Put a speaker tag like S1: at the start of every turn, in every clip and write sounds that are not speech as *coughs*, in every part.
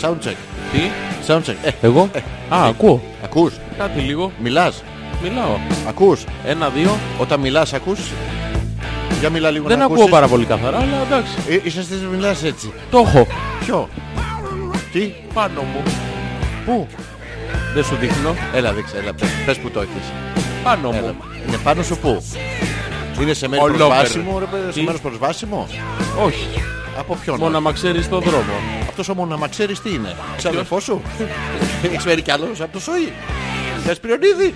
S1: soundcheck.
S2: Τι,
S1: Soundcheck. Ε,
S2: εγώ. Α, ακούω.
S1: ακούς,
S2: Κάτι λίγο.
S1: μιλάς,
S2: Μιλάω.
S1: ακούς.
S2: Ένα, δύο.
S1: Όταν μιλάς ακούς. Για μιλά λίγο
S2: Δεν
S1: να
S2: ακούω
S1: ακούσεις.
S2: πάρα πολύ καθαρά, αλλά εντάξει.
S1: Ε, Είσαι στις μιλάς έτσι.
S2: Το έχω.
S1: Ποιο. Τι.
S2: Πάνω μου.
S1: Πού.
S2: Δεν σου δείχνω. Ε,
S1: Έλα δείξε, έλα πες, πες που το έχεις.
S2: Πάνω
S1: Έλα.
S2: μου.
S1: Είναι πάνω σου πού. Είναι σε μέρος
S2: Ολόκληρο.
S1: προσβάσιμο, ρε, παιδί, σε
S2: Τι?
S1: μέρος προσβάσιμο.
S2: Όχι.
S1: Από ποιον.
S2: Μόνο να μα ξέρει τον δρόμο.
S1: Αυτός ο μοναμαξέρης τι είναι. Ξαδερφός σου. Έχεις φέρει κι άλλος από το σόι. Δεσπιρονίδη.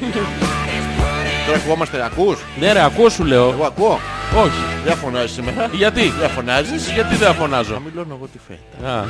S1: Τώρα ακουγόμαστε, ακούς.
S2: Ναι, ρε, ακούω σου λέω.
S1: Εγώ ακούω.
S2: Όχι.
S1: Δεν φωνάζεις σήμερα.
S2: Γιατί.
S1: Δεν φωνάζεις.
S2: Γιατί δεν φωνάζω.
S1: Χαμηλώνω εγώ τη φέτα.
S2: Α,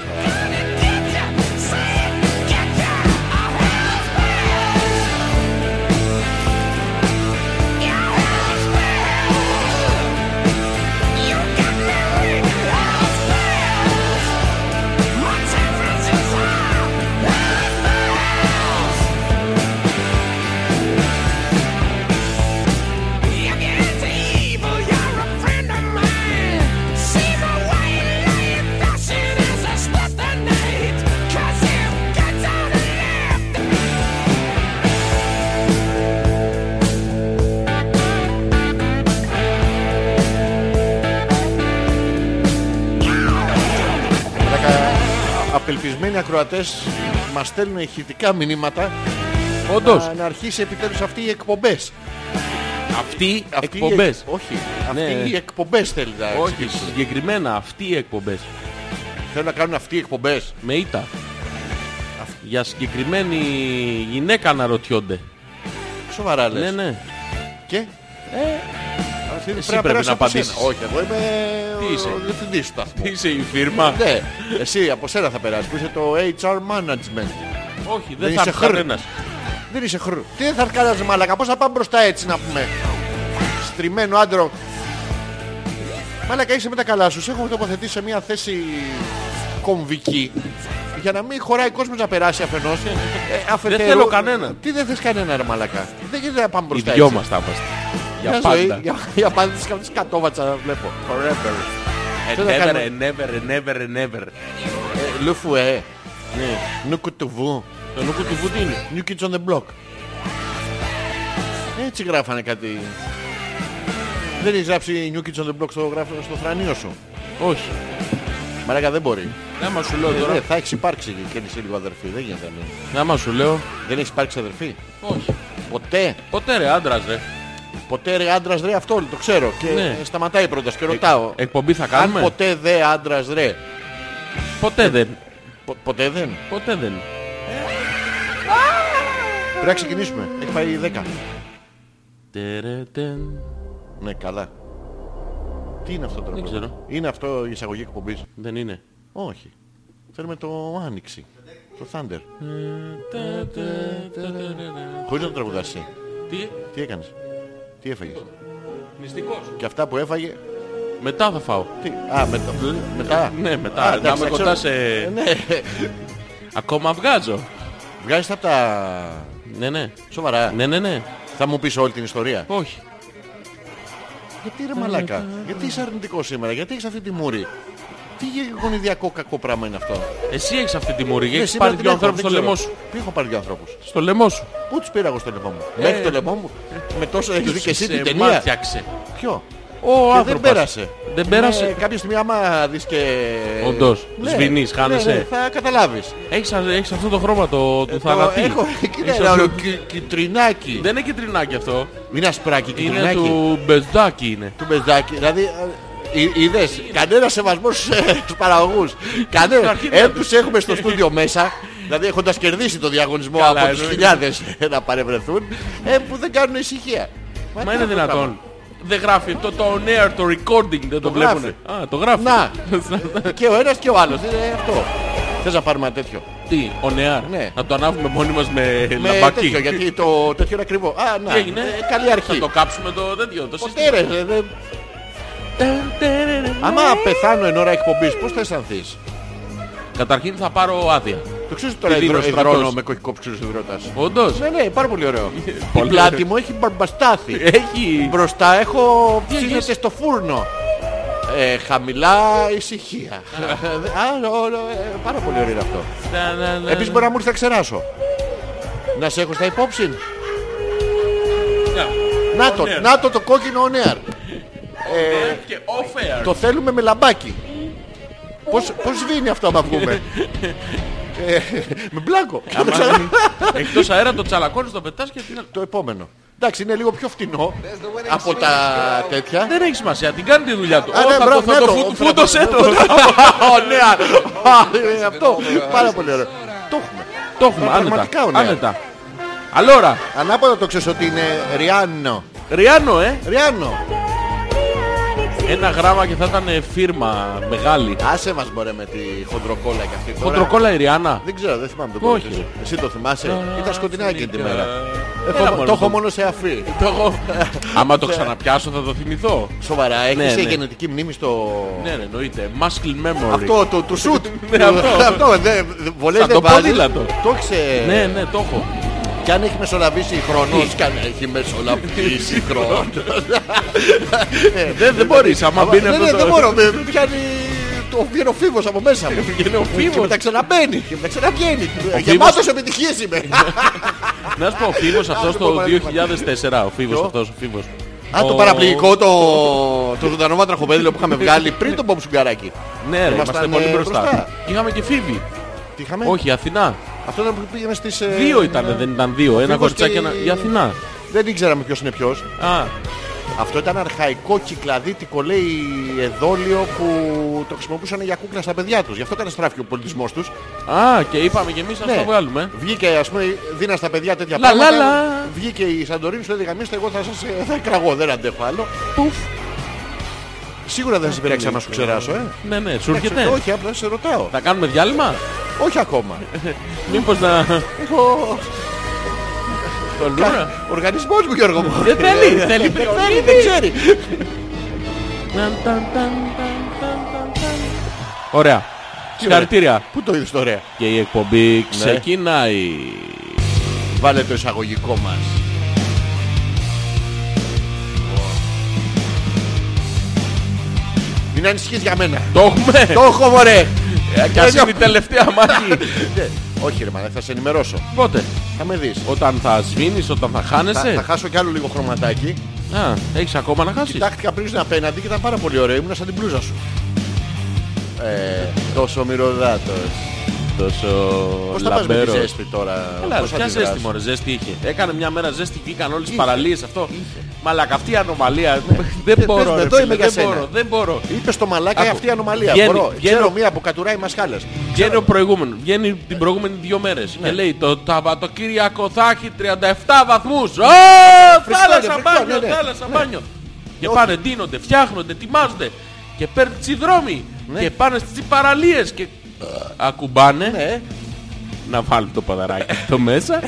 S3: Cause you get out and left
S1: Απελπισμένοι ακροατές μας στέλνουν ηχητικά μηνύματα
S2: όντως.
S1: να, να αρχίσει επιτέλους αυτή οι εκπομπές.
S2: Αυτοί
S1: Αυτή η εκ-
S2: εκπομπές.
S1: Όχι.
S2: Ναι.
S1: Αυτή οι εκπομπές θέλει να
S2: Όχι,
S1: ξεκινήσει.
S2: συγκεκριμένα αυτοί οι εκπομπές.
S1: Θέλουν να κάνουν αυτοί οι εκπομπές.
S2: Με ήττα. Για συγκεκριμένη γυναίκα να ρωτιόνται.
S1: Σοβαρά λες.
S2: Ναι, ναι.
S1: Και. Αυτή
S2: εσύ
S1: να
S2: πρέπει
S1: περάσει
S2: να
S1: από
S2: απαντήσεις.
S1: σένα. Όχι, εγώ είμαι
S2: Τι είσαι?
S1: ο διευθυντής του σταθμού.
S2: Είσαι η φίρμα.
S1: Ναι, εσύ από σένα θα περάσει που είσαι το HR management. Δεν
S2: Όχι, δεν θα
S1: είσαι
S2: έρθει
S1: χρ.
S2: κανένας.
S1: Δεν είσαι χρου. Τι δεν θα έρθει μαλακα, πώς θα πάμε μπροστά έτσι να πούμε. Στριμμένο άντρο. Μαλακα είσαι με τα καλά σου, σε έχουμε τοποθετήσει σε μια θέση κομβική. Για να μην χωράει κόσμος να περάσει αφενός. Ε, αφετέρου-
S2: θέλω κανέναν.
S1: Τι δεν θες κανένα ρε μαλακα. Δεν γίνεται να πάμε
S2: Οι
S1: μπροστά
S2: δυο
S1: έτσι.
S2: μας θα είμαστε. Για
S1: Μια ζωή,
S2: πάντα.
S1: για- για πάντα της καμπτής κατόβατσα βλέπω. Forever.
S2: And
S1: Τι να
S2: Never,
S1: κάνουμε.
S2: and never, and never, and never.
S1: Ε, Le fouet.
S2: Ναι.
S1: Nous coutevons.
S2: Το νούκο του βουτί είναι.
S1: New Kids on the Block. Έτσι γράφανε κάτι. Δεν έχεις γράψει New Kids on the Block στο, γράφ- στο θρανίο σου.
S2: Όχι.
S1: Μαρακα δεν μπορεί.
S2: Να μα σου λέω
S1: Ε, ναι,
S2: τώρα.
S1: θα έχεις υπάρξει και εσύ λίγο αδερφή. Δεν γίνεται. Ναι.
S2: Να μα σου λέω.
S1: Δεν έχεις υπάρξει αδερφή.
S2: Όχι.
S1: Ποτέ.
S2: Ποτέ ρε άντρας ρε.
S1: Ποτέ ρε άντρας ρε αυτό το ξέρω. Και
S2: Ναι.
S1: σταματάει η πρόταση και ρωτάω.
S2: Εκπομπή θα
S1: αν
S2: κάνουμε. Ε.
S1: ποτέ δε άντρας ρε.
S2: Ποτέ δεν.
S1: Πο- ποτέ δεν.
S2: Ποτέ δεν.
S1: Πρέπει να ξεκινήσουμε. Έχει πάει 10.
S2: Τερετεν.
S1: Ναι, καλά. Τι είναι αυτό τώρα.
S2: Δεν
S1: πρέπει?
S2: ξέρω.
S1: Είναι αυτό η εισαγωγή εκπομπής.
S2: Δεν είναι.
S1: Όχι. Θέλουμε το Άνοιξη. Το Thunder. Χωρίς να τραγουδάς εσύ.
S2: Τι.
S1: Τι έκανες. Τι έφαγες.
S2: Μυστικός.
S1: Και αυτά που έφαγε.
S2: Μετά θα φάω.
S1: Τι. Α, μετά. μετά.
S2: Ναι, μετά.
S1: Α,
S2: Να
S1: εντάξει,
S2: είμαι
S1: ξέρω.
S2: κοντάς σε-
S1: Ε, Ναι.
S2: Ακόμα βγάζω.
S1: Βγάζεις τα από τα...
S2: Ναι, ναι.
S1: Σοβαρά.
S2: Ναι, ναι, ναι.
S1: Θα μου πεις όλη την ιστορία.
S2: Όχι.
S1: Γιατί ρε μαλάκα. Γιατί είσαι αρνητικός σήμερα. Γιατί έχεις αυτή τη μούρη. Τι γονιδιακό κακό πράγμα είναι αυτό.
S2: Εσύ έχεις αυτή τη μορυγή.
S1: Ναι,
S2: Έχεις
S1: σήμερα
S2: πάρει
S1: την
S2: δύο
S1: έχω,
S2: ανθρώπους στο
S1: δεν
S2: λαιμό
S1: ξέρω.
S2: σου.
S1: Τι έχω πάρει δύο ανθρώπους.
S2: Στο λαιμό σου.
S1: Πού τους πήρα εγώ στο λαιμό μου.
S2: Ε,
S1: Μέχρι το λαιμό μου. Με τόσο έχεις δει και εσύ
S2: Σε
S1: την ταινία.
S2: μάτιαξε.
S1: Ποιο.
S2: Ο
S1: Και δεν
S2: άνθρωπος.
S1: πέρασε.
S2: Δεν πέρασε.
S1: Ε, κάποια στιγμή άμα δεις και...
S2: Όντως. Σβηνείς, χάνεσαι. Ε,
S1: ναι, θα καταλάβεις.
S2: Έχεις, έχεις αυτό το χρώμα το, του θανατή.
S1: Ε, έχω, κοίτα,
S2: Έχεις
S1: ένα
S2: αυτό-
S1: ωραίο κι- κιτρινάκι.
S2: Δεν είναι κεντρινάκι αυτό.
S1: Είναι ασπράκι,
S2: Ναι. Είναι
S1: κιτρινάκι. Του...
S2: του μπεζάκι είναι.
S1: μπεζάκι. Δηλαδή, ε, ε, είδες, κανένας σεβασμός στους παραγωγούς. Κανένας.
S2: Αρχίδια
S1: ε,
S2: τους.
S1: τους έχουμε στο στούντιο μέσα. Δηλαδή έχοντας κερδίσει το διαγωνισμό
S2: Καλά,
S1: από τους
S2: εννοείται.
S1: χιλιάδες να παρευρεθούν. Ε, που δεν κάνουν ησυχία. τι
S2: Μα είναι
S1: αυτό το
S2: δυνατόν. Δεν γράφει το, το on air, το recording δεν το,
S1: Το
S2: βλέπουνε.
S1: γράφει.
S2: Α, το γράφει.
S1: Να. πράγμα. Και ο ένας και ο άλλος. Είναι αυτό. Θες να πάρουμε ένα τέτοιο.
S2: Τι, on air.
S1: Ναι.
S2: Να το ανάβουμε μόνοι μας με,
S1: Με
S2: λαμπάκι.
S1: τέτοιο, γιατί το τέτοιο είναι ακριβό. Α, να.
S2: Τι έγινε,
S1: Ε, καλή αρχή. ε,
S2: Θα το κάψουμε το τέτοιο. Το
S1: Ποτέ ρε, ρε, δεν-
S2: σύστημα.
S1: Άμα πεθάνω εν ώρα εκπομπής, πώς θα αισθανθείς.
S2: Καταρχήν θα πάρω άδεια.
S1: Το ξέρεις ότι τώρα
S2: Τι
S1: υδρω-
S2: δίνω,
S1: υδρώνω
S2: στρατός.
S1: με κοχικό ψύχος υδρότας.
S2: Όντως.
S1: Ναι, ναι, πάρα πολύ ωραίο. Η
S2: Ε, Πολύ
S1: πλάτη
S2: ωραίο.
S1: Ναι. μου έχει μπαρμπαστάθη.
S2: Έχει.
S1: Μπροστά έχω
S2: Τι έχεις?
S1: ψήνεται στο φούρνο. Ε, χαμηλά
S2: *laughs*
S1: ησυχία. Α, όλο, ε, πάρα πολύ ωραίο είναι αυτό.
S2: Ε.
S1: Επίσης μπορεί να μου έρθει να ξεράσω. Να σε έχω στα υπόψη. Να το,
S2: On air.
S1: να το το κόκκινο on air.
S2: Ε, Και off air.
S1: Το θέλουμε με λαμπάκι. Πώς, πώς σβήνει αυτό άμα *laughs* βγούμε. Ε, με μπλάκο.
S2: Εκτός αέρα το τσαλακώνεις, το πετάς και την...
S1: το επόμενο. Εντάξει, είναι λίγο πιο φτηνό από τα τέτοια.
S2: Δεν έχει σημασία, την κάνει τη δουλειά του.
S1: Α,
S2: Ω,
S1: ναι,
S2: θα
S1: μπράβο,
S2: το- θα
S1: ναι,
S2: το
S1: το-
S2: φου-
S1: θα το-
S2: φούντωσέ το.
S1: Ω, *laughs* ναι, α, α, ε, αυτό. Πάρα πολύ ωραίο. Το έχουμε.
S2: Το έχουμε,
S1: Πραγματικά,
S2: άνετα.
S1: ναι.
S2: άνετα. Αλόρα,
S1: Ανάποδα το ξέρεις ότι είναι Ριάννο.
S2: Ριάνο, ε.
S1: Ριάννο.
S2: Ένα γράμμα και θα ήταν ε, φίρμα μεγάλη.
S1: Άσε μας μπορεί με τη χοντροκόλα και αυτή. τώρα.
S2: Χοντροκόλα η Ριάννα.
S1: Δεν ξέρω, δεν θυμάμαι το
S2: Όχι.
S1: κόλλο. Εσύ το θυμάσαι. Ήταν σκοτεινά εκείνη τη μέρα.
S2: Έχω-
S1: Έχω- Ε, Το έχω μόνο σε αφή.
S2: Το έχω. Ε, Άμα το ξαναπιάσω θα το θυμηθώ.
S1: Σοβαρά, έχεις
S2: ναι.
S1: γενετική μνήμη στο...
S2: Ναι, ναι, εννοείται. Muscle memory.
S1: Αυτό, το, το σουτ.
S2: *laughs* Ναι, αυτό.
S1: *laughs* αυτό δεν- δεν- βολές
S2: Σαν
S1: δεν
S2: το
S1: βάζεις.
S2: ποδήλατο.
S1: Το έχεις... ε,
S2: Ναι, ναι, το έχω.
S1: Κι αν έχει μεσολαβήσει χρονός, κι αν έχει
S2: *laughs*
S1: μεσολαβήσει χρονός. Ε,
S2: Ναι, Δεν, δεν μπορείς, άμα μπει
S1: ναι,
S2: αυτός
S1: ναι,
S2: το-
S1: δεν μπορώ, με, με πιάνει... Το βγαίνει ο φίβος από
S2: *laughs*
S1: μέσα μου.
S2: Βγαίνει ο
S1: Και
S2: φίβος.
S1: μετά ξαναμπαίνει, και μετά ξαναβγαίνει.
S2: φίβος-
S1: Γεμάτος επιτυχίες είμαι.
S2: Ναι. Να σου πω, ο Φίβος αυτός
S1: δεν μπορώ
S2: το
S1: να
S2: 2004. Ο Φίβος
S1: Ποιο?
S2: αυτός, ο Φίβος.
S1: Α, το
S2: Ο-
S1: παραπληγικό, το,
S2: *laughs*
S1: το ζωντανό βατραχοπέδιλο που είχαμε βγάλει πριν τον Μπομπ Σουγκαράκη.
S2: Ναι, ρε,
S1: Ήμασταν,
S2: είμαστε πολύ
S1: ε,
S2: μπροστά.
S1: μπροστά. Ναι.
S2: Είχαμε και Φίβη.
S1: Τι είχαμε?
S2: Όχι, Αθηνά.
S1: Αυτό ήταν που πήγαινε στις... ε,
S2: Δύο ήταν, δεν ήταν δύο. Ένα
S1: Φίβος
S2: κοριτσάκι
S1: και-
S2: ένα... η Αθηνά.
S1: Δεν ήξεραμε ποιος είναι ποιος.
S2: Α,
S1: Αυτό ήταν αρχαϊκό κυκλαδίτικο, λέει, εδόλιο που το χρησιμοποιούσαν για κούκλα στα παιδιά τους. Γι' αυτό ήταν στράφηκε ο πολιτισμός τους.
S2: α, και είπαμε και εμείς να
S1: Ναι.
S2: το βγάλουμε.
S1: Βγήκε, ας πούμε, δίνα στα παιδιά τέτοια
S2: Λα,
S1: πράγματα.
S2: λα, λα.
S1: Βγήκε η Σαντορίνη, σου λέει, «Γαμίστε, εγώ θα σας ε, θα κραγώ, δεν αντέχω άλλο. Πουφ. Σίγουρα δεν σας πειράξει να σου ξεράσω, ε.
S2: Ναι, ναι, σου
S1: Εντάξει,
S2: έρχεται.
S1: Όχι, απλά σε ρωτάω.
S2: Θα κάνουμε διάλειμμα.
S1: Όχι ακόμα.
S2: Μήπως
S1: *laughs*
S2: να...
S1: Έχω
S2: Το Λούρα.
S1: ο οργανισμός μου, Γιώργο μου.
S2: Δεν θέλει, θέλει
S1: Ε, Δεν θέλει, δεν ξέρει.
S2: Ταν, ταν, ταν, ταν, ταν, ταν, ταν. Ωραία. Συγχαρητήρια.
S1: Πού το είδες τώρα.
S2: Και η
S1: Ναι.
S2: εκπομπή ξεκινάει.
S1: Βάλε το εισαγωγικό μας. Μην ανησυχείς για μένα.
S2: Το έχουμε.
S1: Το έχω μωρέ.
S2: Ε, Κι ας είναι η τελευταία μάχη.
S1: Ναι. Όχι ρε μάνα, θα σε ενημερώσω.
S2: Πότε.
S1: Θα με δεις.
S2: Όταν θα σβήνεις, όταν θα
S1: Θα, θα
S2: χάνεσαι.
S1: χάσω κι άλλο λίγο χρωματάκι.
S2: Α, έχεις ακόμα να χάσεις.
S1: Κοιτάχτηκα πριν στην απέναντι και ήταν πάρα πολύ ωραίο. Ήμουν σαν την μπλούζα σου. Ε, τόσο μυρωδάτος.
S2: Τόσο
S1: Πώς θα πας με τη
S2: λαμπέρος.
S1: ζέστη τώρα.
S2: Καλά,
S1: πώς θα
S2: ποια
S1: τη δράσεις?
S2: ζέστη μωρέ, ζέστη είχε. Έκανε μια μέρα ζέστη, βγήκαν όλες τις
S1: Είχε. Ναι.
S2: παραλίες αυτό. Μαλάκα, αυτή η ανομαλία. Δεν
S1: Πες
S2: μπορώ,
S1: με,
S2: ρε
S1: εδώ
S2: φίλε,
S1: είμαι για
S2: δεν
S1: σένα.
S2: μπορώ, δεν μπορώ.
S1: Είπε στο μαλάκα
S2: Άκου.
S1: αυτή η ανομαλία.
S2: Βγαίνει,
S1: Μπορώ.
S2: βγαίνει.
S1: Ξέρω μία που κατουράει μασκάλες.
S2: Βγαίνει ο προηγούμενος. Βγαίνει την προηγούμενη δύο μέρες
S1: Ναι.
S2: Και λέει το Σαββατοκύριακο θα έχει 37 βαθμούς Ω! Θάλασσα
S1: φρικτό,
S2: μπάνιο,
S1: ναι, ναι.
S2: θάλασσα μπάνιο. Και πάνε, ντύνονται, φτιάχνονται, ετοιμάζονται. Και παίρνουν τις δρόμοι.
S1: Ναι.
S2: Και πάνε στις παραλίες και ε, ακουμπάνε
S1: Ναι.
S2: να βάλουν το *laughs* παδαράκι στο μέσα.
S1: Και,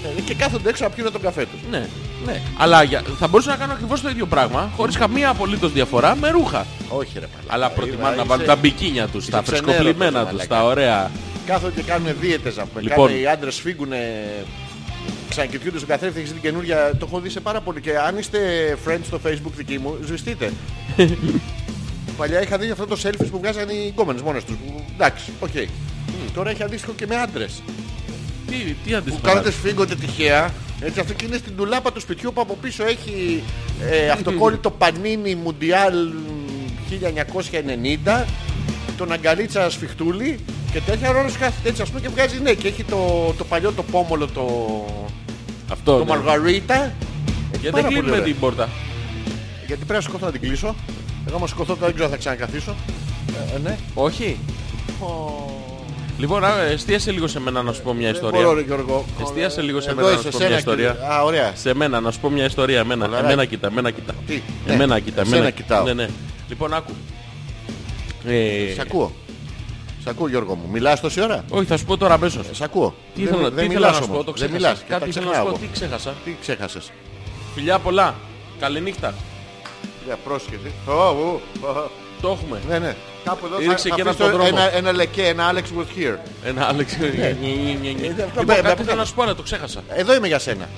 S1: Δηλαδή και κάθονται έξω να πιούν τον καφέ τους.
S2: Ναι. ναι. Αλλά για- θα μπορούσα να κάνω ακριβώς το ίδιο πράγμα, χωρίς καμία απολύτως διαφορά, με ρούχα.
S1: Όχι ρε παλά.
S2: Αλλά προτιμάνε να
S1: είσαι-
S2: βάλουν τα μπικίνια τους, τα
S1: ξενέρωτος,
S2: φρεσκοπλημμένα
S1: μαλάκα.
S2: τους, τα ωραία.
S1: Κάθονται και κάνουν δίαιτες να πούμε.
S2: Λοιπόν.
S1: Κάθε οι άντρες φύγουνε... Ξανακοιτιούνται στον καθρέφτη, έχεις δει την καινούρια. Το έχω δει σε πάρα πολύ. Και αν είστε friends στο facebook δική μου, ζουστείτε. Παλιά είχα δει αυτό το selfie που βγάζαν οι κόμενες μόνες τους. που- Εντάξει, οκ. Τώρα έχει αντίστοιχο και με άντρες.
S2: Τι, τι
S1: που
S2: αντισπαράζει.
S1: κάνετε σφίγγονται τυχαία. Έτσι, αυτό και είναι στην τουλάπα του σπιτιού που από πίσω έχει ε, αυτοκόλλητο πανίνι Μουντιάλ 1990, τον αγκαλίτσα σφιχτούλη και τέτοια ρόλος κάθεται έτσι ας πούμε και βγάζει ναι και έχει το, το παλιό το πόμολο το,
S2: Αυτό.
S1: το
S2: ναι.
S1: Μαργαρίτα. Ε,
S2: Γιατί
S1: Πάρα
S2: δεν
S1: πολύ
S2: κλείνουμε
S1: ωραία.
S2: την πόρτα.
S1: Γιατί πρέπει να σηκωθώ να την κλείσω. Εγώ άμα σηκωθώ τώρα δεν ξέρω αν θα ξανακαθίσω. Ε, ε, ναι.
S2: Όχι. Λοιπόν, α, εστίασε λίγο σε μένα να σου πω μια ιστορία.
S1: Μπορώ, ρε, Γιώργο.
S2: Εστίασε λίγο σε
S1: Εδώ
S2: μένα να
S1: είσαι,
S2: σου πω
S1: σένα,
S2: μια
S1: κύριε.
S2: ιστορία.
S1: Α, ωραία.
S2: Σε μένα, να σου πω μια ιστορία. Εμένα,
S1: Πολαράκι.
S2: εμένα κοίτα, εμένα κοίτα.
S1: Τι, ναι.
S2: Εμένα κοίτα,
S1: Εσένα
S2: εμένα
S1: κοιτάω.
S2: Ναι, ναι. Λοιπόν, άκου. Ε,
S1: Σ' ακούω. Σ' ακούω Γιώργο μου. Μιλάς τόση ώρα.
S2: όχι, θα σου πω τώρα αμέσως.
S1: Ε, Σ' ακούω.
S2: Τι ήθελα, τι ήθελα
S1: μιλάς
S2: να σου πω,
S1: όμως.
S2: το
S1: Δεν
S2: ξέχασα.
S1: μιλάς.
S2: Κάτι
S1: Και τα
S2: ήθελα να σου πω,
S1: ξεχνάω.
S2: τι ξέχασα.
S1: Τι ξέχασες.
S2: Φιλιά πολλά. Καληνύχτα.
S1: Για πρόσχεση. Ω, ου, ω.
S2: Το έχουμε.
S1: Ναι, ναι. Κάπου εδώ
S2: Ρίξε
S1: θα,
S2: και
S1: θα
S2: ένα
S1: αφήσω
S2: από τον δρόμο.
S1: ένα, ένα λεκέ, ένα Alex was here.
S2: Ένα Άλεξ.
S1: Ναι. Ε,
S2: Λοιπόν,
S1: με- με-
S2: κάτι ήθελα να σου πω, αλλά το ξέχασα.
S1: Εδώ είμαι για σένα.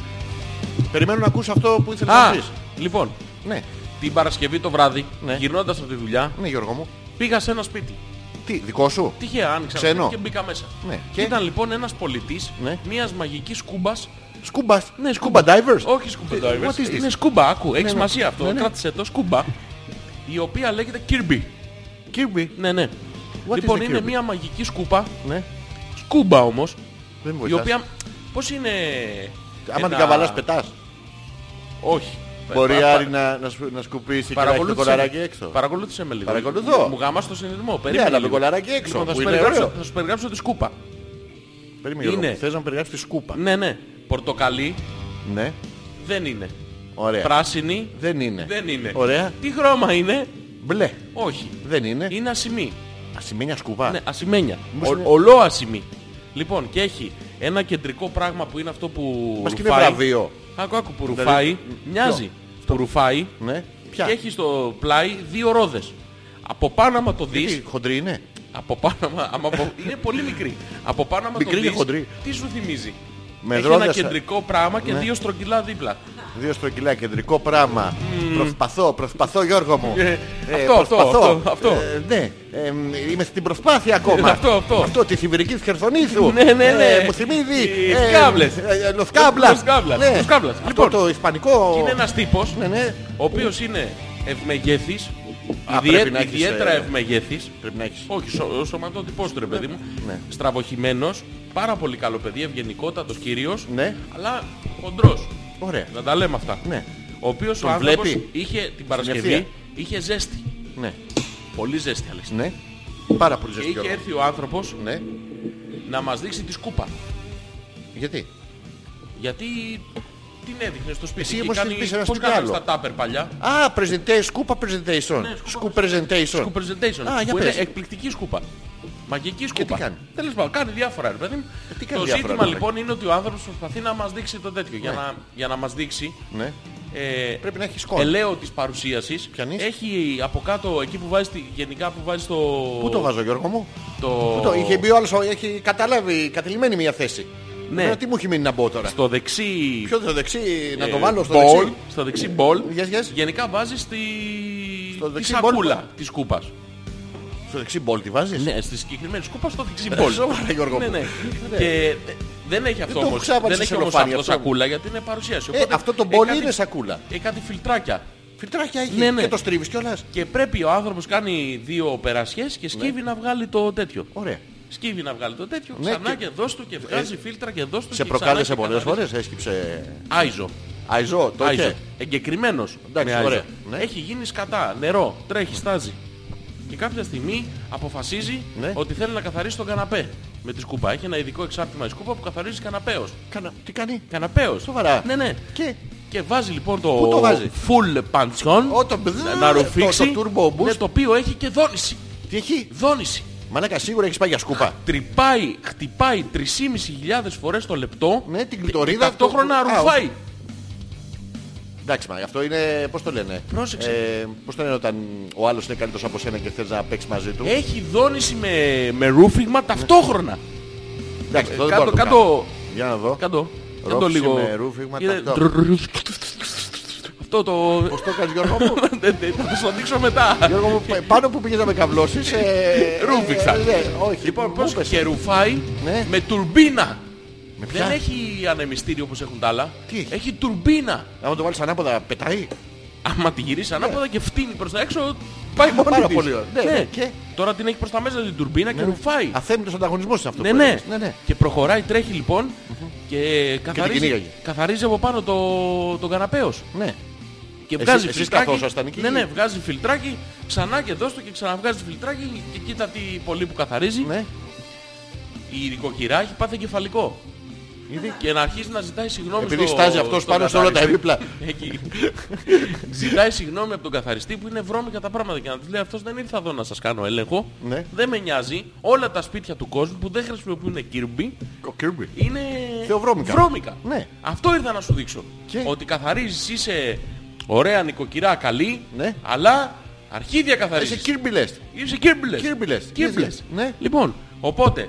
S1: Περιμένω να ακούσω αυτό που ήθελες
S2: Α,
S1: να πεις.
S2: λοιπόν,
S1: Ναι.
S2: Την Παρασκευή το βράδυ,
S1: Ναι.
S2: γυρνώντας από τη δουλειά,
S1: Ναι, Γιώργο μου.
S2: πήγα σε ένα σπίτι.
S1: Τι, δικό σου.
S2: Τυχαία άνοιξα
S1: Ξένο.
S2: το σπίτι και μπήκα μέσα.
S1: Ναι.
S2: Και
S1: Και?
S2: ήταν λοιπόν ένας πολιτής
S1: Ναι.
S2: μιας μαγικής κούμπας.
S1: Σκούμπα. Ναι, σκούμπα divers.
S2: Όχι σκούμπα divers.
S1: Ε, what is this?
S2: Είναι σκούμπα, άκου, έχει
S1: ναι.
S2: σημασία αυτό.
S1: Ναι, ναι.
S2: Κράτησε το σκούμπα, η οποία λέγεται Kirby.
S1: Kirby.
S2: Ναι, ναι.
S1: What
S2: λοιπόν,
S1: is the
S2: είναι
S1: Kirby?
S2: μια μαγική σκούπα,
S1: Ναι.
S2: σκούμπα όμως,
S1: Δεν μου
S2: η οποία... Πώς είναι...
S1: Άμα
S2: ένα-
S1: την καβαλάς πετάς.
S2: Όχι.
S1: Μπορεί
S2: Πα-
S1: Άρη να, να, σου- να σκουπίσει και να έχει το
S2: Παρακολούθησε
S1: κολαράκι
S2: με.
S1: έξω.
S2: Παρακολούθησε με λίγο.
S1: Παρακολουθώ.
S2: Μου γάμας το συνειδημό.
S1: Ναι,
S2: Περίμενε.
S1: αλλά με
S2: λίγο.
S1: κολαράκι έξω.
S2: Λοιπόν, θα
S1: Που
S2: σου
S1: είναι
S2: περιγράψω-
S1: ωραίο.
S2: θα σου περιγράψω τη σκούπα.
S1: Περίμενε Γιώργο.
S2: Είναι.
S1: μου. Θες να περιγράψεις τη σκούπα.
S2: Ναι, ναι. Πορτοκαλί
S1: Ναι.
S2: δεν είναι.
S1: Ωραία.
S2: Πράσινη
S1: Δεν είναι.
S2: δεν είναι.
S1: Ε. Ωραία.
S2: Τι χρώμα είναι.
S1: Μπλε.
S2: Όχι.
S1: Δεν είναι.
S2: Είναι ασημή.
S1: Ασημένια σκούπα.
S2: Ναι, ασημένια.
S1: Μήπως
S2: Ο-
S1: είναι-
S2: Ολό ασημή. Λοιπόν, και έχει ένα κεντρικό πράγμα που είναι αυτό που
S1: Μας και είναι
S2: ρουφάει.
S1: βραβείο.
S2: Άκου, άκου, που
S1: Δηλαδή,
S2: ρουφάει.
S1: ποιο?
S2: Μοιάζει. Που ρουφάει.
S1: Ναι.
S2: Και
S1: Ποια.
S2: έχει στο πλάι δύο ρόδες. Από πάνω άμα το δεις,
S1: Τι, Χοντρή είναι.
S2: από πάνω, άμα, άμα από- είναι πολύ μικρή. Από πάνω άμα
S1: Μικρή
S2: το
S1: και
S2: δεις,
S1: χοντρή.
S2: τι σου θυμίζει.
S1: Με
S2: Έχει ένα
S1: ρόδες, α.
S2: κεντρικό πράγμα και
S1: Ναι.
S2: δύο στρογγυλά δίπλα.
S1: Δύο στρογγυλά, κεντρικό πράγμα. Προσπαθώ, προσπαθώ Γιώργο μου.
S2: Ε, αυτό, αυτό, αυτό, αυτό.
S1: Ε, ναι, ε, μ, είμαι στην προσπάθεια ακόμα.
S2: Ε, αυτό, αυτό.
S1: Αυτό της Ιβηρικής Χερσονήσου. Ε,
S2: Ναι, ναι, ναι.
S1: μου θυμίζει.
S2: Οι σκάβλες.
S1: ε, ε, Λοσκάμπλας.
S2: Λοσκάβλας,
S1: Ναι.
S2: Λοσκάβλας.
S1: Αυτό
S2: Λοιπόν.
S1: το ισπανικό...
S2: Και είναι ένας τύπος,
S1: Ναι, ναι.
S2: ο οποίος είναι ευμεγέθης,
S1: Α,
S2: ιδιαί-
S1: πρέπει να έχεις,
S2: ιδιαίτερα
S1: ε,
S2: ευμεγέθης.
S1: Πρέπει να έχεις.
S2: Όχι, σω, ο σωματότυπός του ρε παιδί μου.
S1: Ναι.
S2: Στραβοχημένος, πάρα πολύ καλό παιδί, ευγενικότατος κύριος,
S1: Ναι.
S2: αλλά χοντρός.
S1: Ωραία.
S2: Να τα λέμε αυτά.
S1: Ναι.
S2: Ο οποίος
S1: Τον
S2: ο άνθρωπος
S1: βλέπει?
S2: είχε την Παρασκευή,
S1: ευθεία.
S2: είχε ζέστη.
S1: Ναι.
S2: Πολύ ζέστη, Αλέξη.
S1: Ναι. Πάρα πολύ
S2: Και
S1: ζεστή
S2: είχε
S1: Γιώργο.
S2: έρθει ο άνθρωπος
S1: Ναι.
S2: να μας δείξει τη σκούπα.
S1: Γιατί.
S2: Γιατί την έδειχνες στο σπίτι.
S1: Εσύ
S2: Είχε
S1: όμως
S2: κάνει-
S1: την πεις ένα
S2: πώς
S1: σπίτι
S2: κάνανε
S1: άλλο.
S2: στα τάπερ παλιά.
S1: Α, presentation, σκούπα presentation. Σκούπα presentation.
S2: Σκούπα Ναι, presentation.
S1: Α, για
S2: που
S1: πες.
S2: είναι εκπληκτική σκούπα. Μαγική σκούπα.
S1: τι κάνει? Ε,
S2: Τέλος πάντων, κάνει διάφορα ρε παιδί μου.
S1: τι κάνει
S2: το
S1: διάφορα,
S2: ζήτημα
S1: ρε,
S2: λοιπόν είναι ότι ο άνθρωπος προσπαθεί να μας δείξει το τέτοιο. Για,
S1: Ναι.
S2: να, για να μας δείξει
S1: Ναι.
S2: ε,
S1: Πρέπει να έχει σκόρ.
S2: ελαίο της παρουσίασης.
S1: Πιανείς.
S2: Έχει από κάτω, εκεί που βάζει, τη- γενικά που βάζει το...
S1: Πού το βάζω Γιώργο μου.
S2: το-
S1: Αυτό, είχε μπει ο άλλος, έχει καταλάβει, κατηλημένη μια θέση.
S2: Ναι.
S1: Τώρα τι μου έχει μείνει να μπω τώρα.
S2: Στο δεξί...
S1: Ποιο το δεξί, να
S2: ε,
S1: το βάλω στο
S2: μπολ,
S1: δεξί.
S2: Στο δεξί μπολ.
S1: Yes, yes.
S2: Γενικά βάζεις τη...
S1: Στο
S2: τη
S1: δεξί μπολ.
S2: σακούλα της κούπας.
S1: Στο δεξί μπολ τη βάζεις.
S2: Ναι, στη συγκεκριμένη σκούπα στο δεξί
S1: *laughs*
S2: πόλη.
S1: Σοβαρά, Γιώργο
S2: Ναι,
S1: μου.
S2: ναι.
S1: Ναι.
S2: Και δεν έχει αυτό
S1: το
S2: όμως.
S1: έχω ξάπαξει
S2: Δεν έχει
S1: σε
S2: όμως
S1: λοφάνι
S2: αυτό
S1: αυτό.
S2: σακούλα γιατί είναι παρουσίαση.
S1: Ε,
S2: Οπότε
S1: αυτό το
S2: έχει
S1: μπολ
S2: κάτι-
S1: είναι σακούλα.
S2: Έχει κάτι φιλτράκια.
S1: Φιλτράκια έχει
S2: Ναι, ναι.
S1: και το στρίβεις κιόλας.
S2: Και πρέπει ο άνθρωπος κάνει δύο περασιές
S1: Ναι.
S2: και σκύβει να βγάλει το τέτοιο.
S1: Ωραία.
S2: Σκύβει να βγάλει το τέτοιο,
S1: Ναι,
S2: ξανά
S1: και-
S2: και δώσ' του και βγάζει φίλτρα και δώσ' του
S1: Σε
S2: και
S1: προκάλεσε
S2: ξανά και
S1: πολλές
S2: καθαρίζει.
S1: φορές, έσκυψε...
S2: Άιζο.
S1: Αϊζό, το
S2: Άιζο.
S1: είχε.
S2: Εγκεκριμένος.
S1: Εντάξει,
S2: με άιζο.
S1: ωραία. Ναι.
S2: Έχει γίνει σκατά, νερό, τρέχει, στάζει. Και κάποια στιγμή αποφασίζει
S1: Ναι.
S2: ότι θέλει να καθαρίσει τον καναπέ με τη σκούπα. Έχει ένα ειδικό εξάρτημα η σκούπα που καθαρίζει καναπέος.
S1: Κανα- Τι κάνει.
S2: Καναπέος.
S1: Σοβαρά.
S2: Ναι, ναι.
S1: Και...
S2: Και βάζει λοιπόν το,
S1: Πού το βάζει?
S2: full pension
S1: Ω, το μπζζ,
S2: να
S1: το-
S2: ρουφήξει
S1: το turbo boost.
S2: ναι, το οποίο έχει και δόνηση.
S1: Τι έχει.
S2: Δόνηση.
S1: Μαλάκα σίγουρα έχεις πάει για σκούπα.
S2: Τρυπάει, χτυπάει 3.500 φορές το λεπτό
S1: Ναι, την
S2: και
S1: κλειτορίδα.
S2: ταυτόχρονα
S1: το- Α,
S2: ρουφάει.
S1: Εντάξει, μα αυτό είναι. Πώς το λένε.
S2: Πρόσεξε.
S1: Ε, Πώς το λένε όταν ο άλλος είναι καλύτερος από σένα και θες να παίξεις μαζί του.
S2: Έχει δόνηση με, με ρούφιγμα ταυτόχρονα.
S1: Εντάξει, αυτό δεν
S2: Ε, Κάτω,
S1: μπορώ να το
S2: κάτω,
S1: κάνω. Για να δω.
S2: κάτω.
S1: Ρόφηση
S2: Κάτω λίγο.
S1: με ρούφιγμα
S2: Είδε-
S1: ταυτόχρονα.
S2: τρρρρρρ. Αυτό το... *laughs*
S1: Πώς το έκανες, Γιώργο μου.
S2: Δεν- δεν- Θα σου το δείξω μετά.
S1: *laughs* Γιώργο μου, πα- πάνω που πήγες να με καβλώσεις ε,
S2: Ρούφηξα.
S1: ε, ναι, όχι.
S2: Λοιπόν,
S1: Μου
S2: πώς
S1: είπες.
S2: και ρουφάει
S1: Ναι.
S2: με τουρμπίνα.
S1: Με ποια?
S2: Δεν έχει ανεμιστήριο όπως έχουν τα άλλα.
S1: Τι έχει?
S2: Έχει τουρμπίνα.
S1: Άμα το βάλεις ανάποδα, πετάει.
S2: Άμα τη γυρίσει ανάποδα και φτύνει προς τα έξω, πάει μόνη
S1: Ναι. Πάρα
S2: της.
S1: πολύ ωραία. Ναι,
S2: Ναι.
S1: και? Ναι,
S2: Τώρα την έχει προς τα μέσα την τουρμπίνα και ρουφάει.
S1: Αθέμητος ανταγωνισμός είναι αυτό
S2: Ναι,
S1: που
S2: ναι.
S1: έλεγες. ναι, ναι.
S2: Και προχωράει, τρέχει λοιπόν και καθαρίζει,
S1: κυνήγαγε.
S2: καθαρίζει από πάνω το, τον καναπέος.
S1: ναι.
S2: Και
S1: Εσύ-
S2: βγάζει
S1: εσείς
S2: φιλτράκι.
S1: καθόσασταν εκεί.
S2: Ναι, ναι, βγάζει φιλτράκι, ξανά και δώστο και ξαναβγάζει φιλτράκι και κοίτα τι πολύ που καθαρίζει.
S1: ναι.
S2: Η νοικοκυρά έχει πάθει κεφαλικό. Και να αρχίζει να ζητάει συγγνώμη
S1: Επειδή
S2: στο-
S1: στάζει αυτός
S2: στον
S1: πάνω σε όλα τα
S2: καθαριστή.
S1: επίπλα.
S2: *laughs* Εκεί. Ζητάει συγγνώμη από τον καθαριστή που είναι βρώμικα τα πράγματα και να της λέει αυτός δεν ήρθα εδώ να σας κάνω έλεγχο.
S1: Ναι.
S2: Δεν με νοιάζει. Όλα τα σπίτια του κόσμου που δεν χρησιμοποιούν κύρμπι
S1: Ο Kirby.
S2: είναι
S1: Θεοβρώμικα.
S2: βρώμικα.
S1: Ναι.
S2: Αυτό ήρθα να σου δείξω.
S1: Και?
S2: Ότι καθαρίζεις, είσαι ωραία νοικοκυρά, καλή,
S1: Ναι.
S2: αλλά αρχίδια καθαρίζεις.
S1: Είσαι Kirby λες.
S2: Είσαι κύρμπιλες.
S1: Κύρμπιλες.
S2: Κύρμπιλες.
S1: Ναι.
S2: Λοιπόν, οπότε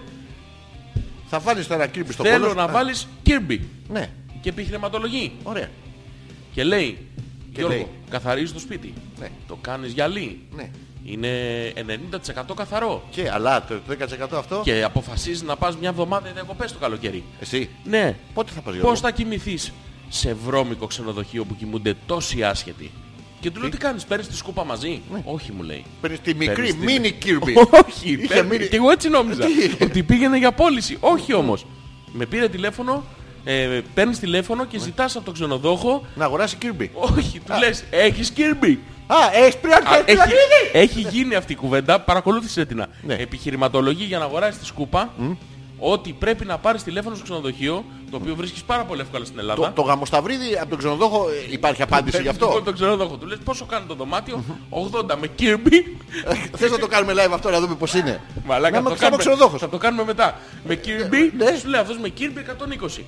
S1: Θα βάλεις τώρα Kirby στο
S2: θέλω
S1: κόλλος σου.
S2: να
S1: Α,
S2: βάλεις κύρμπι
S1: Ναι,
S2: και επιχειρηματολογεί.
S1: ωραία.
S2: Και λέει, Γιώργο,
S1: λέει.
S2: καθαρίζεις το σπίτι.
S1: Ναι.
S2: Το κάνεις γυαλί.
S1: Ναι.
S2: Είναι 90% καθαρό.
S1: Και αλλά το 10% αυτό.
S2: Και αποφασίζεις να πας μια εβδομάδα διακοπές το καλοκαίρι.
S1: Εσύ.
S2: Ναι.
S1: Πότε θα πας, Γιώργο?
S2: Πώς θα κοιμηθείς σε βρώμικο ξενοδοχείο που κοιμούνται τόσοι άσχετοι. Και του λέω τι κάνεις, παίρνεις τη σκούπα μαζί.
S1: Ναι.
S2: Όχι μου λέει.
S1: Παίρνεις τη μικρή
S2: Παίρνεις τη-
S1: μίνι Κίρμπι.
S2: *laughs* Όχι,
S1: Είχε
S2: παίρνει.
S1: μείνει-
S2: Και εγώ έτσι νόμιζα.
S1: Τι?
S2: ότι πήγαινε για πώληση. Όχι όμως. Με πήρε τηλέφωνο, ε, παίρνεις τηλέφωνο
S1: Ναι.
S2: και ζητάς από τον ξενοδόχο.
S1: Να αγοράσει Κίρμπι.
S2: Όχι, του λες, έχεις Κίρμπι.
S1: Α, έχεις πριν
S2: Α,
S1: αρχίσει
S2: έχει, έχει γίνει αυτή η κουβέντα, παρακολούθησε την.
S1: Ναι.
S2: Επιχειρηματολογεί για να αγοράσεις τη σκούπα ότι πρέπει να πάρεις τηλέφωνο στο ξενοδοχείο, το οποίο βρίσκεις πάρα πολύ εύκολα στην Ελλάδα.
S1: Το, το γαμοσταυρίδι από τον ξενοδόχο ε, υπάρχει απάντηση γι'
S2: Λοιπόν,
S1: αυτό.
S2: τον ξενοδόχο του λες πόσο κάνει το δωμάτιο, 80 με
S1: *laughs*
S2: Kirby.
S1: Θες να το κάνουμε live αυτό να δούμε πώς είναι.
S2: Μαλάκα,
S1: να
S2: θα
S1: με ξανά
S2: το κάνουμε,
S1: ξενοδόχος.
S2: θα το κάνουμε μετά. Με Kirby,
S1: ναι.
S2: σου λέει αυτός με Kirby 120.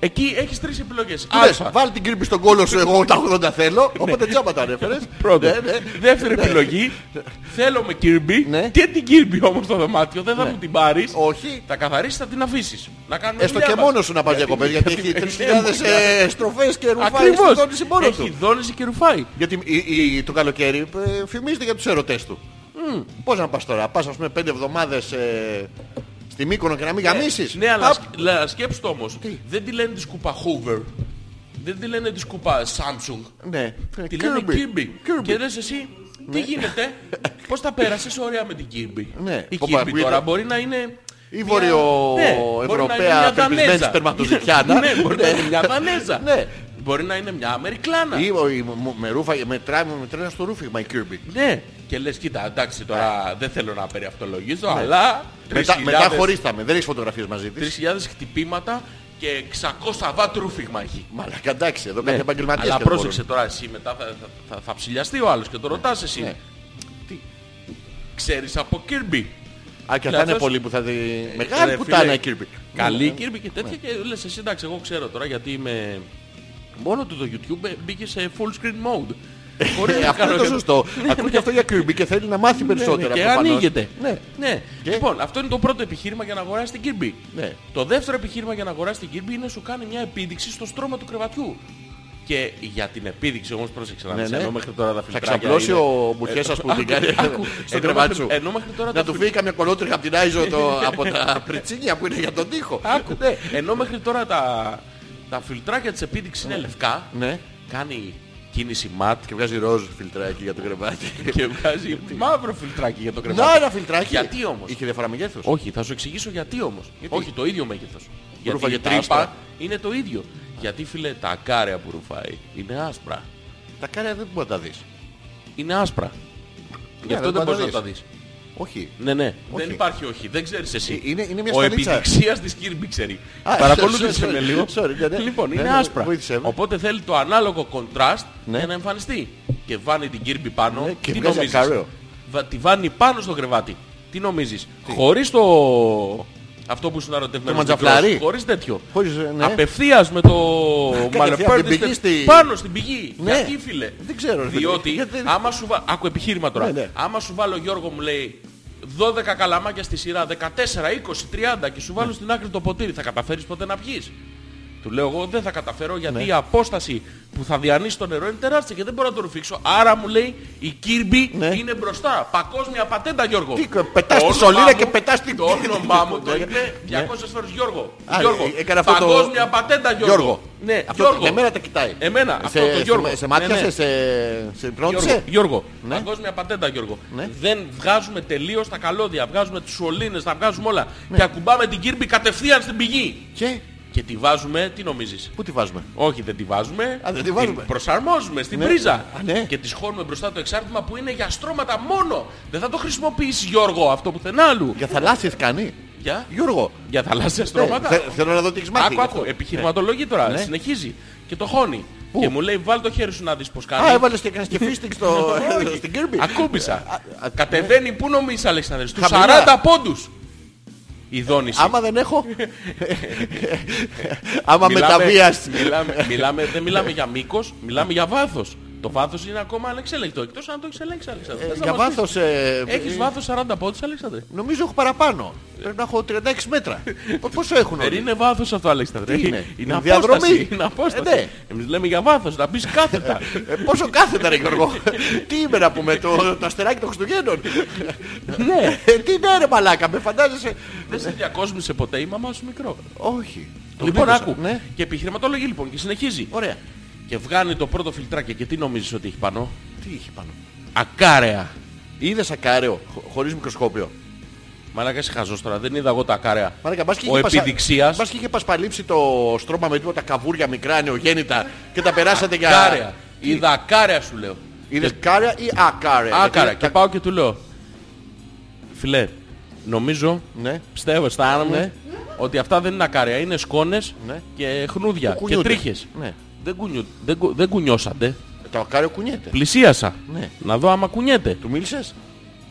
S2: Εκεί έχεις τρεις επιλογές.
S1: Λες,
S2: Α,
S1: βάλει την Κίρμπι στον κόλο σου, εγώ τα 80 θέλω. Οπότε τσάμπα τα ανέφερες.
S2: Ναι. *laughs* πρώτο.
S1: Ναι, ναι.
S2: Δεύτερη επιλογή, θέλω με Kirby.
S1: Ναι.
S2: Και την Kirby όμως στο δωμάτιο, δεν θα μου την πάρεις.
S1: Όχι.
S2: Θα καθαρίσεις, θα την αφήσεις. Να κάνουμε
S1: Έστω
S2: δουλειά
S1: και
S2: μας.
S1: μόνος σου να πας διακοπές γιατί
S2: *laughs*
S1: έχει 3.000 ε, στροφές και ρουφάει
S2: Ακριβώς.
S1: στον τόνιση μόνος
S2: Έχει
S1: του.
S2: δόνηση και ρουφάει.
S1: Γιατί η- η- το καλοκαίρι ε, φημίζεται για τους ερωτές του. Πώς να πας τώρα, πας ας πούμε πέντε εβδομάδες ε, στη Μύκονο και να μην γαμίσεις.
S2: Ναι, αλλά
S1: Α,
S2: σκ- αλλά σκέψου το όμως. Δεν τη λένε τη σκούπα Hoover. Δεν τη λένε τη σκούπα Samsung.
S1: Ναι,
S2: Τη λένε
S1: Kirby.
S2: Kirby. Και λες εσύ, τι
S1: *laughs*
S2: γίνεται, πώς τα πέρασες ωραία με την Kirby.
S1: Ναι.
S2: Η
S1: Πω,
S2: Kirby
S1: ακούγεται-
S2: τώρα μπορεί να είναι...
S1: Ή βορειοευρωπαία πεπισμένη σπερματοζητιάνα.
S2: *laughs* Ναι, μπορεί να είναι μια Δανέζα.
S1: Ναι.
S2: Μπορεί να είναι μια Αμερικλάνα.
S1: Ή ο- η- μου- με, ρούφα, με, τρά, με τρένα στο ρούφιγμα η Κίρμπι.
S2: Ναι. Και λες, κοίτα, εντάξει τώρα δεν θέλω να περιαυτολογίζω, αλλά...
S1: Ναι. Μετά,
S2: 3.000
S1: μετά χωρίσταμε, δεν έχεις φωτογραφίες μαζί της.
S2: 3.000 χτυπήματα και 600 βατ ρούφιγμα έχει.
S1: Μαλάκα εντάξει, εδώ κάθε επαγγελματίας
S2: Ναι, Αλλά
S1: και δεν
S2: πρόσεξε τώρα εσύ μετά θα, θα, θα, θα ψηλιαστεί ο άλλος και το ρωτάς εσύ.
S1: Ναι.
S2: Τι, ξέρεις από Κίρμπι.
S1: μπορούν. Α, και θα
S2: Λάθος.
S1: είναι πολλοί που θα δει...
S2: Ε, Ρε,
S1: Μεγάλη πουτάνα Ε, Ναι.
S2: φίλε,
S1: η Κίρμπι.
S2: Καλή Κίρμπι και τέτοια και λες εσύ εντάξει εγώ ξέρω τώρα γιατί είμαι... Μόνο του το YouTube μπήκε σε full screen mode. Χωρίς
S1: Ε,
S2: να
S1: *laughs* αυτό
S2: κάνω
S1: είναι το
S2: και-
S1: σωστό.
S2: Ναι,
S1: Ακούει και αυτό για Κίρμπι και θέλει να μάθει
S2: ναι, ναι,
S1: περισσότερα.
S2: Και
S1: προφανώς.
S2: ανοίγεται.
S1: Ναι.
S2: Ναι.
S1: Και-
S2: Λοιπόν, αυτό είναι το πρώτο επιχείρημα για να αγοράσει την Κίρμπι.
S1: Ναι.
S2: Το δεύτερο επιχείρημα για να αγοράσει την Κίρμπι είναι να σου κάνει μια επίδειξη στο στρώμα του κρεβατιού. Και για την επίδειξη όμως πρόσεξε να
S1: Ναι,
S2: δεις,
S1: ναι.
S2: ενώ μέχρι τώρα τα
S1: Θα
S2: φιλτράκια
S1: ξαπλώσει
S2: είναι- Ε,
S1: ο
S2: *laughs*
S1: Μπουτιέσας που την κάνει
S2: Άκου,
S1: στο
S2: ενώ
S1: κρεβάτι
S2: μέχρι-
S1: σου.
S2: Ενώ μέχρι τώρα
S1: Να
S2: τα
S1: του
S2: φιλ-
S1: φύγει καμιά κολότριχα από την Άιζο
S2: *laughs*
S1: το- από τα πριτσίνια που είναι για τον τοίχο.
S2: Άκου.
S1: Ναι.
S2: Ενώ μέχρι τώρα τα, τα φιλτράκια της επίδειξης είναι λευκά.
S1: Ναι.
S2: Κάνει κίνηση ματ
S1: Και βγάζει ροζ φιλτράκι για το κρεβάτι.
S2: και βγάζει μαύρο φιλτράκι για το κρεβάτι.
S1: Να ένα φιλτράκι.
S2: Γιατί όμως.
S1: Είχε διαφορά μεγέθους.
S2: Όχι, θα σου εξηγήσω γιατί όμως.
S1: Γιατί?
S2: Όχι, το ίδιο μέγεθος.
S1: Ρούφαγε
S2: Γιατί τα
S1: τρεις τώρα.
S2: άπα είναι το ίδιο. Γιατί φίλε τα ακάρια που ρουφάει είναι άσπρα.
S1: Τα κάρια δεν μπορείς να τα δεις.
S2: Είναι άσπρα. Γι' αυτό
S1: Ναι, δεν
S2: δεν
S1: μπορείς
S2: μπορείς
S1: να
S2: να
S1: τα
S2: τα δεις.
S1: Όχι.
S2: Ναι, ναι.
S1: Όχι.
S2: Δεν υπάρχει όχι. Δεν ξέρεις εσύ.
S1: Ε, είναι- είναι μια
S2: Ο
S1: στολίτσα.
S2: επιδειξίας της Kirby ξέρει.
S1: Α,
S2: Παρακολούθησε
S1: sorry,
S2: με
S1: sorry,
S2: λίγο.
S1: sorry, ναι, ναι.
S2: Λοιπόν,
S1: Ναι,
S2: είναι
S1: ναι, ναι,
S2: άσπρα.
S1: βοήθησε με.
S2: Οπότε θέλει το ανάλογο contrast
S1: Ναι.
S2: για να εμφανιστεί. Και βάνει την Kirby πάνω.
S1: Ναι, και
S2: Τι
S1: βγάζει
S2: νομίζεις?
S1: ακαρέο.
S2: Βα- Τη βάνει πάνω στο κρεβάτι. Τι νομίζεις. Χωρίς το... Αυτό που σου αναρωτευμένο.
S1: Το μαντζαφλάρι.
S2: Χωρίς τέτοιο.
S1: Χωρίς, ε, ναι. Ε,
S2: Απευθείας με το
S1: Κατευθείαν,
S2: μαλεπέρδι
S1: την πηγή
S2: στε-
S1: στη-
S2: Πάνω στην πηγή.
S1: Ναι.
S2: Γιατί φίλε.
S1: Δεν ξέρω, ρε,
S2: Διότι
S1: γιατί δεν-
S2: άμα σου βάλω. Άκου επιχείρημα τώρα.
S1: Ναι, ναι.
S2: Άμα σου βάλω Γιώργο μου λέει 12 καλαμάκια στη σειρά, 14, 20, 30 και σου βάλω στην άκρη το ποτήρι, θα καταφέρεις ποτέ να πιείς. Του λέω εγώ δεν θα καταφέρω γιατί
S1: Ναι.
S2: η απόσταση που θα διανύσει το νερό είναι τεράστια και δεν μπορώ να το ρουφήξω. Άρα μου λέει η Κίρμπι
S1: Ναι.
S2: είναι μπροστά. Παγκόσμια πατέντα Γιώργο.
S1: Τι, πετάς
S2: Το
S1: τη
S2: όνομά
S1: σωλήνα και
S2: μου-
S1: πετάς την-
S2: Το όνομά μου το
S1: Ναι.
S2: είπε 200 φορές Γιώργο.
S1: Α,
S2: Γιώργο.
S1: ε, έκανε αυτό το-
S2: Παγκόσμια πατέντα Γιώργο.
S1: Γιώργο.
S2: Ναι,
S1: αυτό
S2: Γιώργο.
S1: Εμένα τα κοιτάει.
S2: Εμένα,
S1: Σε-
S2: αυτό το Γιώργο.
S1: Σε, σε μάτια
S2: Ναι,
S1: σε,
S2: ναι.
S1: σε, σε
S2: Γιώργο,
S1: πρόνοισε.
S2: Γιώργο
S1: Ναι.
S2: παγκόσμια πατέντα Γιώργο.
S1: Ναι.
S2: Δεν βγάζουμε τελείως τα καλώδια, βγάζουμε τους σωλήνες, τα βγάζουμε όλα.
S1: Ναι.
S2: Και ακουμπάμε την Κίρμπη κατευθείαν στην πηγή.
S1: Και
S2: Και τη βάζουμε, τι νομίζεις.
S1: πού τη βάζουμε.
S2: Όχι, δεν τη βάζουμε.
S1: Α, δεν τη βάζουμε.
S2: προσαρμόζουμε στην
S1: Ναι.
S2: πρίζα.
S1: Α, ναι.
S2: Και τη χώνουμε μπροστά το εξάρτημα που είναι για στρώματα μόνο. Δεν θα το χρησιμοποιήσει Γιώργο αυτό πουθενά άλλου.
S1: Για θαλάσσιες κάνει.
S2: Για,
S1: Γιώργο.
S2: για θαλάσσια
S1: Ναι,
S2: στρώματα.
S1: θε- θέλω να δω τι έχεις μάθει.
S2: Άκου,
S1: γι'
S2: άκου,
S1: αυτό.
S2: επιχειρηματολογεί τώρα,
S1: Ναι.
S2: συνεχίζει και το χώνει.
S1: Πού?
S2: Και μου λέει βάλ το χέρι σου να δεις πως
S1: Ναι.
S2: κάνει.
S1: Α, έβαλες και
S2: *laughs*
S1: κάνεις και φίστικ στο, στην Κίρμπι.
S2: Ακούμπησα.
S1: Α, α,
S2: Κατεβαίνει πού νομίζεις Αλεξάνδρες, στους
S1: Χαμηλά.
S2: 40 πόντους. Η δόνηση.
S1: Άμα δεν
S2: *laughs*
S1: έχω. Άμα
S2: Μιλάμε-
S1: μεταβίας.
S2: Μιλάμε, μιλάμε, δεν μιλάμε για μήκος, μιλάμε για βάθος. Το βάθος είναι ακόμα ανεξέλεγκτο. Εκτός αν το έχεις ελέγξει, Αλέξανδρε.
S1: Ε,
S2: Θες να
S1: για
S2: μας πεις.
S1: βάθος... ε,
S2: Έχεις Ε.
S1: ε,
S2: βάθος 40 πόντους, Αλέξανδρε.
S1: Νομίζω έχω παραπάνω. Πρέπει να έχω 36
S2: *laughs*
S1: μέτρα. Πο- Πόσο έχουν
S2: Δεν
S1: όλοι.
S2: είναι βάθος αυτό, Αλέξανδρε.
S1: Τι είναι?
S2: είναι
S1: Είναι
S2: απόσταση.
S1: διαδρομή.
S2: Είναι
S1: Ε,
S2: απόσταση.
S1: ναι.
S2: Εμείς λέμε για βάθος, να μπεις
S1: *laughs*
S2: κάθετα.
S1: Ε, πόσο κάθετα ρε Γιώργο. Τι είμαι να πούμε, το, το αστεράκι των Χριστουγέννων.
S2: Ναι.
S1: Ε, Τι ναι ρε μαλάκα, με φαντάζεσαι.
S2: Δεν σε διακόσμησε ποτέ η μαμά σου μικρό.
S1: Όχι. Το
S2: Λοιπόν,
S1: βλέπεις,
S2: άκου.
S1: Ναι.
S2: Και επιχειρηματολογεί λοιπόν και συνεχίζει.
S1: Ωραία.
S2: Και βγάνει το πρώτο φιλτράκι και τι νομίζεις ότι έχει πάνω.
S1: Τι είχε πάνω.
S2: Ακάρεα.
S1: Είδες ακάρεο, χω- χωρίς μικροσκόπιο.
S2: Μαλάκα είσαι χαζός τώρα, δεν είδα εγώ τα ακάρεα.
S1: Μαλάκα, μπας και
S2: Ο
S1: είχε πασα-
S2: επιδειξίας.
S1: Μπας και είχε πασπαλίψει το στρώμα με τίποτα καβούρια μικρά νεογέννητα και τα περάσατε για...
S2: Ακάρεα. Είδα ακάρεα σου λέω.
S1: Είδες κάρεα ή ακάρεα.
S2: Άκαρα.
S1: Γιατί
S2: Και
S1: τα-
S2: πάω και του λέω. Φιλέ, νομίζω,
S1: Ναι.
S2: πιστεύω, αισθάνομαι ότι αυτά δεν είναι ακάρεα. Είναι σκόνες
S1: Ναι.
S2: και χνούδια και
S1: κουνιούνται.
S2: τρίχες.
S1: Ναι.
S2: Δεν, κουνιού, δεν, κου- δεν κουνιώσατε.
S1: Το ακάρεο κουνιέται.
S2: Πλησίασα.
S1: Ναι.
S2: Να δω άμα κουνιέται.
S1: Του μίλησες.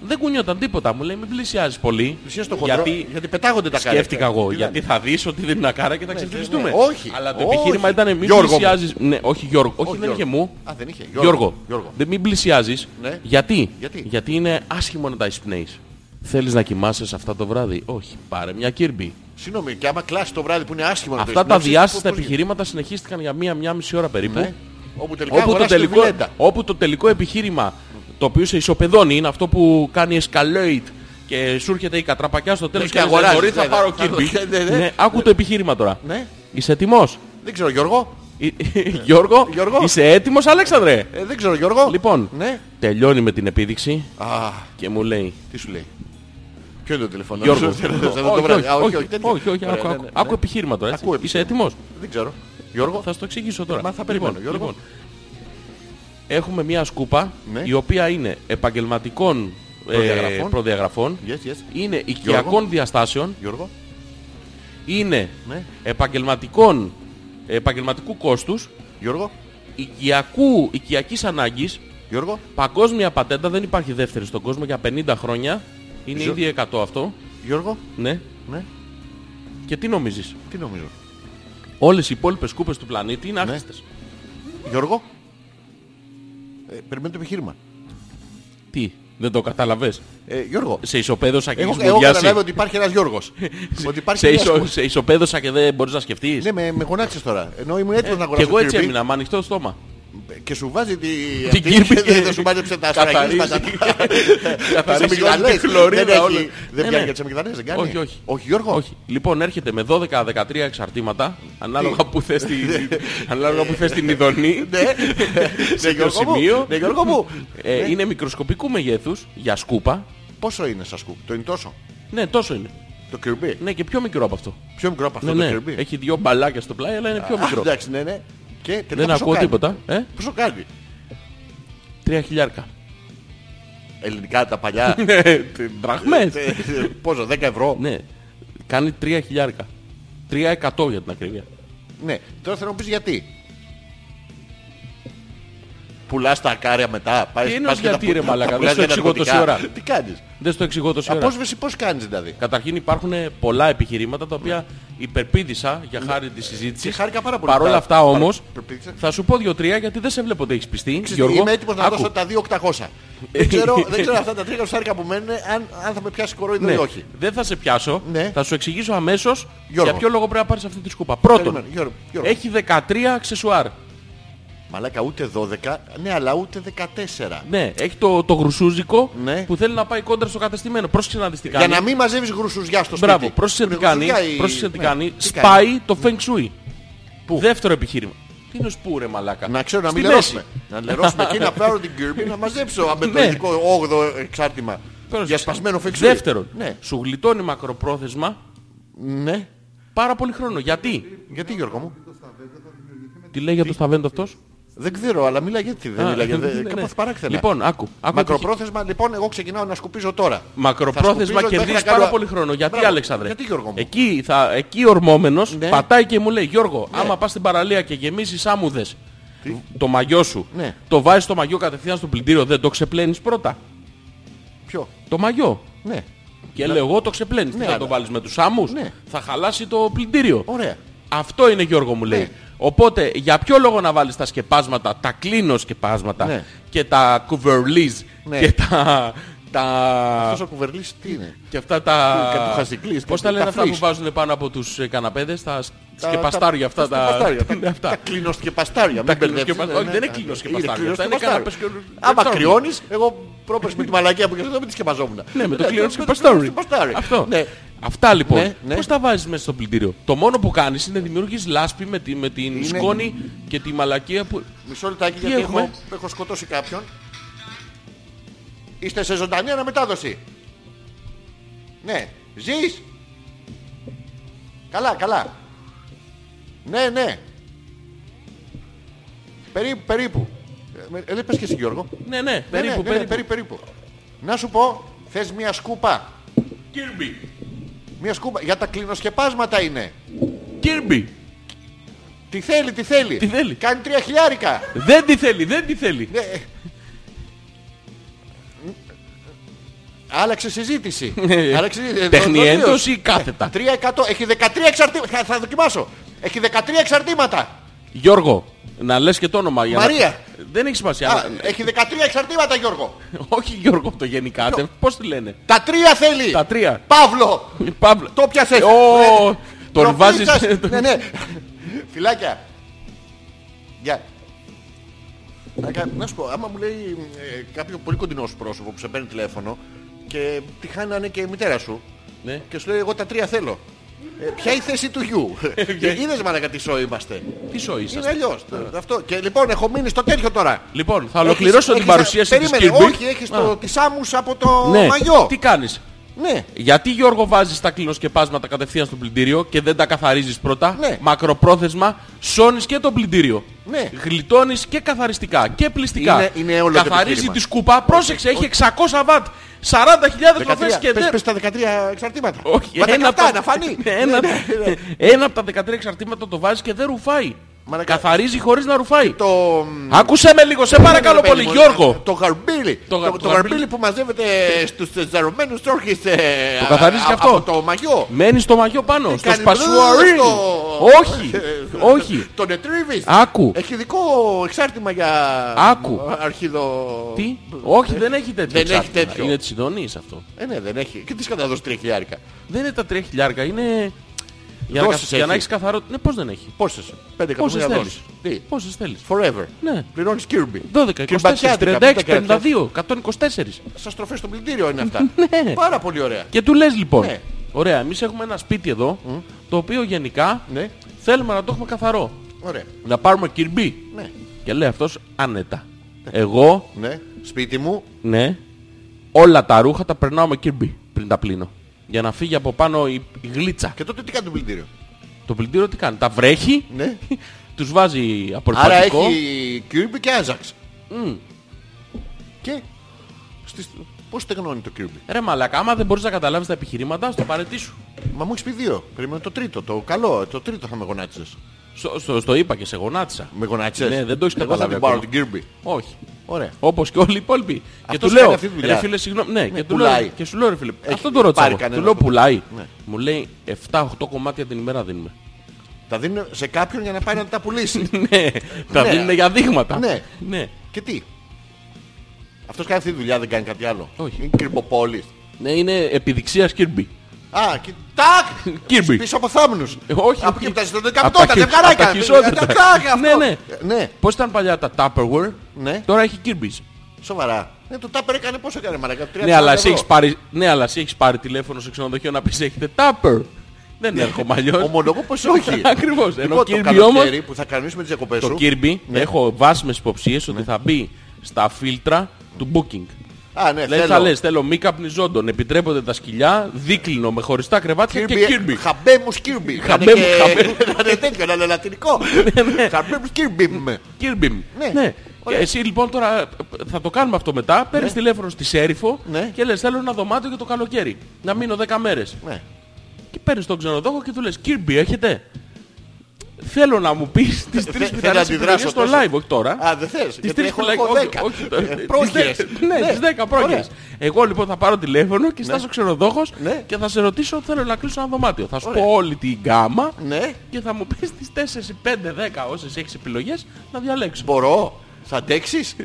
S2: Δεν κουνιόταν τίποτα. Μου λέει μην πλησιάζεις πολύ.
S1: Πλησίασε το χοντρό.
S2: Γιατί
S1: πετάγονται τα κάρια.
S2: σκέφτηκα εγώ.
S1: Τι
S2: γιατί θα δεις ότι δεν είναι ακάρα και θα ξεφτυλιστούμε.
S1: ναι. Όχι.
S2: Αλλά το
S1: Όχι.
S2: επιχείρημα ήταν μην
S1: Γιώργο μου.
S2: πλησιάζεις. Ναι, όχι Γιώργο. Όχι,
S1: Όχι,
S2: δεν είχε
S1: Γιώργο.
S2: μου.
S1: λένε. Α, δεν είχε. Γιώργο.
S2: Γιώργο,
S1: Γιώργο.
S2: δεν μην πλησιάζεις.
S1: Ναι.
S2: Γιατί?
S1: Γιατί?
S2: είναι άσχημο να τα εισπνέεις. Θέλεις να κοιμάσαι σε αυτά το βράδυ. Όχι, πάρε μια κύρμπη.
S1: Συγγνώμη, και άμα κλάσει το βράδυ που είναι άσχημο να το
S2: Αυτά τα
S1: εισπνεύσεις,
S2: διάστατα
S1: πώς- πώς γίνεται.
S2: επιχειρήματα συνεχίστηκαν για μία-μία μισή ώρα περίπου.
S1: Ναι. Όπου τελικά
S2: Όπου, το
S1: αγοράσετε
S2: τελικό,
S1: βιλέτα.
S2: όπου το τελικό επιχείρημα το οποίο σε ισοπεδώνει είναι αυτό που κάνει escalate και σου έρχεται η κατραπακιά στο τέλος
S1: Ναι,
S2: και
S1: και
S2: αγοράζει.
S1: αγοράζεις,
S2: Μπορεί, θα
S1: ναι,
S2: πάρω
S1: θα-
S2: κύρμπη.
S1: θα- ναι, ναι.
S2: Ναι, άκου το επιχείρημα τώρα.
S1: Ναι.
S2: Είσαι έτοιμος.
S1: Δεν ξέρω Γιώργο.
S2: Ε, Γιώργο,
S1: Γιώργο.
S2: είσαι έτοιμος Αλέξανδρε.
S1: Ε, δεν ξέρω Γιώργο.
S2: Λοιπόν,
S1: Ναι.
S2: τελειώνει με την επίδειξη
S1: Α,
S2: και μου λέει
S1: τι σου λέει. Ποιο είναι το τηλεφωνό
S2: Γιώργο.
S1: σου. Δεν ξέρω, το βράδυ. Α,
S2: όχι,
S1: τέτοιο.
S2: όχι, όχι,
S1: Ωραία,
S2: άκου,
S1: ναι,
S2: άκου.
S1: ναι,
S2: Άκου
S1: ναι.
S2: επιχείρημα τώρα. έτσι.
S1: Ακούω
S2: Είσαι
S1: επιχείρημα.
S2: έτοιμος.
S1: Δεν ξέρω. Γιώργο.
S2: Θα σου το εξηγήσω τώρα.
S1: Μα θα περιμένω, Γιώργο.
S2: λοιπόν, έχουμε μια σκούπα
S1: Ναι.
S2: η οποία είναι επαγγελματικών ε,
S1: Προδιαγραφών.
S2: προδιαγραφών,
S1: Yes, yes.
S2: είναι οικιακών διαστάσεων,
S1: Γιώργο.
S2: είναι
S1: Ναι.
S2: επαγγελματικών, επαγγελματικού κόστους,
S1: Γιώργο.
S2: οικιακού, οικιακής ανάγκης,
S1: Γιώργο.
S2: παγκόσμια πατέντα, δεν υπάρχει δεύτερη στον κόσμο για 50 χρόνια, είναι
S1: Ζω-
S2: ήδη 100 αυτό,
S1: Γιώργο.
S2: ναι.
S1: Ναι.
S2: Και τι νομίζεις,
S1: Τι νομίζω.
S2: όλες οι υπόλοιπες σκούπες του πλανήτη
S1: Ναι.
S2: είναι άχρηστες.
S1: Γιώργο. Ε, περιμένω το επιχείρημα.
S2: Τι, δεν το κατάλαβες.
S1: Ε, Γιώργο.
S2: Σε ισοπαίδωσα και
S1: Εγώ,
S2: έχεις
S1: εγώ
S2: μουδιάσει.
S1: καταλάβει ότι υπάρχει ένας Γιώργος. ότι υπάρχει
S2: *laughs* σε,
S1: ένας
S2: ισο, σε ισοπαίδωσα και δεν μπορείς να σκεφτείς.
S1: Ναι, με, με γονάξεις τώρα. Ενώ ήμουν έτοιμος να
S2: Ε, και
S1: αγοράσω
S2: εγώ έτσι
S1: Kirby
S2: έμεινα με ανοιχτό στόμα.
S1: Και σου βάζει τη...
S2: Την
S1: Ε, αυτή
S2: Kirby
S1: και
S2: και-
S1: δεν σου μάζεψε τα
S2: καθαρίζει.
S1: σφραγίσματα.
S2: *laughs* Καθαρίζει όλη τη
S1: αμυγδαλές.
S2: χλωρίδα,
S1: Δεν έχει-
S2: όλο. Ναι,
S1: Δεν πιάνει
S2: ναι.
S1: για τις αμυγδαλές, δεν κάνει.
S2: Όχι, όχι.
S1: Όχι, Γιώργο.
S2: Όχι. Λοιπόν, έρχεται με 12-13 εξαρτήματα, ανάλογα που θες, τη, ανάλογα που θες την ειδονή.
S1: Ναι.
S2: Σε
S1: Ναι,
S2: ποιο
S1: Γιώργο μου.
S2: σημείο.
S1: Ναι, Γιώργο μου. Ναι.
S2: Ε, είναι μικροσκοπικού μεγέθους για σκούπα.
S1: Πόσο είναι σας κουκ, το είναι τόσο.
S2: Ναι, τόσο είναι.
S1: Το Kirby.
S2: Ναι, και πιο μικρό από αυτό.
S1: Πιο μικρό από αυτό
S2: Ναι,
S1: το
S2: ναι.
S1: Kirby.
S2: Έχει δύο μπαλάκια στο πλάι, αλλά είναι πιο
S1: Α,
S2: μικρό.
S1: Εντάξει, ναι, ναι. Και τελικά
S2: Δεν
S1: πόσο
S2: ακούω
S1: κάνει.
S2: τίποτα. Ε,
S1: Πόσο κάνει.
S2: τρία χιλιάρκα.
S1: Ελληνικά τα παλιά.
S2: Δραχμές.
S1: Ε, ε, Πόσο, 10 ευρώ.
S2: Ναι. Κάνει τρία χιλιάρκα. Τρία εκατό για την ακρίβεια.
S1: Ναι, τώρα θέλω να μου πεις γιατί. Πουλάς τα ακάρια μετά. Πάει,
S2: Τι εννοείς γιατί, ρε μαλάκα, δεν σου εξηγώ τόση ώρα.
S1: Τι κάνεις.
S2: Δεν στο εξηγώ τόση ώρα.
S1: Απόσβεση πώς κάνεις δηλαδή.
S2: Καταρχήν υπάρχουν πολλά επιχειρήματα τα οποία υπερπίδησα για χάρη τη συζήτηση.
S1: Ναι. Και χάρηκα πάρα πολύ.
S2: Παρ' όλα
S1: Τα-
S2: αυτά όμως,
S1: υπερπίδησα.
S2: θα σου πω δύο-τρία γιατί δεν σε βλέπω ότι έχεις πιστεί.
S1: Ξέρεις,
S2: Γιώργο,
S1: Είμαι έτοιμος να
S2: Άκου.
S1: δώσω τα 2.800.
S2: *laughs*
S1: δεν, ξέρω, δεν ξέρω αυτά τα 3 σάρικα που μένουν αν, αν θα με πιάσει κορόιδο
S2: Ναι.
S1: ή όχι.
S2: Δεν θα σε πιάσω.
S1: Ναι.
S2: Θα σου εξηγήσω αμέσως
S1: Γιώργο.
S2: για ποιο λόγο πρέπει να πάρεις αυτή τη σκούπα. Πρώτον,
S1: Περιμένω, Γιώργο, Γιώργο.
S2: έχει 13 αξεσουάρ.
S1: Μαλάκα ούτε 12, ναι, αλλά ούτε 14.
S2: Ναι, έχει το, το γρουσούζικο
S1: Ναι.
S2: που θέλει να πάει κόντρα στο κατεστημένο. Πρόσεξε να δεις τι κάνει.
S1: Για να μην μαζεύεις γρουσουζιά στο σπίτι.
S2: Μπράβο, πρόσεξε τι
S1: Είναι
S2: κάνει.
S1: γρουσουζιά η-
S2: Πρόσεξε τι
S1: ναι,
S2: κάνει.
S1: τι
S2: Σπάει το Feng Shui. Δεύτερο επιχείρημα. Τι είναι σπού ρε μαλάκα.
S1: Να ξέρω να
S2: Στη
S1: μην
S2: μέση.
S1: λερώσουμε. Να λερώσουμε εκεί να πάρω την Kirby να μαζέψω αμπετολογικό 8ο εξάρτημα.
S2: Πρόσεξε.
S1: Για σπασμένο φεξί.
S2: Ναι. Δεύτερον,
S1: Ναι.
S2: σου γλιτώνει μακροπρόθεσμα
S1: ναι.
S2: πάρα πολύ χρόνο. Γιατί,
S1: Γιατί Γιώργο μου.
S2: τι λέει για το Σταβέντο αυτός.
S1: Δεν ξέρω, αλλά μιλά γιατί δεν
S2: Α,
S1: μιλά.
S2: ναι, ναι,
S1: γιατί
S2: ναι.
S1: Κάπως παράξενα.
S2: Λοιπόν, άκου. άκου
S1: Μακροπρόθεσμα, λοιπόν, εγώ ξεκινάω να σκουπίζω τώρα. Θα σκουπίζω
S2: Μακροπρόθεσμα
S1: μέχρι να
S2: κερδίζει
S1: κάνω-
S2: πάρα πολύ χρόνο. Γιατί,
S1: Μπράβο.
S2: Αλέξανδρε.
S1: Γιατί, Γιώργο μου.
S2: Εκεί, θα, εκεί ορμόμενος
S1: Ναι.
S2: πατάει και μου λέει: Γιώργο, άμα πας στην παραλία και γεμίσεις άμμουδες το μαγιό σου,
S1: Ναι.
S2: το βάζεις το μαγιό κατευθείαν στο πλυντήριο, δεν το ξεπλένεις πρώτα.
S1: Ποιο.
S2: Το μαγιό.
S1: Ναι.
S2: Και λέω εγώ το ξεπλένεις.
S1: Ναι,
S2: Τι θα
S1: αλλά-
S2: το βάλεις με τους άμμους.
S1: Ναι.
S2: Θα χαλάσει το πλυντήριο.
S1: Ωραία. Ναι.
S2: Αυτό είναι Γιώργο μου λέει. Οπότε, για ποιο λόγο να βάλεις τα σκεπάσματα, τα κλείνω σκεπάσματα
S1: Ναι.
S2: και τα κουβερλίζ
S1: Ναι.
S2: και τα... τα...
S1: Αυτός ο κουβερλής τι είναι.
S2: Και αυτά τα...
S1: Και του χασικλείς,
S2: Πώς
S1: και
S2: τα
S1: του
S2: λένε αυτά που
S1: καφρίς.
S2: βάζουν πάνω από τους ε, καναπέδες, τα σ- σκεπαστάρια αυτά.
S1: τα Ναι, σκεπαστάρια,
S2: *laughs* είναι αυτά.
S1: Τα κλείνος και παστάρια.
S2: Τα
S1: μην Ναι, μπερδεύεις.
S2: κλείνος και πα- όχι, δεν είναι κλείνος και παστάρια,
S1: κλείνος
S2: αυτά
S1: και
S2: είναι
S1: παστάρια.
S2: καναπές και-
S1: Άμα
S2: παστάρια.
S1: κρυώνεις, εγώ πρόπερς με τη μαλακία που και δεν με τη σκεπαζόμουν.
S2: Ναι, με το
S1: Ε,
S2: κλείνω
S1: με
S2: και
S1: το
S2: παστάρι.
S1: κλείνος και παστάρι.
S2: Αυτό.
S1: Ναι.
S2: Αυτά λοιπόν.
S1: Ναι, ναι.
S2: Πώς τα βάζεις μέσα στο πλυντήριο. Το μόνο που κάνεις είναι δημιουργείς λάσπη με, τη, με την σκόνη και τη μαλακία που... Ναι,
S1: Μισό λεπτάκι
S2: Τι
S1: γιατί
S2: έχουμε?
S1: έχω, έχω σκοτώσει κάποιον. Είστε σε ζωντανή αναμετάδοση. Ναι. Ζεις. Καλά, καλά. Ναι, ναι. Περίπου, περίπου. Ε, ε, δεν πες και εσύ Γιώργο.
S2: Ναι, ναι,
S1: Ναι, ναι,
S2: περίπου,
S1: ναι, ναι,
S2: περίπου.
S1: περίπου. Να σου πω, θες μια σκούπα.
S2: Κίρμπι.
S1: Μια σκούπα. Για τα κλινοσκεπάσματα είναι.
S2: Κίρμπι.
S1: Τι θέλει, τι θέλει.
S2: Τι θέλει.
S1: Κάνει τρία χιλιάρικα.
S2: Δεν τη θέλει, δεν τη θέλει.
S1: Ναι. Άλλαξε συζήτηση. Άλλαξε συζήτηση. Ε,
S2: Τεχνιέντος Ναι. ή κάθετα.
S1: 3%. Έχει 13 εξαρτήματα. Θα, θα δοκιμάσω. Έχει 13 εξαρτήματα.
S2: Γιώργο, να λες και το όνομα. για να-
S1: Μαρία.
S2: Δεν έχει σημασία.
S1: Α,
S2: αλλά-
S1: έχει 13 εξαρτήματα, Γιώργο.
S2: *laughs* Όχι Γιώργο το γενικά. τε- Πώς τη λένε.
S1: Τα τρία θέλει.
S2: Τα τρία.
S1: Παύλο.
S2: Παύλο.
S1: Το πιασες.
S2: Ω,
S1: Ναι.
S2: Τον
S1: Ντροπή
S2: βάζεις...
S1: σας.
S2: *laughs*
S1: ναι, ναι. Φιλάκια. Γεια. Να, κα- να σου πω, άμα μου λέει ε, κάποιο πολύ κοντινό σου πρόσωπο που σε παίρνει τηλέφωνο και τη χάνει να είναι και η μητέρα σου
S2: Ναι.
S1: και σου λέει εγώ τα τρία θέλω. Ε, ποια η θέση του γιου.
S2: Ε,
S1: και είδες μαλακα τι σοϊ είμαστε.
S2: Τι σοή σας.
S1: Είναι αλλιώς. Αυτό. Και λοιπόν έχω μείνει στο τέτοιο τώρα.
S2: Λοιπόν, ε. θα ολοκληρώσω
S1: Έχεις-
S2: την παρουσίαση
S1: έχεις-
S2: της
S1: Περίμενε,
S2: Κίρμπι.
S1: όχι, έχεις το, τις άμμους από το
S2: Ναι.
S1: μαγιό.
S2: Τι κάνεις.
S1: Ναι.
S2: Γιατί Γιώργο βάζεις τα κλινοσκεπάσματα κατευθείαν στο πλυντήριο και δεν τα καθαρίζεις πρώτα.
S1: Ναι.
S2: Μακροπρόθεσμα σώνεις και το πλυντήριο.
S1: Ναι.
S2: Γλιτώνεις και καθαριστικά και πλυστικά.
S1: Είναι- είναι όλο το
S2: Καθαρίζει
S1: επιχείρημα.
S2: τη σκούπα. Πρόσεξε, έχει 600 βατ. 40.000 τροφές
S1: 13.
S2: και
S1: Πες,
S2: δεν...
S1: πες τα 13 εξαρτήματα.
S2: Όχι,
S1: Μα τα
S2: ένα, από
S1: καυτά, να
S2: τα- *laughs*
S1: φανεί.
S2: ένα,
S1: Ναι, ναι, ναι.
S2: ένα από τα 13 εξαρτήματα το βάζεις και δεν ρουφάει.
S1: Μαλάκα.
S2: Καθαρίζει χωρίς να ρουφάει.
S1: Το... μ,
S2: Άκουσέ με λίγο, σε παρακαλώ
S1: παιδί
S2: πολύ,
S1: μου,
S2: Γιώργο.
S1: Το γαρμπίλι. Το,
S2: Το γα-
S1: το,
S2: το
S1: γαρμπίλι
S2: γαρμπίλι
S1: που μαζεύεται στους τεζαρωμένους όρχες. ε,
S2: Το
S1: α-
S2: καθαρίζει
S1: α-
S2: και αυτό.
S1: Από το μαγιό.
S2: Μένει στο μαγιό πάνω, στο
S1: Ε, κάνει
S2: σπασουαρί.
S1: μπλου, στο- Ε,
S2: Όχι, όχι.
S1: Τον ετρίβεις.
S2: Άκου.
S1: Έχει δικό εξάρτημα για ε,
S2: Άκου.
S1: αρχιδο...
S2: Τι, όχι, δεν έχει τέτοιο.
S1: Δεν έχει
S2: εξάρτημα.
S1: τέτοιο.
S2: Είναι της Ιδονής αυτό.
S1: Ε, ναι, δεν έχει. Και τι κατά δώσει τρία χιλιάρικα.
S2: Δεν είναι τα 3 χιλιάρικα, είναι... Για να,
S1: Δόσεις
S2: καθ- για να
S1: έχει.
S2: έχεις καθαρό... Ναι, πώς δεν έχει.
S1: Πόσες. Πέντε
S2: Πόσες
S1: εκατομμύρια
S2: θέλεις.
S1: δόσεις. Τι.
S2: Πόσες θέλεις.
S1: Forever.
S2: Ναι.
S1: Πληρώνεις Kirby.
S2: 12, 24, 36, 52, 124.
S1: Σας τροφές στο πλυντήριο είναι αυτά.
S2: *laughs* Ναι.
S1: Πάρα πολύ ωραία.
S2: Και του λες λοιπόν,
S1: Ναι.
S2: ωραία, εμείς έχουμε ένα σπίτι εδώ, το οποίο γενικά
S1: Ναι.
S2: θέλουμε να το έχουμε καθαρό.
S1: Ωραία.
S2: Να πάρουμε κυρμπή.
S1: Ναι.
S2: Και λέει αυτός άνετα. Εγώ,
S1: Ναι. Σπίτι μου.
S2: ναι, όλα τα ρούχα τα περνάω με κυρμπή πριν τα πλύνω. Για να φύγει από πάνω η, η γλίτσα.
S1: Και τότε τι κάνει το πλυντήριο.
S2: Το πλυντήριο τι κάνει, τα βρέχει, *laughs*
S1: Ναι.
S2: τους βάζει
S1: Άρα
S2: απορριπαντικό.
S1: έχει Kirby και Άζαξ. Και στις... πώς στεγνώνει το Kirby.
S2: Ρε μαλακά, άμα δεν μπορείς να καταλάβεις τα επιχειρήματα, στο παρετή σου.
S1: Μα μου έχεις πει δύο. Περίμενε το τρίτο, το καλό. Το τρίτο θα με γονάτσες.
S2: Στο, στο, στο είπα και σε γονάτισα.
S1: Με γονάτσες.
S2: Ναι, δεν το έχεις
S1: Εγώ θα
S2: καταλάβει
S1: την πάρω την
S2: ακόμα.
S1: Kirby.
S2: Όχι.
S1: Ωραία.
S2: Όπως και όλοι οι υπόλοιποι. και του
S1: κάνει
S2: λέω,
S1: αυτή τη δουλειά.
S2: ρε φίλε, συγγνώμη. Ναι, και, του
S1: πουλάει.
S2: λέω, και σου λέω, ρε φίλε,
S1: Έχει
S2: αυτό το ρώτησα.
S1: πάρει
S2: εγώ. Του
S1: κανένα
S2: λέω,
S1: αυτό.
S2: πουλάει.
S1: Ναι.
S2: Μου λέει 7-8 κομμάτια την ημέρα δίνουμε. *laughs*
S1: Τα δίνουν σε κάποιον για να πάει να τα πουλήσει.
S2: ναι, τα
S1: Ναι.
S2: δίνουν για δείγματα.
S1: Ναι.
S2: ναι.
S1: και τι. Αυτός κάνει αυτή τη δουλειά, δεν κάνει κάτι άλλο.
S2: Όχι.
S1: Είναι κρυποπόλης.
S2: Ναι, είναι επιδειξίας Κίρμπι.
S1: Α, και τάκ!
S2: Κίρμπι.
S1: Πίσω από θάμνους.
S2: Ε, Όχι.
S1: Από εκεί που τα ζητώνται
S2: Από τα
S1: καπιτότα,
S2: χι-
S1: δεν καράκια.
S2: από τα χισότερα. Ναι, ναι.
S1: ναι.
S2: Πώς ήταν παλιά τα Tupperware,
S1: Ναι.
S2: τώρα έχει Κίρμπις.
S1: Σοβαρά. Ναι, το τάπερ έκανε πόσο έκανε μαλακά.
S2: Ναι, αλλά εσύ έχεις πάρει, ναι, αλλά εσύ έχεις πάρει τηλέφωνο σε ξενοδοχείο να πεις έχετε Tupper. Δεν έρχομαι αλλιώς.
S1: Ναι. Ομολογώ πως όχι.
S2: *laughs* Ακριβώς. Ενώ
S1: Λοιπόν, το
S2: Κίρμπι όμως
S1: καλοκαίρι που θα κανονίσουμε τις διακοπές
S2: Το
S1: σου.
S2: Kirby
S1: Ναι.
S2: έχω βάσιμες υποψίες ότι θα μπει στα φίλτρα του booking.
S1: Α, ναι,
S2: Δηλαδή
S1: θέλω.
S2: θα λες, θέλω μη καπνιζόντων, επιτρέπονται τα σκυλιά, δίκλινο με χωριστά κρεβάτια
S1: Κίρμπι,
S2: και Kirby.
S1: Χαμπέμους Ναι,
S2: *laughs*
S1: Κίρμπι.
S2: Χαμπέμου,
S1: Να είναι και-
S2: χαμπέμου.
S1: Να είναι τέτοιο, να είναι
S2: *laughs*
S1: λατινικό.
S2: Ναι,
S1: Χαμπέμους Κίρμπι. με.
S2: Kirby.
S1: Ναι. Ωραία.
S2: Εσύ λοιπόν τώρα ε, θα το κάνουμε αυτό μετά. Παίρνεις τηλέφωνο στη Σέριφο
S1: Ναι.
S2: και λες θέλω ένα δωμάτιο για το καλοκαίρι. Να μείνω 10 μέρες.
S1: Ναι.
S2: Και παίρνεις τον ξενοδόχο και του λες Kirby έχετε. Θέλω να μου πεις τις
S1: Θε-
S2: τρεις
S1: θέλω Ε, να
S2: πιθανές
S1: αντιδράσω
S2: επιλογές στο
S1: τόσο.
S2: live, όχι τώρα.
S1: Α, δεν θες,
S2: Τις
S1: γιατί
S2: τρεις
S1: έχω-
S2: που λέει,
S1: έχω
S2: όχι,
S1: δέκα.
S2: όχι,
S1: Ε,
S2: τις
S1: πρόγειες.
S2: δέκα. Ναι,
S1: Ναι.
S2: τις 10 πρόγειες. Εγώ λοιπόν θα πάρω τηλέφωνο και στάσω ξενοδόχος
S1: Ναι.
S2: και θα σε ρωτήσω θέλω να κλείσω ένα δωμάτιο. Θα σου
S1: Ωραία.
S2: πω όλη την γκάμα
S1: Ναι.
S2: και θα μου πεις τις 4, 5, 10 όσες έχεις επιλογές να διαλέξω.
S1: Μπορώ. Θα αντέξεις.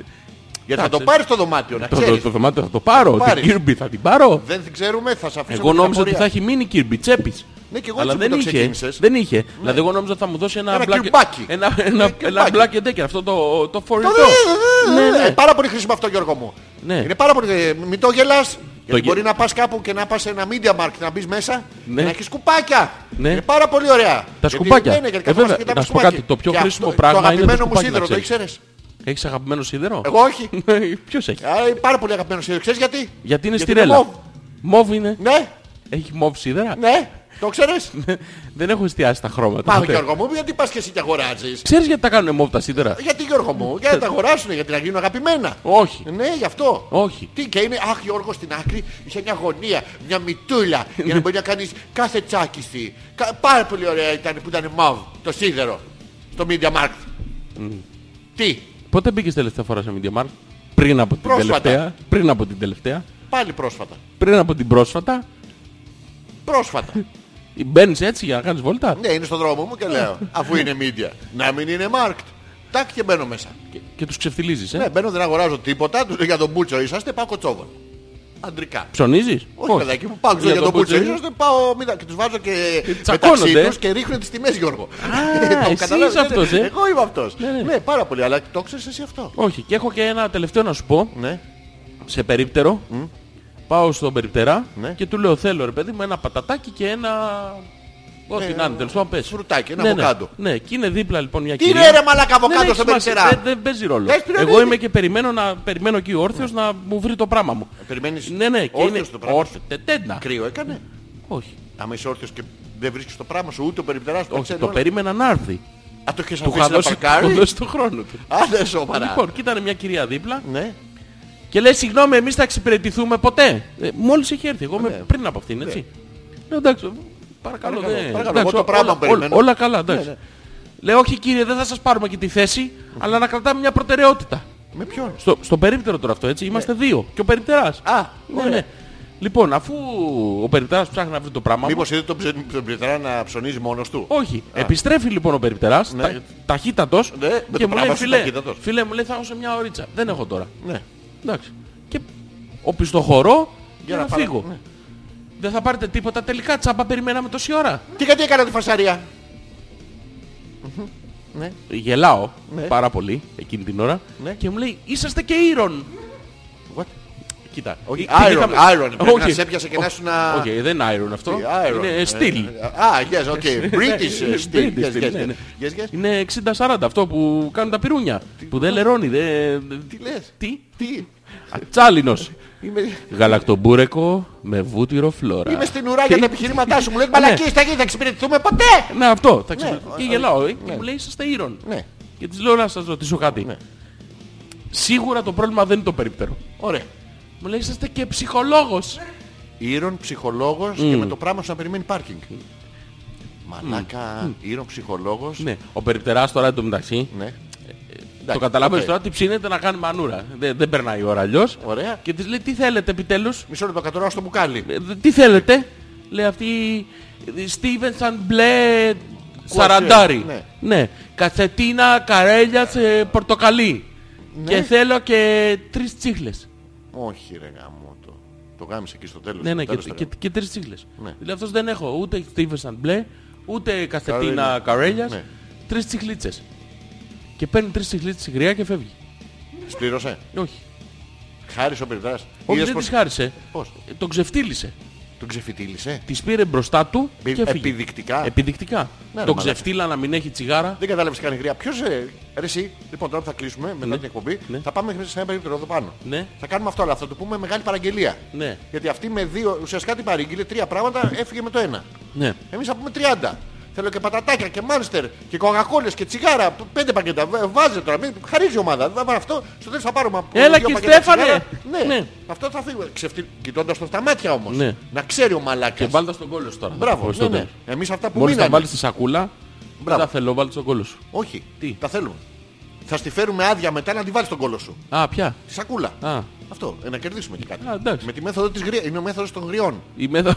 S1: Γιατί θα το
S2: Εντάξει.
S1: πάρεις το δωμάτιο, να
S2: Το, το,
S1: ξέρεις.
S2: το δωμάτιο θα το πάρω, την
S1: πάρεις.
S2: Kirby θα την πάρω.
S1: Δεν την ξέρουμε, θα σε αφήσω.
S2: Εγώ
S1: με την
S2: νόμιζα ότι θα
S1: απορία.
S2: έχει μείνει Kirby, τσέπης.
S1: Ναι, και εγώ
S2: Αλλά
S1: έτσι που
S2: δεν
S1: το
S2: είχε,
S1: ξεκίνησες. Ναι.
S2: δεν είχε. Δηλαδή εγώ νόμιζα ότι θα μου δώσει ένα,
S1: Ένα
S2: black,
S1: κυρμπάκι.
S2: ένα, ένα, ένα
S1: κυρμπάκι.
S2: black and decker, αυτό το, το φορητό.
S1: Το δε-
S2: Ναι, ναι.
S1: Ε, Πάρα πολύ χρήσιμο αυτό Γιώργο μου.
S2: Ναι.
S1: Είναι πάρα πολύ... ε, Μην το γελάς. Γιατί
S2: γε-
S1: μπορεί να πας κάπου και να πας σε ένα media market να μπεις μέσα
S2: Ναι.
S1: και να έχεις κουπάκια.
S2: Ναι.
S1: Είναι πάρα πολύ ωραία.
S2: Τα σκουπάκια.
S1: Ναι, ναι, γιατί
S2: Ε,
S1: καθόμαστε
S2: βέβαια.
S1: και τα
S2: Να σου πω
S1: σκουπάκια.
S2: κάτι, το πιο
S1: Και
S2: χρήσιμο
S1: αυτό-
S2: πράγμα
S1: Το
S2: είναι το
S1: αγαπημένο μου
S2: σκουπάκι, να
S1: σίδερο, το
S2: ξέρεις.
S1: ήξερες.
S2: Έχεις αγαπημένο σίδερο. Ναι.
S1: Εγώ όχι.
S2: Ποιος έχει.
S1: Α, ε, Πάρα πολύ αγαπημένο σίδερο. Ξέρεις γιατί.
S2: Γιατί είναι στη
S1: μοβ.
S2: ρέλα. Μόβ είναι.
S1: Ναι,
S2: Έχει μόβ σίδερα. *laughs*
S1: ναι. Το ξέρεις.
S2: Δεν έχω εστιάσει τα χρώματα.
S1: Πάμε
S2: ποτέ.
S1: Γιώργο Ε, μου, γιατί πας και εσύ και αγοράζεις.
S2: Ξέρεις γιατί τα κάνουν μόβ τα σίδερα.
S1: Γιατί Γιώργο μου, για να τα αγοράσουν, γιατί να γίνουν αγαπημένα.
S2: Όχι.
S1: Ναι, γι' αυτό.
S2: Όχι.
S1: Τι και είναι, Αχ, Γιώργο στην άκρη είχε μια γωνία, μια μητούλα για να μπορεί να κάνεις κάθε τσάκιστη. Κα- Πάρα πολύ ωραία ήταν που ήταν μαύ, το σίδερο, στο Media Markt. Mm. Τι,
S2: Πότε μπήκες τελευταία φορά σε Media Markt. Πριν από την
S1: Πρόσφατα.
S2: τελευταία. Πριν από την τελευταία.
S1: πάλι πρόσφατα.
S2: Πριν από την πρόσφατα.
S1: Πρόσφατα.
S2: Μπαίνεις έτσι για να κάνεις βόλτα.
S1: *laughs* ναι, είναι στον δρόμο μου και *laughs* λέω, αφού είναι Media, να μην είναι Markt. Τάκ και μπαίνω μέσα.
S2: Και, και τους ξεφτυλίζεις. Ε.
S1: Ναι, μπαίνω, δεν αγοράζω τίποτα, τους λέω για τον Μπούτσο είσαστε, πάω κοτσόβολα. Αντρικά.
S2: Ψωνίζεις.
S1: Όχι, παιδάκι μου, πάω ξέρω, για τον Μπούτσο. ίσως δεν πάω μηδα- και τους βάζω και
S2: Ε, τσακώνονται.
S1: μεταξύ τους και ρίχνουν τις τιμές Γιώργο. *laughs* Το
S2: εσύ
S1: καταλάβες,
S2: είσαι
S1: ναι,
S2: αυτός,
S1: ναι.
S2: ε.
S1: Εγώ είμαι αυτός.
S2: Ναι, ναι.
S1: Ναι, πάρα πολύ, αλλά το ξέρεις εσύ αυτό.
S2: Όχι. Και έχω και ένα τελευταίο να σου πω.
S1: Ναι.
S2: σε περίπτερο. Πάω στον περιπτερά
S1: Ναι.
S2: και του λέω θέλω ρε παιδί μου ένα πατατάκι και ένα... Ό,τι να είναι, τέλος πάντων πες.
S1: Ναι, φρουτάκι, ένα
S2: ναι,
S1: αβοκάντο.
S2: Ναι, ναι, και είναι δίπλα λοιπόν μια
S1: Τι
S2: κυρία.
S1: είναι ρε μαλάκα
S2: Δεν
S1: αβοκάντο
S2: έχει
S1: στον
S2: σημασία,
S1: περιπτερά.
S2: Δεν, δεν παίζει ρόλο.
S1: Λες, πήρα,
S2: Εγώ
S1: δεν-
S2: είμαι και περιμένω, να, περιμένω εκεί όρθιος να μου βρει το πράγμα μου.
S1: Ε, Περιμένεις
S2: Ναι, ναι, και
S1: όρθιος
S2: είναι
S1: το πράγμα.
S2: όρθιο. Τε- τέντα.
S1: Κρύο έκανε.
S2: Όχι.
S1: Άμα είσαι όρθιος και δεν βρίσκεις το πράγμα σου, ούτε ο περιπτεράς το
S2: Όχι,
S1: ξέρει
S2: το
S1: όλα.
S2: περίμενα να έρθει.
S1: Α, το έχεις
S2: Του είχα
S1: αφήσει να
S2: δώσει, του είχα
S1: παρκάρει.
S2: δώσει το χρόνο του.
S1: Α, δεν σοβαρά.
S2: Λοιπόν, κοίτανε μια κυρία δίπλα
S1: Ναι.
S2: Και λέει, συγγνώμη, εμείς θα εξυπηρετηθούμε ποτέ. Ε, μόλις έχει έρθει, εγώ είμαι πριν από αυτήν, έτσι. Λέω, εντάξει, παρακαλώ,
S1: ναι. Παρακαλώ,
S2: δεν-
S1: παρακαλώ,
S2: εντάξει,
S1: εγώ το πράγμα
S2: όλα-
S1: περιμένω. Ναι,
S2: όλα- Όλα καλά, εντάξει. Λέω, όχι κύριε, δεν θα σας πάρουμε και τη θέση, αλλά να κρατάμε μια προτεραιότητα.
S1: Με ποιον.
S2: Στο, στο περίπτερο τώρα αυτό, έτσι, είμαστε δύο. Και ο περιπτεράς.
S1: Ναι. Α,
S2: ναι, ναι. Λοιπόν, αφού ο περιπτεράς ψάχνει να βρει το πράγμα μου,
S1: Μήπως είδε τον ψε- τον περιπτερά να ψωνίζει μόνος του.
S2: όχι. Επιστρέφει λοιπόν ο περιπτεράς,
S1: Ναι.
S2: τα, ταχύτατος,
S1: Ναι, με το
S2: και μου λέει,
S1: πράγμα σου
S2: φίλε,
S1: ταχύτατος.
S2: φίλε, μου λέει, θα έχω σε μια ωρίτσα. Δεν έχω τώρα.
S1: Ναι.
S2: Εντάξει. Και οπισθοχωρώ για να,
S1: να πάρω-
S2: φύγω.
S1: ναι.
S2: Δεν θα πάρετε τίποτα τελικά, τσάμπα περιμέναμε τόση ώρα.
S1: Τι γιατί έκανα τη φασαρία.
S2: Γελάω
S1: Ναι.
S2: πάρα πολύ εκείνη την ώρα
S1: Ναι.
S2: και μου λέει είσαστε και ήρων.
S1: What?
S2: Κοίτα.
S1: Όχι,
S2: ε, την
S1: iron,
S2: είχαμε-
S1: iron. Πρέπει να
S2: Όχι.
S1: σε έπιασε και
S2: Ο-
S1: να σου να-
S2: Όχι, δεν είναι iron αυτό.
S1: Iron.
S2: Είναι
S1: Ε,
S2: ε, steel.
S1: ε, Α, yes,
S2: *laughs*
S1: okay. British ε, steel.
S2: British
S1: Yes,
S2: steel,
S1: yes,
S2: ναι,
S1: yes.
S2: ναι.
S1: Yes, yes.
S2: Είναι 60-40 αυτό που κάνουν τα πυρούνια. Που δεν λερώνει. Δεν...
S1: Τι λες.
S2: Τι.
S1: Τι.
S2: Ατσάλινος.
S1: Είμαι...
S2: Γαλακτομπούρεκο με βούτυρο φλόρα.
S1: Είμαι στην ουρά για τα επιχειρήματά σου. Μου λες μαλακίες θα γίνει, θα εξυπηρετηθούμε ποτέ.
S2: Ναι, αυτό. Θα ξυπνήσω.
S1: Ναι,
S2: και
S1: α,
S2: γελάω. ε,
S1: ναι.
S2: Και μου λέει είσαστε ήρων.
S1: Ναι.
S2: Και της λέω να σας ρωτήσω κάτι.
S1: Ναι.
S2: Σίγουρα το πρόβλημα δεν είναι το περίπτερο.
S1: Ωραία.
S2: Μου λέει είσαστε και ψυχολόγος.
S1: Ήρων ψυχολόγος
S2: Mm.
S1: και με το πράγμα σου να περιμένει πάρκινγκ. Μαλάκα, ήρων ψυχολόγος.
S2: Mm. Ναι. Ο περιπτεράς τώρα εντωμεταξύ.
S1: Ναι.
S2: Το
S1: Εντάξει,
S2: καταλαβαίνεις
S1: οκ.
S2: τώρα τι ψήνεται να κάνει μανούρα. Δεν, δεν περνάει η ώρα αλλιώς.
S1: Ωραία.
S2: Και της λέει τι θέλετε επιτέλους.
S1: Μισό λεπτό κατοράω στο μπουκάλι.
S2: Ε, δε- Τι θέλετε. Λέει αυτή Στίβενσαν μπλε σαραντάρι.
S1: ναι.
S2: ναι. Κατσετίνα καρέλια σε πορτοκαλί.
S1: Ναι.
S2: Και θέλω και τρεις τσίχλες.
S1: Όχι ρε γάμο το. Το γάμισε εκεί στο τέλος.
S2: Ναι, ναι,
S1: στο
S2: και,
S1: τέλος, ρε
S2: και, και τρεις τσίχλες.
S1: Ναι.
S2: Δηλαδή αυτός δεν έχω ούτε Stevenson Μπλε, ούτε Καθετίνα
S1: Καρέλια.
S2: Καρέλιας.
S1: Ναι.
S2: Τρεις τσιχλίτσε. Και παίρνει τρεις τσιχλίτσε η γριά και φεύγει.
S1: γάμο. Σπλήρωσε.
S2: Όχι.
S1: Χάρισε ο περιπτάς.
S2: Όχι, δεν τη χάρισε.
S1: Πώς.
S2: Ε, Τον ξεφτύλισε.
S1: Τον ξεφυτίλησε.
S2: Τη πήρε μπροστά του
S1: Επι-
S2: και Ε, φύγει.
S1: Ε, Επιδεικτικά. Ναι,
S2: Επιδεικτικά.
S1: ρε,
S2: τον
S1: μαλάκα.
S2: ξεφτύλα να μην έχει τσιγάρα.
S1: Δεν κατάλαβες καν γρία. Ποιος. Ε, ρε εσύ, λοιπόν, τώρα που θα κλείσουμε μετά την εκπομπή,
S2: Ναι.
S1: θα πάμε σε ένα περίπτερο εδώ πάνω.
S2: Ναι.
S1: Θα κάνουμε αυτό, αλλά θα το πούμε μεγάλη παραγγελία.
S2: Ναι.
S1: Γιατί αυτή με δύο, ουσιαστικά την παρήγγειλε τρία πράγματα, έφυγε με το ένα.
S2: Ναι.
S1: Εμείς θα πούμε 30. Θέλω και πατατάκια και μάνστερ και κοκακόλες και τσιγάρα. π- Πέντε πακέτα. Β- Βάζε τώρα. Μην... Χαρίζει η ομάδα. Δεν θα πάρω αυτό. Στο τέλος θα πάρουμε. από
S2: Έλα
S1: δύο
S2: και
S1: πακέτα
S2: Στέφανε.
S1: τσιγάρα. Ναι.
S2: Ναι.
S1: Αυτό θα φύγουμε. Ξεφτυ... Κοιτώντας το στα μάτια όμως.
S2: Ναι.
S1: Να ξέρει ο
S2: Και
S1: μαλάκα.
S2: βάλτε στον κόλλο σου τώρα.
S1: Μπράβο.
S2: Χωρίς
S1: Ναι,
S2: το
S1: ναι.
S2: τέλος.
S1: Εμείς αυτά που
S2: Μόλις τα
S1: μείνανε.
S2: βάλεις στη σακούλα, Δεν
S1: Μπράβο.
S2: τα θέλω, βάλτε στον κόλλο σου.
S1: Όχι.
S2: Τι?
S1: Τα θέλουμε. Θα στη φέρουμε άδεια μετά να τη βάλεις τον κόλο σου.
S2: Α, πια.
S1: Τη σακούλα.
S2: Α.
S1: Αυτό. Ε, να κερδίσουμε και κάτι.
S2: Α, εντάξει.
S1: Με τη μέθοδο της γρια... Είναι ο μέθοδος των γριών. *laughs*
S2: Η μέθα...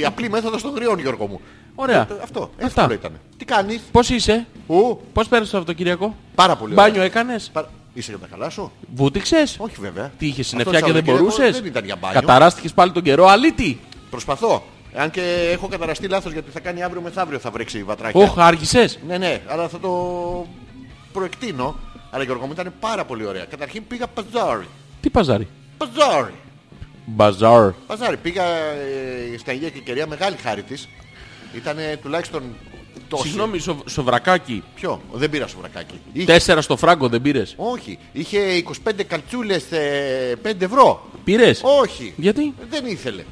S1: Η απλή μέθοδος των γριών, Γιώργο μου.
S2: Ωραία.
S1: Ε, Αυτό.
S2: Αυτά.
S1: Εύκολο ήταν. Τι κάνεις.
S2: Πώς είσαι,
S1: Ου.
S2: πώς πέρασες το Σαββατοκύριακο.
S1: Πάρα πολύ. ωραία.
S2: Μπάνιο έκανες,
S1: Πα- Είσαι για τα καλά σου.
S2: βούτυξες.
S1: Όχι βέβαια.
S2: Τι είχες
S1: Αυτό
S2: συννεφιά και δεν
S1: Σαββατοκύριακο
S2: μπορούσες.
S1: Δεν ήταν για μπάνιο.
S2: Καταράστηκες πάλι τον καιρό, αλήτη.
S1: Προσπαθώ. Αν και έχω καταραστεί λάθος γιατί θα κάνει αύριο μεθαύριο θα βρέξει η βατράκια.
S2: Όχ, άργησες.
S1: Ναι, ναι, αλλά θα το προεκτείνω. Αλλά Γιώργο μου ήταν πάρα πολύ ωραία. Καταρχήν πήγα παζάρι.
S2: Τι παζάρι.
S1: Παζάρι.
S2: Μπαζάρ.
S1: Παζάρι. Πήγα ε, στα Αγία Κικερία μεγάλη χάρη της. Ήταν τουλάχιστον τόσο.
S2: Συγγνώμη, σο- σοβρακάκι.
S1: Ποιο. Δεν πήρα σουβρακάκι. Είχε...
S2: Τέσσερα στο φράγκο δεν πήρες.
S1: Όχι. Είχε 25 καλτσούλες ε, 5 ευρώ.
S2: Πήρες.
S1: Όχι.
S2: Γιατί?
S1: Δεν ήθελε.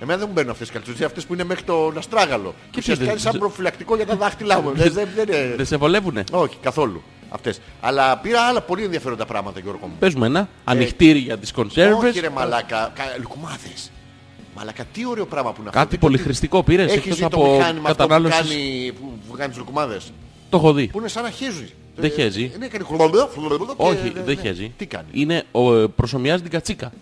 S1: Εμένα δεν μου μπαίνουν αυτές οι καλτσούτσες, αυτές που είναι μέχρι το αστράγαλο. Και τις
S2: δεν-
S1: κάνει σαν
S2: δεν-
S1: προφυλακτικό για τα δάχτυλά μου. δεν, δεν, δεν, είναι-
S2: Δεν σε βολεύουνε.
S1: Όχι, καθόλου. Αυτές. Αλλά πήρα άλλα πολύ ενδιαφέροντα πράγματα, Γιώργο μου.
S2: Πες μου ένα. Ανοιχτήρι για τις
S1: Όχι ρε
S2: κονσέρβες.
S1: μαλάκα, κα... λουκουμάδες. Μαλάκα, τι ωραίο πράγμα που είναι αυτό.
S2: Κάτι πολυχρηστικό πήρες.
S1: Έχεις
S2: Εκτός
S1: δει το
S2: από
S1: μηχάνημα αυτό που
S2: κατανάλωσης.
S1: κάνει, που, που κάνει τις λουκουμάδες.
S2: Το έχω δει.
S1: Που είναι σαν να χέζει.
S2: Δεν
S1: Ε,
S2: χέζει.
S1: Ναι, κάνει χλωμπλο, χλωμπλο και-
S2: Όχι,
S1: ναι,
S2: δεν
S1: ναι.
S2: χέζει.
S1: Τι κάνει.
S2: Είναι, ο, ε, προσωμιάζει την κατσίκα.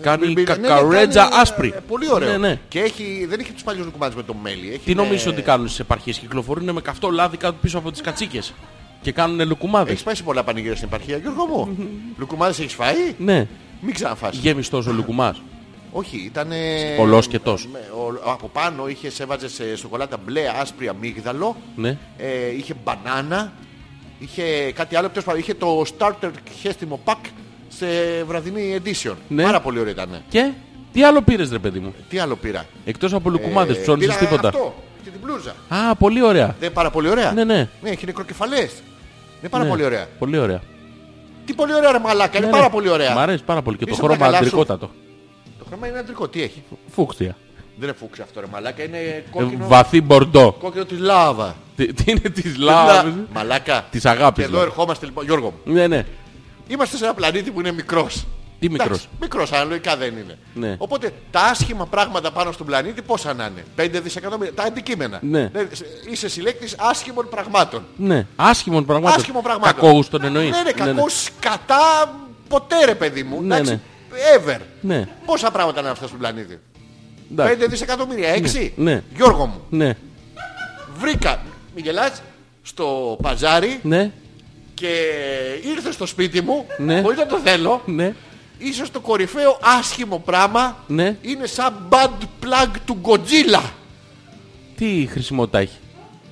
S2: Κάνει
S1: Μπι- μπι- ναι, ναι,
S2: κακαρέτζα
S1: κάνει, ε,
S2: άσπρη.
S1: ε, Πολύ ωραίο.
S2: Ναι, ναι.
S1: Και έχει, δεν έχει τους παλιούς λουκουμάδες με το μέλι. Έχει
S2: Τι
S1: με-
S2: νομίζεις ότι κάνουν στις επαρχίες. Κυκλοφορούν με καυτό λάδι κάτω πίσω από τις κατσίκες. Και κάνουν λουκουμάδες.
S1: Έχεις πάει σε πολλά πανηγύρια στην επαρχία, Γιώργο μου. Λουκουμάδες έχεις φάει.
S2: Ναι.
S1: Μην ξαναφάς.
S2: Γεμιστός ο λουκουμάς.
S1: Όχι, ήταν... ε,
S2: Ολόσκετος.
S1: με- ο- Από πάνω είχε, έβαζε σε σοκολάτα μπλε άσπρη αμύγδαλο.
S2: Ναι.
S1: Ε, είχε μπανάνα. Είχε κάτι άλλο. τέλος πάντων, Είχε το starter χέστημο pack σε βραδινή edition.
S2: Ναι.
S1: Πάρα πολύ ωραίο ήταν.
S2: Και τι άλλο πήρες ρε παιδί μου.
S1: Τι άλλο πήρα.
S2: Εκτός από λουκουμάδες
S1: Ε,
S2: ψώνισες
S1: πήρα
S2: τίποτα.
S1: Αυτό και την μπλούζα.
S2: Α, πολύ ωραία.
S1: Δεν είναι πάρα πολύ ωραία.
S2: Ναι, ναι.
S1: Ναι, έχει νεκροκεφαλές. Είναι πάρα
S2: Ναι,
S1: πολύ ωραία.
S2: Πολύ ωραία.
S1: Τι πολύ ωραία ρε μαλάκα, είναι
S2: Ναι,
S1: πάρα
S2: ναι.
S1: πολύ ωραία.
S2: Μ' αρέσει πάρα πολύ και το
S1: Είσαι
S2: χρώμα
S1: μπακαλάσου.
S2: αντρικότατο.
S1: Το χρώμα είναι αντρικό, τι έχει.
S2: Φούχτια.
S1: Δεν είναι φούξι αυτό ρε μαλάκα, είναι
S2: Ε,
S1: κόκκινο,
S2: Βαθύ μπορντό.
S1: κόκκινο της λάβα.
S2: Τι τι είναι της
S1: Λα...
S2: λάβης.
S1: Μαλάκα.
S2: Της αγάπης,
S1: Και εδώ
S2: λέω.
S1: ερχόμαστε λοιπόν, Γιώργο μου.
S2: Ναι, ναι.
S1: Είμαστε σε ένα πλανήτη που είναι μικρός.
S2: Τι μικρός.
S1: Εντάξει, Μικρός, αλλά λογικά δεν είναι.
S2: Ναι.
S1: Οπότε τα άσχημα πράγματα πάνω στον πλανήτη πόσα να είναι. 5 δισεκατομμύρια. Τα αντικείμενα.
S2: Ναι.
S1: Δηλαδή, σε- Είσαι συλλέκτης άσχημων πραγμάτων.
S2: Ναι. Άσχημων πραγμάτων.
S1: Άσχημων πραγμάτων.
S2: Κακόους τον εννοείς.
S1: Ναι, ναι, κακός κατά ποτέ ρε παιδί μου.
S2: Ναι,
S1: Εντάξει, Ever.
S2: Ναι.
S1: Πόσα πράγματα είναι αυτά στον πλανήτη.
S2: Εντάξει.
S1: 5 δισεκατομμύρια, 6.
S2: ναι.
S1: Γιώργο μου,
S2: Ναι.
S1: βρήκα, μην γελάς, στο παζάρι
S2: Ναι.
S1: και ήρθε στο σπίτι μου,
S2: Ναι.
S1: χωρίς να το θέλω,
S2: Ναι.
S1: ίσως το κορυφαίο άσχημο πράγμα
S2: Ναι.
S1: είναι σαν bad plug του Godzilla.
S2: Τι χρησιμότητα έχει.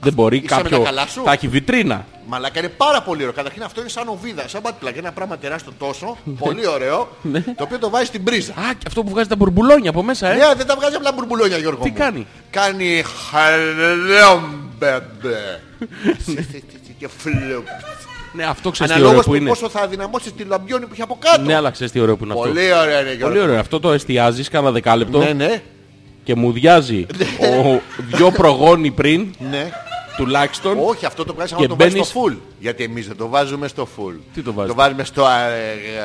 S2: Δεν μπορεί
S1: με
S2: κάποιο.
S1: τα καλά σου?
S2: Θα έχει βιτρίνα.
S1: Μαλάκα είναι πάρα πολύ ωραίο. Καταρχήν αυτό είναι σαν οβίδα, σαν bad plug. Ένα πράγμα τεράστιο τόσο, πολύ ωραίο,
S2: Ναι.
S1: το οποίο το βάζει στην πρίζα.
S2: Α, και αυτό που βγάζει τα μπουρμπουλόνια από μέσα, ε.
S1: Ναι, δεν τα βγάζει απλά μπουρμπουλόνια Γιώργο
S2: Τι
S1: μου.
S2: κάνει?
S1: Κάνει
S2: *laughs*
S1: χαλόμπεμπε. Και φλουπ.
S2: Ναι, αυτό ξέρεις τι ωραίο
S1: Αναλόγως
S2: που
S1: του
S2: είναι.
S1: πόσο θα δυναμώσεις τη λαμπιόνι που έχει από κάτω.
S2: Ναι, αλλά ξέρεις τι ωραίο που είναι αυτό.
S1: Πολύ ωραίο είναι
S2: Πολύ
S1: Γιώργο.
S2: ωραίο. Αυτό το εστιάζεις κάνα δεκάλεπτο
S1: Ναι, ναι.
S2: και μου διάζει ο δυο προγόνι πριν
S1: Ναι.
S2: τουλάχιστον.
S1: Όχι, αυτό το πράγμα
S2: Και
S1: να το βάζεις
S2: μπαίνεις-
S1: στο full. Γιατί εμείς δεν το βάζουμε στο full.
S2: Τι το βάζεις?
S1: Το βάζουμε στο... ε,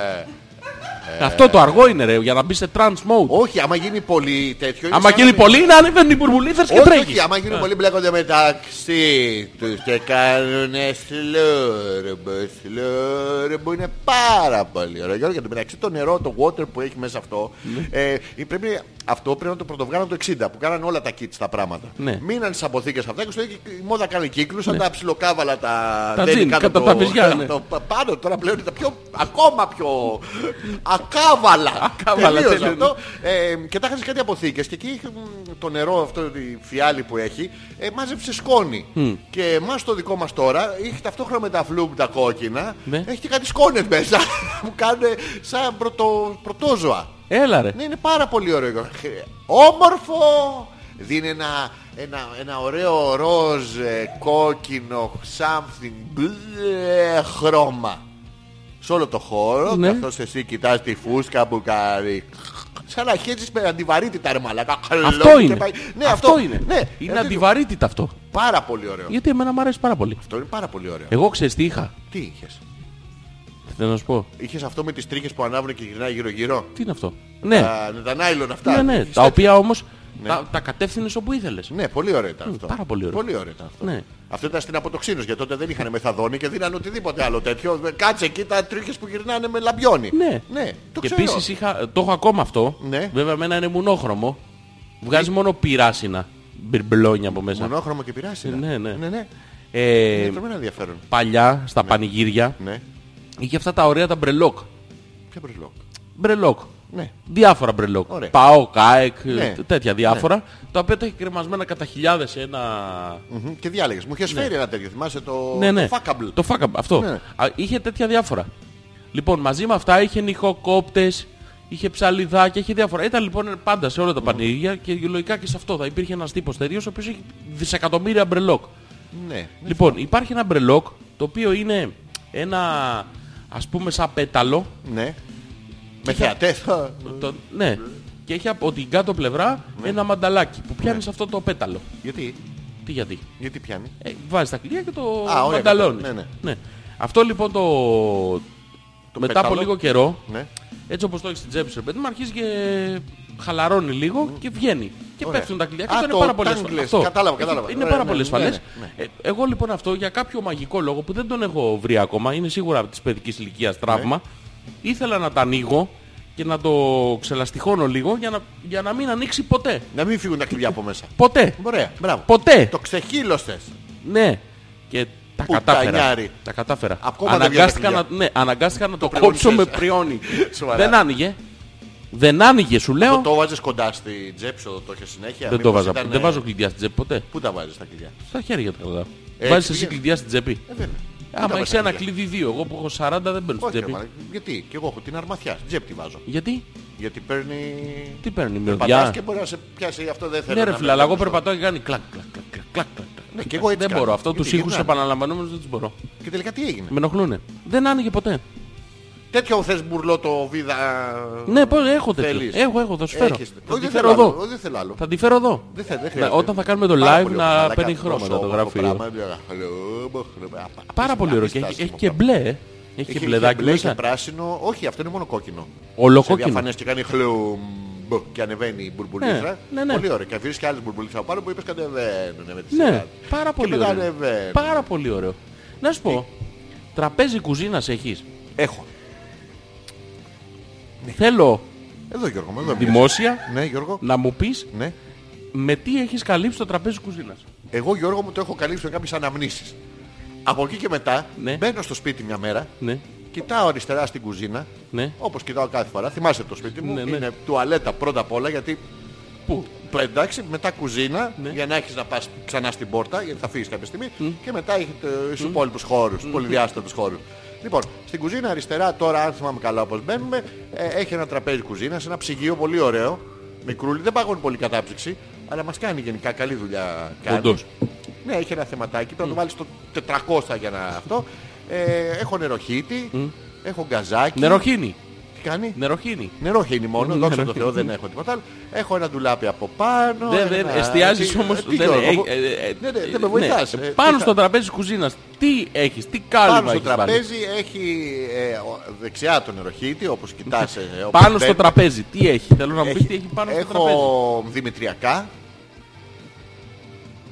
S1: ε,
S2: Αυτό το αργό είναι ρε, για να μπει σε trans mode.
S1: όχι, άμα γίνει πολύ τέτοιο... είναι
S2: Άμα
S1: σαν να
S2: γίνει
S1: μην-
S2: πολύ να ανεβαίνουν οι μπουρμπουλίθες και
S1: Όχι,
S2: τρέχεις.
S1: όχι, άμα γίνουν πολύ μπλέκονται μεταξύ τους και κάνουνε σλούρμπο, σλούρμπο. Είναι πάρα πολύ ωραίο. Γιώργο, γιατί μεταξύ το νερό, το water που έχει μέσα αυτό,
S2: Ναι.
S1: ε, πρέπει, αυτό πρέπει να το πρωτοβγάλουν το 60 που κάνανε όλα τα kits τα πράγματα.
S2: Ναι.
S1: Μείναν στις αποθήκες αυτά και στο εκεί η μόδα κάνει κύκλους, σαν τα ψιλοκάβαλα τα...
S2: Τα
S1: δένει
S2: τζιν,
S1: κάτω
S2: κατά
S1: το-
S2: τα πεζιά, ναι.
S1: το- Πάνω τώρα πλέον είναι τα πιο, ακόμα
S2: *laughs*
S1: πιο ακάβαλα.
S2: Ακάβαλα,
S1: Τελείως
S2: τέλειο, ναι.
S1: αυτό. Ε, και τα είχα σε κάτι αποθήκες και εκεί είχε, μ, το νερό αυτό, η φιάλη που έχει, ε, μάζεψε σκόνη. Και εμάς το δικό μας τώρα, έχει ταυτόχρονα με τα φλούμπ τα κόκκινα,
S2: Ναι.
S1: έχει και κάτι σκόνες μέσα *laughs* που κάνουν σαν πρωτο, πρωτόζωα.
S2: Έλα ρε.
S1: Ναι, είναι πάρα πολύ ωραίο. Όμορφο! Δίνει ένα, ένα, ένα ωραίο ροζ, ε, κόκκινο, something, μπλε, χρώμα. Σε όλο το χώρο,
S2: Ναι.
S1: καθώς εσύ κοιτάς τη φούσκα που κάνει... Σαν να χέζεις με αντιβαρύτητα ρε μαλάκα.
S2: Αυτό
S1: Και
S2: είναι.
S1: πάει- Ναι, αυτό,
S2: αυτό, είναι.
S1: Ναι,
S2: είναι
S1: Ε,
S2: αντιβαρύτητα αυτό.
S1: Πάρα πολύ ωραίο.
S2: Γιατί εμένα μου αρέσει πάρα πολύ.
S1: Αυτό είναι πάρα πολύ ωραίο.
S2: Εγώ ξέρεις τι είχα.
S1: Τι είχες.
S2: Θέλω να σου πω.
S1: Είχες αυτό με τις τρίχες που ανάβουν και γυρνάει γύρω-γύρω.
S2: Τι είναι αυτό. Ναι.
S1: Τα, με τα νάιλον αυτά.
S2: Ναι, ναι.
S1: Είχες
S2: Τα οποία όμως Τα, τα κατεύθυνες όπου ήθελες.
S1: Ναι, πολύ ωραίο ήταν αυτό.
S2: Ε, πάρα πολύ ωραίο.
S1: Πολύ ωραίο ήταν αυτό.
S2: Ναι.
S1: Αυτό ήταν στην αποτοξίνωση γιατί τότε δεν είχαν μεθαδόνη και δίνανε οτιδήποτε άλλο τέτοιο. Κάτσε εκεί τα τρίχες που γυρνάνε με λαμπιόνι.
S2: Ναι.
S1: ναι το
S2: και
S1: ξέρω.
S2: επίσης είχα... το έχω ακόμα αυτό.
S1: Ναι.
S2: Βέβαια, εμένα είναι μουνόχρωμο. Βγάζει μόνο πυράσινα. Μπιρμπλόνια από μέσα.
S1: Μονόχρωμο και πειράσινα.
S2: Ναι, ναι.
S1: ναι, ναι.
S2: Ε,
S1: Είναι τρομερά ενδιαφέρον.
S2: Παλιά, στα πανηγύρια,
S1: Ναι.
S2: είχε αυτά τα ωραία τα μπρελόκ.
S1: Ποιο προλόγο.
S2: Μπρελόκ.
S1: Ναι.
S2: Διάφορα μπρελόκ.
S1: Ωραία.
S2: Πάο, κάεκ,
S1: Ναι.
S2: τέτοια διάφορα. Τα οποία τα είχε κρεμασμένα κατά χιλιάδες σε ένα.
S1: Μμμ. Και διάλεγες. Μου είχες φέρει ένα τέτοιο. Θυμάσαι το,
S2: ναι, ναι.
S1: το fuckable.
S2: Το fuckable, αυτό.
S1: Ναι.
S2: Α, είχε τέτοια διάφορα. Λοιπόν, μαζί με αυτά είχε νυχοκόπτες, είχε ψαλιδάκια, είχε διάφορα. Ήταν λοιπόν πάντα σε όλα
S1: Ναι.
S2: τα πανηγύρια και λογικά και σε αυτό θα υπήρχε ένας τύπος θερίο ο οποίος έχει δισεκατομμύρια μπρελόκ.
S1: Ναι.
S2: Λοιπόν, υπάρχει ένα μπρελόκ το οποίο είναι ένα ας πούμε σαν πέταλο.
S1: ναι. Με θεατές.
S2: Το, ναι. Και έχει από την κάτω πλευρά
S1: Ναι.
S2: ένα μανταλάκι που πιάνει σε αυτό το πέταλο.
S1: *laughs* γιατί.
S2: Τι γιατί.
S1: Γιατί πιάνει.
S2: Ε, βάζει τα κλειδιά και το
S1: Α, ωραία,
S2: μανταλώνεις.
S1: ναι, ναι.
S2: Αυτό λοιπόν το. μετά από
S1: πέταλο.
S2: λίγο καιρό,
S1: Ναι.
S2: έτσι όπως το έχεις στην τσέπη σου, ρε παιδί μου, αρχίζει και χαλαρώνει λίγο και βγαίνει. Και
S1: Ωραία.
S2: πέφτουν τα κλειδιά και
S1: Α,
S2: αυτό είναι
S1: το
S2: πάρα πολύ
S1: tangless.
S2: ασφαλές. Αυτό.
S1: Κατάλαβα, κατάλαβα.
S2: Είναι
S1: Ωραία,
S2: πάρα
S1: ναι,
S2: πολύ
S1: ναι,
S2: ασφαλές.
S1: ναι,
S2: Ε, εγώ λοιπόν αυτό για κάποιο μαγικό λόγο που δεν τον έχω βρει ακόμα, είναι σίγουρα από της παιδικής
S1: Ναι.
S2: ηλικία τραύμα, ήθελα να τα ανοίγω και να το ξελαστιχώνω λίγο για να, για να μην ανοίξει ποτέ.
S1: Να μην φύγουν τα κλειδιά από μέσα.
S2: Ποτέ.
S1: Ωραία. Μπράβο.
S2: Ποτέ.
S1: Το ξεχύλωσες.
S2: Ναι. Και τα κατάφερα.
S1: Πουτανιάρη.
S2: Τα κατάφερα.
S1: Ακόμα δεν
S2: αναγκάστηκα,
S1: βγαίνει
S2: να,
S1: τα
S2: ναι, αναγκάστηκα να το,
S1: πρεόνι
S2: κόψω με
S1: θες.
S2: πριόνι.
S1: *laughs* Σοβαρά.
S2: δεν άνοιγε. Δεν άνοιγε, σου λέω.
S1: Το βάζεις κοντά στη τσέπη σου, το έχεις συνέχεια.
S2: δεν το
S1: Μήπως
S2: βάζα.
S1: ήταν,
S2: Δεν
S1: ε,
S2: βάζω κλειδιά στην τσέπη ποτέ.
S1: Πού τα βάζεις τα κλειδιά.
S2: Στα χέρια τα κρατάω.
S1: Ε,
S2: Βάζεις εσύ
S1: κλειδιά.
S2: κλειδιά στην τσέπη.
S1: Ε, βέβαια. Πού τα
S2: Άμα
S1: βάζεις
S2: έχεις
S1: τα
S2: ένα
S1: κλειδιά?
S2: κλειδί δύο, εγώ που έχω 40 δεν παίρνω στην
S1: Όχι, ρε,
S2: τσέπη.
S1: μαλάκα. γιατί και εγώ έχω την αρμαθιά. Στην τσέπη τη βάζω.
S2: Γιατί,
S1: Γιατί παίρνει.
S2: τι παίρνει η
S1: Περπατάς
S2: μυρωδιά.
S1: Ε, και μπορεί να σε πιάσει αυτό δεν θέλω.
S2: Ναι ρε
S1: να
S2: φίλα,
S1: με
S2: αλλά εγώ
S1: βλέπεις τώρα.
S2: περπατάω και κάνει κλακ, κλακ, κλακ, κλακ, κλακ, κλακ.
S1: Ναι, και εγώ έτσι
S2: Δεν
S1: κάνω.
S2: μπορώ, αυτό τους
S1: Γιατί
S2: ήχους
S1: γυρνάνε.
S2: επαναλαμβανόμενους δεν τους μπορώ.
S1: Και τελικά τι έγινε.
S2: Με ενοχλούνε. Δεν άνοιγε ποτέ.
S1: Τέτοιο θες μπουρλό το βίδα.
S2: Ναι, πώς, έχω τέτοιο.
S1: Θέλεις.
S2: Έχω, έχω, θα σου φέρω.
S1: Έχεις.
S2: Θα
S1: Όχι,
S2: τη
S1: δεν
S2: φέρω
S1: θέλω άλλο.
S2: εδώ.
S1: Όχι, Δεν θέλω άλλο.
S2: Θα τη φέρω εδώ.
S1: Δεν θε- δεν
S2: Ναι,
S1: χρειάζεται.
S2: όταν θα κάνουμε το
S1: Πάρα
S2: live
S1: πολύ
S2: να
S1: όμορφο,
S2: παίρνει
S1: μαλάκα,
S2: χρώματα το
S1: τόσο
S2: γραφείο.
S1: όμορφο πράγμα. Χρώμα, χρώμα. Α,
S2: Πάρα πολύ ωραίο. Και
S1: απίστευτο
S2: έχει- έχει
S1: πράγμα.
S2: και μπλε. ε. Έχει και
S1: Έχει
S2: μπλεδάκι
S1: μπλε, έχει
S2: μέσα.
S1: πράσινο. Όχι, αυτό είναι μόνο κόκκινο. Σε
S2: Ολοκόκκινο.
S1: διαφανές και κάνει χλουμπ και ανεβαίνει η μπουρμπουλήθρα.
S2: Ναι, ναι, ναι.
S1: Πολύ ωραία. Και αφήνεις και άλλες μπουρμπουλήθρα πάνω που είπες κατεβαίνουν με τη
S2: Ναι,
S1: σειρά.
S2: πάρα
S1: Και
S2: πολύ
S1: μετά
S2: ωραίο.
S1: ανεβαίνουν.
S2: Πάρα πολύ ωραίο. Να σου πω, τραπέζι κουζίνας έχεις.
S1: Έχω. Ναι.
S2: Θέλω
S1: Εδώ Γιώργο, μου, εδώ μιλάς.
S2: δημόσια
S1: Ναι, Γιώργο.
S2: να μου πεις
S1: Ναι.
S2: με τι έχεις καλύψει το τραπέζι κουζίνας.
S1: Εγώ Γιώργο μου το έχω καλύψει με κάποιες αναμνήσεις. Από εκεί και μετά
S2: Ναι.
S1: μπαίνω στο σπίτι μια μέρα,
S2: Ναι,
S1: κοιτάω αριστερά στην κουζίνα,
S2: ναι.
S1: όπως κοιτάω κάθε φορά. Θυμάσαι το σπίτι μου,
S2: Ναι, ναι.
S1: είναι τουαλέτα πρώτα απ' όλα γιατί
S2: Πού.
S1: Εντάξει, μετά κουζίνα
S2: Ναι.
S1: για να έχεις να πας ξανά στην πόρτα, γιατί θα φύγεις κάποια στιγμή. Και μετά έχει τους υπόλοιπους χώρους, τους πολυδιάστατους χώρους. Λοιπόν, στην κουζίνα αριστερά, τώρα αν θυμάμαι καλά όπως μπαίνουμε, ε, έχει ένα τραπέζι κουζίνας, ένα ψυγείο πολύ ωραίο, μικρούλι, δεν παγώνει πολύ κατάψυξη, αλλά μας κάνει γενικά καλή δουλειά. Κάνει.
S2: Όντως.
S1: Ναι, έχει ένα θεματάκι, πρέπει να το βάλεις στο 400 για να αυτό. Ε, έχω νεροχύτη, έχω γκαζάκι.
S2: Νεροχίνη.
S1: Τι κάνει?
S2: Νεροχίνη.
S1: Νερό χύνει μόνο,
S2: Ναι,
S1: δόξα
S2: νερό
S1: τω Θεώ δεν έχω τίποτα άλλο. Έχω ένα ντουλάπι από πάνω.
S2: Δεν, δεν,
S1: ένα-
S2: εστιάζεις
S1: τι-
S2: όμως...
S1: τι
S2: δεν-
S1: Γιώργο,
S2: ε,
S1: μου-
S2: ε, ε, ε,
S1: Ναι, ναι, δεν
S2: ναι.
S1: με βοηθάς. Ε,
S2: Πάνω
S1: είχα-
S2: στο τραπέζι κουζίνας, τι έχεις, τι κάλυμα
S1: πάνω στο
S2: έχεις βάλει.
S1: τραπέζι έχει ε, ο- δεξιά το νεροχύτη, όπως κοιτάς. ε, όπως
S2: Πάνω στο
S1: μπαίνεις.
S2: τραπέζι, τι έχει. Θέλω να μου πεις τι έχει πάνω στο τραπέζι.
S1: Έχω δημητριακά.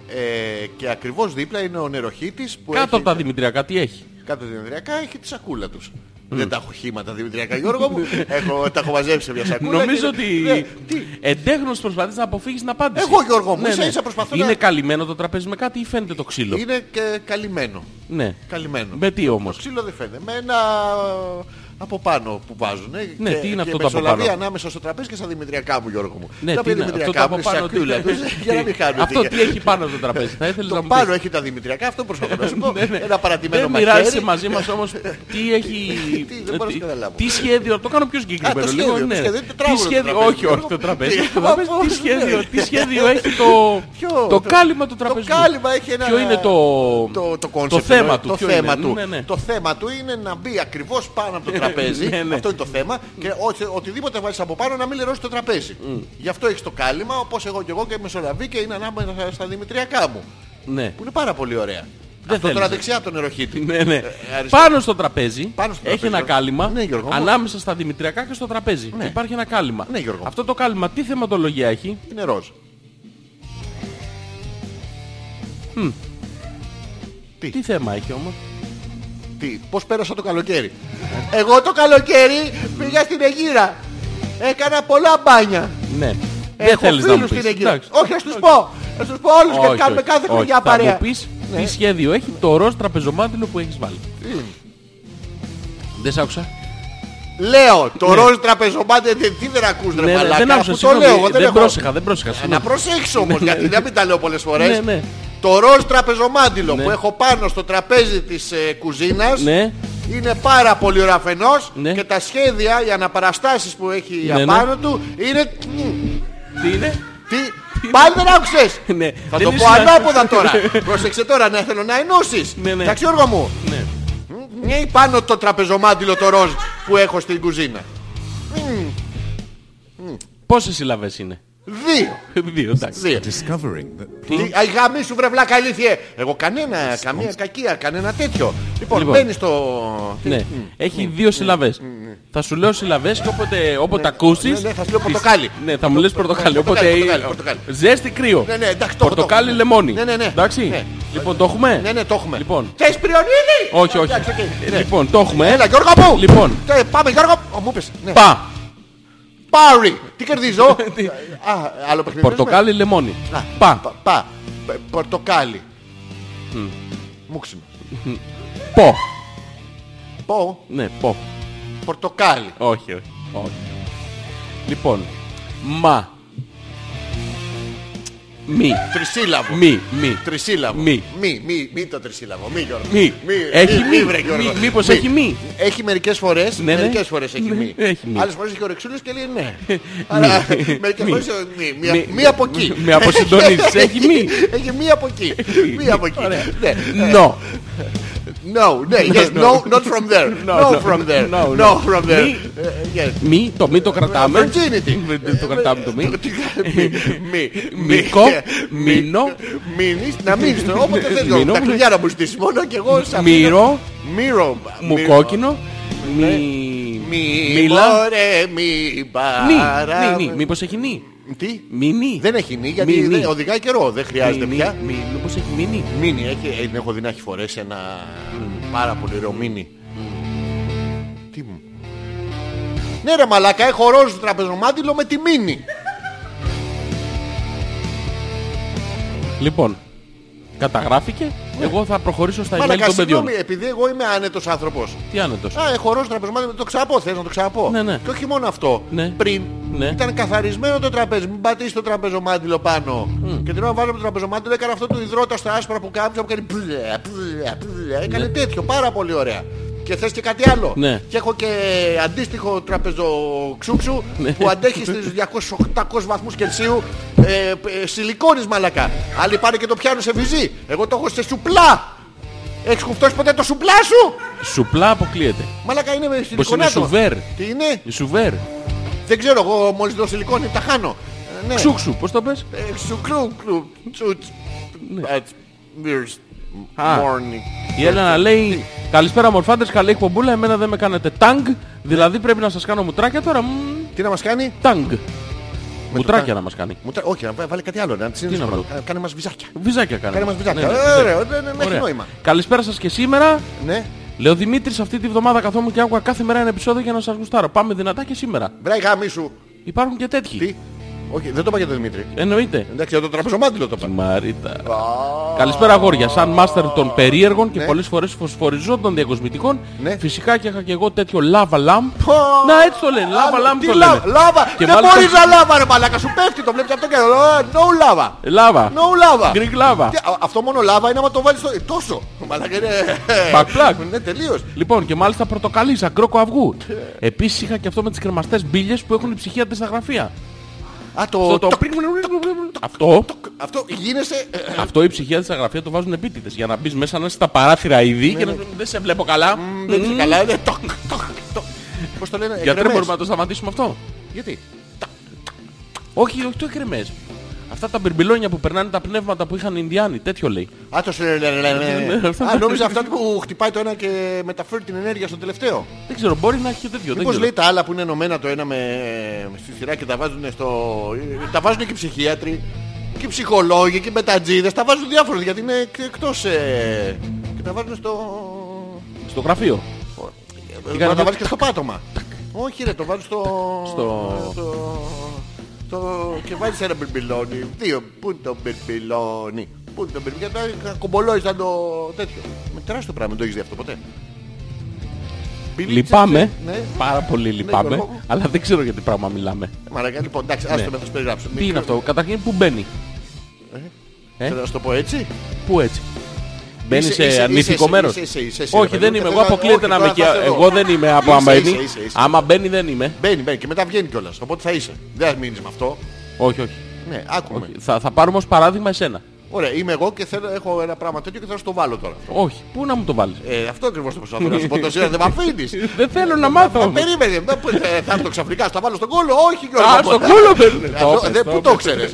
S1: Ε, και ακριβώς δίπλα είναι ο νεροχύτης που έχει...
S2: Κάτω από τα Δημητριακά τι έχει.
S1: Κάτω από τα δημητριακά έχει τη σακούλα τους. Δεν τα έχω χήματα δημητριακά Γιώργο μου. έχω, τα έχω μαζέψει σε μια σακούλα. και-
S2: Νομίζω ότι
S1: Ναι, τι,
S2: εντέχνος προσπαθείς να αποφύγεις την απάντηση. Ναι,
S1: Εγώ, Γιώργο μου, ίσα-ίσα προσπαθώ να-
S2: Είναι καλυμμένο το τραπέζι με κάτι ή φαίνεται το ξύλο.
S1: Είναι και καλυμμένο.
S2: Ναι.
S1: Καλυμμένο.
S2: Με τι
S1: Το
S2: όμως.
S1: ξύλο δεν φαίνεται. Με ένα από πάνω που βάζουν.
S2: Ναι, τι είναι αυτό το από
S1: μεσολαβεί
S2: πάνω?
S1: ανάμεσα στο τραπέζι και στα δημητριακά μου, Γιώργο μου.
S2: Ναι,
S1: τα
S2: τι
S1: οποία
S2: είναι αυτό το
S1: δημητριακά
S2: από
S1: μου είναι
S2: πάνω. τι
S1: σακούλα
S2: είναι.
S1: τους, *laughs* για να μην χάνουν.
S2: Αυτό τι έχει πάνω το τραπέζι. Θα ήθελες να
S1: Το
S2: μου
S1: πάνω
S2: πεις.
S1: έχει τα δημητριακά, αυτό προσπαθώ να σου πω.
S2: Ναι, ναι.
S1: Ένα παρατημένο
S2: Δεν
S1: μαχαίρι.
S2: μοιράζεσαι μαζί μας
S1: *laughs*
S2: όμως τι έχει... ε,
S1: τι, δεν μπορώ να
S2: τι-
S1: καταλάβω.
S2: Τι σχέδιο, το κάνω πιο
S1: Α,
S2: συγκεκριμένο.
S1: το
S2: λίγο,
S1: σχέδιο, το
S2: ναι.
S1: σχέδιο, το
S2: Τι
S1: τράγωνο το
S2: σχέδιο,
S1: τραπέζι,
S2: όχι, όχι
S1: Γιώργο.
S2: το τραπέζι.
S1: Τι-
S2: το τραπέζι,
S1: *laughs* Ω,
S2: Τι
S1: ναι.
S2: σχέδιο, τι σχέδιο έχει το...
S1: Ποιο?
S2: Το κάλυμα του τραπεζιού.
S1: Το κάλυμα έχει ένα.
S2: Ποιο είναι το...
S1: το, το, concept,
S2: Το θέμα
S1: εννοώ.
S2: του.
S1: Το
S2: ποιο
S1: θέμα,
S2: είναι.
S1: του.
S2: Ναι, ναι.
S1: το θέμα του είναι να μπει ακριβώς πάνω από το τραπέζι.
S2: Ναι, ναι.
S1: Αυτό είναι το θέμα. Και οτι- οτιδήποτε βάλεις από πάνω να μην λερώσεις το τραπέζι.
S2: Mm.
S1: Γι' αυτό έχεις το κάλυμα, όπως εγώ και εγώ και η Μεσολαβή και είναι ανάμεσα στα δημητριακά μου.
S2: Ναι.
S1: Που είναι πάρα πολύ ωραία.
S2: Δεν
S1: αυτό τώρα
S2: θέλεις.
S1: δεξιά από τον νεροχύτη.
S2: Ναι, ναι.
S1: Ε, αριστερά.
S2: Πάνω στο τραπέζι
S1: Πάνω στο
S2: έχει
S1: τραπέζι,
S2: ένα
S1: Γιώργο.
S2: κάλυμα
S1: Ναι, Γιώργο μου.
S2: ανάμεσα στα δημητριακά και στο τραπέζι. Υπάρχει ένα κάλυμα.
S1: Ναι, Γιώργο μου.
S2: Αυτό το κάλυμα τι θεματολογία έχει.
S1: Είναι ροζ.
S2: Τι θέμα έχει όμως.
S1: Τι, πώς πέρασα το καλοκαίρι. Εγώ το καλοκαίρι πήγα στην Αιγύρα. Έκανα πολλά μπάνια.
S2: Ναι.
S1: Έχω
S2: Δεν θέλεις να μου
S1: φίλους
S2: πεις.
S1: στην Αιγύρα.
S2: Εντάξει.
S1: Όχι, θα τους πω. Θα τους πω όλους και
S2: Όχι,
S1: κάνουμε
S2: όχι,
S1: κάθε
S2: όχι.
S1: χρονιά
S2: Θα
S1: παρέα.
S2: μου πεις
S1: Ναι.
S2: τι σχέδιο έχει το ροζ τραπεζομάντιλο που έχεις βάλει. Δεν σ' άκουσα.
S1: Λέω, το ροζ τραπεζομάτι δεν- τι δεν ακούς ρε
S2: Ναι, ναι, δεν
S1: μαλάκα.
S2: άκουσα.
S1: Αφού το λέω, εγώ δεν
S2: συγγνώμη. Δεν
S1: έχω. Ε,
S2: πρόσεχα, δεν πρόσεχα.
S1: Να
S2: συγγνώμη.
S1: προσέξω όμως,
S2: Ναι, ναι.
S1: γιατί δεν μην τα λέω πολλές φορές.
S2: Ναι, ναι.
S1: Το ροζ τραπεζομάντιλο
S2: Ναι.
S1: που έχω πάνω στο τραπέζι της ε, κουζίνας
S2: Ναι.
S1: είναι πάρα πολύ ραφενός
S2: Ναι.
S1: και τα σχέδια, οι αναπαραστάσεις που έχει
S2: ναι.
S1: απάνω του είναι...
S2: Τι είναι.
S1: Τι, πάλι δεν άκουσες!
S2: Ναι.
S1: Θα
S2: Δεν
S1: το
S2: ήσουν-
S1: πω ανάποδα τώρα. Πρόσεξε τώρα, ναι, θέλω να ενώσεις.
S2: Ναι, ναι.
S1: Εντάξει, Γιώργο μου.
S2: *laughs* Ναι.
S1: Ναι, πάνω το τραπεζομάντιλο το ροζ που έχω στην κουζίνα.
S2: Πόσες συλλαβές είναι.
S1: Δύο.
S2: Δύο, εντάξει.
S1: Δύο.
S4: Discovering that
S1: Τι, Αϊ γαμί σου βρε βλάκα ηλίθιε. Εγώ κανένα, καμία κακία, κανένα τέτοιο. Λοιπόν,
S2: Λοιπόν.
S1: μπαίνεις στο...
S2: Ναι. Έχει δύο συλλαβές. Θα σου λέω συλλαβές και όποτε, όποτε ακούσεις...
S1: Ναι, ναι, θα σου λέω πορτοκάλι.
S2: Ναι, θα μου λες πορτοκάλι.
S1: Πορτοκάλι,
S2: Οπότε
S1: πορτοκάλι, πορτοκάλι.
S2: ζέστη κρύο.
S1: Ναι, ναι, εντάξει, το έχω, το
S2: Πορτοκάλι
S1: έχω.
S2: λεμόνι.
S1: Ναι, ναι, ναι. Ναι.
S2: Εντάξει. Λοιπόν, το έχουμε.
S1: Ναι, ναι, το έχουμε.
S2: Λοιπόν.
S1: Θες πριονίδι!
S2: Όχι, όχι.
S1: Εντάξει, οκ. Ναι.
S2: Λοιπόν, το έχουμε.
S1: Έλα, Γιώργο μου!
S2: Λοιπόν.
S1: Τε, Πάμε, Γιώργο! Ω, Μου είπες. Ναι.
S2: Πα.
S1: Πάρει! Τι κερδίζω!
S2: *laughs*
S1: Α, άλλο παιχνίδι.
S2: Πορτοκάλι λεμόνι.
S1: ναι, Α,
S2: Πα.
S1: Πα. πα. Πε- Πορτοκάλι. Μούξιμο.
S2: Πο.
S1: Πω.
S2: Ναι, πο.
S1: Πορτοκάλι.
S2: Όχι, όχι. όχι. Λοιπόν, μα. Μη.
S1: Τρισύλλαβος.
S2: Μη, μη.
S1: Τρισύλλαβος.
S2: Μη.
S1: Μη, μη, μη το τρισύλλαβο. Μη, Γιώργο.
S2: Μη. Έχει μη.
S1: βρε, Γιώργο.
S2: Μη, μήπως έχει μη.
S1: Έχει μερικές φορές.
S2: Ναι, ναι.
S1: Μερικές φορές έχει
S2: Ναι,
S1: μη.
S2: έχει μη.
S1: Άλλες φορές έχει ορεξούλες και λέει
S2: *laughs*
S1: ναι. Άρα, μερικές
S2: Μη.
S1: φορές ε, μη. Μία-
S2: Μη.
S1: Μία από εκεί. *laughs*
S2: Με αποσυντονίζεις. Έχει μη.
S1: Έχει μία από εκεί. Μία από εκεί. Ναι.
S2: Νο.
S1: No, ναι,
S2: *laughs*
S1: yes, no, not from there.
S2: No,
S1: No
S2: no,
S1: from there.
S2: no, no.
S1: No from there.
S2: Μη.
S1: Ε, yes.
S2: Μη, το μη το κρατάμε.
S1: Virginity. Ε,
S2: Δεν το κρατάμε το μη.
S1: Τι κάνει, μη, μη,
S2: Μικό, μείνω.
S1: Μείνεις, να μείνεις τώρα, όποτε θες Γιώργο.
S2: Μείνω,
S1: Τα
S2: μου.
S1: κλειδιά να μου ζητήσεις μόνο και εγώ σε αφήνω.
S2: Μύρο,
S1: Μύρο.
S2: μου
S1: μύρο.
S2: κόκκινο. Μη.
S1: ε, Μη
S2: Μίλα.
S1: μωρέ, μη
S2: Νι.
S1: παρά-
S2: Νι, νι. Μήπως έχει νι.
S1: Τι,
S2: Μηνύ.
S1: δεν έχει νη γιατί
S2: Μηνύ.
S1: δεν- οδηγάει καιρό, δεν χρειάζεται πια.
S2: Μη, μήπως έχει μηνύ.
S1: Μήνυ, έχει, ε, την έχω δει να έχει φορέσει ένα πάρα πολύ ωραίο μήνυ. Τι μου. Ναι ρε μαλάκα, έχω ροζ τραπεζομάντιλο με τη μήνυ.
S2: Λοιπόν, καταγράφηκε. Εγώ θα προχωρήσω στα email
S1: Μαλάκα,
S2: των παιδιών.
S1: Ναι. συγγνώμη, επειδή εγώ είμαι άνετος άνθρωπος.
S2: Τι άνετος.
S1: Α, έχω ροζ τραπεζομάντιλο, το ξαπώ, θες να το ξαπώ.
S2: Ναι, ναι.
S1: Και όχι μόνο αυτό.
S2: Ναι.
S1: Πριν
S2: Ναι.
S1: ήταν καθαρισμένο το τραπέζι, μην πατήσεις το τραπεζομάντιλο πάνω. Και την ώρα βάζαμε το τραπεζομάντιλο, έκανε αυτό το υδρότα στα άσπρα που κάμψα που κάνει πλε, πλε, πλε. Έκανε τέτοιο, πάρα πολύ ωραία. Και θες και κάτι άλλο.
S2: Ναι.
S1: Και έχω και αντίστοιχο τραπεζοξούξου
S2: Ναι.
S1: που αντέχει στις 200-800 βαθμούς Κελσίου ε, ε, σιλικόνης μαλακά. Άλλοι πάνε και το πιάνουν σε βυζί. Εγώ το έχω σε σουπλά. Έχεις κουφτώσει ποτέ το σουπλά σου.
S2: Σουπλά αποκλείεται.
S1: Μαλακά είναι με
S2: Πως είναι
S1: σιλικονάτο.
S2: σουβέρ.
S1: Τι είναι,
S2: Η Σουβέρ.
S1: Ναι. δεν ξέρω, εγώ μόλις δω σιλικόνη τα χάνω. Ε, ναι.
S2: Ξούξου, πώς το πες.
S1: Ε, Σου κρου κρου τσουτς. At beers
S2: Ναι. Α.
S1: morning.
S2: Η Έλενα λέει
S1: ε.
S2: Καλησπέρα μορφάντες, καλή εκπομπούλα, εμένα δεν με κάνετε τάγκ, δηλαδή πρέπει να σας κάνω μουτράκια τώρα. μμμ,
S1: Τι να μας κάνει,
S2: Τάγκ.
S1: τάγκ.
S2: Μουτράκια να μας κάνει.
S1: Μου τα- όχι, να βά- βάλει κάτι άλλο, να της είναι
S2: Τι να
S1: δύσκολο.
S2: βάλω.
S1: Κα- Κάνε μας βυζάκια.
S2: Βυζάκια
S1: Κάνε
S2: κάναμε.
S1: μας βυζάκια.
S2: Ναι, ναι.
S1: Ε, Ωραίο, δεν δεν έχει
S2: Ωραία.
S1: νόημα.
S2: Καλησπέρα σας και σήμερα.
S1: Ναι.
S2: Λέω Δημήτρης, αυτή τη βδομάδα καθόμουν και άκουγα κάθε μέρα ένα επεισόδιο για να σας γουστάρω. Πάμε δυνατά και σήμερα.
S1: Βράει γάμι σου.
S2: Υπάρχουν και τέτοιοι.
S1: Τι. Όχι, δεν το είπα για τον Δημήτρη.
S2: Εννοείται.
S1: Εντάξει, για το τραπεζομάντιλο το είπα.
S2: Μαρίτα. Καλησπέρα αγόρια. Σαν μάστερ των περίεργων και πολλές φορές φωσφοριζόντων διακοσμητικών.
S1: Ναι.
S2: Φυσικά και είχα και εγώ τέτοιο λάβα λάμπ.
S1: Πω.
S2: Να έτσι το λένε. Λάβα
S1: Άλλο,
S2: λάμπ
S1: τι
S2: το
S1: λα-
S2: λένε.
S1: Λάβα.
S2: Και
S1: Δεν
S2: μάλιστα-
S1: μπορείς να λάβα ρε μαλάκα, σου πέφτει το βλέπεις αυτό και... Ε, No λάβα.
S2: Λάβα.
S1: No λάβα.
S2: Greek λάβα.
S1: Τι, α- Αυτό μόνο λάβα είναι άμα το βάλεις στο... ε, τόσο. Μαλάκα είναι...
S2: Back plug.
S1: *laughs* Ναι, τελείως.
S2: Λοιπόν, και μάλιστα πορτοκαλί, σαν κρόκο αυγού. Επίσης είχα και αυτό με τις κρεμαστές μπύλες που έχουν οι ψυχίατες στα γραφεία.
S1: Α, το...
S2: Αυτό το-
S1: το-
S2: Αυτό,
S1: Αυτό γίνεσαι... ε, ε,
S2: αυτό οι ψυχίατες στα γραφεία το βάζουν επίτηδες για να μπεις μέσα να είσαι στα παράθυρα ήδη και να δεν σε βλέπω καλά.
S1: Δεν είσαι καλά, είναι... τοκ, τοκ, τοκ. Πώς το λένε,
S2: Γιατρέ
S1: εκρεμές.
S2: μπορούμε να το σταματήσουμε αυτό.
S1: Γιατί.
S2: Όχι, όχι το εκρεμές. Αυτά τα μπερμπυλόνια που περνάνε τα πνεύματα που είχαν οι Ινδιάνοι, τέτοιο λέει.
S1: Α, το σε... λε- λε- λε- λε-
S2: Ναι, αυτά-
S1: Α, νόμιζα αυτά που χτυπάει το ένα και μεταφέρει την ενέργεια στο τελευταίο.
S2: Δεν ξέρω, μπορεί να έχει και τέτοιο. Δεν
S1: Μήπως
S2: ξέρω.
S1: λέει τα άλλα που είναι ε, ενωμένα το ένα με... στη σειρά και τα βάζουν στο... Τα βάζουν και οι ψυχίατροι. και οι ψυχολόγοι και οι μετατζίδες τα βάζουν διάφορα γιατί είναι εκτός... Ε, και τα βάζουν στο...
S2: Στο γραφείο.
S1: Ε, Μα
S2: κάναμε
S1: τα
S2: τακ,
S1: βάζεις και στο πάτωμα. Όχι ρε, το βάζεις στο...
S2: Στο-
S1: στο- στο- Και βάζεις ένα μπιμπιλόνι. Δύο. Πού το μπιμπιλόνι. Πού το μπιμπιλόνι. Γιατί να κομπολόεις να το τέτοιο. Με τεράστιο πράγμα, δεν το έχεις δει αυτό ποτέ.
S2: Λυπάμαι.
S1: Ναι.
S2: Πάρα πολύ λυπάμαι.
S1: Γιώργο.
S2: αλλά δεν ξέρω για τι πράγμα μιλάμε.
S1: Μαρακα, λοιπόν, εντάξει, άστο με, θα σου περιγράψω.
S2: Ναι. Τι είναι αυτό. Καταρχήν που μπαίνει. ε?
S1: Θέλω να σου το πω έτσι.
S2: Πού έτσι. Μπαίνει
S1: Είσαι- είσαι-
S2: σε αρνητικό
S1: είσαι-
S2: μέρος.
S1: είσαι- είσαι- είσαι- είσαι, ρε
S2: Όχι,
S1: παιδί
S2: δεν
S1: μου,
S2: είμαι.
S1: και
S2: Εγώ
S1: θέλω-
S2: αποκλείεται
S1: όχι,
S2: να
S1: τώρα
S2: είμαι και.
S1: θα θέλω.
S2: Εγώ δεν είμαι από
S1: Είσαι,
S2: άμα
S1: είσαι,
S2: μπαίνει.
S1: είσαι, είσαι.
S2: Άμα μπαίνει δεν είμαι.
S1: Μπαίνει, μπαίνει και μετά βγαίνει κιόλας. Οπότε θα είσαι. Δεν θα μείνεις με αυτό.
S2: Όχι, όχι.
S1: Ναι, άκουμε.
S2: Όχι. Θα, θα πάρουμε ως παράδειγμα εσένα.
S1: Ωραία, είμαι εγώ και θέλω, έχω ένα πράγμα τέτοιο και θέλω να σου το βάλω τώρα.
S2: Όχι. Πού να μου το βάλεις.
S1: Ε, αυτό ακριβώς το προσπαθώ να σου πω τόση ώρα, δεν με αφήνεις.
S2: *laughs* Δεν θέλω να μάθω.
S1: Μα Ε, περίμενε, δεν μπορεί- ε, θα έρθω ξαφνικά, στα βάλω στον κόλο, όχι Γιώργο.
S2: Α, στον κόλλο
S1: Ε,
S2: παίρνουν.
S1: αυτό- δεν- Πού το ξέρεις.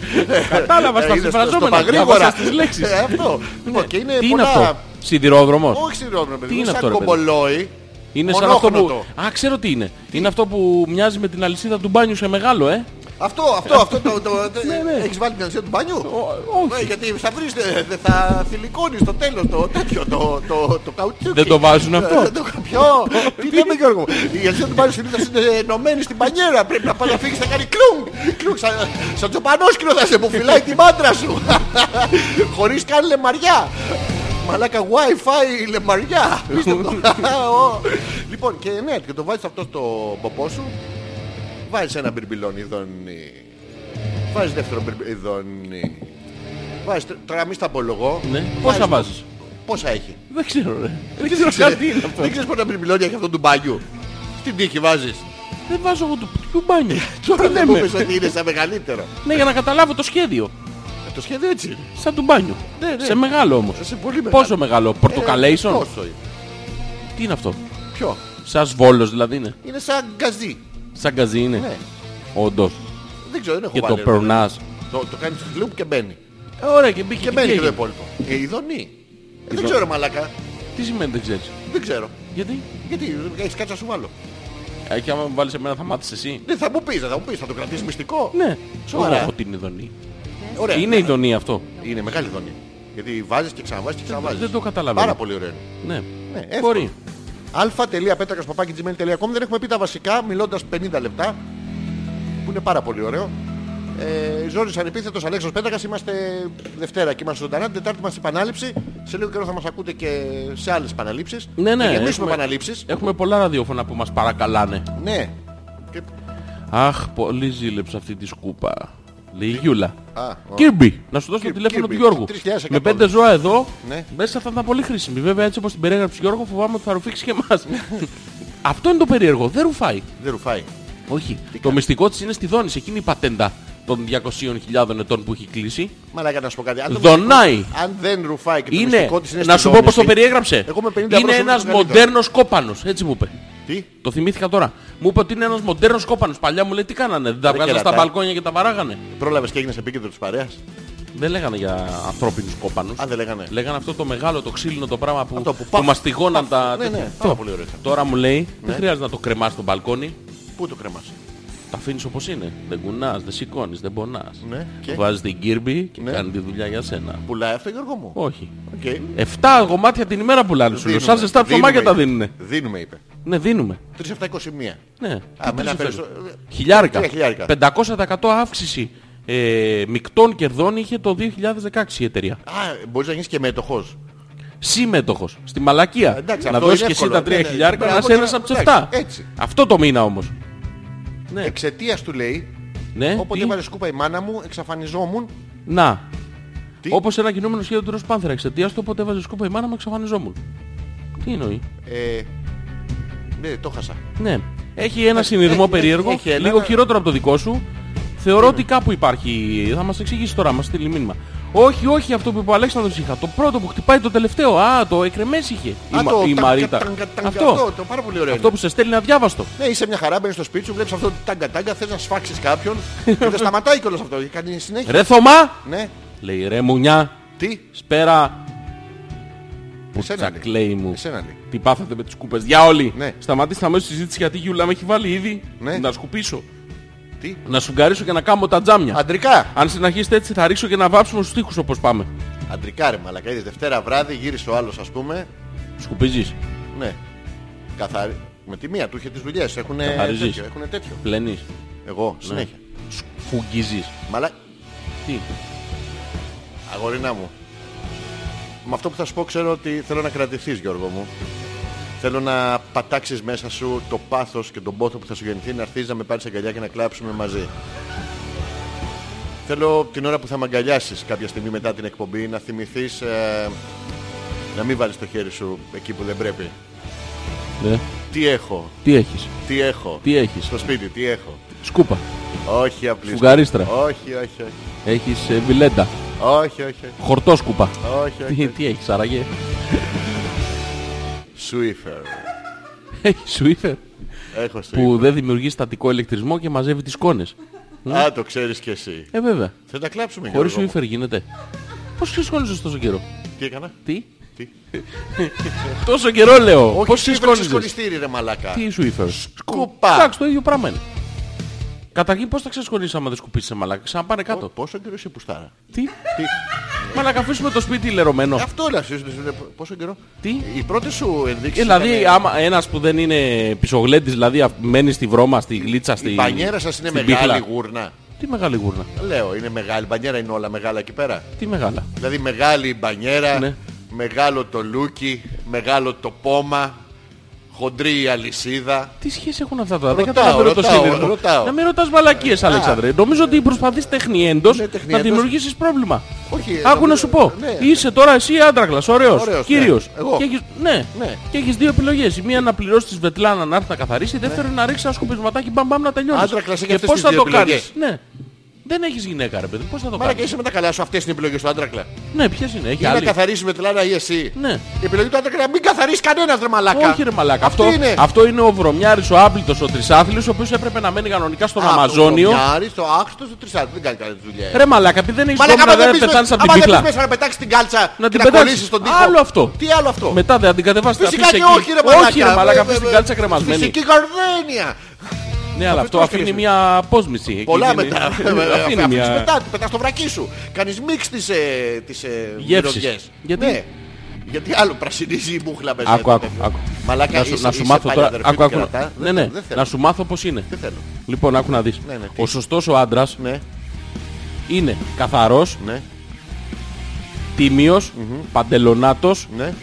S2: Κατάλαβα στα
S1: Ε, είναι στο-
S2: συμφραζόμενα.
S1: στο παγρήγορα.
S2: διάβασα στις λέξεις.
S1: Ε, Αυτό. Λοιπόν, και είναι
S2: Τι είναι
S1: πολλά-
S2: αυτό. Σιδηρόδρομος.
S1: Όχι συγγνώμη, παιδί
S2: Τι
S1: μου,
S2: είναι
S1: σαν
S2: αυτό, ρε παιδί.
S1: κομπολόι.
S2: Είναι σαν αυτό που...
S1: μονόχνοτο.
S2: Α, ξέρω τι είναι. Είναι αυτό που μοιάζει με την αλυσίδα του μπάνιου σε μεγάλο, ε.
S1: Αυτό, αυτό, αυτό το... το- το-
S2: Ναι, ναι.
S1: Έχεις βάλει την αλυσίδα του μπανιού.
S2: Ο-
S1: Ναι,
S2: όχι.
S1: γιατί θα βρεις, ε, δε- θα θηλυκώνεις το τέλος το τέτοιο, το, το, το καουτσούκι.
S2: Δεν το βάζουν αυτό.
S1: Ε, δεν το- Ποιο, τι λέμε Γιώργο μου. Η αλυσίδα του μπανιού συνήθως είναι ενωμένη στην πανιέρα. Πρέπει να πας να φύγεις να κάνει κλουγκ. Κλουγκ, σαν, σαν τσοπανόσκυλο θα σε που φυλάει τη μάντρα σου. *laughs* Χωρίς καν λεμαριά. Μαλάκα Wi-Fi λεμαριά.
S2: *laughs*
S1: Πίστευτο. Ω. λοιπόν και ναι, και το βάζεις αυτό στο ποπό σου. Βάζεις ένα μπιρμπιλόνι δόνι. Βάζεις δεύτερο μπιρμπιδόνι. Βάζεις τε- τώρα μη στα απολογώ.
S2: Ναι. Πόσα βάζεις?
S1: Πόσα έχει.
S2: Δεν ξέρω, ρε. Δεν ξέρω καν τι είναι αυτό.
S1: Δεν ξέρεις πόσα μπιρμπιλόνια έχει αυτό του μπάνιου. Στην τύχη βάζεις.
S2: Δεν βάζω εγώ του του
S1: *laughs*
S2: μπάνιου.
S1: Τώρα
S2: Τι
S1: δεν μου
S2: λέμε.
S1: πες ότι είναι σαν μεγαλύτερο.
S2: Ναι, για να καταλάβω το σχέδιο.
S1: Ε, Το σχέδιο έτσι είναι.
S2: Σαν του μπάνιου.
S1: Ναι, ναι.
S2: Σε μεγάλο όμως.
S1: Σε πολύ μεγάλο.
S2: Πόσο μεγάλο.
S1: Ε,
S2: Πορτοκαλέισον.
S1: τόσο είναι.
S2: Τι είναι αυτό.
S1: Ποιο.
S2: Σαν βόλος δηλαδή είναι.
S1: Είναι σαν γκαζί.
S2: Σαν καζί
S1: Ναι.
S2: είναι. Όντως.
S1: Δεν ξέρω, δεν έχω
S2: Και το
S1: βάλει.
S2: περνάς.
S1: Το, το κάνεις κλουμπ και μπαίνει.
S2: Ε, Ωραία και μπήκε
S1: Και
S2: και τι
S1: μπαίνει και το
S2: έγινε.
S1: υπόλοιπο. Ε, η δονή. Ε, δεν
S2: δο-
S1: ξέρω μαλακά.
S2: Τι σημαίνει δεν ξέρεις.
S1: Δεν ξέρω.
S2: Γιατί.
S1: Γιατί έχεις κάτσα σου βάλω.
S2: Ε, και άμα μου βάλεις εμένα θα μάθεις εσύ.
S1: Ναι, θα μου πεις, θα μου πεις, θα το κρατήσεις μυστικό.
S2: Ναι.
S1: Σοβαρά. Ε, ναι.
S2: Εγώ έχω την ειδονή.
S1: Ωραία.
S2: Είναι ειδονή αυτό.
S1: Είναι μεγάλη δονή. Γιατί βάζεις και ξαναβάζεις και ξαναβάζεις.
S2: δεν το καταλαβαίνω.
S1: Πάρα πολύ ωραίο. είναι.
S2: Ναι.
S1: Ναι, εύκολο.
S2: Μπορεί.
S1: α.πέτρακας.gmail.com Δεν έχουμε πει τα βασικά, μιλώντας 50 λεπτά, που είναι πάρα πολύ ωραίο. Ε, Ζόρις Ανεπίθετος, Αλέξος Πέτρακας, είμαστε Δευτέρα και είμαστε ζωντανά, την Τετάρτη μας επανάληψη. Σε λίγο καιρό θα μας ακούτε και σε άλλες επαναλήψεις.
S2: Ναι, ναι.
S1: Θα γεμίσουμε
S2: έχουμε-
S1: επαναλήψεις.
S2: Έχουμε πολλά ραδιόφωνα που μας παρακαλάνε.
S1: Ναι. Και...
S2: Αχ, πολύ ζήλεψα αυτή τη σκούπα. Λέει η Γιούλα.
S1: Α, ω.
S2: Κίρμπι, να σου δώσω το
S1: Κίρμπι,
S2: τηλέφωνο
S1: Κίρμπι.
S2: του Γιώργου.
S1: 3.100.
S2: Με πέντε ζώα εδώ,
S1: Ναι.
S2: μέσα θα ήταν πολύ χρήσιμη. Βέβαια, έτσι όπως την περιέγραψε ο Γιώργο, φοβάμαι ότι θα ρουφήξει και εμάς. *laughs* Αυτό είναι το περίεργο. Δεν ρουφάει.
S1: Δεν ρουφάει.
S2: Όχι. Το μυστικό της είναι στη δόνηση. Εκείνη η πατέντα των 200.000 ετών που έχει κλείσει.
S1: Μαλάκα να σου πω κάτι. Αν το
S2: Δονάει.
S1: μυστικό- Αν δεν ρουφάει και το
S2: Είναι,
S1: μυστικό της είναι
S2: να
S1: στη
S2: σου πω πώς το
S1: δόνηση.
S2: περιέγραψε.
S1: Εγώ με 50
S2: Είναι
S1: ευρώ
S2: ένας
S1: το καλύτερο.
S2: μοντέρνος κόπανος. Έτσι μου είπε.
S1: Τι.
S2: Το θυμήθηκα τώρα. Μου είπε ότι είναι ένας μοντέρνος κόπανος. Παλιά μου λέει τι κάνανε. Δεν τα βγάζανε στα
S1: κερατά.
S2: μπαλκόνια και τα βαράγανε.
S1: Πρόλαβες και έγινες επίκεντρο της παρέας.
S2: Δεν λέγανε για ανθρώπινους κόπανους.
S1: Α, δεν λέγανε. ναι.
S2: Λέγανε αυτό το μεγάλο, το ξύλινο το πράγμα που,
S1: Αυτό που
S2: που,
S1: παφ,
S2: μαστιγώναν
S1: παφ.
S2: τα...
S1: Ναι, ναι,
S2: τέτοια.
S1: πάρα πολύ Ναι. ωραίο ήταν.
S2: Τώρα μου λέει, δεν χρειάζεται να το κρεμάς στο μπαλκόνι.
S1: Πού το κρεμάς.
S2: Τα αφήνεις όπως είναι. Δεν κουνάς, δεν σηκώνεις, δεν πονάς.
S1: Ναι, και?
S2: Το βάζεις την κύρμπη και
S1: Ναι.
S2: κάνει τη δουλειά για σένα.
S1: Πουλάει αυτό Γιώργο μου.
S2: Όχι.
S1: Okay.
S2: Εφτά γομμάτια την ημέρα πουλάνε σου. λέω. Σαν ζεστά ψωμάκια τα δίνουνε.
S1: Δίνουμε είπε.
S2: Ναι, δίνουμε.
S1: 3721.
S2: Ναι.
S1: Α, με
S2: Τι τους
S1: ένα
S2: συμφέρει.
S1: περισσότερο.
S2: Χιλιάρικα.
S1: Τρία χιλιάρικα.
S2: 500% αύξηση ε, μεικτών κερδών είχε το 2016 η εταιρεία.
S1: Α, μπορείς να γίνεις και μέτοχος.
S2: Σύμμετοχος. Στη μαλακία.
S1: Ε, Εντάξει,
S2: να
S1: αυτό
S2: δώσεις
S1: είναι
S2: και εσύ
S1: εύκολο.
S2: τα 3
S1: Ναι, ναι.
S2: χιλιάρικα να
S1: Μπράβο,
S2: είσαι ένας
S1: και-
S2: από τους
S1: εντάξει,
S2: 7.
S1: έτσι.
S2: Αυτό το μήνα όμως. Ναι.
S1: Εξαιτίας του λέει,
S2: ναι.
S1: όποτε
S2: τι?
S1: έβαλες σκούπα η μάνα μου, εξαφανιζόμουν.
S2: Να.
S1: Τι?
S2: Όπως ένα κινούμενο σχέδιο του Ροσπάνθερα εξαιτίας του όποτε έβαζε σκούπα η μάνα μου εξαφανιζόμουν. Τι εννοεί.
S1: Ε, ναι, το χάσα.
S2: Ναι. Έχει ένα
S1: Έχει-
S2: συνειδημό
S1: έχει-
S2: περίεργο,
S1: έχει ένα- Ναι.
S2: λίγο χειρότερο από το δικό σου. Θεωρώ ότι κάπου υπάρχει. Θα μας εξηγήσει τώρα, μας στείλει μήνυμα. Όχι, όχι αυτό που είπε ο Αλέξανδρος είχα. Το πρώτο που χτυπάει το τελευταίο. Α, το εκρεμές είχε. Η,
S1: Α,
S2: Μα-
S1: το
S2: η
S1: τάγκα,
S2: Μαρίτα.
S1: τάγκα, τάγκα,
S2: αυτό.
S1: Το πάρα πολύ ωραίο.
S2: Αυτό
S1: είναι.
S2: που σε στέλνει αδιάβαστο.
S1: Ναι, είσαι μια χαρά, μπαίνεις στο σπίτι σου, βλέπεις αυτό το τάγκα τάγκα, θες να σφάξεις
S2: *laughs*
S1: κάποιον και δεν σταματάει κιόλας αυτό. Και κάνει συνέχεια.
S2: Ρε Θωμά!
S1: Ναι,
S2: Λέει ρε μουνιά,
S1: τι,
S2: σπέρα. Που
S1: Εσένα λέει.
S2: τσακλέει μου.
S1: εσένα λέει.
S2: Τι πάθατε με τις κούπες. Για όλοι.
S1: Ναι.
S2: Σταματήστε αμέσως τη συζήτηση γιατί η Γιούλα με έχει βάλει ήδη
S1: Ναι.
S2: να σκουπίσω.
S1: Τι.
S2: Να σουγκαρίσω και να κάνω τα τζάμια.
S1: Αντρικά.
S2: Αν συνεχίσετε έτσι θα ρίξω και να βάψουμε στους τοίχους όπως πάμε.
S1: Αντρικά ρε μαλακά. Είδες Δευτέρα βράδυ γύρισε ο άλλος ας πούμε.
S2: Σκουπίζεις,
S1: Ναι. Καθαρι... Με τη μία του είχε τις δουλειές. Έχουν
S2: Καθαρίζεις. ναι.
S1: τέτοιο. Έχουν τέτοιο.
S2: πλένεις,
S1: Εγώ συνέχεια.
S2: φουγγίζεις.
S1: Μαλα...
S2: Τι.
S1: Αγορινά μου. Με αυτό που θα σου πω ξέρω ότι θέλω να κρατηθείς Γιώργο μου. Θέλω να πατάξεις μέσα σου το πάθος και τον πόθο που θα σου γεννηθεί να έρθεις να με πάρεις αγκαλιά και να κλάψουμε μαζί. Θέλω την ώρα που θα με αγκαλιάσεις κάποια στιγμή μετά την εκπομπή να θυμηθείς ε, να μην βάλεις το χέρι σου εκεί που δεν πρέπει.
S2: Ναι.
S1: Τι έχω,
S2: Τι έχεις,
S1: τι έχω.
S2: τι έχεις.
S1: Στο σπίτι, τι έχω.
S2: Σκούπα.
S1: Όχι απλή.
S2: Φουγγαρίστρα.
S1: Όχι, όχι, όχι.
S2: Έχεις ε, βιλέτα.
S1: Όχι, όχι, όχι.
S2: Χορτόσκουπα.
S1: όχι, όχι.
S2: Τι, τι έχεις άραγε.
S1: Σουίφερ.
S2: Έχεις σουίφερ
S1: Έχω Σουίφερ.
S2: που δεν δημιουργείς στατικό ηλεκτρισμό και μαζεύει τις σκόνες.
S1: Α, το ξέρεις κι εσύ.
S2: Ε βέβαια.
S1: Θα τα κλάψουμε
S2: Χωρίς
S1: Γιώργο μου.
S2: σουίφερ γίνεται. Πώς ξεσκόνιζες τόσο καιρό.
S1: Τι έκανα. *laughs*
S2: Τι.
S1: Τι.
S2: Τόσο καιρό λέω. Πώς
S1: Όχι, σουίφερ
S2: ξεσκόνιζες.
S1: ξεσκονιστήρι ρε μαλακά.
S2: Τι σουίφερ.
S1: Σκούπα.
S2: Εντάξει το ίδιο πράγμα είναι. Καταρχήν πώς θα ξεσκονίσεις άμα δεν σκουπίσεις σε μαλάκα. Ξαναπάνε κάτω.
S1: Πόσο καιρό είσαι πουστάρα.
S2: Τι.
S1: Τι. Ε,
S2: Μαλάκα αφήσουμε το σπίτι λερωμένο.
S1: Αυτό όλα σου είναι. Πόσο καιρό.
S2: Τι.
S1: Οι πρώτες σου ενδείξεις.
S2: Ε, δηλαδή,
S1: ήταν,
S2: άμα ένας που δεν είναι πισογλέντης, δηλαδή α- μένει στη βρώμα, στη γλίτσα, στη.
S1: Η πανιέρα σας είναι
S2: στην
S1: μεγάλη
S2: πίχλα.
S1: γούρνα.
S2: Τι μεγάλη γούρνα.
S1: Λέω, είναι μεγάλη. Η μπανιέρα είναι όλα μεγάλα εκεί πέρα.
S2: Τι μεγάλα.
S1: Δηλαδή μεγάλη η μπανιέρα,
S2: Ναι.
S1: μεγάλο το λούκι, μεγάλο το πόμα, χοντρή η αλυσίδα.
S2: Τι σχέση έχουν αυτά τώρα, δεν
S1: Ρωτάω,
S2: καταλαβαίνω το
S1: ρωτάω,
S2: σύνδεσμο.
S1: ρωτάω.
S2: Να μην ρωτάς μαλακίες, Αλέξανδρε. Νομίζω ότι προσπαθείς τεχνιέντος
S1: Ναι,
S2: να
S1: τεχνιέντος.
S2: δημιουργήσεις πρόβλημα.
S1: Όχι, ε,
S2: Άκου να
S1: νομίζω-
S2: σου πω.
S1: ναι.
S2: Είσαι τώρα εσύ άντρακλας, ωραίος,
S1: Ωραίος, ναι.
S2: κύριος.
S1: Εγώ.
S2: Και έχεις, ναι.
S1: Ναι.
S2: Και έχεις δύο επιλογές. Η μία να πληρώσεις τη Σβετλάνα να έρθει να καθαρίσει, η δεύτερη να ρίξεις ένα σκουπισματάκι μπαμ μπαμ να τελειώνεις.
S1: Ναι. Άντρακλας, έχεις αυτές
S2: πώς
S1: τις
S2: θα
S1: δύο
S2: το κάνεις.
S1: επιλογές.
S2: Ναι. Δεν έχεις γυναίκα ρε παιδί, πώς θα το
S1: Μάρα και
S2: κάνεις.
S1: είσαι με τα καλά σου, αυτές είναι οι επιλογές του άντρακλα.
S2: Ναι, ποιες είναι, έχει
S1: Ή να
S2: άλλη.
S1: καθαρίσει με τλάνα ή εσύ.
S2: Ναι.
S1: Η επιλογή του άντρακλα είναι να μην καθαρίσει κανένας ρε μαλάκα.
S2: Όχι ρε μαλάκα.
S1: Αυτή
S2: Αυτό,
S1: είναι.
S2: αυτό είναι ο Βρωμιάρης, ο Άπλητος, ο Τρισάθλιος, ο οποίος έπρεπε να μένει κανονικά στον
S1: Α,
S2: Αμαζόνιο.
S1: Το Μιάρι, το άξιτο, το τρισάρι. Δεν κάνει καλή δουλειά.
S2: Ρε μαλάκα, επειδή δεν έχεις
S1: Μαλάκα,
S2: κόμμα
S1: άμα
S2: να
S1: δεν πεις
S2: πετάνεις
S1: μέσα-
S2: από
S1: άμα
S2: την
S1: δεν
S2: πύχλα.
S1: πεις μέσα να πετάξεις την κάλτσα
S2: Να
S1: και
S2: την
S1: να κολλήσεις
S2: πετάξεις.
S1: στον τοίχο.
S2: Άλλο αυτό.
S1: Τι άλλο αυτό.
S2: Μετά δεν την κατεβάσεις, τα
S1: Φυσικά
S2: αφήσεις
S1: και
S2: εκεί.
S1: όχι ρε μαλάκα.
S2: Όχι ρε μαλάκα, αφήσεις την
S1: Ε,
S2: κάλτσα
S1: ε,
S2: κρεμασμένη.
S1: Φυσική καρδένια.
S2: Ναι, αλλά αυτό
S1: το
S2: αφήνει
S1: αφήνεις.
S2: μια απόσμηση. Εκεί
S1: Πολλά
S2: δεν είναι-
S1: μετά.
S2: *laughs* Αφήνει
S1: Αφήνει
S2: μια...
S1: μετά, πετάς στο βρακί σου. Κάνεις μίξ τις, ε, τις ε,
S2: Γεύσεις.
S1: μυρωδιές.
S2: Γιατί?
S1: Ναι. Γιατί άλλο πρασινίζει η μπούχλα μέσα.
S2: Άκου, άκου,
S1: τέτοιο.
S2: άκου.
S1: Μαλάκα,
S2: να σου,
S1: είσαι-
S2: να σου
S1: είσαι
S2: μάθω τώρα.
S1: παλιαδερφή
S2: Άκου,
S1: του
S2: άκου.
S1: κερατά.
S2: Ναι,
S1: Δεν-
S2: ναι.
S1: Δεν θέλω.
S2: Να σου μάθω πώς είναι.
S1: Δεν θέλω.
S2: Λοιπόν, άκου να δεις.
S1: Ναι, ναι, τι.
S2: Ο σωστός ο άντρας
S1: Ναι,
S2: είναι καθαρός,
S1: ναι,
S2: τίμιος, παντελονάτος
S1: ναι.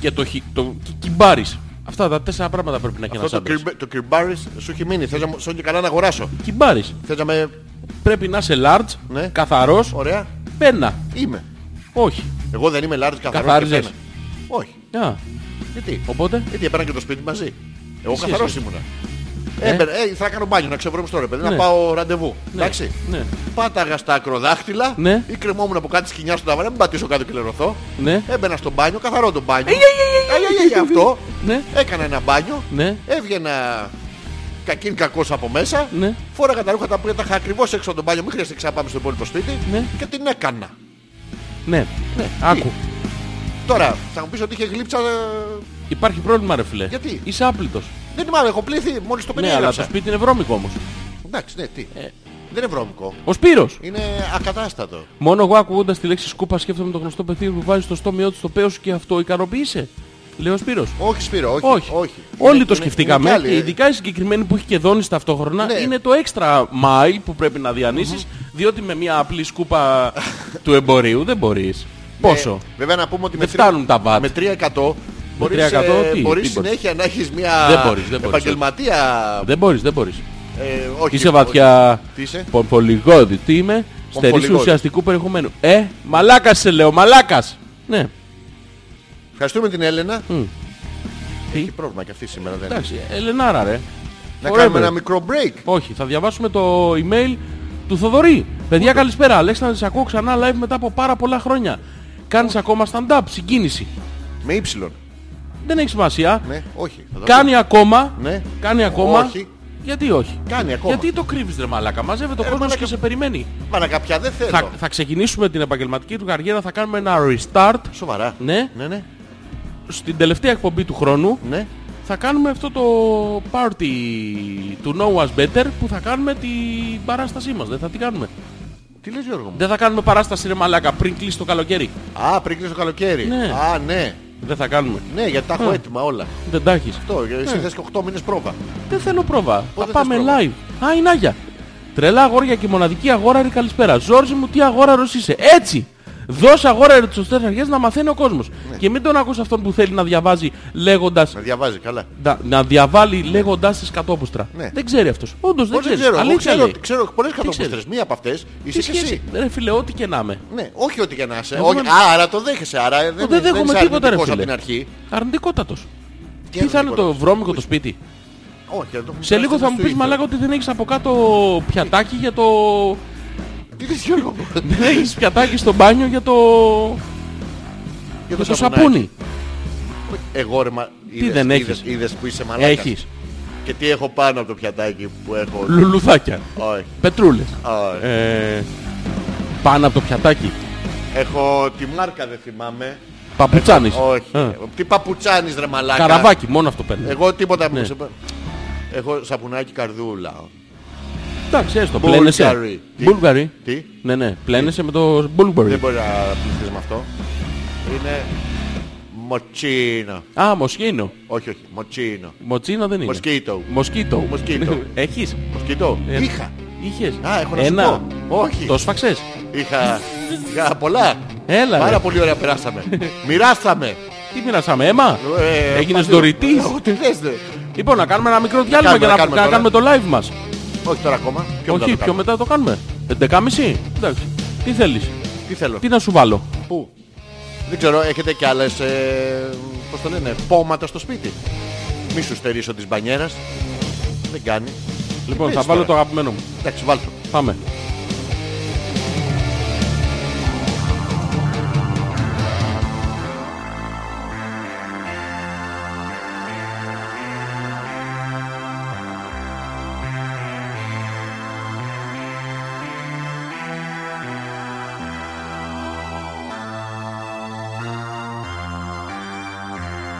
S2: και το, χι- το κι- κυμπάρης. Αυτά τα τέσσερα πράγματα πρέπει να έχει ένας
S1: Αυτό το,
S2: άντρας.
S1: κρυμπ- το κρυμπάρις σου έχει μείνει. Θες να μου- σαν και καλά να αγοράσω.
S2: Κυμπάρης.
S1: Θες να με...
S2: Πρέπει να είσαι large,
S1: Ναι.
S2: καθαρός,
S1: Ωραία.
S2: πένα.
S1: Είμαι.
S2: Όχι.
S1: Εγώ δεν είμαι large καθαρός και
S2: Καθάριζες.
S1: πένα. Όχι.
S2: Α,
S1: Γιατί.
S2: οπότε.
S1: Γιατί έπαιρνα και το σπίτι μαζί. Εγώ
S2: Εσύ
S1: καθαρός
S2: είσαι.
S1: ήμουνα. Έπαιρνα- Ε, θα κάνω μπάνιο, να ξεβρούμε στο ρε παιδί,
S2: Ναι.
S1: να πάω ραντεβού. Εντάξει.
S2: Ναι.
S1: Πάταγα στα ακροδάχτυλα
S2: Ναι.
S1: ή κρεμόμουν από κάτι σκοινιά στον ταβάνι, να μην πατήσω κάτω και λερωθώ.
S2: Ναι.
S1: Έμπαινα στο μπάνιο, καθαρό το μπάνιο. Για αυτό.
S2: Ναι.
S1: Έκανα ένα μπάνιο.
S2: Ναι.
S1: Έβγαινα κακήν κακός από μέσα.
S2: Ναι.
S1: Φόραγα τα ρούχα τα οποία τα είχα ακριβώς έξω από το μπάνιο. Μην χρειάζεται να ξαναπάμε στο υπόλοιπο σπίτι.
S2: Ναι.
S1: Και την έκανα.
S2: Ναι. Άκου.
S1: Τώρα θα μου πεις ότι είχε γλύψα. ε,
S2: Υπάρχει πρόβλημα, ρε φιλέ.
S1: Γιατί?
S2: Είσαι άπλητος.
S1: Δεν είμαι άλλο, έχω πλήθη μόλις το
S2: Ναι, αλλά
S1: περιέγραψα.
S2: το Ε. σπίτι είναι βρώμικο όμως.
S1: Εντάξει, ναι, τι. Δεν είναι βρώμικο.
S2: Ο Σπύρος.
S1: Είναι ακατάστατο.
S2: Μόνο εγώ ακούγοντας τη λέξη σκούπα σκέφτομαι το γνωστό παιδί που βάζει στο στόμιό του το παίο και αυτό ικανοποίησε. Λέω ο Σπύρος.
S1: Όχι, Σπύρο, όχι.
S2: Όχι.
S1: όχι.
S2: Όλοι
S1: Είναι-
S2: το
S1: είναι-
S2: σκεφτήκαμε.
S1: είναι κι άλλοι,
S2: και
S1: ε.
S2: ειδικά η συγκεκριμένη που έχει και δόνει ταυτόχρονα
S1: Ναι.
S2: είναι το extra mile που πρέπει να διανύσεις. Διότι με μια απλή σκούπα του εμπορίου δεν μπορείς. Πόσο.
S1: Ε, βέβαια να πούμε ότι με
S2: Δεν φτάνουν τα βάτ.
S1: Με 3% μπορείς,
S2: 3%
S1: ε, μπορείς
S2: τι, τι μπορείς.
S1: συνέχεια να έχεις μια
S2: Δεν μπορείς, δεν μπορείς.
S1: επαγγελματία.
S2: Δεν μπορείς, δεν μπορείς.
S1: ε, όχι,
S2: Είσαι βαθιά
S1: Τι είσαι?
S2: πολυπολιγόδη. Τι είμαι, στερής
S1: Πολυπολιγόδη.
S2: ουσιαστικού περιεχομένου. Ε, μαλάκας σε λέω, μαλάκας.
S1: Ε,
S2: Ναι,
S1: Ευχαριστούμε την Έλενα.
S2: τι,
S1: Έχει πρόβλημα και αυτή σήμερα δεν
S2: εντάξει, Ελενάρα ρε.
S1: ναι. Να
S2: Ωραία,
S1: κάνουμε
S2: ρε.
S1: ένα μικρό break.
S2: Όχι, θα διαβάσουμε το email του Θοδωρή. Παιδιά καλησπέρα, Αλέξανδρε, σε ακούω ξανά live μετά από πάρα πολλά χρόνια. Κάνεις ακόμα stand-up, συγκίνηση.
S1: Με ύψιλον.
S2: Δεν έχει σημασία.
S1: Ναι, όχι. θα το
S2: Κάνει ακόμα,
S1: Ναι.
S2: κάνει ακόμα.
S1: Όχι.
S2: Γιατί όχι.
S1: Κάνει ακόμα.
S2: Γιατί το κρύβεις ρε μαλάκα, μαζεύεται ο
S1: Ε,
S2: κόσμος
S1: μαλάκα.
S2: και σε περιμένει.
S1: κάνω. Μα να κάποια δεν θέλω.
S2: Θα, θα ξεκινήσουμε την επαγγελματική του καριέρα, θα κάνουμε ένα restart
S1: Σοβαρά.
S2: Ναι.
S1: ναι, ναι.
S2: στην τελευταία εκπομπή του χρόνου
S1: ναι.
S2: θα κάνουμε αυτό το party του No Was Better που θα κάνουμε την παράστασή μας. Δεν θα την κάνουμε.
S1: Τι λες Γιώργο μου.
S2: Δεν θα κάνουμε παράσταση ρε μαλάκα πριν κλείσει το καλοκαίρι.
S1: Α, πριν κλείσει το καλοκαίρι.
S2: Ναι.
S1: Α, ναι.
S2: Δεν θα κάνουμε.
S1: Ναι, γιατί τα έχω
S2: Ε.
S1: έτοιμα όλα.
S2: Δεν τα έχεις.
S1: Αυτό, γιατί εσύ θες και 8 μήνες πρόβα.
S2: Δεν θέλω πρόβα. Θα
S1: θες
S2: πάμε
S1: πρόβα?
S2: live. Α, η Νάγια. Τρελά αγόρια και μοναδική αγόρα ρε καλησπέρα. Ζόρζι μου, τι αγόρα ρος είσαι. Έτσι. Δώσε αγόρα ρε τις σωστές αρχές να μαθαίνει ο κόσμος.
S1: Ναι.
S2: Και μην τον ακούς αυτόν που θέλει να διαβάζει λέγοντας...
S1: Να διαβάζει, καλά.
S2: Να, να διαβάλει λέγοντας τις κατόπουστρα.
S1: Ναι.
S2: Δεν ξέρει αυτός. Όντως δεν
S1: Όχι,
S2: ξέρει.
S1: δεν ξέρω. Εγώ
S2: Αλήθεια
S1: ξέρω,
S2: λέει.
S1: ξέρω πολλές κατοπούστρες.
S2: ξέρεις?
S1: Μία από αυτές
S2: Τι
S1: είσαι και
S2: σχέση.
S1: εσύ.
S2: Ρε φίλε, ό,τι και να είμαι.
S1: Ναι, όχι ότι και να είσαι.
S2: Εγώ
S1: Όχι,
S2: δεν-
S1: Άρα το δέχεσαι. Άρα δεν,
S2: δεν δέχομαι
S1: είσαι
S2: τίποτα, ρε
S1: αρνητικός
S2: φίλε.
S1: από την αρχή.
S2: Αρνητικότατος. Τι θα είναι
S1: αρνητικός?
S2: το βρώμικο το σπίτι.
S1: Όχι, δεν το έχουμε
S2: Σε λίγο
S1: φτάσει
S2: θα μου
S1: στο
S2: πεις
S1: ίδιο.
S2: μαλάκα ότι δεν έχεις από κάτω πιατάκι για το... *laughs*
S1: Τι λες Γιώργο μου.
S2: Δεν έχεις πιατάκι στο μπάνιο για το...
S1: Για
S2: για το
S1: σαπουνάκι.
S2: σαπούνι.
S1: Εγώ ρε μα... είδες-
S2: δεν
S1: είδες-
S2: έχεις?
S1: Είδες που είσαι μαλάκας.
S2: Έχεις.
S1: Και τι έχω πάνω από το πιατάκι που έχω.
S2: Λουλουδάκια.
S1: Όχι.
S2: Πετρούλες.
S1: όχι.
S2: Ε, πάνω από το πιατάκι.
S1: Έχω τη μάρκα δεν θυμάμαι.
S2: Παπουτσάνης.
S1: Όχι.
S2: Ε,
S1: Τι παπουτσάνεις ρε μαλάκα.
S2: Καραβάκι, μόνο αυτό παίρνει.
S1: Εγώ τίποτα
S2: Ναι.
S1: μου σε Έχω σαπουνάκι καρδούλα.
S2: Εντάξει, έστω, πλένεσαι.
S1: Bulgari. Τι?
S2: Μπούλγαρι.
S1: Τι?
S2: Ναι, ναι, πλένεσαι με το Μπούλγαρι.
S1: Δεν μπορεί να πληθείς με αυτό. Είναι μοτσίνο.
S2: Α, μοσχίνο.
S1: Όχι, όχι. Μοτσίνο.
S2: Μοτσίνο δεν είναι.
S1: Μοσκίτο.
S2: Μοσκίτο.
S1: Μοσκίτο.
S2: *laughs* Έχεις.
S1: Μοσκίτο.
S2: Ε,
S1: Είχα.
S2: Είχες.
S1: Α, έχω να σου
S2: Ένα.
S1: πω. Όχι.
S2: Το σφαξες.
S1: Είχα, είχα πολλά.
S2: Έλα,
S1: Πάρα
S2: ρε.
S1: πολύ ωραία
S2: *laughs*
S1: περάσαμε. Μοιράσαμε.
S2: Τι μοιράσαμε, αίμα.
S1: Ε,
S2: Έγινες
S1: παντού-
S2: δωρητής.
S1: Εγώ τι λες δε.
S2: Λοιπόν, να κάνουμε ένα μικρό διάλειμμα
S1: κάνουμε,
S2: για να,
S1: να κάνουμε
S2: να
S1: τώρα.
S2: κάνουμε το live μας.
S1: Όχι τώρα ακόμα. Πιο μετά
S2: Όχι,
S1: το
S2: πιο
S1: κάνουμε.
S2: μετά το κάνουμε. 11.30. Εντάξει. Τι θέλεις.
S1: Τι θέλω.
S2: Τι να σου βάλω.
S1: Πού. Δεν ξέρω, έχετε κι άλλες, ε, πώς το λένε, πόματα στο σπίτι. Μη σου στερήσω της μπανιέρας. Δεν κάνει.
S2: Λοιπόν,
S1: Τι
S2: θα
S1: παίζεις
S2: βάλω το
S1: τώρα.
S2: αγαπημένο μου.
S1: Εντάξει, βάλτο.
S2: Πάμε.
S3: Thank Oh,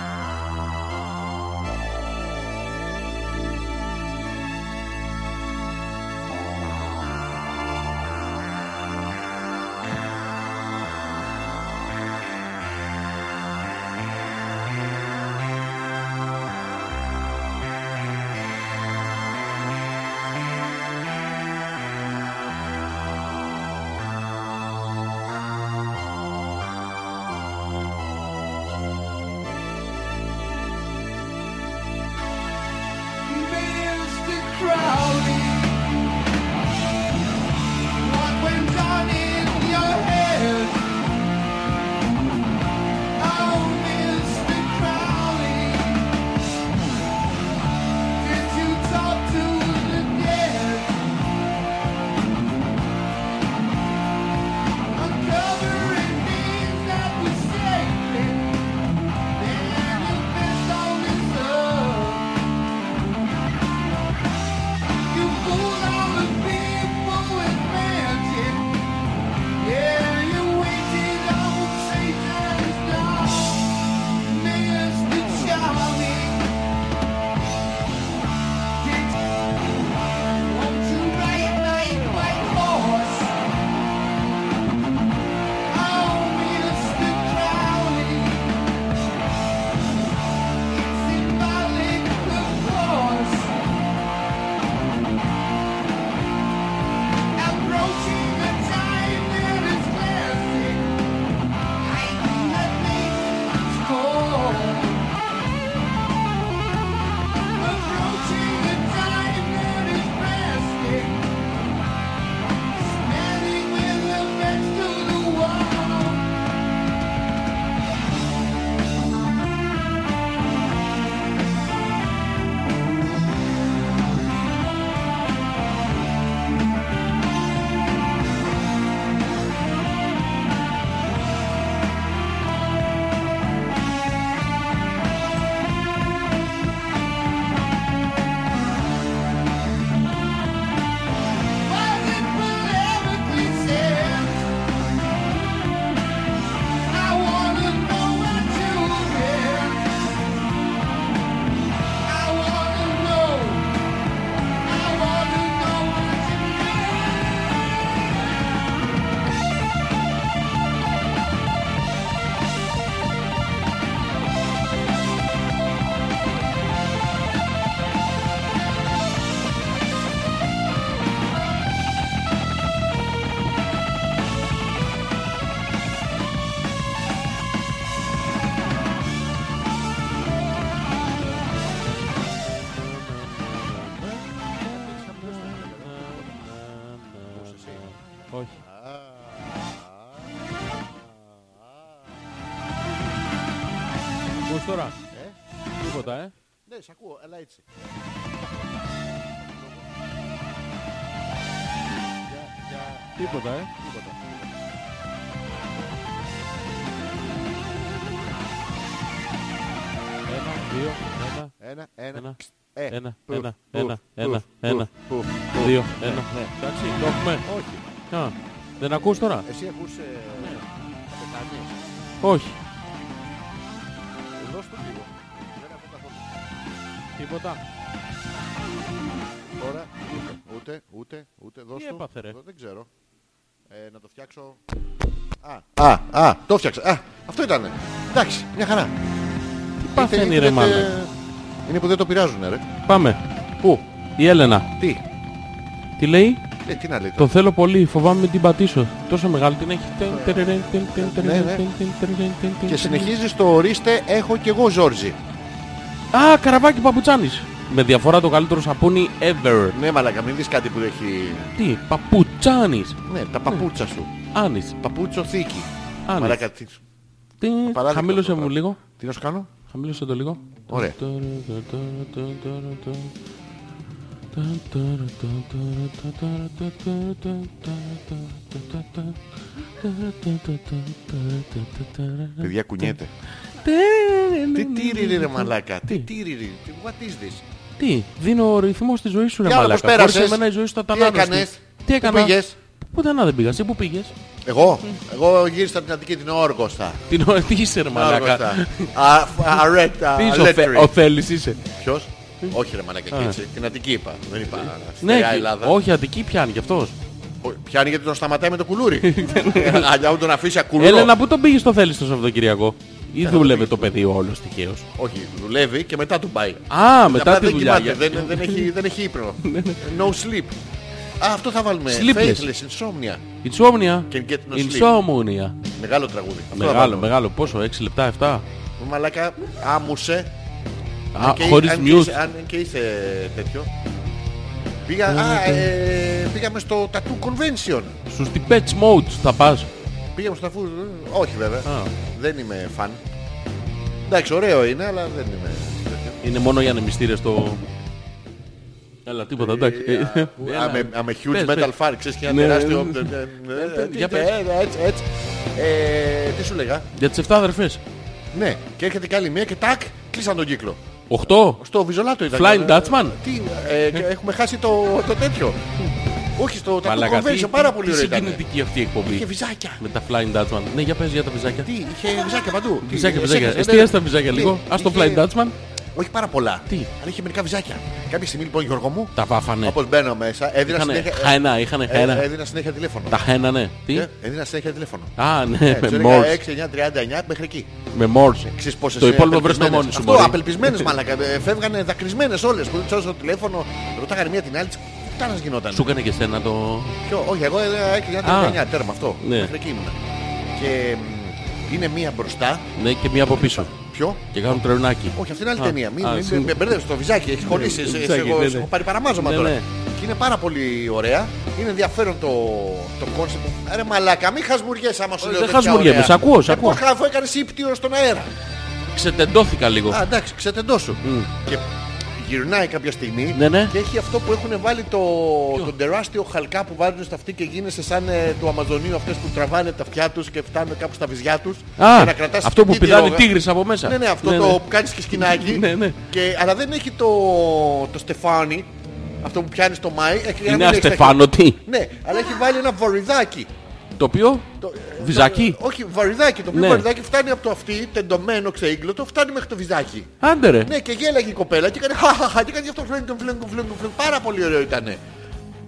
S2: τώρα.
S1: Ε,
S2: Τίποτα, ε.
S1: ναι, σε ακούω, αλλά έτσι.
S2: Τίποτα, ε. Ένα, δύο, ένα,
S1: Ένα, ένα,
S2: Ένα,
S1: ψ, ε,
S2: ένα,
S1: πουφ,
S2: ένα,
S1: πουφ, πουφ,
S2: ένα, ένα,
S1: πουφ,
S2: ένα,
S1: πουφ, πουφ.
S2: δύο, ένα.
S1: ναι.
S2: Εντάξει, το έχουμε.
S1: Όχι,
S2: Α, Δεν ακούς τώρα. Ναι.
S1: εσύ ακούς... ε, πετάνιες.
S2: Όχι.
S1: Δώσ' το λίγο. Δεν ακούω καθόλου.
S2: Τίποτα.
S1: Τώρα ούτε, ούτε, ούτε, ούτε. Δώσ'
S2: Τι
S1: το.
S2: έπαθε, ρε?
S1: Δω- Δεν ξέρω. Ε, να το φτιάξω. Α, α, α, το φτιάξα. Α, αυτό ήταν. Εντάξει, μια χαρά. Τι
S2: παθαίνει, ρε, μάλλον.
S1: Είναι που δεν το πειράζουν, ρε.
S2: Πάμε. Πού. Η Έλενα.
S1: Τι,
S2: Τι λέει.
S1: ε, τι να λέει
S2: Το
S1: τώρα.
S2: θέλω πολύ. Φοβάμαι μην την πατήσω. Τόσο μεγάλη την έχει. Τεν, τερερεν, τεν, τεν, τερερεν,
S1: ναι.
S2: τεν, τεν, τερερεν, τεν, τεν,
S1: Και
S2: τεν.
S1: συνεχίζεις το ορίστε, έχω κι εγώ Ζόρζι.
S2: Α, καραβάκι παπουτσάνης. Με διαφορά το καλύτερο σαπούνι ever.
S1: Ναι, μαλακα, μην δεις κάτι που έχει...
S2: Τι, παπουτσάνης.
S1: Ναι, τα παπούτσα σου.
S2: Άνης.
S1: Παπούτσο θήκη.
S2: Άνης.
S1: Μαλακα, τι...
S2: Τι,
S1: Απαράδεκτο
S2: Χαμήλωσε
S1: αυτό το πράγμα.
S2: μου λίγο.
S1: Τι να σου κάνω.
S2: Χαμήλωσε το λίγο.
S1: Ωραία. Παιδιά κουνιέται.
S2: Ναι,
S1: Τι τύριρι ρε μαλάκα. Τι τύριρι. Τι- What is this.
S2: Τι, δίνω ο ρυθμό στη ζωή σου, ρε
S1: Για να πώς
S2: μαλάκα. Χωρίς
S1: πέρασες.
S2: εμένα η ζωή σου θα ήταν
S1: Τι
S2: άνοστη.
S1: έκανες.
S2: Τι έκανα.
S1: πήγες?
S2: Πουθενά δεν πήγα. Εσύ πού πήγες.
S1: Εγώ,
S2: Ναι.
S1: εγώ γύρισα από την Αττική την Όργοστα.
S2: Την ώρα τι είσαι, ρε
S1: Όργοστα.
S2: μαλάκα.
S1: Α, Αρέτα.
S2: Τι είσαι, ο Θε- ο
S1: Αλέτρι.
S2: Θέλης είσαι.
S1: Ποιος? Όχι ρε μαλάκα,
S2: Ναι. Α.
S1: και έτσι. Την Αττική είπα. Δεν είπα. στη
S2: Ναι,
S1: Νέα
S2: και-
S1: Ελλάδα.
S2: όχι, Αττική πιάνει κι αυτός.
S1: Ο- Πιάνει γιατί τον σταματάει με το κουλούρι. Αλλιά μου τον αφήσει ακουλό.
S2: Ναι, Έλενα, πού τον πήγες στο θέλει το Σαββατοκυριακό. Ή δούλευε
S1: πήγες.
S2: το παιδί όλος τυχαίως.
S1: Όχι, δουλεύει και μετά του πάει.
S2: Α, μετά τη
S1: δεν
S2: δουλειά.
S1: κοιμάται,
S2: για-
S1: δεν, δεν, έχει, δεν έχει
S2: *laughs*
S1: ύπνο. no sleep. Α, αυτό θα βάλουμε.
S2: Sleepless.
S1: Faithless, insomnia.
S2: Insomnia.
S1: Can get no sleep.
S2: Insomnia.
S1: Μεγάλο τραγούδι. Αυτό θα
S2: Μεγάλο,
S1: βάλουμε.
S2: μεγάλο. Πόσο, 6 λεπτά, 7.
S1: Μαλάκα, άμουσε.
S2: Α,
S1: Και-
S2: χωρίς
S1: αν και
S2: μιούτ.
S1: είσαι- Αν και είσαι τέτοιο. Πήγα, α, ε, πήγαμε στο Tattoo Convention.
S2: Στους Depeche Modes θα πας.
S1: Πήγαμε στο Tattoo... Όχι βέβαια.
S2: Α.
S1: Δεν είμαι φαν. Εντάξει, ωραίο είναι, αλλά δεν είμαι τέτοιο.
S2: Είναι μόνο για ανεμιστήρες το... Έλα, τίποτα, εντάξει. Ε, έλα.
S1: I'm a- I'm a
S2: Πες,
S1: huge metal
S2: πες.
S1: fan, ξέρεις και ένα
S2: Ναι,
S1: τεράστιο...
S2: ναι, ναι.
S1: Ε, ε,
S2: Για πες.
S1: ε, Έτσι, έτσι. Ε, Τι σου λέγα.
S2: Για τις 7 αδερφές.
S1: Ναι, και έρχεται και άλλη μία και τάκ, κλείσαν τον κύκλο.
S2: 8.
S1: Στο Βιζολάτο ήταν.
S2: Flying Dutchman. Ναι.
S1: Τι, ε, και έχουμε χάσει το, το τέτοιο. Όχι, στο Tattoo
S2: Μαλάκα, τι-
S1: Convention, πάρα πολύ
S2: τι
S1: ωραίο ήταν.
S2: συγκινητική αυτή η
S1: Είχε
S2: εκπομπή.
S1: βυζάκια.
S2: Με τα Flying Dutchman. Ναι, για πες για τα βυζάκια.
S1: Τι, είχε βυζάκια παντού. Τι,
S2: Βυζάκια,
S1: ε,
S2: βυζάκια.
S1: σέξ,
S2: Εστιάζει τα
S1: ναι.
S2: βυζάκια λίγο.
S1: Τι,
S2: Ας το
S1: είχε-
S2: Flying Dutchman.
S1: Όχι πάρα πολλά.
S2: Τι?
S1: Αλλά είχε μερικά βυζάκια. Κάποια στιγμή λοιπόν Γιώργο μου,
S2: Τα βάφανε.
S1: όπως μπαίνω μέσα, έδινα
S2: Είχανε
S1: συνέχεια...
S2: χαένα, είχανε
S1: ε,
S2: χαένα.
S1: Έδινα συνέχεια τηλέφωνο.
S2: Τα χαένα, ναι. Τι.
S1: Ε, Έδινα συνέχεια τηλέφωνο.
S2: Α, ναι,
S1: Ε,
S2: με
S1: ξέρω,
S2: Morse.
S1: 6, 9, 39 μέχρι εκεί.
S2: Με Morse.
S1: Ξέρεις πόσες
S2: Το
S1: ε,
S2: υπόλοιπο βρες το
S1: απελπισμένες.
S2: μόνοι σου.
S1: Αυτό,
S2: μωρή.
S1: απελπισμένες μαλακα. Ε, Φεύγανε δακρυσμένες όλες που δεν ξέρω στο τηλέφωνο. Ρωτάγανε μία την άλλη. Τις κάνας γινόταν.
S2: *laughs* Σου έκανε και σένα το...
S1: Ποιο, όχι, εγώ ε, έδινα 6, 9, 39 τέρμα αυτό.
S2: Ναι.
S1: Μέχρι εκεί ήμουνα. Και μ, είναι μία μπροστά.
S2: Ναι, και μία από πίσω.
S1: Ποιο?
S2: Και κάνουν τρεουνάκι.
S1: Όχι, αυτή είναι άλλη
S2: Α,
S1: ταινία. Μην
S2: α,
S1: μην-
S2: συγγνώμη.
S1: με μπερδεύεις το βυζάκι, έχει χωρίσει.
S2: το
S1: σε- σε-
S2: βυζάκι,
S1: εγώ-
S2: ναι,
S1: σε
S2: ναι.
S1: Έχω πάρει παραμάζωμα
S2: Ναι,
S1: τώρα.
S2: ναι.
S1: Και είναι πάρα πολύ ωραία. Είναι ενδιαφέρον το, το κόνσεπτ. Ρε μαλάκα, μην χασμουριέσαι άμα σου
S2: Όχι,
S1: λέω.
S2: Ε, δεν
S1: τέτοια
S2: χασμουριέμαι,
S1: ωραία.
S2: σ' ακούω, σ'
S1: Ε,
S2: ακούω.
S1: πώς χα- Αφού έκανες ύπτιο στον αέρα.
S2: Ξετεντώθηκα λίγο.
S1: Α, εντάξει, ξετεντώ σου. Και γυρνάει κάποια στιγμή
S2: Ναι, ναι.
S1: και έχει αυτό που έχουν βάλει το, το τεράστιο χαλκά που βάζουν στα αυτή και γίνεσαι σαν ε, του Αμαζονίου αυτές που τραβάνε τα αυτιά τους και φτάνουν κάπου στα βυζιά τους.
S2: Α,
S1: και να κρατάς
S2: αυτό που
S1: την
S2: πηδάνε
S1: τυρόγα.
S2: τίγρης από μέσα.
S1: Ναι, ναι, αυτό το που κάνεις και σκηνάκι.
S2: Ναι, ναι.
S1: Και, αλλά δεν έχει το, το στεφάνι, αυτό που πιάνεις το Μάι. έχει- δεν
S2: Είναι
S1: έχει-
S2: αστεφάνο τι.
S1: Ναι, αλλά έχει βάλει ένα βοριδάκι.
S2: Το οποίο...
S1: Το- ε,
S2: Βυζάκι.
S1: το- όχι, βαριδάκι. Το οποίο
S2: Ναι.
S1: βαριδάκι φτάνει από το αυτή, τεντωμένο, ξεήγκλωτο, φτάνει μέχρι το βυζάκι.
S2: Άντε ρε.
S1: Ναι, και γέλαγε η κοπέλα και έκανε χαχαχα και έκανε γι' αυτό φλέγκο, φλέγκο, φλέγκο, φλέγκο. Πάρα πολύ ωραίο ήταν.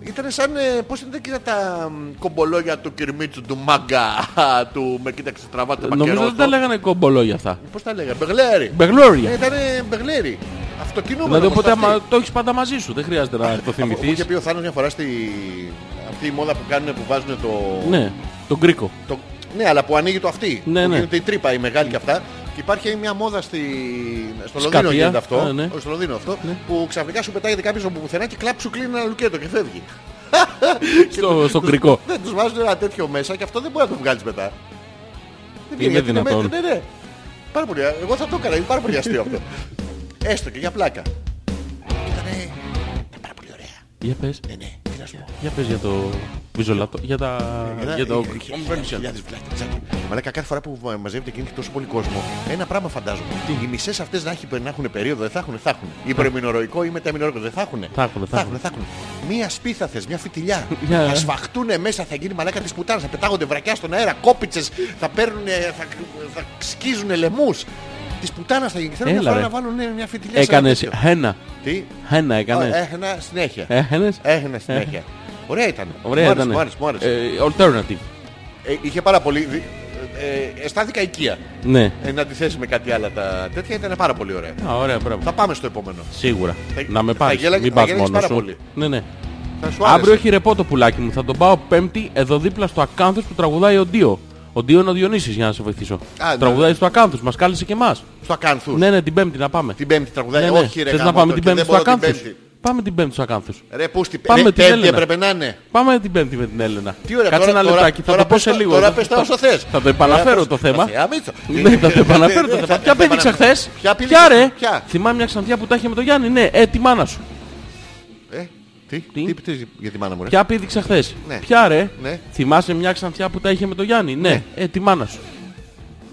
S1: Ήταν σαν, ε, πώς είναι εκείνα τα μ, κομπολόγια του Κυρμίτσου, του Μάγκα, *laughs* του με κοίταξε στραβά, το
S2: Νομίζω
S1: μακερό
S2: δεν τα
S1: του.
S2: λέγανε κομπολόγια αυτά.
S1: Πώς τα λέγανε, Μπεγλέρι.
S2: Μπεγλώρια.
S1: Ήταν μπεγλέρι. Αυτοκινούμενο.
S2: Δηλαδή
S1: όπως
S2: οπότε
S1: αυτή.
S2: άμα το έχεις πάντα μαζί σου. Δεν χρειάζεται να το
S1: Μου είχε
S2: θυμηθείς.
S1: πει ο Θάνος μια φορά στη... αυτή η μόδα που κάνουν που βάζουν το...
S2: Ναι, τον
S1: *laughs*
S2: κρίκο.
S1: το... ναι αλλά που ανοίγει το αυτή.
S2: Ναι,
S1: που
S2: ναι.
S1: Γίνεται η τρύπα η μεγάλη και αυτά. Και υπάρχει μια μόδα στη... στο Λονδίνο
S2: Σκατία.
S1: γίνεται αυτό.
S2: Α, ναι.
S1: Όχι, Στο Λονδίνο αυτό. Που ξαφνικά σου πετάγεται κάποιος από πουθενά και κλάπ σου κλείνει ένα λουκέτο και φεύγει.
S2: Στο, στον κρίκο.
S1: Δεν τους βάζουν ένα τέτοιο μέσα και αυτό δεν μπορεί να το βγάλεις μετά. Δεν βγαίνει,
S2: Είναι
S1: γιατί
S2: δυνατόν.
S1: με- Ναι, ναι. πάρα πολύ. Εγώ θα το έκανα. Είναι πάρα πολύ αστείο
S2: *laughs*
S1: αυτό. Έστω και για πλάκα. Ήτανε... Ήταν πάρα πολύ ωραία.
S2: Για πες.
S1: Ναι, ναι. Τι να σου πω.
S2: Για πες για το βιζολάτο. Για τα...
S1: Ένα-
S2: Για το...
S1: ε, ε, χιλιάδες- χιλιάδες βλάκες, Τζάκι. Μαλάκα κάθε φορά που μαζεύεται και είναι τόσο πολύ κόσμο, ένα πράγμα φαντάζομαι. Οι μισές αυτές να, έχει- να έχουν περίοδο, δεν θα έχουν, θα έχουν. Υπερμηνοροϊκό ή μεταμηνοροϊκό, δεν θα έχουν.
S2: Θα έχουν, θα έχουν.
S1: θα έχουν. Μία σπίθα θες, μια
S2: *laughs*
S1: φιτιλιά.
S2: Ναι.
S1: θα σφαχτούν μέσα, θα γίνει μαλάκα της πουτάνας, θα πετάγονται βρακιά στον αέρα, κόπιτσες, θα παίρνουν, θα, θα σκίζουν λαιμούς. Της πουτάνας θα γίνει. Θέλω μια
S2: Έλα,
S1: φορά
S2: ρε.
S1: να βάλουν ναι, μια φιτιλιά. σε ένα
S2: Έκανες
S1: τέτοιο.
S2: χένα.
S1: Τι,
S2: Χένα έκανες.
S1: έχνα συνέχεια.
S2: Έχανες.
S1: Έχνα συνέχεια. Ωραία ήταν.
S2: Ωραία
S1: Μου άρεσε,
S2: ήταν.
S1: Μου άρεσε, μου άρεσε.
S2: Alternative.
S1: Ε, είχε πάρα πολύ. δι- Ε, ε, αισθάνθηκα οικία. ε,
S2: Ναι.
S1: Εν αντιθέσει με κάτι άλλα τα τέτοια ήταν πάρα πολύ ωραία.
S2: Α, ωραία, μπράβο.
S1: Θα πάμε στο επόμενο.
S2: Σίγουρα.
S1: Θα-
S2: Να με
S1: θα
S2: πάρεις.
S1: γέλαγες-
S2: Μην
S1: θα
S2: πας
S1: γέλαγες
S2: μόνος
S1: πάρα
S2: σου.
S1: πολύ.
S2: Ναι, ναι.
S1: Θα σου άρεσε.
S2: Αύριο έχει ρεπό το πουλάκι μου. Θα τον πάω πέμπτη εδώ δίπλα στο Ακάνθος που τραγουδάει ο Ντίο. Ο Ντίο είναι ο Διονύσης για να σε βοηθήσω.
S1: ναι.
S2: Τραγουδάει στο Ακάνθος. Μας κάλεσε και εμάς.
S1: Στο ακάνθους.
S2: Ναι, ναι, την πέμπτη να πάμε.
S1: Την Πέμπτη τραγουδάει.
S2: Ναι, ναι.
S1: Όχι, ρε.
S2: Θες να
S1: γάμο
S2: πάμε
S1: το,
S2: την
S1: και
S2: πέμπτη
S1: δεν
S2: στο
S1: μπορώ την
S2: Ακάνθους.
S1: Πέμπτη.
S2: Πάμε την πέμπτη στο Ακάνθους.
S1: Ρε, πού στην
S2: Πάμε
S1: Πέμπτη.
S2: την
S1: Πέμπτη
S2: Έλενα.
S1: έπρεπε να είναι.
S2: Πάμε την πέμπτη με την Έλενα.
S1: Τι ωραία,
S2: Κάτσε
S1: τώρα-
S2: ένα
S1: τώρα-
S2: λεπτάκι,
S1: τώρα
S2: θα το πω
S1: πες
S2: σε
S1: τα-
S2: λίγο.
S1: τώρα
S2: Θα-
S1: πες τα
S2: θα-
S1: όσο θες.
S2: Θα το επαναφέρω
S1: Τώρα
S2: το
S1: πες-
S2: θέμα.
S1: θα σε αμίτσω.
S2: Ναι, θα το επαναφέρω το
S1: Ναι,
S2: θέμα.
S1: θα-
S2: Ποια
S1: θα
S2: πέδηξα
S1: επαναφέρω.
S2: χθες.
S1: Ποια πήλη-
S2: Ποια ρε.
S1: ποια?
S2: Θυμάμαι μια ξανθιά που τα είχε με τον Γιάννη. Ναι, ε, τη μάνα σου.
S1: Ε, Τι, τι πτύζει για τη μάνα μου, ρε.
S2: Ποια πήδηξα χθες.
S1: Ναι.
S2: Ποια ρε.
S1: Ναι.
S2: Θυμάσαι μια ξανθιά που τα είχε με τον Γιάννη. Ναι, ε, τη μάνα σου.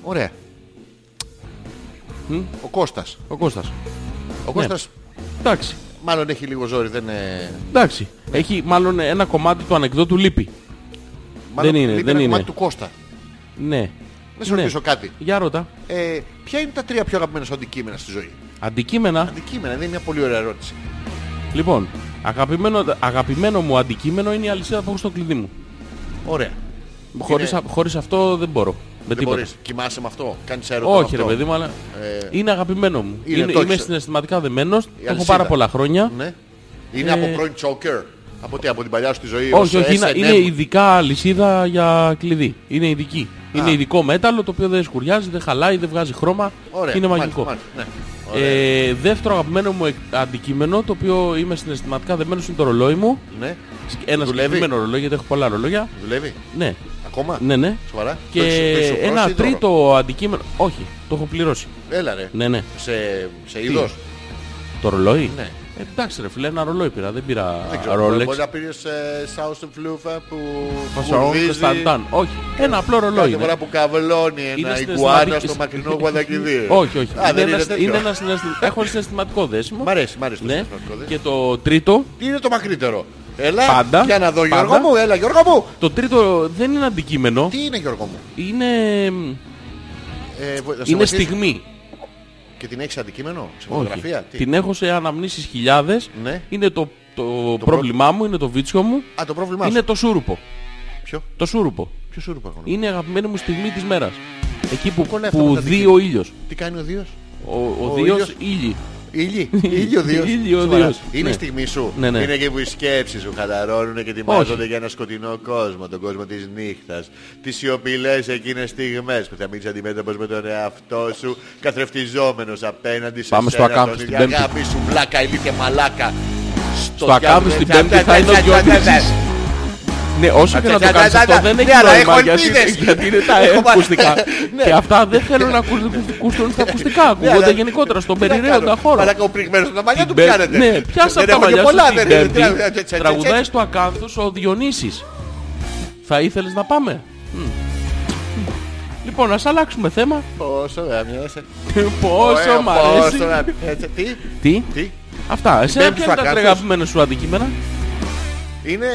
S1: Ωραία. Ο Κώστας.
S2: Ο Κώστας. Ναι.
S1: Ο Κώστας
S2: Εντάξει.
S1: μάλλον έχει λίγο ζόρι, δεν ε,
S2: Εντάξει. Έχει μάλλον ένα κομμάτι του ανεκδότου λείπει.
S1: μάλλον
S2: είναι,
S1: λείπει
S2: δεν
S1: ένα
S2: είναι.
S1: κομμάτι του Κώστα.
S2: Ναι.
S1: Να σε
S2: Ναι.
S1: ρωτήσω κάτι.
S2: Για ρώτα.
S1: Ε, ποια είναι τα τρία πιο αγαπημένα σου αντικείμενα στη ζωή.
S2: Αντικείμενα.
S1: Αντικείμενα, δεν είναι μια πολύ ωραία ερώτηση.
S2: Λοιπόν, αγαπημένο, αγαπημένο μου αντικείμενο είναι η αλυσίδα που έχω στο κλειδί μου.
S1: Ωραία.
S2: Χωρίς,
S1: Είναι-
S2: α- χωρίς αυτό δεν μπορώ. Με
S1: Δεν
S2: Ε, τίποτα.
S1: μπορείς. Κοιμάσαι με αυτό. Κάνεις αερό.
S2: Όχι ρε παιδί μου, αλλά είναι αγαπημένο μου.
S1: είναι,
S2: Είναι-
S1: το
S2: είμαι
S1: έχεις.
S2: συναισθηματικά δεμένος, το έχω
S1: αλυσίδα.
S2: πάρα πολλά χρόνια.
S1: Ναι. Είναι από πρώην τσόκερ. Από τι, από την παλιά σου τη ζωή.
S2: Ε, Όχι,
S1: ως
S2: όχι, είναι,
S1: SNM.
S2: είναι ειδικά αλυσίδα για κλειδί. Είναι ειδική. Είναι
S1: Α.
S2: ειδικό μέταλλο το οποίο δεν σκουριάζει, δεν χαλάει, δεν βγάζει χρώμα.
S1: Ωραία.
S2: είναι
S1: μάλιστα,
S2: μαγικό.
S1: μάλιστα, ναι. Ωραία.
S2: Ε, δεύτερο αγαπημένο μου εκ- αντικείμενο το οποίο είμαι συναισθηματικά δεμένος είναι το ρολόι μου.
S1: ναι.
S2: Ένα
S1: Δουλεύει?
S2: συγκεκριμένο ρολόι γιατί έχω πολλά ρολόγια.
S1: Δουλεύει.
S2: Ναι,
S1: Ακόμα.
S2: ναι, ναι.
S1: Σοβαρά.
S2: Και
S1: Το έχεις- το έχεις σοφρώσει
S2: ένα
S1: ή δώρο?
S2: τρίτο αντικείμενο. Όχι, το έχω πληρώσει.
S1: Έλα ρε.
S2: Ναι, ναι.
S1: Σε, σε είδος.
S2: Το ρολόι.
S1: Ναι.
S2: Ε, εντάξει, ρε φίλε, ένα ρολόι πήρα. Δεν πήρα
S1: Δεν ξέρω.
S2: ρόλεξ.
S1: Μπορεί να πήρες ε, South of Lufa που
S2: Φασαρόν
S1: κουρδίζει.
S2: Κωνσταντάν. Όχι, ένα απλό ρολόι. ναι.
S1: Κάθε
S2: είναι.
S1: φορά που καβελώνει ένα
S2: στην
S1: iguana
S2: αισθηματική-
S1: στο
S2: *laughs*
S1: μακρινό Γουαδακιδί.
S2: Όχι, όχι.
S1: Α,
S2: είναι
S1: δεν είναι
S2: ένας, είναι
S1: τέτοιο.
S2: ένα συναισθη- Έχω ένα συναισθηματικό δέσιμο.
S1: Μ' αρέσει, μ' αρέσει το
S2: Ναι.
S1: συναισθηματικό δέσιμο.
S2: Και το τρίτο,
S1: Τι είναι το μακρύτερο. Έλα,
S2: Πάντα.
S1: για να δω
S2: Πάντα.
S1: Γιώργο μου, έλα Γιώργο μου.
S2: το τρίτο δεν είναι αντικείμενο.
S1: Τι είναι Γιώργο μου.
S2: Είναι,
S1: Ε, βο- να σε
S2: είναι
S1: βοηθήσω.
S2: στιγμή.
S1: Και την έχεις αντικείμενο, σε
S2: Όχι.
S1: φωτογραφία. Τι.
S2: Την έχω σε αναμνήσεις χιλιάδες.
S1: Ναι.
S2: Είναι το, το, πρόβλημά μου, είναι το βίτσιο μου.
S1: Α, το πρόβλημά
S2: Είναι
S1: σου.
S2: το σούρουπο.
S1: Ποιο,
S2: Το σούρουπο.
S1: ποιο σου είπα Γιώργο μου.
S2: Είναι η αγαπημένη μου στιγμή της μέρας. Εκεί που,
S1: Κολέφτα με
S2: που
S1: τα
S2: δει ο ήλιος.
S1: Τι κάνει ο Δίος.
S2: Ο, ο,
S1: Ο
S2: Δίος
S1: ήλιος.
S2: ήλιοι.
S1: Ήλι,
S2: *laughs*
S1: ήλιο Δίος.
S2: Ήλιο
S1: Σοβαρά.
S2: Δίος.
S1: Είναι
S2: Ναι.
S1: στιγμή σου.
S2: Ναι, ναι.
S1: Είναι και που οι σκέψεις σου χαλαρώνουν και ετοιμάζονται για ένα σκοτεινό κόσμο. Τον κόσμο της νύχτας. Τις σιωπηλές εκείνες στιγμές που θα μείνεις αντιμέτωπος με τον εαυτό σου. Καθρεφτιζόμενος απέναντι σε
S2: Πάμε στο
S1: σένα,
S2: Ακάμπη
S1: τον
S2: στην
S1: ίδιο
S2: Πέμπτη.
S1: Αγάπη σου βλάκα, ηλίθεια μαλάκα.
S2: Στο Ακάμπη στην Πέμπτη θα είναι ο Διονύσης. Ναι, όσο και να το κάνεις αυτό δεν έχει
S1: Ναι, αλλά
S2: νόημα
S1: έχω
S2: γιατί,
S1: ελπίδες.
S2: γιατί είναι τα
S1: Έχω πάρει-
S2: ακουστικά.
S1: *laughs* Ναι.
S2: και αυτά δεν θέλουν να ακούσουν- ακούσουν στα ακουστικά. Ακούγονται
S1: αλλά-
S2: γενικότερα στον
S1: Τι να
S2: περιραίοντα
S1: κάνω,
S2: χώρο.
S1: Μαλάκα ο πριγμένος τα μαλλιά του
S2: Την Πέμπτη-
S1: πιάνετε.
S2: Ναι, πιάσα
S1: Δεν
S2: τα
S1: έχω και
S2: μαλλιά σου
S1: πολλά,
S2: την
S1: δεν
S2: Πέμπτη.
S1: είναι.
S2: Τραγουδάει στο Ακάνθος ο Διονύσης. Θα ήθελες να πάμε. Μμ. Λοιπόν, ας αλλάξουμε θέμα.
S1: Πόσο να μοιάζει.
S2: Πόσο μ' αρέσει.
S1: Πόσο να μοιάζει. Τι,
S2: Τι,
S1: τι.
S2: αυτά. Εσένα
S1: Πέμπτη στο
S2: ποια είναι τα
S1: Ακάνθος.
S2: τρεγαπημένα σου αντικείμενα.
S1: Είναι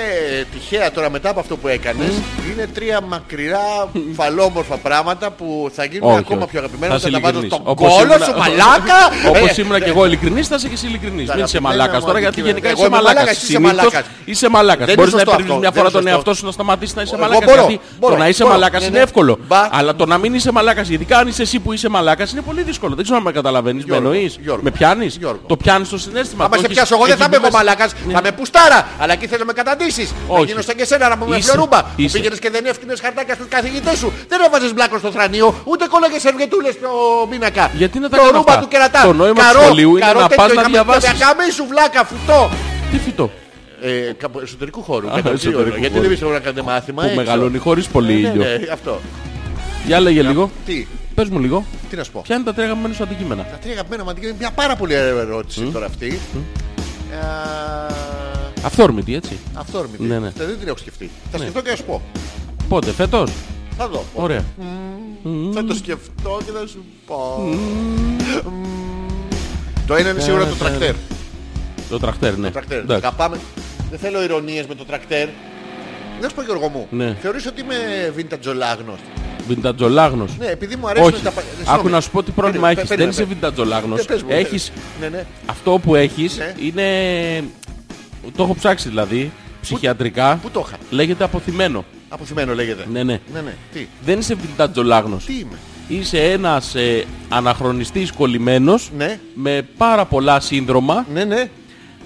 S1: τυχαία τώρα μετά από αυτό που έκανες Είναι τρία μακριά φαλόμορφα πράγματα Που θα γίνουν
S2: Όχι,
S1: ακόμα
S2: όχι.
S1: πιο αγαπημένα
S2: Θα
S1: Θα τα
S2: είσαι
S1: βάζω
S2: ειλικρινής.
S1: στον
S2: Όπως
S1: κόλο
S2: ήμουνα-
S1: σου μαλάκα
S2: Όπως
S1: Ε,
S2: ήμουν και εγώ ειλικρινής, θα είσαι και εσύ ειλικρινής.
S1: Τα
S2: Δεν είσαι
S1: αγαπημένα
S2: μαλάκας
S1: μου
S2: τώρα, γιατί
S1: αντικείμενα.
S2: γενικά
S1: Εγώ
S2: είσαι
S1: είμαι
S2: μαλάκας.
S1: μαλάκας, είσαι
S2: Συνήθως
S1: μαλάκας.
S2: είσαι μαλάκας.
S1: Δεν
S2: Μπορείς να
S1: είναι σωστό
S2: επιβρεις
S1: αυτό,
S2: μια
S1: δεν
S2: φορά
S1: είναι
S2: τον
S1: σωστό.
S2: εαυτό σου να σταματήσεις να είσαι
S1: Εγώ
S2: μαλάκας.
S1: μπορώ,
S2: Γιατί
S1: μπορώ,
S2: το να είσαι
S1: μπορώ.
S2: μαλάκας
S1: Ναι,
S2: είναι
S1: ναι.
S2: εύκολο.
S1: Μπα.
S2: Αλλά το να μην είσαι μαλάκας, ειδικά αν είσαι εσύ που είσαι μαλάκας, είναι πολύ δύσκολο. Δεν ξέρω αν με καταλαβαίνεις. Με
S1: Γιώργο,
S2: εννοείς.
S1: Γιώργο.
S2: Με πιάνεις.
S1: Γιώργο.
S2: Το πιάνεις στο συνέστημα.
S1: Άμα
S2: το
S1: σε
S2: έχεις-
S1: πιάσω εγώ δεν
S2: έχει
S1: θα είμαι
S2: μπει
S1: εγώ
S2: μέσα-
S1: μαλάκας
S2: Ναι.
S1: Θα με πουστάρα Αλλά εκεί θέλω να με καταντήσεις Θα
S2: Όχι.
S1: γίνω σαν και σένα να μου με
S2: Είσαι.
S1: φλωρούμπα Που
S2: Είσαι.
S1: πήγαινες και δεν έφτιανες χαρτάκια στους καθηγητές σου Δεν έβαζες μπλάκο στο θρανίο Ούτε κόλλαγες σερβιετούλες στο μήνακα
S2: Γιατί να τα
S1: Το
S2: κάνω
S1: ρούμπα
S2: αυτά.
S1: του κερατά
S2: Το νόημα του
S1: Καρό-
S2: σχολείου είναι
S1: καρό
S2: να
S1: τέτοιο
S2: πας να
S1: είχαμε-
S2: διαβάσεις.
S1: Γαμίσου βλάκα φυτό
S2: Τι φυτό.
S1: Ε, κάπου εσωτερικού χώρου.
S2: Α,
S1: κατά κύριο
S2: εσωτερικού
S1: λόγο. Γιατί
S2: χώρου.
S1: δεν πιστεύω να κάνετε μάθημα.
S2: Που
S1: έξω.
S2: μεγαλώνει χωρίς πολύ
S1: Ναι,
S2: ήλιο.
S1: ναι, αυτό.
S2: Για λέγε λίγο.
S1: Τι.
S2: πες μου λίγο.
S1: Τι να σου πω.
S2: Ποια είναι τα τρία αγαπημένα σου αντικείμενα.
S1: Τα τρία αγαπημένα μου αντικείμενα είναι μια πάρα πολύ ωραία ερώτηση τώρα αυτή. Ε,
S2: Αυθόρμητη, έτσι.
S1: Αυθόρμητη.
S2: Ναι, ναι.
S1: Δεν δεν την έχω σκεφτεί. Θα σκεφτώ και θα σου πω.
S2: Πότε, φέτος.
S1: Θα δω.
S2: Ωραία.
S1: Θα το σκεφτώ και θα σου πω. Μμμ. Το ένα είναι σίγουρα το
S2: Τρα, τρα,
S1: τρακτέρ.
S2: Το τρακτέρ, ναι.
S1: Τρακτέρ.
S2: Εντάξει.
S1: Αγαπάμε. Δεν θέλω ηρωνίες με το τρακτέρ. Να σου πω Γιώργο μου.
S2: Ναι.
S1: Θεωρείς ότι είμαι βιντατζολάγνος.
S2: Βιντατζολάγνος.
S1: Ναι, επειδή μου αρέσουν
S2: Όχι.
S1: τα πα- Συγγνώμη.
S2: Άκου να σου πω τι πρόβλημα
S1: Περίμενε,
S2: έχεις.
S1: περίμενε,
S2: Δεν είσαι
S1: περίμενε.
S2: βιντατζολάγνος.
S1: Ναι, πες μου,
S2: Έχεις...
S1: Ναι, ναι.
S2: Αυτό που έχεις
S1: Ναι.
S2: είναι... Το έχω ψάξει δηλαδή. Ψυχιατρικά.
S1: Πού το είχα.
S2: Λέγεται αποθυμένο.
S1: Αποθυμένο λέγεται.
S2: Ναι, ναι.
S1: Ναι, ναι. Τι.
S2: Δεν είσαι βιντατζολάγνος.
S1: Τι είμαι.
S2: Είσαι ένας ε, αναχρονιστής κολλημένος
S1: Ναι.
S2: με πάρα πολλά σύνδρομα
S1: Ναι, ναι.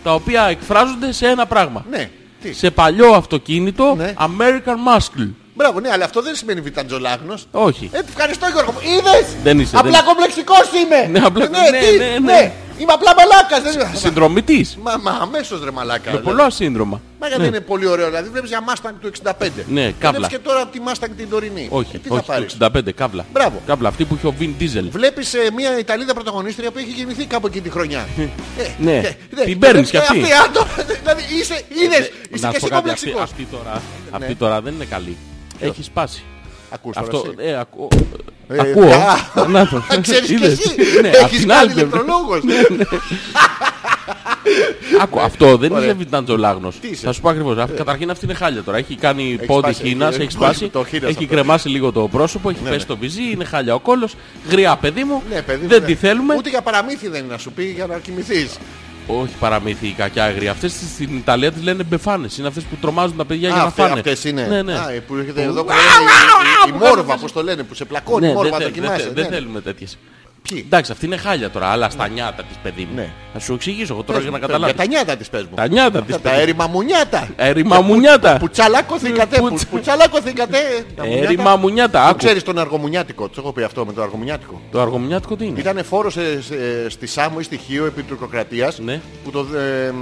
S2: τα οποία εκφράζονται σε ένα πράγμα.
S1: Ναι. Τι.
S2: Σε παλιό αυτοκίνητο
S1: Ναι.
S2: American Muscle.
S1: Μπράβο, ναι, αλλά αυτό δεν σημαίνει βιντατζολάγνος.
S2: Όχι.
S1: Ε, ευχαριστώ Γιώργο μου. Είδες.
S2: Δεν είσαι,
S1: Απλά
S2: δεν-
S1: κομπλεξικός είμαι.
S2: Ναι, απλά- ναι,
S1: τι,
S2: ναι, ναι.
S1: Είμαι απλά μαλάκας. Δεν...
S2: Συνδρομητής.
S1: Μα, μα αμέσως ρε μαλάκα.
S2: Με
S1: δηλαδή.
S2: πολλά σύνδρομα.
S1: Μα γιατί είναι πολύ ωραίο. Δηλαδή βλέπεις για Mustang του 65.
S2: Ναι,
S1: Δεν
S2: καύλα.
S1: Βλέπεις και τώρα τη Mustang την τωρινή.
S2: Όχι,
S1: Ε, τι θα
S2: όχι,
S1: πάρεις.
S2: το 65, καύλα.
S1: Μπράβο.
S2: Καύλα, αυτή που είχε ο Vin Diesel.
S1: Βλέπεις ε, μια Ιταλίδα πρωταγωνίστρια που έχει γεννηθεί κάπου εκεί τη χρονιά. Ε,
S2: Ναι.
S1: ε, ναι.
S2: Την παίρνεις κι
S1: Ε,
S2: αυτή. Ε,
S1: άντο, δηλαδή είσαι, είδες, είσαι
S2: Να
S1: και
S2: σου πω
S1: εσύ
S2: κάτι, αυτή,
S1: κομπλεξικός. Ναι. Ε,
S2: αυτή τώρα, αυτή τώρα δεν είναι καλή. Έχει σπάσει.
S1: Ακούς τώρα
S2: Αυτό,
S1: εσύ.
S2: ε, ακού...
S1: Ε,
S2: ακούω.
S1: α,
S2: Να
S1: *laughs*
S2: το.
S1: Ξέρεις κι
S2: Είδες.
S1: εσύ.
S2: Ναι, απ'
S1: Έχεις
S2: την
S1: κάνει
S2: άλλη πλευρά.
S1: ηλεκτρολόγος.
S2: ναι. Άκου, αυτό δεν
S1: Ωραία.
S2: είναι βινταντζολάγνο.
S1: Τι είσαι?
S2: Θα σου πω ακριβώς. Καταρχήν αυτή είναι χάλια τώρα. Έχει κάνει πόντι
S1: σπάσει,
S2: χίνα,
S1: έχει-
S2: έχει
S1: έχει
S2: σπάσει.
S1: το χείνας
S2: Έχει
S1: αυτό.
S2: κρεμάσει λίγο το πρόσωπο, έχει
S1: ναι.
S2: πέσει το βυζί, είναι χάλια ο κόλος. Γριά, παιδί μου.
S1: Ναι, παιδί μου,
S2: Δεν
S1: ναι.
S2: τη θέλουμε. Ε,
S1: Ούτε για παραμύθι δεν είναι να σου πει για να κοιμηθείς.
S2: Όχι παραμύθι η κακιά αγρία. Αυτέ στην Ιταλία τις λένε μπεφάνες. Είναι αυτές που τρομάζουν τα παιδιά για να φάνε.
S1: αυτές είναι.
S2: Ναι, ναι.
S1: Α, ε, που έρχεται
S2: Ου,
S1: εδώ
S2: ου,
S1: καλά, η- η- Η μόρβα, πώς το λένε, που σε πλακώνει.
S2: ναι,
S1: Η
S2: δεν
S1: μόρβα
S2: θέλ-
S1: δοκιμάζεται.
S2: Δεν
S1: ναι.
S2: θέλουμε τέτοιες.
S1: Ποιοι.
S2: Εντάξει, αυτή είναι χάλια τώρα, αλλά στα νιάτα της παιδί μου.
S1: Ναι.
S2: Θα σου εξηγήσω εγώ τώρα
S1: Πες
S2: για να
S1: μου, πες μου, Για
S2: καταλάβει.
S1: τα νιάτα της πες μου.
S2: Τα νιάτα της
S1: Αυτά Τα έρημα μουνιάτα.
S2: Έρημα μουνιάτα.
S1: Που τσαλάκωθηκατε.
S2: Που-
S1: που- Που τσαλάκωθηκατε. τα μουνιάτα.
S2: Έρημα μουνιάτα.
S1: Το
S2: Άκου.
S1: ξέρεις τον αργομουνιάτικο. Του έχω πει αυτό με το αργομουνιάτικο.
S2: Το αργομουνιάτικο τι είναι.
S1: Ήταν φόρος ε, στη Σάμμο ή στοιχείο επί τουρκοκρατίας
S2: Ναι.
S1: που το, ε, μ,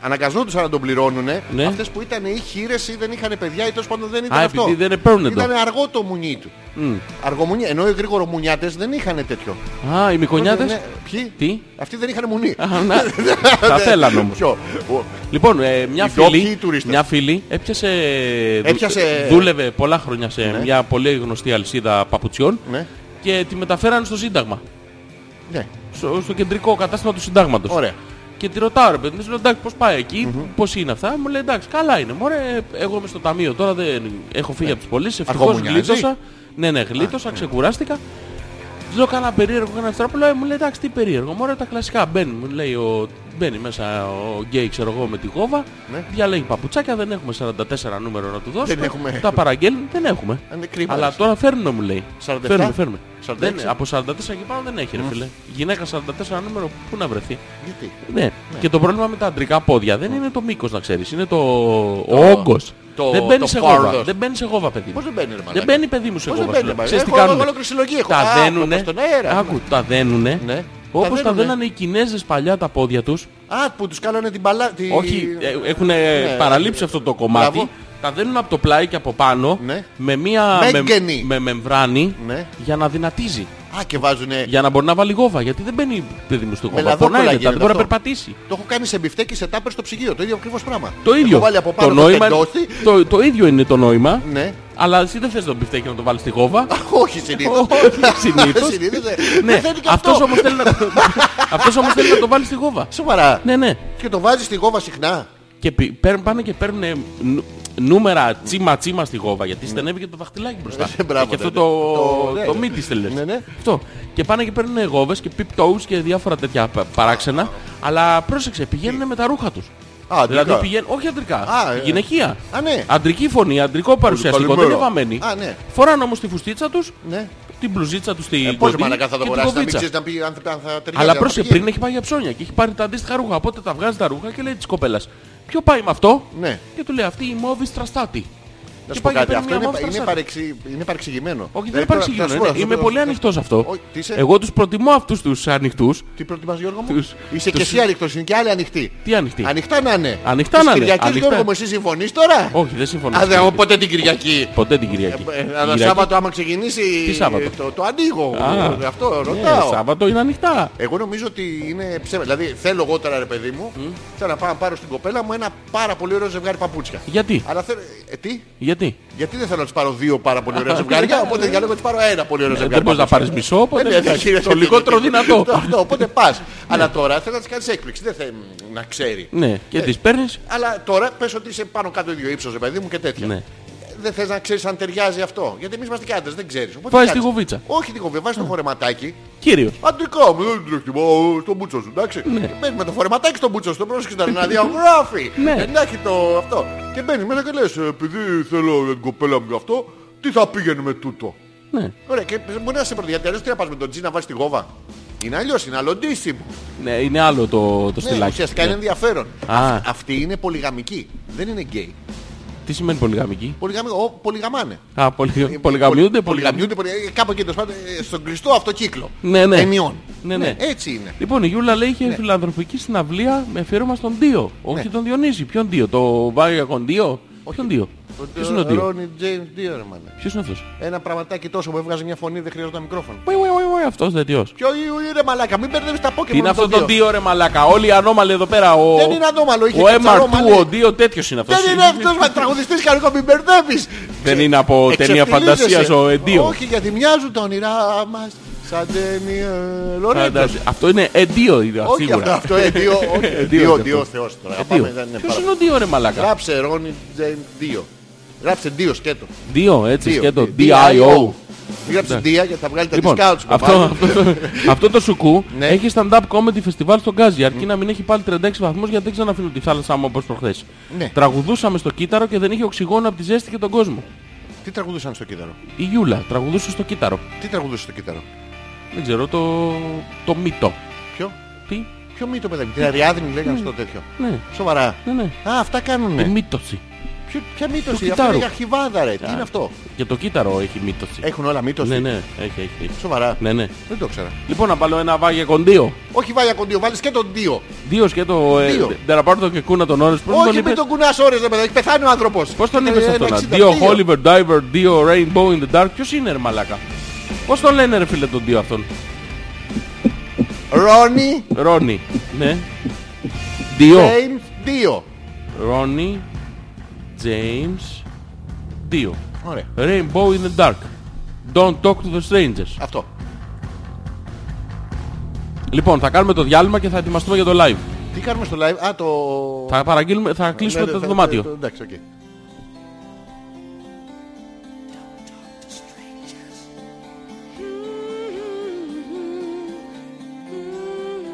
S1: αναγκαζόντουσαν να τον πληρώνουν.
S2: Ναι.
S1: Αυτές που ήταν ή χείρες ή δεν είχαν παιδιά ή τέλος πάντων δεν ήταν
S2: Α,
S1: αυτό.
S2: επειδή δεν παίρνουν το.
S1: Ήταν αργό το μουνί του. Αργό μουνί, ενώ οι γρήγορο μουνιάτες δεν είχαν τέτοιο.
S2: Α, οι
S1: Ναι,
S2: μικονιάτες.
S1: Ποιοι?
S2: Τι?
S1: Αυτοί δεν είχαν μουνί.
S2: Α,
S1: *laughs*
S2: να. Τα θέλαν όμως.
S1: Ποιο? Ο-
S2: Λοιπόν, ε, μια,
S1: Οι ντόπιοι
S2: φίλη,
S1: τουρίστες.
S2: μια φίλη έπιασε, δου-
S1: Έπιασε-
S2: δούλευε πολλά χρόνια σε μια πολύ γνωστή αλυσίδα παπουτσιών
S1: Ναι.
S2: και τη μεταφέρανε στο Σύνταγμα.
S1: Ναι.
S2: Στο, στο κεντρικό κατάστημα του Συντάγματος.
S1: Ωραία.
S2: Και τη ρωτάω ρε παιδί μου, της λέω, εντάξει πώς πάει εκεί, πώς είναι αυτά. Μου λέει εντάξει καλά είναι, μωρέ εγώ είμαι στο ταμείο τώρα, δεν... έχω
S1: Ναι.
S2: φύγει από τις πωλήσεις, ευτυχώς
S1: Αργόμουνιάζει.
S2: γλίτωσα. Ναι, ναι, γλίτωσα, ξεκουράστηκα. Της λέω κανένα περίεργο, κανένα αστράπουλο, ε, μου λέει εντάξει τι περίεργο, μωρέ τα κλασικά μπαίνει, μου λέει ο... μπαίνει μέσα ο γκέι ξέρω εγώ με τη γόβα,
S1: Ναι.
S2: διαλέγει παπουτσάκια, δεν έχουμε 44 νούμερο να του δώσουμε,
S1: Δεν έχουμε.
S2: τα παραγγέλνει, δεν έχουμε.
S1: Αν είναι κρίμα,
S2: Αλλά
S1: ρε.
S2: τώρα φέρνουμε μου λέει.
S1: 47?
S2: Φέρνουμε, φέρνουμε.
S1: 46?
S2: Δεν, από 44 και πάνω δεν έχει ρε φίλε. Γυναίκα 44 νούμερο, πού να βρεθεί.
S1: Γιατί.
S2: Ναι. Και το πρόβλημα με τα αντρικά πόδια δεν είναι το μήκος να ξέρεις, είναι το, ο όγκος.
S1: Ναι. το-
S2: δεν μπαίνεις
S1: το
S2: σε γόβα,
S1: φάρδος.
S2: δεν μπαίνεις σε γόβα παιδί μου.
S1: Πώς δεν μπαίνει, ρε μαλάκα.
S2: Δεν μπαίνει παιδί μου σε
S1: Πώς δεν
S2: γόβα. σου
S1: μπαίνει, ε,
S2: λέω.
S1: μα,
S2: Ξέρεις τι
S1: έχω-
S2: κάνουνε.
S1: έχω ολόκληρη συλλογή, έχω.
S2: Τα
S1: Α,
S2: δένουνε,
S1: όπως τον αέρα,
S2: άκου, τα δένουνε,
S1: Ναι. Τα
S2: όπως τα
S1: δένουνε.
S2: δένανε οι Κινέζες παλιά τα πόδια τους.
S1: Α, που τους κάνανε την μπαλά. τη-
S2: Όχι, ε, έχουν παραλείψει αυτό το κομμάτι.
S1: Ναι. Μπράβο.
S2: Τα δένουν από το πλάι και από πάνω
S1: Ναι.
S2: με μία
S1: Μέγενη.
S2: με μεμβράνη
S1: Ναι.
S2: για να δυνατίζει.
S1: Α, και βάζουνε.
S2: Για να μπορεί να βάλει γόβα. Γιατί δεν μπαίνει παιδί μου στο γόβα.
S1: λαδόκολλα
S2: Πονάει μετά,
S1: γίνεται
S2: δεν μπορεί να
S1: αυτό.
S2: περπατήσει.
S1: Το έχω κάνει σε μπιφτέκι και σε τάπερ στο ψυγείο. Το ίδιο ακριβώς πράγμα.
S2: Το ίδιο.
S1: Έχω βάλει από πάνω
S2: το,
S1: το,
S2: νόημα,
S1: τεντώσει.
S2: το, το ίδιο είναι το νόημα.
S1: Ναι. *laughs*
S2: Αλλά εσύ δεν θες τον πιφτέκι να το βάλεις στη γόβα.
S1: Όχι συνήθως.
S2: Όχι,
S1: *laughs*
S2: συνήθως.
S1: Συνήθως.
S2: ναι.
S1: Ε, Δεν θέλει και
S2: Αυτός,
S1: αυτός.
S2: όμως θέλει να...
S1: *laughs*
S2: Αυτός όμως θέλει να το βάλει στη γόβα.
S1: Σοβαρά.
S2: ναι, ναι.
S1: Και το βάζεις στη γόβα συχνά.
S2: Και πι- παίρνουν- πάνε και παίρνουν ε, νου- νούμερα τσίμα τσίμα στη γόβα γιατί στενεύει και το δαχτυλάκι μπροστά.
S1: Ναι. Ε, μπράβο,
S2: και αυτό
S1: ναι,
S2: το,
S1: ναι.
S2: το,
S1: Το-
S2: το
S1: ναι.
S2: μύτη στελές.
S1: Ναι, ναι.
S2: Αυτό. Και πάνε και παίρνουν ε, γόβες και pip toes και διάφορα τέτοια πα- παράξενα. Αλλά πρόσεξε, πηγαίνουν με τα ρούχα τους.
S1: Α,
S2: δηλαδή
S1: αντρικά.
S2: πηγαίνουν, όχι αντρικά,
S1: Α, ε,
S2: γυναικεία.
S1: Α, ναι.
S2: Αντρική φωνή, αντρικό παρουσιαστικό, δεν
S1: Καλημέρα.
S2: είναι βαμμένοι.
S1: Α, ναι.
S2: Φοράνε όμως τη φουστίτσα τους,
S1: Ναι.
S2: την μπλουζίτσα τους στη
S1: Ε, Πώς
S2: κοντή
S1: μαλακά θα το
S2: και την
S1: αγοράσεις, να μην
S2: κοβίτσα.
S1: ξέρεις να πει αν θα αν θα ταιριάζει.
S2: Αλλά
S1: αν θα
S2: πρόσεχε,
S1: πηγαίνει.
S2: πριν έχει πάει για ψώνια και έχει πάρει τα αντίστοιχα ρούχα. Οπότε τα βγάζει τα ρούχα και λέει της κοπέλας, ποιο πάει με αυτό.
S1: Ναι.
S2: Και του λέει αυτή η μόβη στραστάτη.
S1: Να σου πω
S2: Είπα,
S1: κάτι.
S2: παίρνει
S1: Αυτό
S2: μια
S1: είναι,
S2: Monster
S1: είναι,
S2: Shark.
S1: παρεξι, είναι παρεξηγημένο.
S2: Όχι, δεν
S1: Δηλαδή, τώρα,
S2: είναι
S1: θα σου πω,
S2: παρεξηγημένο.
S1: θα
S2: είναι-
S1: σου
S2: Είμαι
S1: πω,
S2: πολύ
S1: θα-
S2: ανοιχτός σε αυτό.
S1: Όχι, τι είσαι.
S2: Εγώ τους προτιμώ αυτούς τους ανοιχτούς.
S1: Τι προτιμάς Γιώργο μου.
S2: Τους-
S1: Είσαι
S2: τους-
S1: και εσύ ανοιχτός, είναι και άλλοι ανοιχτοί.
S2: Τι ανοιχτοί?
S1: Ανοιχτά να είναι.
S2: Ανοιχτά
S1: Τις
S2: να είναι,
S1: Κυριακές
S2: ανοιχτά.
S1: Γιώργο μου εσύ συμφωνείς τώρα.
S2: Όχι, δεν συμφωνώ.
S1: Α,
S2: στην
S1: δε,
S2: Κυριακή.
S1: οπότε την Κυριακή.
S2: Ποτέ την Κυριακή.
S1: Ε,
S2: Η
S1: Αλλά
S2: Κυριακή-
S1: Σάββατο άμα ξεκινήσει
S2: Τι Σάββατο?
S1: το, το ανοίγω.
S2: Α.
S1: Ε, Αυτό
S2: Ναι,
S1: ρωτάω.
S2: Σάββατο είναι ανοιχτά.
S1: Εγώ νομίζω ότι είναι ψέμα. Δηλαδή θέλω εγώ τώρα ρε παιδί μου, θέλω να πάω να πάρω στην κοπέλα μου ένα πάρα πολύ ωραίο ζευγάρι παπούτσια.
S2: Γιατί,
S1: Αλλά θέλω. Ε, τι?
S2: γιατί.
S1: Γιατί δεν θέλω να της πάρω δύο πάρα πολύ
S2: *laughs*
S1: ωραία ζευγάρια, οπότε διαλέγω να της πάρω ένα πολύ ωραίο
S2: Ναι, Δεν
S1: ζευγάρι.
S2: μπορείς να
S1: παπούτσια.
S2: πάρεις μισό, οπότε
S1: Ε, ναι,
S2: εντάξει,
S1: εντάξει,
S2: το λιγότερο δυνατό.
S1: Αυτό, οπότε πας. Αλλά τώρα θέλω να της κάνεις έκπληξη, δεν θέλω να ξέρει.
S2: Ναι, και τις παίρνεις.
S1: Αλλά τώρα πες ότι είσαι πάνω κάτω ίδιο ύψος, ρε παιδί μου και τέτοια.
S2: Ναι.
S1: Δεν θες να ξέρεις αν ταιριάζει αυτό. Γιατί εμείς είμαστε και άντρες, δεν ξέρεις. Οπότε
S2: Βάζεις
S1: τι κάνεις.
S2: τη γοβίτσα.
S1: Όχι τη γοβίτσα, βάζεις το φορεματάκι.
S2: Κύριο.
S1: Αντρικό μου, δεν τρέχει στο μπούτσο σου, εντάξει. Μπαίνεις με το φορεματάκι στο μπούτσο σου, το πρόσεξε να να διαγράφει.
S2: Ναι.
S1: Ε, Να έχει το αυτό. Και μπαίνεις μέσα και λες, «Ε, επειδή θέλω την κοπέλα μου γι' αυτό, τι θα πήγαινε με τούτο.
S2: Ναι.
S1: Ωραία, και μπορεί να σε πρωτογιατή, αλλιώς τι να πας με τον τζι να βάλεις τη γόβα. Είναι αλλιώς, είναι άλλο ντύσιμο.
S2: ναι, είναι άλλο το, το
S1: Ναι,
S2: στυλάκι.
S1: ουσιαστικά είναι
S2: Ναι.
S1: ενδιαφέρον.
S2: Α.
S1: Αυ- Αυτή είναι πολυγαμική. Δεν είναι γκέι.
S2: Τι σημαίνει πολυγαμική.
S1: Πολυγαμικό, ο, πολυγαμάνε.
S2: Α, πολυ... πολυγαμιούνται, πολυγαμιούνται.
S1: Ε, πολυγαμιούνται. πολυ- ε, Κάπου εκεί τέλος πάντων, ε, στον κλειστό αυτό κύκλο.
S2: Ναι, ναι.
S1: Ενιών.
S2: Ναι, ναι.
S1: Έτσι είναι.
S2: Λοιπόν, η Γιούλα λέει
S1: Ναι.
S2: είχε φιλανθρωπική συναυλία με αφιέρωμα στον Δίο. Όχι τον Διονύση. Ποιον Δίο, το Βάγιακον Δίο. Ποιον Δίο. Ποιος είναι ο Δίο.
S1: ε, Ρόνι Τζέιμς Δίερμαν.
S2: Ποιος είναι αυτός.
S1: Ένα πραγματάκι τόσο που έβγαζε μια φωνή δεν χρειαζόταν μικρόφωνο.
S2: Ουι, ουι, ουι, ουι, αυτός τέτοιος.
S1: Ποιο είναι ρε μαλάκα, μην μπερδεύεις τα πόκεμα.
S2: Τι είναι αυτό το Δίο ρε μαλάκα. Όλοι οι ανώμαλοι εδώ πέρα. Ο...
S1: Δεν είναι ανώμαλο, είχε
S2: Ο
S1: κατσαρόμα,
S2: MR2,
S1: λέει.
S2: ο Δίο τέτοιος είναι αυτός.
S1: Δεν είναι αυτός μα τραγουδιστής κανονικό, μην μπερδεύεις.
S2: Δεν είναι από ταινία
S1: Εξευτελίζεσαι.
S2: φαντασίας ο Εντίο.
S1: Όχι, γιατί μοιάζουν τα όνειρά μας σαν ταινία Λορέντος.
S2: Αυτό είναι εντίο είναι
S1: Όχι αυτό,
S2: σίγουρα.
S1: αυτό εντίο, όχι, εντίο, εντίο θεός τώρα.
S2: Ε,
S1: Πάμε,
S2: δύο.
S1: δεν είναι
S2: Ποιος
S1: πάρα-
S2: είναι ο Δίο ρε μαλάκα.
S1: Γράψε Ρόνι Τζέιμ Δίο. Γράψε Δίο σκέτο.
S2: Δίο έτσι
S1: Δίο.
S2: και το
S1: D.I.O..
S2: DIO.
S1: Μην Γράψε Δία γιατί θα βγάλει τα
S2: Ναι. Λοιπόν,
S1: discount σου.
S2: αυτό,
S1: παπά.
S2: αυτό, *laughs* το-
S1: *laughs*
S2: αυτό το σουκού
S1: Ναι.
S2: έχει stand-up comedy festival στο Γκάζι, αρκεί να μην έχει πάλι 36 βαθμούς γιατί δεν ξαναφύγουν τη θάλασσά μου όπως προχθές.
S1: Ναι.
S2: Τραγουδούσαμε στο κύτταρο και δεν είχε οξυγόνο από τη ζέστη και τον κόσμο.
S1: Τι τραγουδούσαν στο κύτταρο.
S2: Η Γιούλα τραγουδούσε στο κύτταρο.
S1: Τι τραγουδούσε στο κύτταρο.
S2: Δεν ξέρω, το, το μύτο.
S1: Ποιο.
S2: Τι,
S1: Ποιο μύτο παιδί μου. Την Αριάδνη λέγανε στο τέτοιο.
S2: ναι,
S1: Σοβαρά.
S2: ναι, ναι.
S1: Α, αυτά
S2: Η
S1: κάνουνε.
S2: μύτωση.
S1: Ποιο- Ποια μύτος
S2: του
S1: είναι. Αυτό είναι
S2: κυτάρου.
S1: για χιβάδα ρε. Τι είναι αυτό.
S2: Και το κύτταρο έχει μύτωση.
S1: Έχουν όλα μύτος.
S2: Ναι, ναι, έχει, έχει. έχει.
S1: Σοβαρά.
S2: Ναι, ναι.
S1: Δεν το ξέρα.
S2: Λοιπόν, να βάλω ένα βάγια κοντίο.
S1: Όχι βάλει ακοντίο, βάλεις και τον δύο.
S2: Δύο σκέτο. Ε,
S1: Δύο.
S2: δεν να πάρω το και κούνα τον όρες. Πώς τον
S1: Όχι,
S2: είπες,
S1: μην τον κουνάς ώρες ρε παιδί. Έχει πεθάνει ο άνθρωπος.
S2: πώς τον
S1: Ε,
S2: είπες αυτό
S1: ένα
S2: να.
S1: 62.
S2: Δύο Oliver Diver, δύο Rainbow in the Dark. Ποιος είναι ρε μαλάκα. Πώς τον λένε ρε φίλε τον δύο αυτόν.
S1: Ρόνι
S2: Ρόνι. Ναι. Δύο.
S1: Τζέιμ Δίο.
S2: Ρόνι. James. Δύο.
S1: Ωραία.
S2: Rainbow in the Dark. Don't talk to the strangers.
S1: Αυτό.
S2: Λοιπόν, θα κάνουμε το διάλειμμα και θα ετοιμαστούμε για το live.
S1: Τι κάνουμε στο live. Α, το...
S2: Θα παραγγείλουμε, θα κλείσουμε
S1: Ναι,
S2: το
S1: θα-
S2: δωμάτιο.
S1: το- Εντάξει, οκ.
S3: Mm-hmm.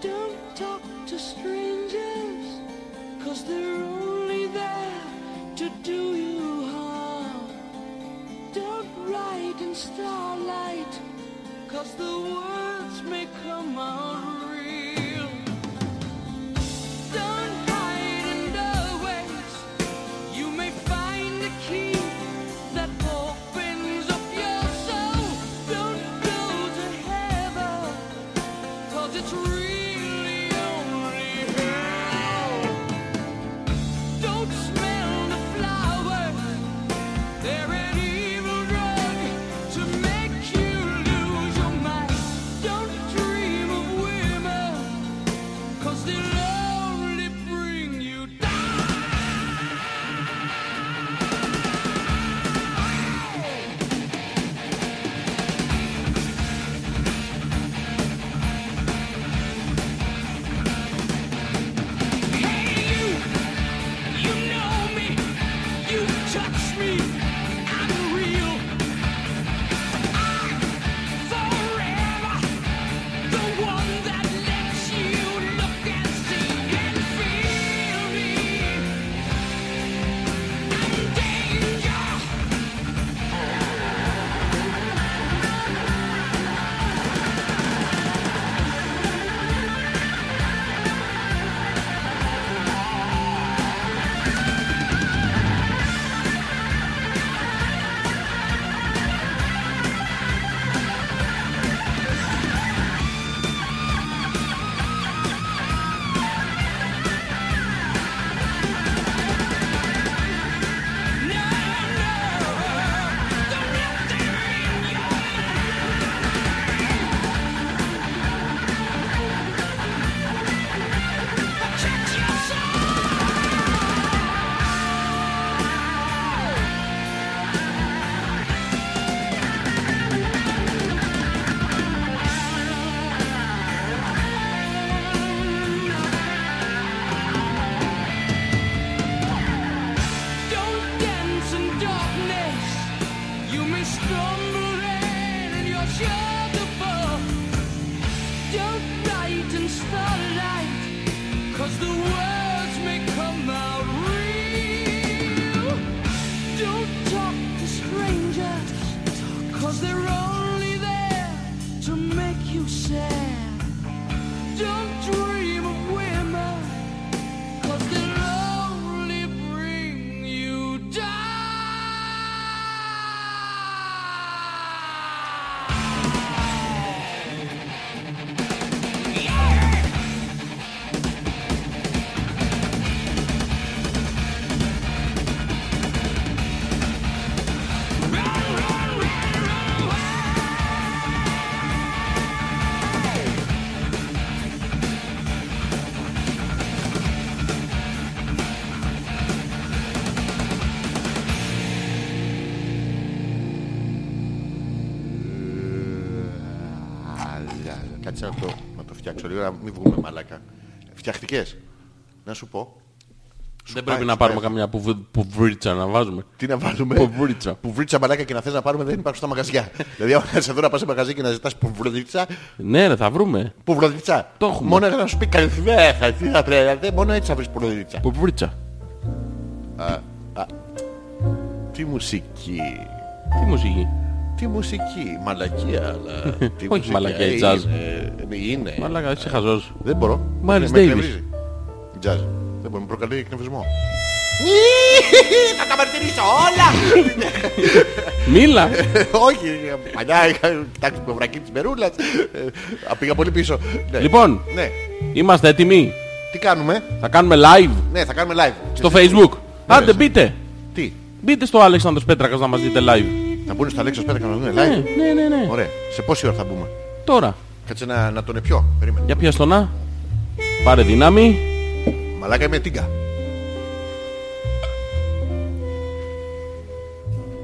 S3: Don't talk to strangers, cause they're only there to do you harm. Don't write in starlight, cause the words may come out real. Don't hide in doorways, you may find the key that opens up your soul. Don't go to heaven. Cause it's really only hell. Don't smell the flowers. They're an evil drug to make you lose your mind. Don't dream of will.
S4: Cause the words may come out real. Don't talk to strangers, cause they're only there to make you sad. Don't dream of women, cause they'll only bring you down.
S1: Κάτσε να το, να το φτιάξω λίγο, να μην βγούμε μαλάκα. Φτιαχτικές. Να σου πω. πάει,
S2: Δεν πρέπει να
S1: σου
S2: πάρουμε
S1: πάει.
S2: καμιά πουβ- πουβρίτσα να βάζουμε.
S1: Τι να βάλουμε.
S2: Πουβρίτσα.
S1: Πουβρίτσα μαλάκα και να θες να πάρουμε δεν υπάρχουν στα
S2: *laughs*
S1: μαγαζιά. δηλαδή, αν είσαι εδώ να πας σε μαγαζί και να ζητάς πουβρίτσα,
S2: Ναι, ρε, θα βρούμε.
S1: πουβρίτσα.
S2: Το έχουμε.
S1: Μόνο για να σου πει καλημέρα, τι θα πρέπει. Μόνο έτσι θα βρεις πουβρίτσα.
S2: Πουβρίτσα.
S1: Τι μουσική.
S2: Τι μουσική.
S1: Τι μουσική, μαλακία, αλλά.
S2: *laughs*
S1: τι μουσική,
S2: μαλακία,
S1: ε,
S2: jazz.
S1: Είναι. ε, είναι.
S2: Μαλάκα, είσαι χαζός.
S1: Δεν μπορώ.
S2: Miles
S1: Με
S2: Davis.
S1: εκνευρίζει. Jazz. Δεν μπορώ, με προκαλεί εκνευρισμό. *laughs* Θα τα μαρτυρήσω όλα!
S2: Μίλα.
S1: Όχι, ε, παλιά είχα κοιτάξει το βρακί της Μερούλας. Ε, α, Πήγα πολύ πίσω. Ναι.
S2: Λοιπόν,
S1: Ναι,
S2: είμαστε έτοιμοι.
S1: τι κάνουμε.
S2: Θα κάνουμε live
S1: Ναι, θα κάνουμε live.
S2: στο
S1: Ξέρεις τι-
S2: facebook. Άντε
S1: Βέβαια.
S2: μπείτε.
S1: Τι,
S2: Μπείτε στο Αλέξανδρος Πέτρακας να μας δείτε live.
S1: να μπουν στα λέξεις πέρα και να δουν
S2: Ναι,
S1: live.
S2: ναι, ναι, ναι.
S1: Ε, Ωραία, σε πόση ώρα θα μπούμε.
S2: Τώρα.
S1: Κάτσε να, να τον πιω. Περίμενε.
S2: Για πιάστο να. Πάρε δύναμη.
S1: Μαλάκα είμαι τίγκα.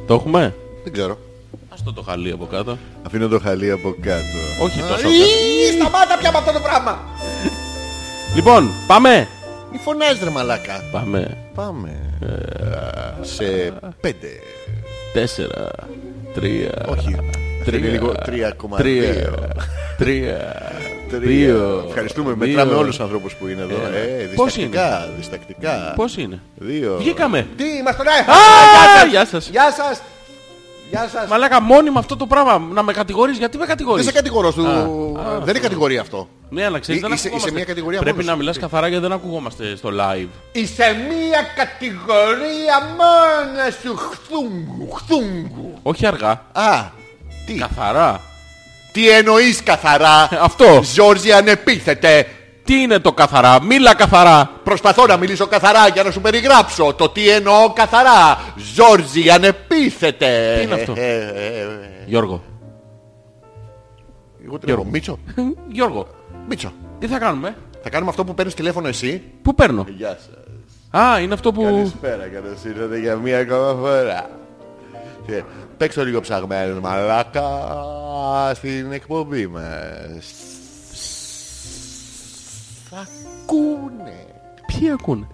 S2: Το έχουμε.
S1: Δεν ξέρω.
S2: Άστο το χαλί από κάτω.
S1: Αφήνω το χαλί από κάτω.
S2: Όχι τόσο.
S1: Ή, Σταμάτα πια με αυτό το ε, πράγμα.
S2: Λοιπόν, πάμε.
S1: Μη φωνάζεις ρε μαλάκα.
S2: Πάμε.
S1: Πάμε.
S2: Ε,
S1: Σε πέντε.
S2: Τέσσερα. Τρία.
S1: Όχι. Θέλει Ε, λίγο
S2: Τρία.
S1: 3,2.
S2: Τρία.
S1: Τρία. Ευχαριστούμε.
S2: Δύο. ναι.
S1: Μετράμε όλους τους ανθρώπους που είναι εδώ. Ε,
S2: Πώς
S1: διστακτικά. Διστακτικά.
S2: Πώς είναι.
S1: Δύο.
S2: Βγήκαμε.
S1: Τι ήμασταν. ε?
S2: Α, γεια σας.
S1: Γεια σας. Γεια σας.
S2: Μαλάκα μόνιμα αυτό το πράγμα να με κατηγορείς γιατί με
S1: Δεν
S2: κατηγορείς.
S1: σε κατηγορώ του.
S2: Α, α,
S1: Δεν είναι κατηγορία αυτό.
S2: Ναι, αλλά ξέρεις,
S1: Ε,
S2: δεν
S1: είσαι- είσαι
S2: ακουγόμαστε.
S1: μια κατηγορία
S2: Πρέπει
S1: μόνος
S2: να
S1: σου.
S2: μιλάς
S1: Τι.
S2: καθαρά γιατί δεν ακουγόμαστε στο live.
S1: Είσαι μία κατηγορία μόνα σου χθούγκου, χθούγκου.
S2: Όχι αργά.
S1: Α, τι,
S2: Καθαρά.
S1: τι εννοείς καθαρά.
S2: Αυτό.
S1: Ζόρζι ανεπίθετε.
S2: Τι είναι το καθαρά. Μίλα καθαρά.
S1: Προσπαθώ να μιλήσω καθαρά για να σου περιγράψω το τι εννοώ καθαρά. Ζόρζι ανεπίθετε.
S2: Τι είναι αυτό?
S1: Ε, ε, ε, ε.
S2: Γιώργο.
S1: Εγώ τι λέω, Μίτσο.
S2: *laughs* Γιώργο.
S1: Μίτσο.
S2: Τι θα κάνουμε.
S1: Θα κάνουμε αυτό που παίρνεις τηλέφωνο εσύ.
S2: Πού παίρνω.
S1: Γεια σας.
S2: Α, είναι αυτό που...
S1: Καλησπέρα, καλώς ήρθατε για μία ακόμα φορά. Ε, Παίξω λίγο ψαγμένο μαλάκα στην εκπομπή μας. Θα ακούνε.
S2: Ποιοι ακούνε.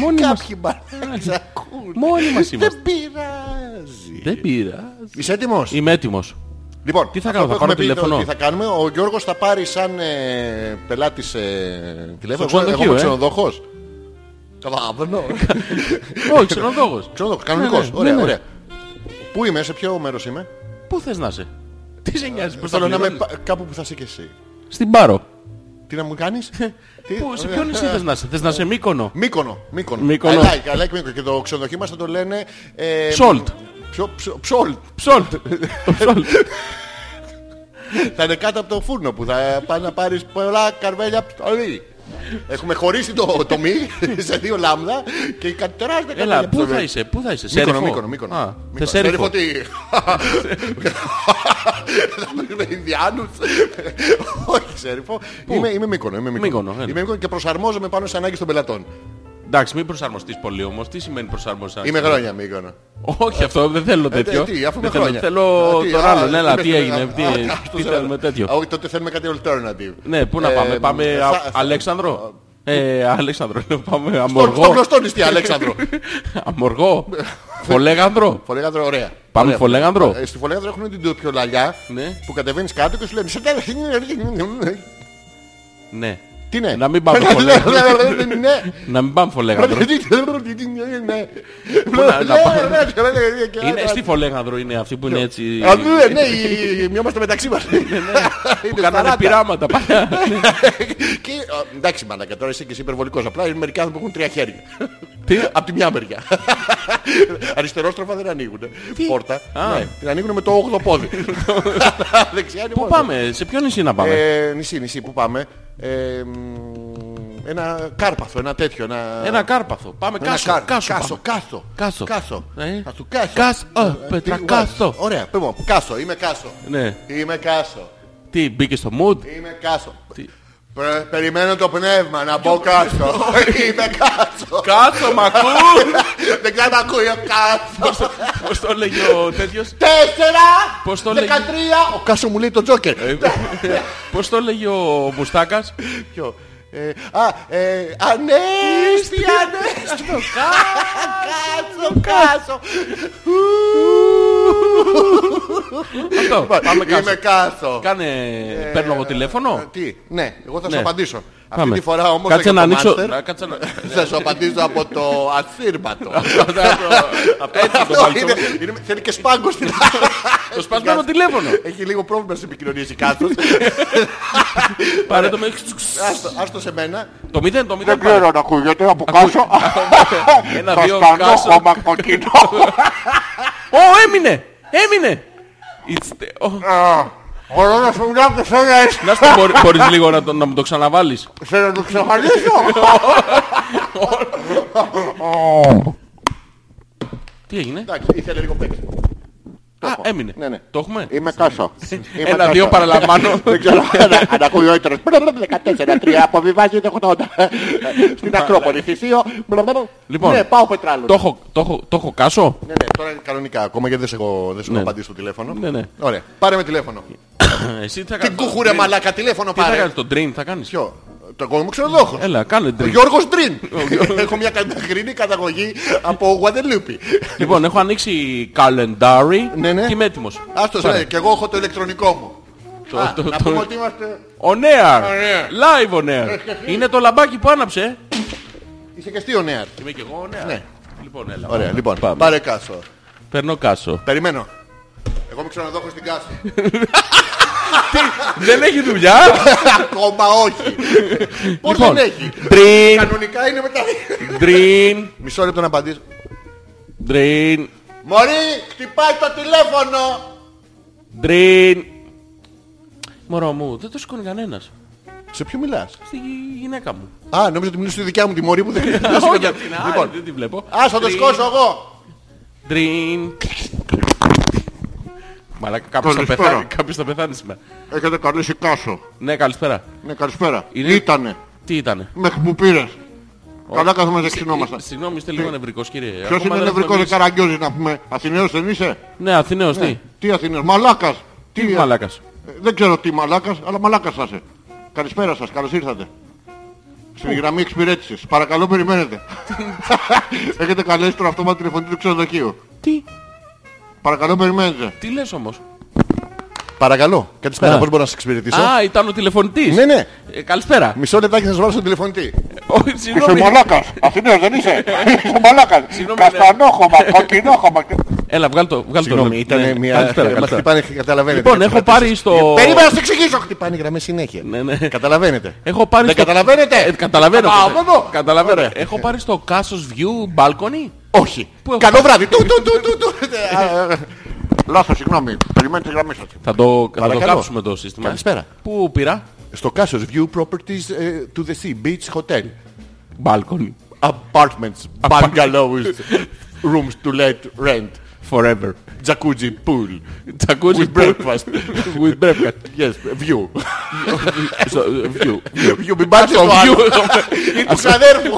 S2: Μόνοι μας.
S1: Κάποιοι μαλάκες ακούνε.
S2: Μόνοι *laughs* μας είμαστε.
S1: Δεν πειράζει.
S2: Δεν πειράζει.
S1: Είσαι έτοιμος.
S2: Είμαι έτοιμος.
S1: Λοιπόν,
S2: Τι θα
S1: αυτό
S2: κάνω,
S1: που
S2: θα πάρω
S1: έχουμε πει
S2: τηλέφωνο?
S1: ότι θα κάνουμε. Ο Γιώργος θα πάρει σαν ε, πελάτης ε, τηλέφωνο.
S2: Στο
S1: Εγώ- Εγώ
S2: ξενοδοχείο,
S1: είμαι
S2: ε.
S1: ξενοδοχός. Καταλαβαίνω.
S2: *laughs* Όχι, ξενοδόχος.
S1: *laughs* Ξενοδοχός, κανονικός.
S2: Ναι, ναι,
S1: Ωραία,
S2: ναι, ναι.
S1: ωραία. Πού είμαι, σε ποιο μέρος είμαι.
S2: Πού θες να είσαι. Τι σε νοιάζει πώς θα
S1: Θέλω να είμαι
S2: πληρώνεις.
S1: πα- κάπου που θα είσαι και εσύ.
S2: Στην Πάρο.
S1: Τι να μου κάνεις. Τι-
S2: *laughs* Πού- Σε ποιο νησί θες να είσαι. Θες να είσαι Μύκονο.
S1: Μύκονο. Μύκονο.
S2: Μύκονο.
S1: I like, I like Μύκονο. Και το ξενοδοχείο μας θα το λένε... ε,
S2: Ψόλτ.
S1: Ποιο, ψο- ψόλτ.
S2: Ψόλτ. Το ψόλτ.
S1: θα είναι κάτω από το φούρνο που θα πάει να πάρεις πολλά καρβέλια ψωλή. Έχουμε χωρίσει το, το μη σε δύο λάμδα και κάτι τεράστια
S2: *laughs* Έλα,
S1: καρβέλια
S2: πού θα
S1: ψωλή.
S2: είσαι, πού θα είσαι, σε
S1: Μύκονο,
S2: ερυφό?
S1: Μύκονο, Μύκονο.
S2: Α,
S1: Μύκονο.
S2: θες έρυφο.
S1: τι.
S2: *laughs*
S1: Θα παίρνουμε Ινδιάνους. Όχι, σε έρυφο. Είμαι, είμαι Μύκονο, είμαι Μύκονο.
S2: Μύκονο, έλα.
S1: είμαι Μύκονο και προσαρμόζομαι πάνω στις ανάγκες των πελατών.
S2: Εντάξει, μην προσαρμοστείς πολύ όμως. Τι σημαίνει προσαρμοστείς.
S1: Είμαι χρόνια Μύκονο.
S2: Όχι, αυτό δεν θέλω τέτοιο.
S1: Ε, τι, αφού με
S2: Δεν θέλω-
S1: χρόνια.
S2: Θέλω
S1: Α, τι,
S2: τον
S1: α,
S2: άλλον. Έλα,
S1: είμαι
S2: τι
S1: στο-
S2: έγινε,
S1: α,
S2: τι-
S1: α, α,
S2: τι
S1: στο-
S2: θέλουμε τέτοιο.
S1: Α, Όχι, τότε θέλουμε κάτι alternative.
S2: Ναι, πού να
S1: Ε,
S2: πάμε, πάμε
S1: θα-
S2: Α-
S1: θα-
S2: Αλέξανδρο. Ε, Αλέξανδρο, λέω, πάμε.
S1: Τον
S2: Αμοργό.
S1: τον γνωστό νηστή, Αλέξανδρο. *laughs*
S2: Αμοργό. Φολέγανδρο.
S1: Φολέγανδρο, ωραία.
S2: Πάμε
S1: Ωραία.
S2: Φολέγανδρο.
S1: Ε, Στη Φολέγανδρο έχουν την τουρπιολαλιά
S2: Ναι.
S1: που κατεβαίνεις κάτω και σου λένε «Σε τέλος».
S2: Ναι.
S1: Τι ναι.
S2: Να μην πάμε Φολέγανδρο. Να μην πάμε Φολέγανδρο. να- να πάμε. Είναι στη Φολέγανδρο είναι αυτή που είναι έτσι.
S1: Α, ναι, ναι, οι- οι- μειώμαστε μεταξύ μας. Είναι
S2: που κάνανε
S1: σταράτα.
S2: πειράματα
S1: Ε,
S2: παλιά.
S1: *laughs* Και, α, εντάξει, μαλακά, τώρα είσαι και εσύ υπερβολικός. Απλά είναι μερικοί άνθρωποι που έχουν τρία χέρια.
S2: Τι?
S1: *laughs* Απ' τη μια μεριά. Αριστερόστροφα δεν ανοίγουν. Πόρτα.
S2: Α.
S1: Ναι, την ανοίγουν με το 8ο
S2: *laughs*
S1: πόδι. *laughs* Δεξιά είναι
S2: *laughs* Πού
S1: μόνο.
S2: πάμε, σε ποιο νησί να πάμε.
S1: Ε, νησί, νησί, πού πάμε. Ε, μ, ένα κάρπαθο, ένα τέτοιο. Ένα,
S2: Ένα κάρπαθο. Πάμε
S1: Ε, ένα
S2: κάσο.
S1: κάρ-
S2: Κάσο.
S1: κάσο,
S2: πάμε.
S1: κάσο.
S2: Κάσο.
S1: Κάσο.
S2: Ε.
S1: Θα του κάσω.
S2: Κάσο,
S1: Ε,
S2: Πέτρα,
S1: τι-
S2: κάσο.
S1: Ωραία, πες μου, κάσο, είμαι κάσο.
S2: Ναι.
S1: Είμαι κάσο.
S2: Τι, μπήκες στο mood.
S1: Είμαι κάσο.
S2: Τι.
S1: Πε- Περιμένω το πνεύμα να μπω κάσο.
S2: *laughs*
S1: *laughs* Είμαι κάσο.
S2: Κάσο, μ' ακούς.
S1: *laughs* Δεν ξέρω να ακούει ο κάσο.
S2: Πώς το λέγει ο τέτοιος.
S1: Τέσσερα!
S2: Πώς το λέγει.
S1: Δεκατρία! Ο κάσο μου λέει τον τζόκερ.
S2: Πώς το λέγει ο Μουστάκας.
S1: Ποιο. Ε, α, ε, ανέστη, ανέστη. Κάτσο, κάτσο.
S2: Αυτό. Πάμε
S1: Είμαι
S2: κάσο.
S1: κάτσο.
S2: Κάνε, παίρνω εγώ
S1: Ε,
S2: τηλέφωνο.
S1: Τι, ναι, εγώ θα σου
S2: Ναι.
S1: απαντήσω. Αυτή
S2: Πάμε.
S1: τη φορά όμως
S2: Κάτσε
S1: δεν
S2: να
S1: είναι το
S2: ανοίξω.
S1: μάστερ.
S2: να- Ε, Κάτσε να.
S1: Θα σου απαντήσω από το ασύρματο.
S2: *laughs* Έτσι το
S1: Αυτό
S2: παλτό.
S1: είναι, είναι- θέλει και σπάγκο στην
S2: *laughs* Το σπασμένο τηλέφωνο.
S1: Έχει λίγο πρόβλημα στις επικοινωνίες η κάτσος.
S2: Πάρε το μέχρι.
S1: Άστο- Άστο σε μένα.
S2: Το μηδέν, το μηδέν.
S5: Δεν ξέρω να ακούγεται από κάσω.
S2: Ένα,
S5: Θα
S2: δύο,
S5: σπανώ
S2: κάσο.
S5: χώμα κοκκινό.
S2: Ω, έμεινε! Έμεινε! It's the- Ω,
S5: Μπορώ να σου μιλάω και θέλω να-
S2: Να στο μπορεί- μπορείς λίγο να, το, να μου το ξαναβάλεις.
S5: θέλω να το ξεχαρίσω.
S2: Τι έγινε?
S1: Εντάξει, ήθελε λίγο παίξιμο.
S2: Α, έμεινε.
S1: Ναι, ναι.
S2: Το έχουμε?
S5: Είμαι κάσο. Είμαι
S2: Ένα,
S5: κάσο.
S2: δύο παραλαμβάνω.
S5: *laughs* Δεν ξέρω αν- αν ακούει ο έτερος. 14-3 αποβιβάζει το 80. Στην Ακρόπολη θυσίο.
S2: Λοιπόν.
S5: Ναι, πάω πετράλο.
S2: το, έχω, το, έχω, το έχω
S1: *coughs*
S2: κάσω.
S1: Ναι, ναι, τώρα είναι κανονικά ακόμα γιατί δεν σε έχω, δεν σε έχω
S2: Ναι.
S1: απαντήσει στο τηλέφωνο.
S2: Ναι, ναι.
S1: Ωραία, πάρε με τηλέφωνο.
S2: Εσύ τι θα
S1: Την
S2: κάνεις.
S1: κούχου ρε μαλάκα, τηλέφωνο
S2: Τι θα
S1: πάρε.
S2: κάνεις, τον drain θα κάνεις.
S1: Ποιο, το εγώ μου ξενοδόχος.
S2: Έλα, κάνε
S1: Ο
S2: drain.
S1: Γιώργος Ντριν. Έχω μια καταγρίνη καταγωγή από Γουαδελούπη.
S2: Λοιπόν, έχω ανοίξει calendary
S1: Ναι, ναι.
S2: και είμαι έτοιμος.
S1: Άστο,
S2: Πάρε.
S1: ρε, ε, και εγώ έχω το ηλεκτρονικό μου.
S2: Το-
S1: Α,
S2: το-
S1: Να
S2: το-
S1: πούμε ότι είμαστε...
S2: On air.
S1: air.
S2: Live on air.
S1: *laughs*
S2: Είναι το λαμπάκι που άναψε. ε.
S1: Είσαι και στείο νέα.
S2: Είμαι και εγώ on air.
S1: Ναι.
S2: Λοιπόν, έλα.
S1: Ωραία, λοιπόν,
S2: Πάμε.
S1: πάρε κάσο.
S2: Παίρνω κάσο.
S1: Περιμένω. Εγώ είμαι ξενοδόχος στην κάσο.
S2: *laughs* Δεν έχει δουλειά.
S1: Ακόμα όχι. Πώς
S2: Λοιπόν,
S1: δεν έχει.
S2: Drain,
S1: Κανονικά είναι μετά.
S2: drain,
S1: Μισό λεπτό να απαντήσω.
S2: drain,
S1: Μωρή, χτυπάει το τηλέφωνο.
S2: drain. Μωρό μου, δεν το σηκώνει κανένας.
S1: Σε ποιο μιλάς.
S2: Στη γυ- γυναίκα μου.
S1: Α, νόμιζα ότι μιλούσε στη δικιά μου τη μωρή που δεν
S2: Όχι, απ' την άλλη,
S1: Λοιπόν.
S2: δεν τη βλέπω.
S1: Ας, θα το σκόσω εγώ.
S2: Dream. Μαλάκα, κάποιος θα
S5: Καλησπέρα.
S2: πεθάνει, κάποιος θα πεθάνει σήμερα.
S5: Έχετε καλέσει κάσο.
S2: Ναι, καλησπέρα.
S5: Ναι, καλησπέρα.
S2: Είναι-
S5: Ήτανε.
S2: Τι ήτανε.
S5: Μέχρι που πήρες. Καλά κάθομαι και ξυνόμαστα.
S2: Ε, Συγγνώμη, είστε λίγο νευρικός κύριε.
S5: Ποιος
S2: Ακόμα
S5: είναι
S2: δεν έχουμε
S5: νευρικός
S2: μιλήσει.
S5: καραγκιόζης να πούμε. Αθηναίος δεν είσαι.
S2: Ναι, Αθηναίος, τι.
S5: Τι Αθηναίος. Μαλάκας.
S2: Τι μαλάκας.
S5: Ε, Δεν ξέρω τι μαλάκας, αλλά μαλάκας θα είσαι. Καλησπέρα σας, καλώς ήρθατε. Στην γραμμή εξυπηρέτησης. Παρακαλώ
S2: *laughs*
S5: περιμένετε. Έχετε καλέσει τον αυτόματο τηλεφωνητή του ξενοδοχείου.
S2: Τι.
S5: Παρακαλώ περιμένετε.
S2: Τι λες όμως.
S1: Παρακαλώ, καλησπέρα.
S2: Α.
S1: Πώς μπορώ να σε εξυπηρετήσω.
S2: Α, ήταν ο τηλεφωνητής.
S1: Ναι, ναι.
S2: Ε, καλησπέρα.
S1: Μισό λεπτάκι θα σας βάλω στον τηλεφωνητή.
S2: *laughs* Όχι,
S5: Είσαι
S2: συγγνώμη.
S5: μαλάκας. Αθηναίος δεν
S2: *laughs*
S5: είσαι. Είσαι μαλάκας.
S2: Συγγνώμη, ναι.
S5: Καστανόχωμα, κοκκινόχωμα.
S2: Έλα, βγάλ το. Βγάλ το.
S1: Συγγνώμη,
S2: Ναι, ναι,
S1: ήταν μια.
S2: καλησπέρα,
S1: Μα
S2: καλησπέρα.
S1: χτυπάνε, καταλαβαίνετε.
S2: Λοιπόν, έχω πάρει στο...
S1: Περίμενα να σε εξηγήσω. Χτυπάνε οι γραμμές συνέχεια.
S2: Ναι, ναι.
S1: Καταλαβαίνετε.
S2: Έχω πάρει
S1: Δεν
S2: στο...
S1: καταλαβαίνετε.
S2: Ε, καταλαβαίνω.
S1: Α,
S2: παιδί.
S1: από εδώ.
S2: Καταλαβαίνω.
S1: Ωραία.
S2: Έχω πάρει στο Casos View Balcony.
S1: Όχι.
S2: Πού έχω
S1: Καλό βράδυ. Του, του, του, του, του. Α,
S5: Λάθος, συγγνώμη. Περιμένετε τη γραμμή σας.
S2: Θα το, θα το
S1: Παρακαλώ.
S2: κάψουμε το σύστημα.
S1: Καλησπέρα.
S2: Πού πήρα.
S1: Στο Casos View Properties ε, to the Sea Beach Hotel.
S2: Balcony.
S1: Apartments, bungalows, rooms to let rent,
S2: Forever.
S1: jacuzzi pool.
S2: Τσακούτσι
S1: With breakfast.
S2: With breakfast. *laughs*
S1: Yes, view.
S2: Στο- view, view.
S1: You be back
S2: Στο
S1: στο *laughs* άλλο.
S2: view έχω-
S1: Ή του ξαδέρφου.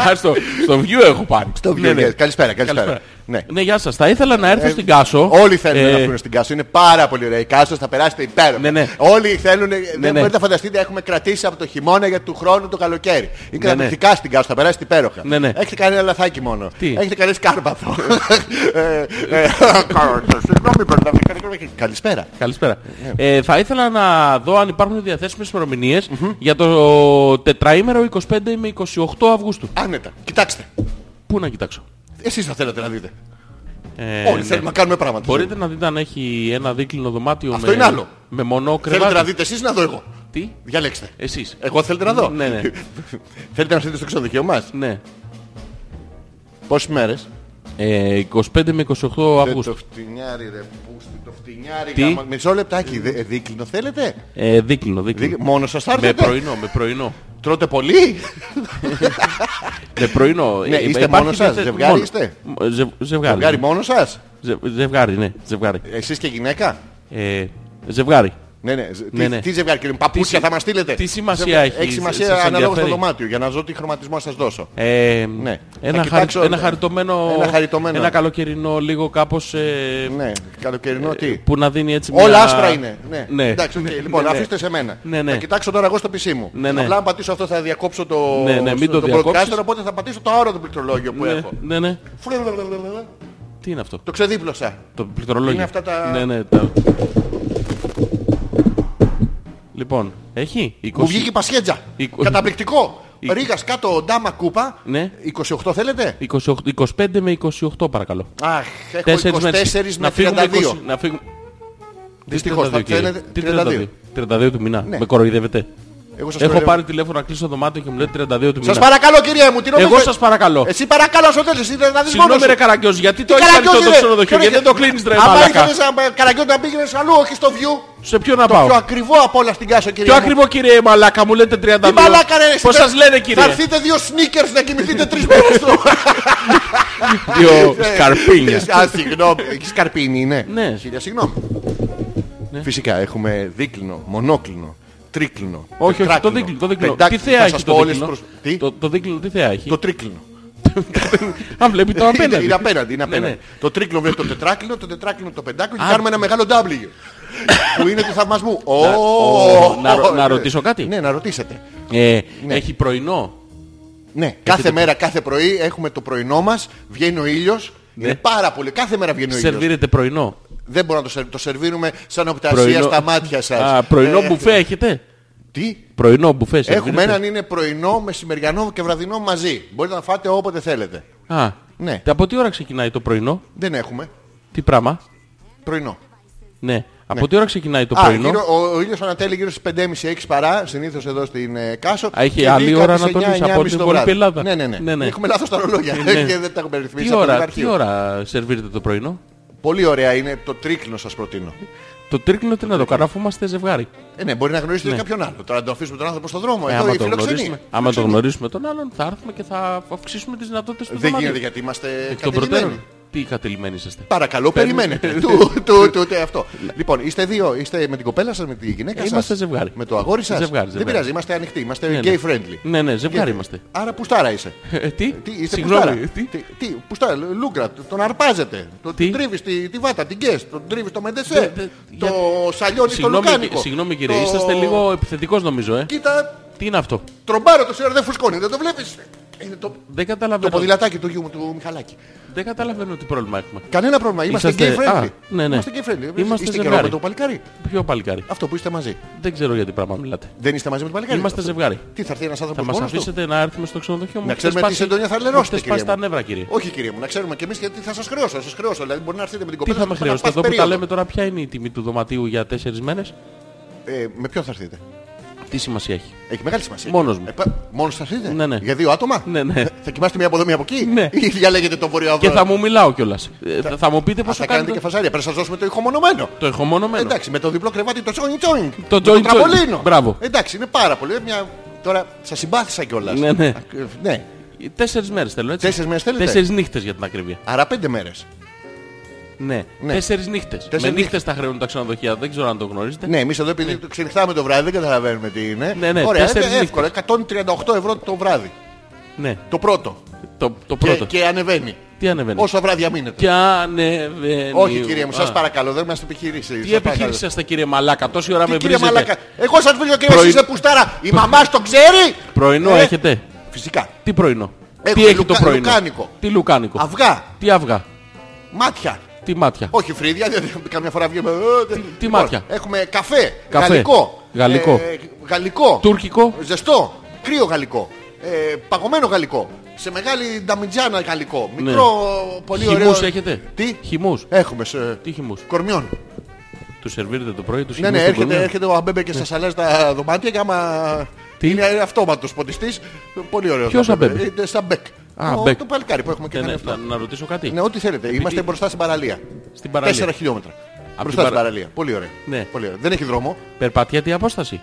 S2: *laughs* Α, στο- Στο view έχω πάρει.
S1: Στο
S2: Ναι, ναι.
S1: βιβλίο. Καλησπέρα, καλησπέρα.
S2: Καλησπέρα.
S1: Ναι.
S2: Ναι, γεια σας. Θα ήθελα να έρθω στην Κάσο.
S1: Ε, Όλοι θέλουν
S2: Ε,
S1: να έρθουν στην Κάσο. Είναι πάρα πολύ ωραία. Η Κάσο θα περάσετε υπέροχα.
S2: Ναι, ναι.
S1: Όλοι θέλουν. ε, δεν
S2: ναι.
S1: μπορείτε να φανταστείτε, έχουμε κρατήσει από το χειμώνα για του χρόνου το καλοκαίρι. Είναι καταπληκτικά στην Κάσο, θα περάσετε υπέροχα.
S2: Ναι, ναι.
S1: Έχετε κάνει ένα λαθάκι μόνο.
S2: Τι?
S1: Έχετε κάνει
S2: *laughs*
S1: σκάρπαθο. Ε, ε, Συγγνώμη, μπερδεύτηκα. Ε, Καλησπέρα.
S2: Καλησπέρα.
S1: Ναι.
S2: Ε, θα ήθελα να δω αν υπάρχουν διαθέσιμες ημερομηνίες για το τετραήμερο 25 με 28 Αυγούστου.
S1: Άνετα. Κοιτάξτε.
S2: Πού να κοιτάξω.
S1: Εσείς θα θέλατε να δείτε.
S2: Ε,
S1: Όλοι
S2: ναι.
S1: θέλουμε να κάνουμε πράγματα.
S2: Μπορείτε να δείτε αν έχει ένα δίκλινο δωμάτιο
S1: Αυτό
S2: με,
S1: είναι άλλο.
S2: με μονό κρεβάτι.
S1: Θέλετε να δείτε Ε, εσείς ή να δω εγώ.
S2: Τι,
S1: Διαλέξτε.
S2: εσείς.
S1: Εγώ θέλετε να δω.
S2: Ναι, ναι.
S1: *laughs* θέλετε να στείλετε στο ξενοδοχείο μας.
S2: Ναι.
S1: Πόσες μέρες.
S2: Ε, 25
S1: Ε,
S2: με 28 Αυγούστου.
S1: Το φτηνιάρι ρε πούστη, το φτηνιάρι
S2: Τι?
S1: γάμα. Μισό λεπτάκι, δε- ε, δίκλινο θέλετε.
S2: Ε, δίκλινο, δίκλινο.
S1: Δι- Μόνο σας θα
S2: Με
S1: έρθετε.
S2: πρωινό, με πρωινό.
S1: Τρώτε πολύ.
S2: Με πρωινό.
S1: Ναι,
S2: Ε,
S1: είστε
S2: υπάρχει
S1: μόνος σας,
S2: διαθε-
S1: ζευγάρι
S2: μόνο.
S1: είστε?
S2: Μ- ζευ- ζευγάρι. ναι.
S1: Βγάρι μόνος σας.
S2: Ζε- ζευγάρι, ναι, ζευγάρι.
S1: Εσείς και γυναίκα.
S2: Ε, ζευγάρι.
S1: Ναι, ναι. ζε- Τι,
S2: Ναι, ναι.
S1: τι ζευγάρι κύριε, μου, παπούτσια
S2: σι-
S1: θα μας στείλετε.
S2: τι σημασία
S1: Ζευγάρι.
S2: έχει,
S1: Έχει
S2: σε-
S1: σημασία
S2: σας
S1: ανάλογα στο
S2: ενδιαφέρει.
S1: δωμάτιο για να ζω τι χρωματισμό σας δώσω.
S2: Ε,
S1: Ναι. Θα
S2: ένα,
S1: κοιτάξω-
S2: χαρι- ένα χαριτωμένο,
S1: Ένα χαριτωμένο.
S2: ένα καλοκαιρινό λίγο κάπως ε,
S1: Ναι, καλοκαιρινό τι.
S2: που να δίνει έτσι μια...
S1: Όλα άσπρα είναι. Ναι.
S2: ναι.
S1: Εντάξει, οκ.
S2: Ναι,
S1: λοιπόν,
S2: ναι, ναι.
S1: αφήστε σε μένα.
S2: Ναι, ναι.
S1: Θα κοιτάξω τώρα εγώ στο PC μου.
S2: Ναι, ναι.
S1: Απλά αν πατήσω αυτό θα διακόψω το,
S2: Ναι, ναι, μην
S1: στο-
S2: το διακόψεις.
S1: broadcaster, οπότε θα πατήσω το όρο του πληκτρολόγιο που
S2: Ναι,
S1: έχω.
S2: ναι, ναι.
S1: Φρουλουλουλουλουλουλου.
S2: Τι είναι αυτό.
S1: Το ξεδίπλωσα.
S2: Το πληκτρολόγιο.
S1: Είναι αυτά τα-
S2: Ναι, ναι, τα... Λοιπόν, έχει 20...
S1: Μου βγήκε η πασχέτζα.
S2: Είκο-
S1: Καταπληκτικό.
S2: Είκο-
S1: Ρίγας κάτω, ντάμα κούπα.
S2: Ναι.
S1: 28 θέλετε.
S2: 28, 25 με 28 παρακαλώ.
S1: Αχ, έχω
S2: Τέσσερις
S1: 24
S2: μέρες.
S1: με
S2: φύγουμε
S1: 32.
S2: 20 να φύγουμε...
S1: Δυστυχώς, θα
S2: 32, κύριε.
S1: θέλετε
S2: Τι
S1: 32.
S2: 32 του μήνα.
S1: Ναι.
S2: Με κοροϊδεύετε.
S1: Εγώ σας
S2: Έχω
S1: κοροϊδεύω.
S2: πάρει τηλέφωνο να κλείσω δωμάτιο και μου λέτε 32 του μήνα.
S1: Σας παρακαλώ κυρία μου, τι
S2: Εγώ
S1: νομίζετε-
S2: σας παρακαλώ.
S1: Εσύ παρακαλώ σου τέλος, δεν θα δεις μόνος
S2: Συγγνώμη
S1: σου.
S2: ρε Καραγκιόζη, γιατί
S1: Τι
S2: το έχεις κάνει
S1: Καραγκιόζη,
S2: το
S1: ρε.
S2: ξενοδοχείο,
S1: Ποιο
S2: γιατί δεν το κλείνεις ρε
S1: Άμα
S2: μαλάκα.
S1: ήθελες να- Καραγκιόζη να πήγαινες αλλού, όχι στο view.
S2: Σε ποιο να
S1: Το πιο
S2: πάω.
S1: ακριβό από όλα στην Κάσο, κύριε.
S2: Πιο
S1: μου.
S2: ακριβό κύριε μαλάκα, μου λέτε 32.
S1: Τι μαλάκα ρε,
S2: Πώς
S1: εσείς,
S2: σας λένε
S1: Θα
S2: κύριε.
S1: έρθετε δύο sneakers να κοιμηθείτε τρεις μέρες του.
S2: Δύο σκαρπίνια.
S1: Ε, Α, συγγνώμη. Έχεις σκαρπίνι, ναι.
S2: Ναι.
S1: Χίλια συγγνώμη. Φυσικά έχουμε δίκλινο, μονόκλινο, τρίκλινο.
S2: Όχι, όχι, το
S1: τετράκλινο,
S2: δίκλινο. Το δίκλινο. Τι
S1: πεντάκλινο.
S2: θέα
S1: Θα σας
S2: έχει
S1: πω
S2: το
S1: όλες
S2: δίκλινο.
S1: προς- Τι,
S2: Το- Το δίκλινο τι θέα έχει.
S1: το τρίκλινο.
S2: Αν
S1: *laughs*
S2: βλέπει το
S1: Είναι-
S2: απέναντι.
S1: Είναι απέναντι, είναι
S2: Ναι,
S1: απέναντι.
S2: ναι.
S1: Το τρίκλινο βλέπει το τετράκλινο, το τετράκλινο το πεντάκλινο και
S2: Α.
S1: κάνουμε ένα μεγάλο W. Που είναι του θαυμασμού. Ω,
S2: ω, να ρω- να
S1: ναι.
S2: ρωτήσω κάτι?
S1: Ναι, να ρωτήσετε.
S2: Ε, Έχει πρωινό.
S1: Ναι, κάθε μέρα, κάθε πρωί έχουμε το πρωινό μας, βγαίνει ο ήλιος.
S2: Ναι.
S1: Είναι πάρα πολύ. Κάθε μέρα βγαίνει ο ήλιος.
S2: Σερβίρετε πρωινό.
S1: Δεν μπορώ να το, σερ... το σερβίρουμε σαν οπτασία
S2: Πρωινό-
S1: στα μάτια σας.
S2: Α, Πρωινό
S1: Ε,
S2: μπουφέ έχετε.
S1: Τι.
S2: Πρωινό μπουφέ σερβίρετε.
S1: Έχουμε έναν είναι πρωινό, μεσημεριανό και βραδινό μαζί. Μπορείτε να φάτε όποτε θέλετε.
S2: Α,
S1: Ναι.
S2: τε από τι ώρα ξεκινάει το πρωινό.
S1: Δεν έχουμε.
S2: Τι πράγμα.
S1: Πρωινό.
S2: Ναι. Από τι ώρα ξεκινάει το
S1: Α,
S2: πρωινό.
S1: γύρω, ο, ο ήλιος ανατέλει γύρω στις 5.30-6 παρά, συνήθως εδώ στην ε, Κάσο.
S2: Α, έχει
S1: Και
S2: άλλη
S1: βγει
S2: ώρα
S1: κάτι
S2: να
S1: σε
S2: το
S1: 9,
S2: λύσει από
S1: 9.30
S2: την
S1: το
S2: υπόλοιπη
S1: βράδυ.
S2: Ελλάδα.
S1: Ναι, ναι, ναι.
S2: Ναι, ναι.
S1: Έχουμε λάθος τα ρολόγια *laughs*
S2: Ναι.
S1: και δεν τα έχουμε ρυθμίσει
S2: Τι
S1: από την
S2: ώρα,
S1: αρχή.
S2: τι ώρα σερβίρετε το πρωινό.
S1: Πολύ ωραία είναι το τρίκλινο σας προτείνω.
S2: Το τρίκνο τι να το κάνω αφού είμαστε ζευγάρι.
S1: Ε, ναι, μπορεί να γνωρίσετε κάποιον άλλο. Τώρα να το αφήσουμε τον άνθρωπο στον δρόμο.
S2: Ε,
S1: εδώ
S2: άμα
S1: η
S2: το,
S1: φιλοξενία.
S2: γνωρίσουμε, άμα το γνωρίσουμε τον άλλον θα έρθουμε και θα αυξήσουμε τις δυνατότητες του
S1: Δεν
S2: δωματίου.
S1: γίνεται γιατί είμαστε
S2: Εκ των
S1: κατελημένοι.
S2: προτέρων. Τι κατελημένοι είσαστε.
S1: Παρακαλώ,
S2: Παίρνεις-
S1: περιμένετε. του, του, του, του, αυτό. λοιπόν, είστε δύο. Είστε με την κοπέλα σας, με τη γυναίκα σας.
S2: Είμαστε ζευγάρι.
S1: Με το αγόρι σας.
S2: Ζευγάρι,
S1: Δεν
S2: ζευγάρι.
S1: πειράζει, είμαστε ανοιχτοί. Είμαστε
S2: Ναι, ναι.
S1: Ε, gay friendly.
S2: Ναι, ναι, ζευγάρι
S1: Και-
S2: είμαστε.
S1: Άρα πουστάρα είσαι.
S2: Ε, τι,
S1: Τι, είστε
S2: συγγνώμη. ε,
S1: πουστάρα.
S2: Τι,
S1: Τι, τι, πουστάρα, λούγκρα, τον αρπάζετε. Τον
S2: Τι?
S1: τρίβεις τη, τη βάτα, την γκες, τον τρίβεις το
S2: Δε-
S1: μεντεσέ,
S2: δε-
S1: το
S2: για-
S1: σαλιώνεις το
S2: Συγγνώμη,
S1: λουκάνικο.
S2: συγγνώμη κύριε,
S1: το-
S2: είσαστε λίγο επιθετικός νομίζω, ε.
S1: Κοίτα,
S2: Τι είναι αυτό.
S1: τρομπάρω το σύνορα, δεν φουσκώνει, δεν το βλέπεις. Είναι το,
S2: Δεν
S1: το
S2: καταλαβαίνω,
S1: ποδηλατάκι του γιου μου, του Μιχαλάκη.
S2: δεν καταλαβαίνω τι πρόβλημα έχουμε.
S1: Κανένα πρόβλημα. Είμαστε
S2: Είσαστε-
S1: gay friendly.
S2: Α, ναι, ναι.
S1: Είμαστε gay friendly.
S2: Είμαστε
S1: είστε
S2: ζευγάρι.
S1: με το παλικάρι.
S2: Ποιο παλικάρι.
S1: Αυτό που είστε μαζί.
S2: Δεν ξέρω γιατί πράγμα μιλάτε.
S1: Δεν είστε μαζί με το παλικάρι.
S2: Είμαστε ζευγάρι.
S1: Τι θα έρθει ένας
S2: Θα
S1: άνθρωπος
S2: μας
S1: μόνος του.
S2: αφήσετε να έρθουμε στο ξενοδοχείο μου.
S1: Να
S2: Έχετε
S1: ξέρουμε τι
S2: σπάσει-
S1: συντονία θα
S2: έχετε
S1: λερώσετε.
S2: σπάσει
S1: κυρία
S2: τα
S1: μου.
S2: νεύρα κύριε.
S1: Όχι κύριε μου, να ξέρουμε κι εμείς γιατί θα σας χρεώσω. Θα σας χρεώσω. Δηλαδή μπορεί να έρθετε με την
S2: Τι
S1: κοπέλα
S2: θα με
S1: σας να
S2: χρειαστεί
S1: πάθει
S2: εδώ που τα
S1: περίοδο.
S2: λέμε τώρα, ποια είναι η τιμή του δωματίου για τέσσερις μέρες.
S1: Ε, με ποιον θα έρθετε.
S2: Τι σημασία έχει.
S1: Έχει μεγάλη σημασία.
S2: Μόνος μου.
S1: Ε, πα- μόνος θα έρθετε.
S2: Ναι, ναι.
S1: Για δύο άτομα.
S2: Ναι, ναι.
S1: Θα κοιμάστε μία από εδώ μία από εκεί.
S2: Ναι.
S1: Ή διαλέγετε τον βορειό.
S2: Και θα μου μιλάω κιόλας. Θα, θα μου πείτε
S1: Α,
S2: πόσο
S1: θα κάνετε
S2: κάνετε.
S1: και φασάρια. Πρέπει να σας δώσουμε το ηχομονωμένο.
S2: Το έχω μόνο
S1: Ε,
S2: μένο.
S1: Εντάξει, με το διπλό κρεβάτι το τσόινι τσόινι.
S2: Το joint-joint.
S1: τραμπολίνο.
S2: Μπράβο.
S1: Εντάξει, είναι πάρα πολύ. Ε, Μια... Τώρα σας συμπάθησα κιόλας.
S2: Ναι, ναι.
S1: ναι.
S2: Τέσσερις μέρες θέλω έτσι.
S1: Τέσσερις μέρες θέλετε?
S2: Τέσσερις νύχτες για την ακρίβεια.
S1: Άρα πέντε μέρες.
S2: Ναι.
S1: Ναι.
S2: Τέσσερις νύχτες.
S1: Τέσσερις
S2: Με νύχτες τα χρεώνουν τα ξενοδοχεία, δεν ξέρω αν το γνωρίζετε.
S1: Ναι, εμείς εδώ επειδή ξενυχτάμε το βράδυ δεν καταλαβαίνουμε τι είναι.
S2: Ναι, ναι,
S1: Ωραία,
S2: τέσσερις
S1: είναι εύκολα. 138 ευρώ το βράδυ.
S2: Ναι.
S1: Το πρώτο.
S2: Το, το
S1: Και-
S2: πρώτο.
S1: Και, ανεβαίνει.
S2: Τι ανεβαίνει.
S1: Όσα βράδια μείνετε.
S2: Και ανεβαίνει.
S1: Όχι κυρία μου, σας
S2: Α,
S1: παρακαλώ, δεν είμαστε επιχειρήσει.
S2: Τι επιχείρηση είστε κύριε Μαλάκα, τόση ώρα με
S1: Κύριε
S2: βρίζετε.
S1: Μαλάκα, εγώ σας βρίσκω κύριε,
S2: Πρωι-
S1: εσείς δεν πουστάρα. Η μαμά σου το ξέρει.
S2: Πρωινό
S1: Ε,
S2: έχετε.
S1: Φυσικά.
S2: Τι πρωινό.
S1: Έχουμε
S2: τι έχει
S1: λουκα-
S2: το πρωινό.
S1: λουκάνικο.
S2: Τι λουκάνικο.
S1: Αυγά,
S2: Τι αυγά.
S1: μάτια.
S2: Τι μάτια.
S1: Όχι φρύδια, δεν- καμιά φορά βγαίνουμε. ε, δεν- Λοιπόν,
S2: μάτια.
S1: Έχουμε καφέ,
S2: Καφέ.
S1: γαλλικό.
S2: Γαλλικό.
S1: ε, γαλλικό.
S2: Τουρκικό.
S1: Ζεστό, κρύο γαλλικό. Ε, παγωμένο γαλλικό. Σε μεγάλη νταμιτζάνα γαλλικό. Μικρό, πολύ ωραίο.
S2: Ναι. Χυμούς έχετε.
S1: Τι. Ε-
S2: Χυμούς.
S1: Έχουμε σε
S2: Τι χυμούς.
S1: κορμιών.
S2: Τους σερβίρετε το πρωί, τους
S1: Ναι,
S2: χυμούς.
S1: ναι,
S2: τους
S1: έρχεται,
S2: κορμιού.
S1: έρχεται ο Αμπέμπε και σας αλλάζει τα δωμάτια και άμα
S2: Ναι. Τι?
S1: είναι αυτόματος ποτιστής, πολύ ωραίο.
S2: Ποιος
S1: το Αμπέμπε.
S2: Αμπέμπε?
S1: Είναι σαν Μπέκ.
S2: Α,
S1: Ο-
S2: Μπέκ.
S1: Το παλικάρι που έχουμε και
S2: Ναι,
S1: κάνει
S2: ναι,
S1: αυτό.
S2: να, να ρωτήσω κάτι.
S1: Ναι, ό,τι θέλετε. Είμαστε μπροστά στην παραλία.
S2: Στην παραλία.
S1: Τέσσερα χιλιόμετρα.
S2: την
S1: μπροστά στην
S2: παρα-
S1: παραλία. Πολύ ωραία.
S2: Ναι.
S1: Πολύ ωραία. Δεν έχει δρόμο.
S2: Περπατιέται η απόσταση.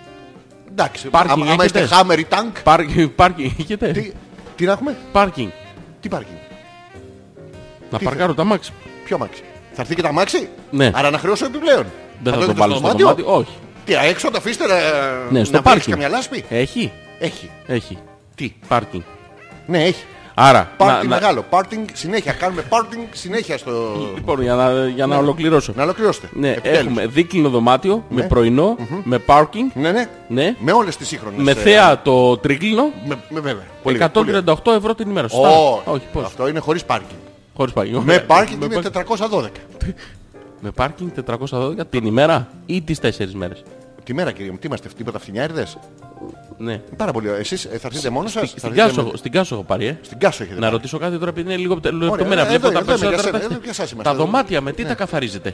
S1: Εντάξει.
S2: Πάρκινγκ
S1: άμα- άμα
S2: έχετε?
S1: είστε χάμερι τάγκ.
S2: Πάρκινγκ. Πάρκινγκ. έχετε?
S1: Τι, τι να έχουμε,
S2: Πάρκινγκ.
S1: τι πάρκινγκ.
S2: Να
S1: Τι
S2: παρκάρω τα μάξι.
S1: Ποιο μάξι. Θα έρθει και τα μάξι.
S2: Ναι.
S1: Άρα να χρεώσω επιπλέον. το
S2: Δεν θα τον
S1: έχετε
S2: βάλω στο δωμάτιο. Όχι.
S1: Τι έξω, το αφήστε να,
S2: Ναι,
S1: να
S2: στο
S1: βρέξει
S2: πάρκινγκ.
S1: καμιά λάσπη.
S2: Έχει.
S1: Έχει.
S2: Έχει.
S1: Τι.
S2: Πάρκινγκ.
S1: Ναι, έχει.
S2: Άρα. να-
S1: Πάρτινγκ
S2: να-
S1: μεγάλο. Πάρτινγκ συνέχεια. Κάνουμε πάρτινγκ συνέχεια στο...
S2: Λοιπόν, για να, για να ολοκληρώσω.
S1: Ναι. να ολοκληρώσετε.
S2: Ναι,
S1: Επιτέλους.
S2: έχουμε δίκλινο δωμάτιο με πρωινό, με πάρκινγκ,
S1: Ναι, ναι.
S2: ναι,
S1: Με όλες τις σύγχρονες.
S2: με
S1: ε,
S2: θέα το τρίκλινο.
S1: Με, με- βέβαια. Πολύ, πολύ.
S2: 138 ευρώ την ημέρα. Σωστά.
S1: Ω,
S2: Όχι, πώς.
S1: Αυτό είναι χωρίς πάρκινγκ.
S2: Χωρίς πάρκινγκ.
S1: Με
S2: Ωραία.
S1: πάρκινγκ
S2: Με
S1: είναι
S2: πάρκινγκ.
S1: 412.
S2: Με πάρκινγκ 412 την ημέρα ή τις 4 μέρες.
S1: Τη μέρα κύριε μου, τι είμαστε, τίποτα φθηνιάριδες.
S2: Ναι.
S1: Πάρα πολύ ωραία. Εσείς ε, θα έρθετε μόνος σας. θα
S2: Στην
S1: έρθετε
S2: Κάσο,
S1: με-
S2: έχω- στην Κάσο έχω πάρει, ε.
S1: Στην Κάσο έχετε.
S2: Να
S1: πάει.
S2: ρωτήσω κάτι τώρα επειδή είναι λίγο λεπτομένα.
S1: εδώ-
S2: Βλέπω
S1: εδώ
S2: τα
S1: είμαι, για
S2: περισσότερα.
S1: σένα,
S2: πράγματα.
S1: εδώ για εσάς είμαστε,
S2: Τα
S1: εδώ. Ναι.
S2: δωμάτια με τι τα καθαρίζετε.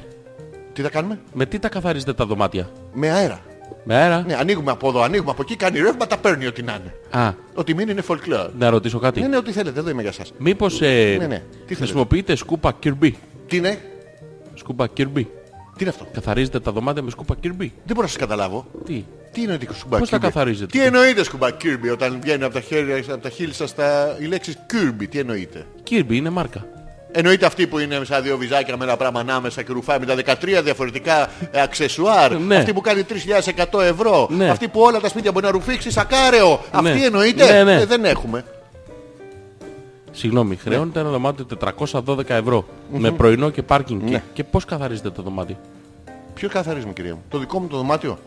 S1: Τι θα κάνουμε,
S2: Με τι τα καθαρίζετε τα δωμάτια.
S1: με αέρα.
S2: Με αέρα.
S1: Ναι, ανοίγουμε από εδώ, ανοίγουμε από εκεί, κάνει ρεύμα, τα παίρνει ό,τι να είναι.
S2: Α,
S1: Ό,τι μείνει είναι folklore.
S2: να ρωτήσω
S1: Ναι,
S2: κάτι.
S1: ναι, ό,τι θέλετε, εδώ είμαι για σας.
S2: Μήπως ε,
S1: Ναι, ναι. Τι θέλετε.
S2: χρησιμοποιείτε σκούπα Kirby.
S1: Τι είναι,
S2: Σκούπα Kirby.
S1: τι είναι αυτό.
S2: Καθαρίζετε τα δωμάτια με σκούπα Kirby.
S1: Δεν μπορώ να σας καταλάβω.
S2: Τι.
S1: Τι είναι ότι σκουμπά
S2: Πώς τα
S1: Kirby?
S2: καθαρίζετε?
S1: Τι εννοείτε σκουμπά Kirby όταν βγαίνει από τα, χέρια, από τα χείλη σας τα... οι λέξεις Kirby, τι εννοείτε.
S2: Kirby είναι μάρκα.
S1: Εννοείται αυτή που είναι σαν δύο βυζάκια με ένα πράγμα ανάμεσα και ρουφάει με τα 13 διαφορετικά ε, αξεσουάρ.
S2: Ναι.
S1: Αυτή που κάνει 3.100 ευρώ.
S2: Ναι.
S1: Αυτή που όλα τα σπίτια μπορεί να ρουφήξει σακάρεο. Αυτή εννοείται.
S2: Ναι, ναι.
S1: Ε, δεν έχουμε. Ναι.
S2: Συγγνώμη, χρεώνεται ένα δωμάτιο 412 ευρω με πρωινό και πάρκινγκ. Και-
S1: Ναι.
S2: Και, πώς καθαρίζετε το δωμάτιο.
S1: Ποιο καθαρίζουμε κυρία μου. Το δικό μου το δωμάτιο.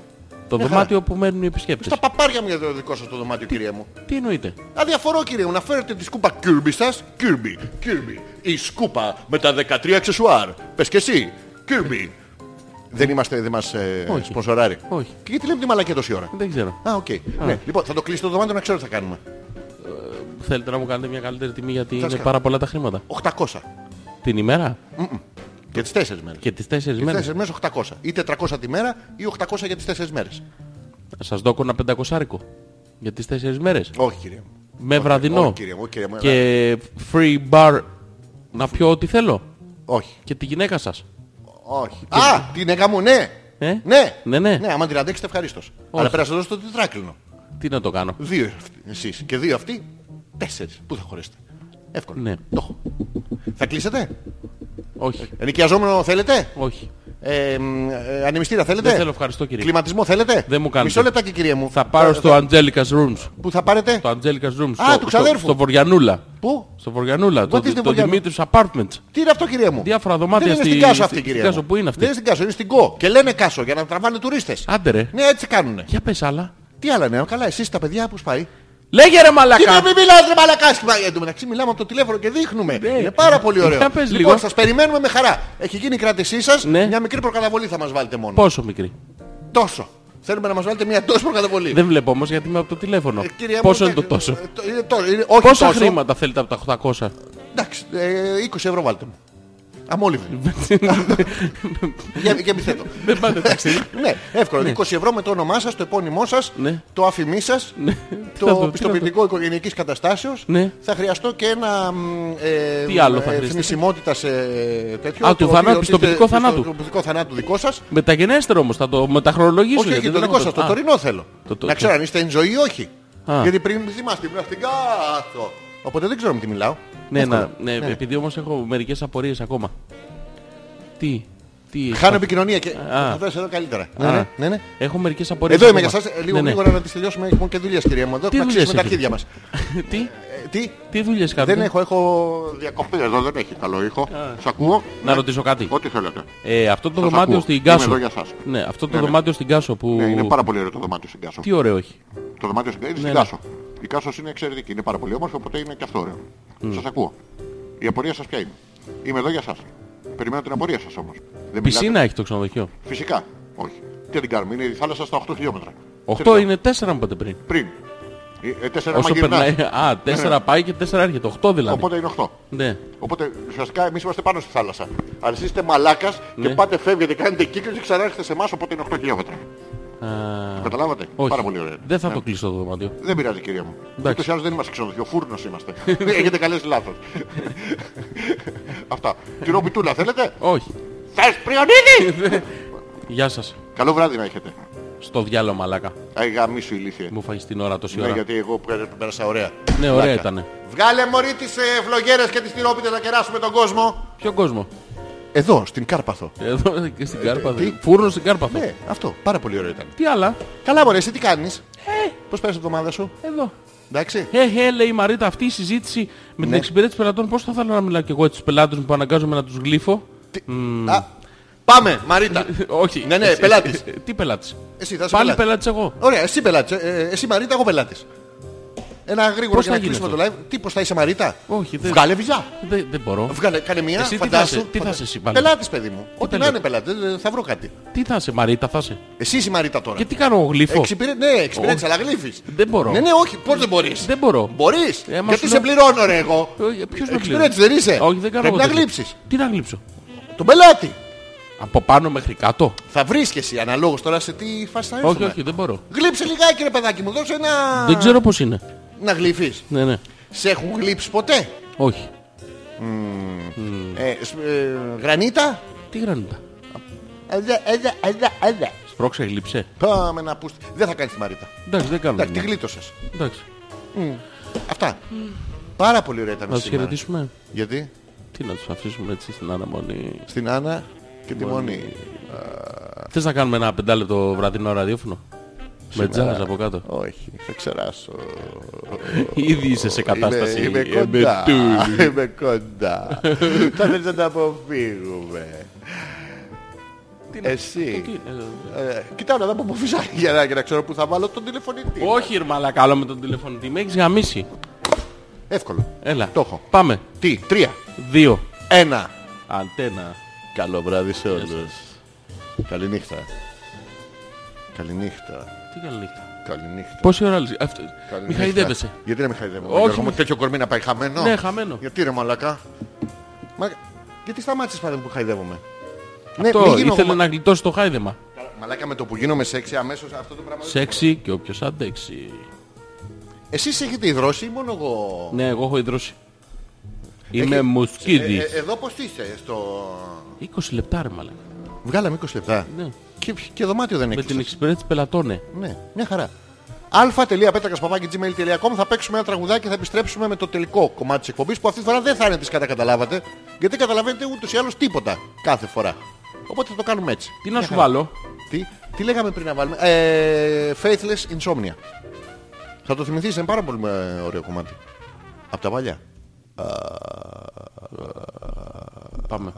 S2: Το
S1: Μια
S2: δωμάτιο που μένουν οι επισκέπτες.
S1: Ναι, Στα παπάρια μου για το δικό σας το δωμάτιο κυρία μου.
S2: Τι εννοείτε.
S1: Αδιαφορώ κύριε μου να φέρετε τη σκούπα Kirby σας. Kirby, Kirby. Η σκούπα με τα 13 αξεσουάρ. Πες και εσύ. Kirby. Δεν είμαστε, δεν μας ε,
S2: Όχι.
S1: σπονσοράρει.
S2: Όχι.
S1: Και γιατί λέμε τη μαλακία τόση ώρα.
S2: Δεν ξέρω.
S1: Α, οκ. Ναι. Λοιπόν, θα το κλείσει το δωμάτιο να ξέρω τι θα κάνουμε.
S2: Θέλετε να μου κάνετε μια καλύτερη τιμή γιατί
S1: σας
S2: είναι
S1: κάνω.
S2: πάρα πολλά τα χρήματα.
S1: 800.
S2: Την ημέρα
S1: Για τις 4 μέρες.
S2: και τις 4
S1: Για τις
S2: μέρες.
S1: 4 μέρες 800. Ή 400 τη μέρα ή 800 για τις 4 μέρες.
S2: Σας δώκω ένα πεντακοσάρικο. Για τις 4 μέρες.
S1: Όχι κύριε μου.
S2: Με βραδινό.
S1: όχι, κύριε μου, κύριε μου,
S2: Και free bar. Να πιω ό,τι θέλω.
S1: Όχι.
S2: Και τη γυναίκα σας.
S1: Όχι. Α, την έγα μου, ναι.
S2: Ε?
S1: Ναι.
S2: Ναι, ναι.
S1: Ναι, άμα την αντέξετε ευχαρίστω. Αλλά πρέπει να σας δώσω το τετράκλινο.
S2: Τι να το κάνω.
S1: Δύο εσείς και δύο αυτοί, τέσσερις. Πού θα χωρέσετε. Εύκολο.
S2: Ναι.
S1: Το έχω. Θα κλείσετε.
S2: Όχι.
S1: Ενοικιαζόμενο θέλετε.
S2: Όχι.
S1: Ε, μ, ε, ανεμιστήρα θέλετε.
S2: Δεν θέλω, ευχαριστώ, κύριε.
S1: Κλιματισμό θέλετε.
S2: Δεν μου κάνετε.
S1: Μισό λεπτάκι κύριε μου. Ε,
S2: Θα πάρω στο Angelica's Rooms.
S1: Πού θα πάρετε.
S2: Το Angelica's Rooms.
S1: Α,
S2: στο-
S1: του ξαδέρφου.
S2: Στο, στο Βοριανούλα.
S1: Πού.
S2: Στο Βοριανούλα. Το,
S1: is the
S2: το
S1: Βοριανούλα?
S2: Δημήτρης Apartments.
S1: Τι είναι αυτό κυρία μου.
S2: Διάφορα δωμάτια
S1: Δεν είναι στην
S2: στη-
S1: Κάσο
S2: στη-
S1: αυτή
S2: στην
S1: κυρία.
S2: Κάσο.
S1: μου.
S2: Πού είναι αυτή?
S1: Δεν είναι στην Κάσο, είναι στην Κο. Και λένε Κάσο για να τραβάνε τουρίστες.
S2: Άντε ρε.
S1: Ναι, έτσι κάνουνε.
S2: Για πες άλλα.
S1: Τι άλλα ναι, καλά, εσείς τα παιδιά πώς πάει.
S2: Λέγε ρε
S1: Τι
S2: μαλακά.
S1: με μη μιλάς ρε μαλακά. Εν τω μεταξύ μιλάμε από το τηλέφωνο και δείχνουμε.
S2: Ναι.
S1: Είναι πάρα πολύ ωραίο.
S2: Για πες
S1: λοιπόν,
S2: λίγο.
S1: σας περιμένουμε με χαρά. Έχει γίνει η κράτησή σας.
S2: Ναι.
S1: Μια μικρή προκαταβολή θα μας βάλετε μόνο.
S2: Πόσο μικρή.
S1: Τόσο. Θέλουμε να μας βάλετε μια τόσο προκαταβολή.
S2: Δεν βλέπω όμως γιατί είμαι από το τηλέφωνο.
S1: Ε, κυρία μου,
S2: Πόσο είναι το
S1: εντάξει,
S2: τόσο.
S1: ε, το- είναι τόσο, είναι- όχι
S2: Πόσα
S1: τόσο.
S2: χρήματα θέλετε από τα 800.
S1: Εντάξει, ε, 20 ευρώ βάλτε μου.
S2: *laughs*
S1: Αμόλυβη. Για- για επιθέτω.
S2: Δεν πάτε ταξίδι.
S1: Ναι, εύκολο. 20 ευρώ με το όνομά σας, το επώνυμό σας,
S2: Ναι.
S1: το αφημί σας,
S2: Τι *laughs* να
S1: το
S2: το-
S1: πιστοποιητικό οικογενειακής καταστάσεως.
S2: Ναι.
S1: Θα χρειαστώ και ένα μ, ε,
S2: Τι άλλο θα
S1: ε,
S2: χρειαστείτε?
S1: θνησιμότητας, ε, τέτοιο.
S2: Α, του
S1: το
S2: θανάτου,
S1: οποίο-
S2: πιστοποιητικό
S1: το- το-
S2: θανάτου.
S1: Το πιστοποιητικό θανάτου δικό σας.
S2: Μεταγενέστερο όμως θα το μεταχρολογήσω.
S1: Όχι, όχι,
S2: γιατί
S1: το
S2: δεν
S1: δικό
S2: έχω
S1: σας, το
S2: Α,
S1: τωρινό θέλω.
S2: Το- το-
S1: Να ξέρω αν είστε εν ζωή ή όχι.
S2: Α.
S1: Γιατί πριν θυμάστε, ήμουν στην κάτω. Οπότε δεν ξέρω με τι μιλάω.
S2: Ναι,
S1: Εύκολο.
S2: να- ναι, επειδή όμως έχω μερικές απορίες ακόμα. Τι, τι.
S1: Χάνω επικοινωνία και
S2: Α.
S1: θα δώσει εδώ καλύτερα.
S2: Α.
S1: Ναι, ναι, ναι, ναι.
S2: Έχω μερικές απορίες.
S1: Εδώ είμαι για
S2: ακόμα.
S5: ε,
S1: σας, λίγο
S2: Ναι, ναι.
S1: γρήγορα να τις τελειώσουμε, έχουμε και δουλειές κυρία μου, εδώ έχουμε
S2: δουλειές
S1: αξίσει τα αρχίδια
S2: έχετε?
S1: μας.
S2: *laughs* Τι,
S1: Ε, Τι,
S2: τι δουλειές κάνετε.
S1: δεν έχω, έχω
S5: Διακοπή εδώ δεν έχει καλό ήχο. Σ' ακούω.
S2: Να ρωτήσω κάτι.
S5: Ό,τι θέλετε.
S2: Ε, αυτό το
S5: Σας
S2: δωμάτιο
S5: ακούω.
S2: στην
S5: Είμαι
S2: Κάσο.
S5: εδώ για σας.
S2: Ναι, αυτό το
S5: Ναι, ναι.
S2: δωμάτιο στην Κάσο που.
S5: Ναι, είναι πάρα πολύ ωραίο το δωμάτιο στην Κάσο.
S2: Τι ωραίο έχει.
S5: Το δωμάτιο στην Κάσο.
S2: Ναι,
S5: Στην
S2: ναι.
S5: Κάσο. Η Κάσος είναι εξαιρετική. Είναι πάρα πολύ όμορφη, οπότε είναι και αυτό ωραίο.
S2: Mm.
S5: Σας ακούω. Η απορία σας ποια είναι. Είμαι εδώ για σας. Περιμένω την απορία σας όμως. Δεν
S2: Πισίνα
S5: μιλάτε.
S2: έχει το ξενοδοχείο.
S5: Φυσικά. Όχι. Τι την κάνουμε. Είναι η θάλασσα στα 8 χιλιόμετρα.
S2: 8
S5: Τελικά.
S2: είναι 4 μου είπατε πριν.
S5: Πριν. Ε, ε, τέσσερα
S2: Όσο
S5: μαγειρινά. Ναι,
S2: περνάει. Α, 4 πάει και 4 έρχεται. 8 δηλαδή.
S5: Οπότε είναι 8.
S2: Ναι.
S5: Οπότε ουσιαστικά εμείς είμαστε πάνω στη θάλασσα. Αλλά εσείς είστε μαλάκας και
S2: Ναι.
S5: πάτε φεύγετε, κάνετε κύκλο και ξανά έρχεστε σε εμάς, οπότε είναι 8 χιλιόμετρα.
S2: Α,
S5: Καταλάβατε.
S2: όχι.
S5: Πάρα πολύ ωραία. Ναι.
S2: Δεν θα το κλείσω το δωμάτιο.
S5: Δεν πειράζει κυρία μου.
S2: Εντάξει.
S5: Ούτως ή άλλως δεν είμαστε ξενοδοχείο, φούρνος είμαστε.
S1: Ναι,
S5: Έχετε καλές λάθος. Αυτά. Την ροπιτούλα θέλετε.
S2: Όχι.
S5: Θες πριονίδι.
S2: *laughs* Γεια σας.
S5: Καλό βράδυ να έχετε.
S2: Στο διάλογο μαλάκα.
S5: Αϊ γαμίσου ηλίθιε.
S2: Μου φάγεις την ώρα τόση
S5: Ναι,
S2: ώρα.
S5: γιατί εγώ πέρα- πέρασα ωραία.
S2: Ναι, ωραία ήταν.
S1: Βγάλε μωρή τις ε, φλογέρες και τις τυρόπιτες να κεράσουμε τον κόσμο.
S2: Ποιο κόσμο.
S1: Εδώ, στην Κάρπαθο.
S2: Εδώ και
S5: Ε,
S2: στην Κάρπαθο.
S1: τι?
S2: Φούρνο στην Κάρπαθο.
S1: Ναι, αυτό. Πάρα πολύ ωραίο ήταν.
S2: Τι άλλα.
S1: Καλά μωρέ, εσύ τι κάνεις. Πώς πέρασε η εβδομάδα σου.
S2: Εδώ.
S1: Εντάξει.
S2: Ε, ε, λέει η Μαρίτα, αυτή η συζήτηση με
S5: Ναι.
S2: την εξυπηρέτηση πελατών, πώς θα θέλω να μιλάω κι εγώ έτσι στους πελάτες μου που αναγκάζομαι να τους γλύφω.
S1: Α, Πάμε, *laughs* Μαρίτα.
S2: *laughs* Όχι.
S1: Ναι, ναι,
S2: Εσύ-
S1: πελάτης.
S2: Τι πελάτης.
S1: Εσύ θα είσαι
S2: Πάλι
S1: πελάτης.
S2: πελάτης εγώ.
S1: Ωραία, εσύ πελάτης. Εσύ Μαρίτα, εγώ πελάτης. Ένα γρήγορο
S2: Πώς
S1: για να
S2: θα γίνει
S1: κλείσουμε το live. Τι, πώς θα είσαι Μαρίτα.
S2: Όχι, δεν-
S1: Βγάλε βυζά.
S2: Δεν, δεν μπορώ.
S1: Βγάλε, κάνε μία,
S2: Εσύ τι
S1: φαντάσου.
S2: θα είσαι, τι θα
S1: φαντάσου.
S2: είσαι εσύ πάλι?
S1: Πελάτης, παιδί μου. Ό,τι να
S2: πελάτη?
S1: είναι πελάτη, θα βρω κάτι.
S2: Τι θα είσαι, Μαρίτα, θα είσαι.
S1: Εσύ είσαι η Μαρίτα τώρα.
S2: Και τι κάνω, εγώ γλύφω.
S1: Εξυπηρε... Ναι, εξυπηρέτησε,
S2: Όχι.
S1: αλλά γλύφεις.
S2: Δεν μπορώ.
S1: Ναι, ναι, όχι, πώς δεν μπορείς.
S2: Δεν μπορώ.
S1: Μπορείς.
S2: Ε, μας
S1: Γιατί
S2: σου
S1: σε
S2: λέω-
S1: πληρώνω ρε εγώ.
S2: Ε, Ποιος με πλήρωσε.
S1: Εξυπηρέτης δεν είσαι.
S2: Όχι, δεν κάνω
S1: Πρέπει
S2: εγώ
S1: να
S2: τέτοιο.
S1: γλύψεις.
S2: Τι να γλύψω.
S1: Τον πελάτη.
S2: Από πάνω μέχρι κάτω.
S1: Θα βρίσκεσαι αναλόγως τώρα σε τι φάση θα
S2: Όχι,
S1: έρθουμε.
S2: όχι, δεν μπορώ.
S1: Γλύψε λιγάκι ρε παιδάκι μου, δώσε ένα...
S2: Δεν ξέρω πώς είναι.
S1: Να γλύφεις.
S2: Ναι, ναι.
S1: Σε έχουν γλύψει ποτέ.
S2: Όχι.
S1: Ε, σ- ε, γρανίτα.
S2: Τι γρανίτα.
S1: Εδώ, εδώ, εδώ, εδώ.
S2: Σπρώξε, γλύψε.
S1: Πάμε να πούστε. Δεν θα κάνεις τη Μαρίτα.
S2: Εντάξει, δεν κάνω.
S1: Εντάξει, τη
S2: ναι.
S1: γλίτωσες.
S2: Εντάξει.
S1: Αυτά. Πάρα πολύ ωραία ήταν
S2: Να τους
S1: σήμερα.
S2: χαιρετήσουμε.
S1: Γιατί
S2: Τι να τους αφήσουμε έτσι στην αναμονή.
S1: στην Άννα και τη Μονή.
S2: Θες να κάνουμε ένα πεντάλεπτο βραδινό ραδιόφωνο. Με τζάζ από κάτω.
S1: Όχι, θα ξεράσω.
S2: *laughs* Ήδη είσαι σε κατάσταση.
S1: Είμαι, είμαι κοντά. *laughs* Είμαι κοντά. θα θέλεις να τα αποφύγουμε. Εσύ. Ε, κοιτάω να τα πω για να, για να ξέρω που θα βάλω τον τηλεφωνητή.
S2: ε, Όχι, ρε μαλακάλο με τον τηλεφωνητή. Με έχεις γαμίσει.
S1: Εύκολο.
S2: Έλα.
S1: Το έχω.
S2: Πάμε.
S1: Τι, τρία,
S2: Δύο.
S1: ένα.
S2: Αντένα.
S1: Καλό βράδυ σε όλους. Καληνύχτα. Καληνύχτα.
S2: Τι καλή νύχτα.
S1: Καληνύχτα.
S2: Πόση ώρα λύσει. Αυτό...
S1: Καληνύχτα.
S2: Μη χαϊδεύεσαι.
S1: Γιατί να με χαϊδεύω.
S2: Όχι,
S1: Όχι. Μου
S2: μη-
S1: τέτοιο κορμί να πάει χαμένο.
S2: Ναι, χαμένο.
S1: Γιατί ρε μαλακά. Μα... Γιατί σταμάτησες πάντα που χαϊδεύομαι.
S2: Το
S1: μην γίνω
S2: ήθελε
S1: εγώ μα-
S2: να γλιτώσει το χάιδεμα.
S1: Μαλάκα με το που γίνομαι σεξι αμέσως αυτό το πράγμα.
S2: Σεξι και όποιος αντέξει.
S1: Εσείς έχετε υδρώσει ή μόνο εγώ.
S2: Ναι, εγώ έχω ιδρώσει. Είμαι
S1: Έχει-
S2: μουσκίδης.
S1: Ε, ε, εδώ πώς είστε στο...
S2: 20 λεπτά ρε μαλακά.
S1: Βγάλαμε 20 λεπτά.
S2: Ναι.
S1: Και, και δωμάτιο δεν
S2: Με την
S1: έκλεισες.
S2: εξυπηρέτηση πελατών. ναι.
S1: Ναι, μια χαρά. α.πέτρακα.gmail.com Θα παίξουμε ένα τραγουδάκι και θα επιστρέψουμε με το τελικό κομμάτι της εκπομπής που αυτή τη φορά δεν θα είναι της κατά καταλάβατε γιατί καταλαβαίνετε ούτως ή άλλως τίποτα κάθε φορά. Οπότε θα το κάνουμε έτσι.
S2: Τι να
S1: Μια
S2: σου
S1: χαρά.
S2: βάλω.
S1: Τι, τι λέγαμε πριν να βάλουμε. Ε, faithless Insomnia. Θα το θυμηθείς, είναι πάρα πολύ ε, ωραίο κομμάτι. Από τα παλιά.
S2: Πάμε.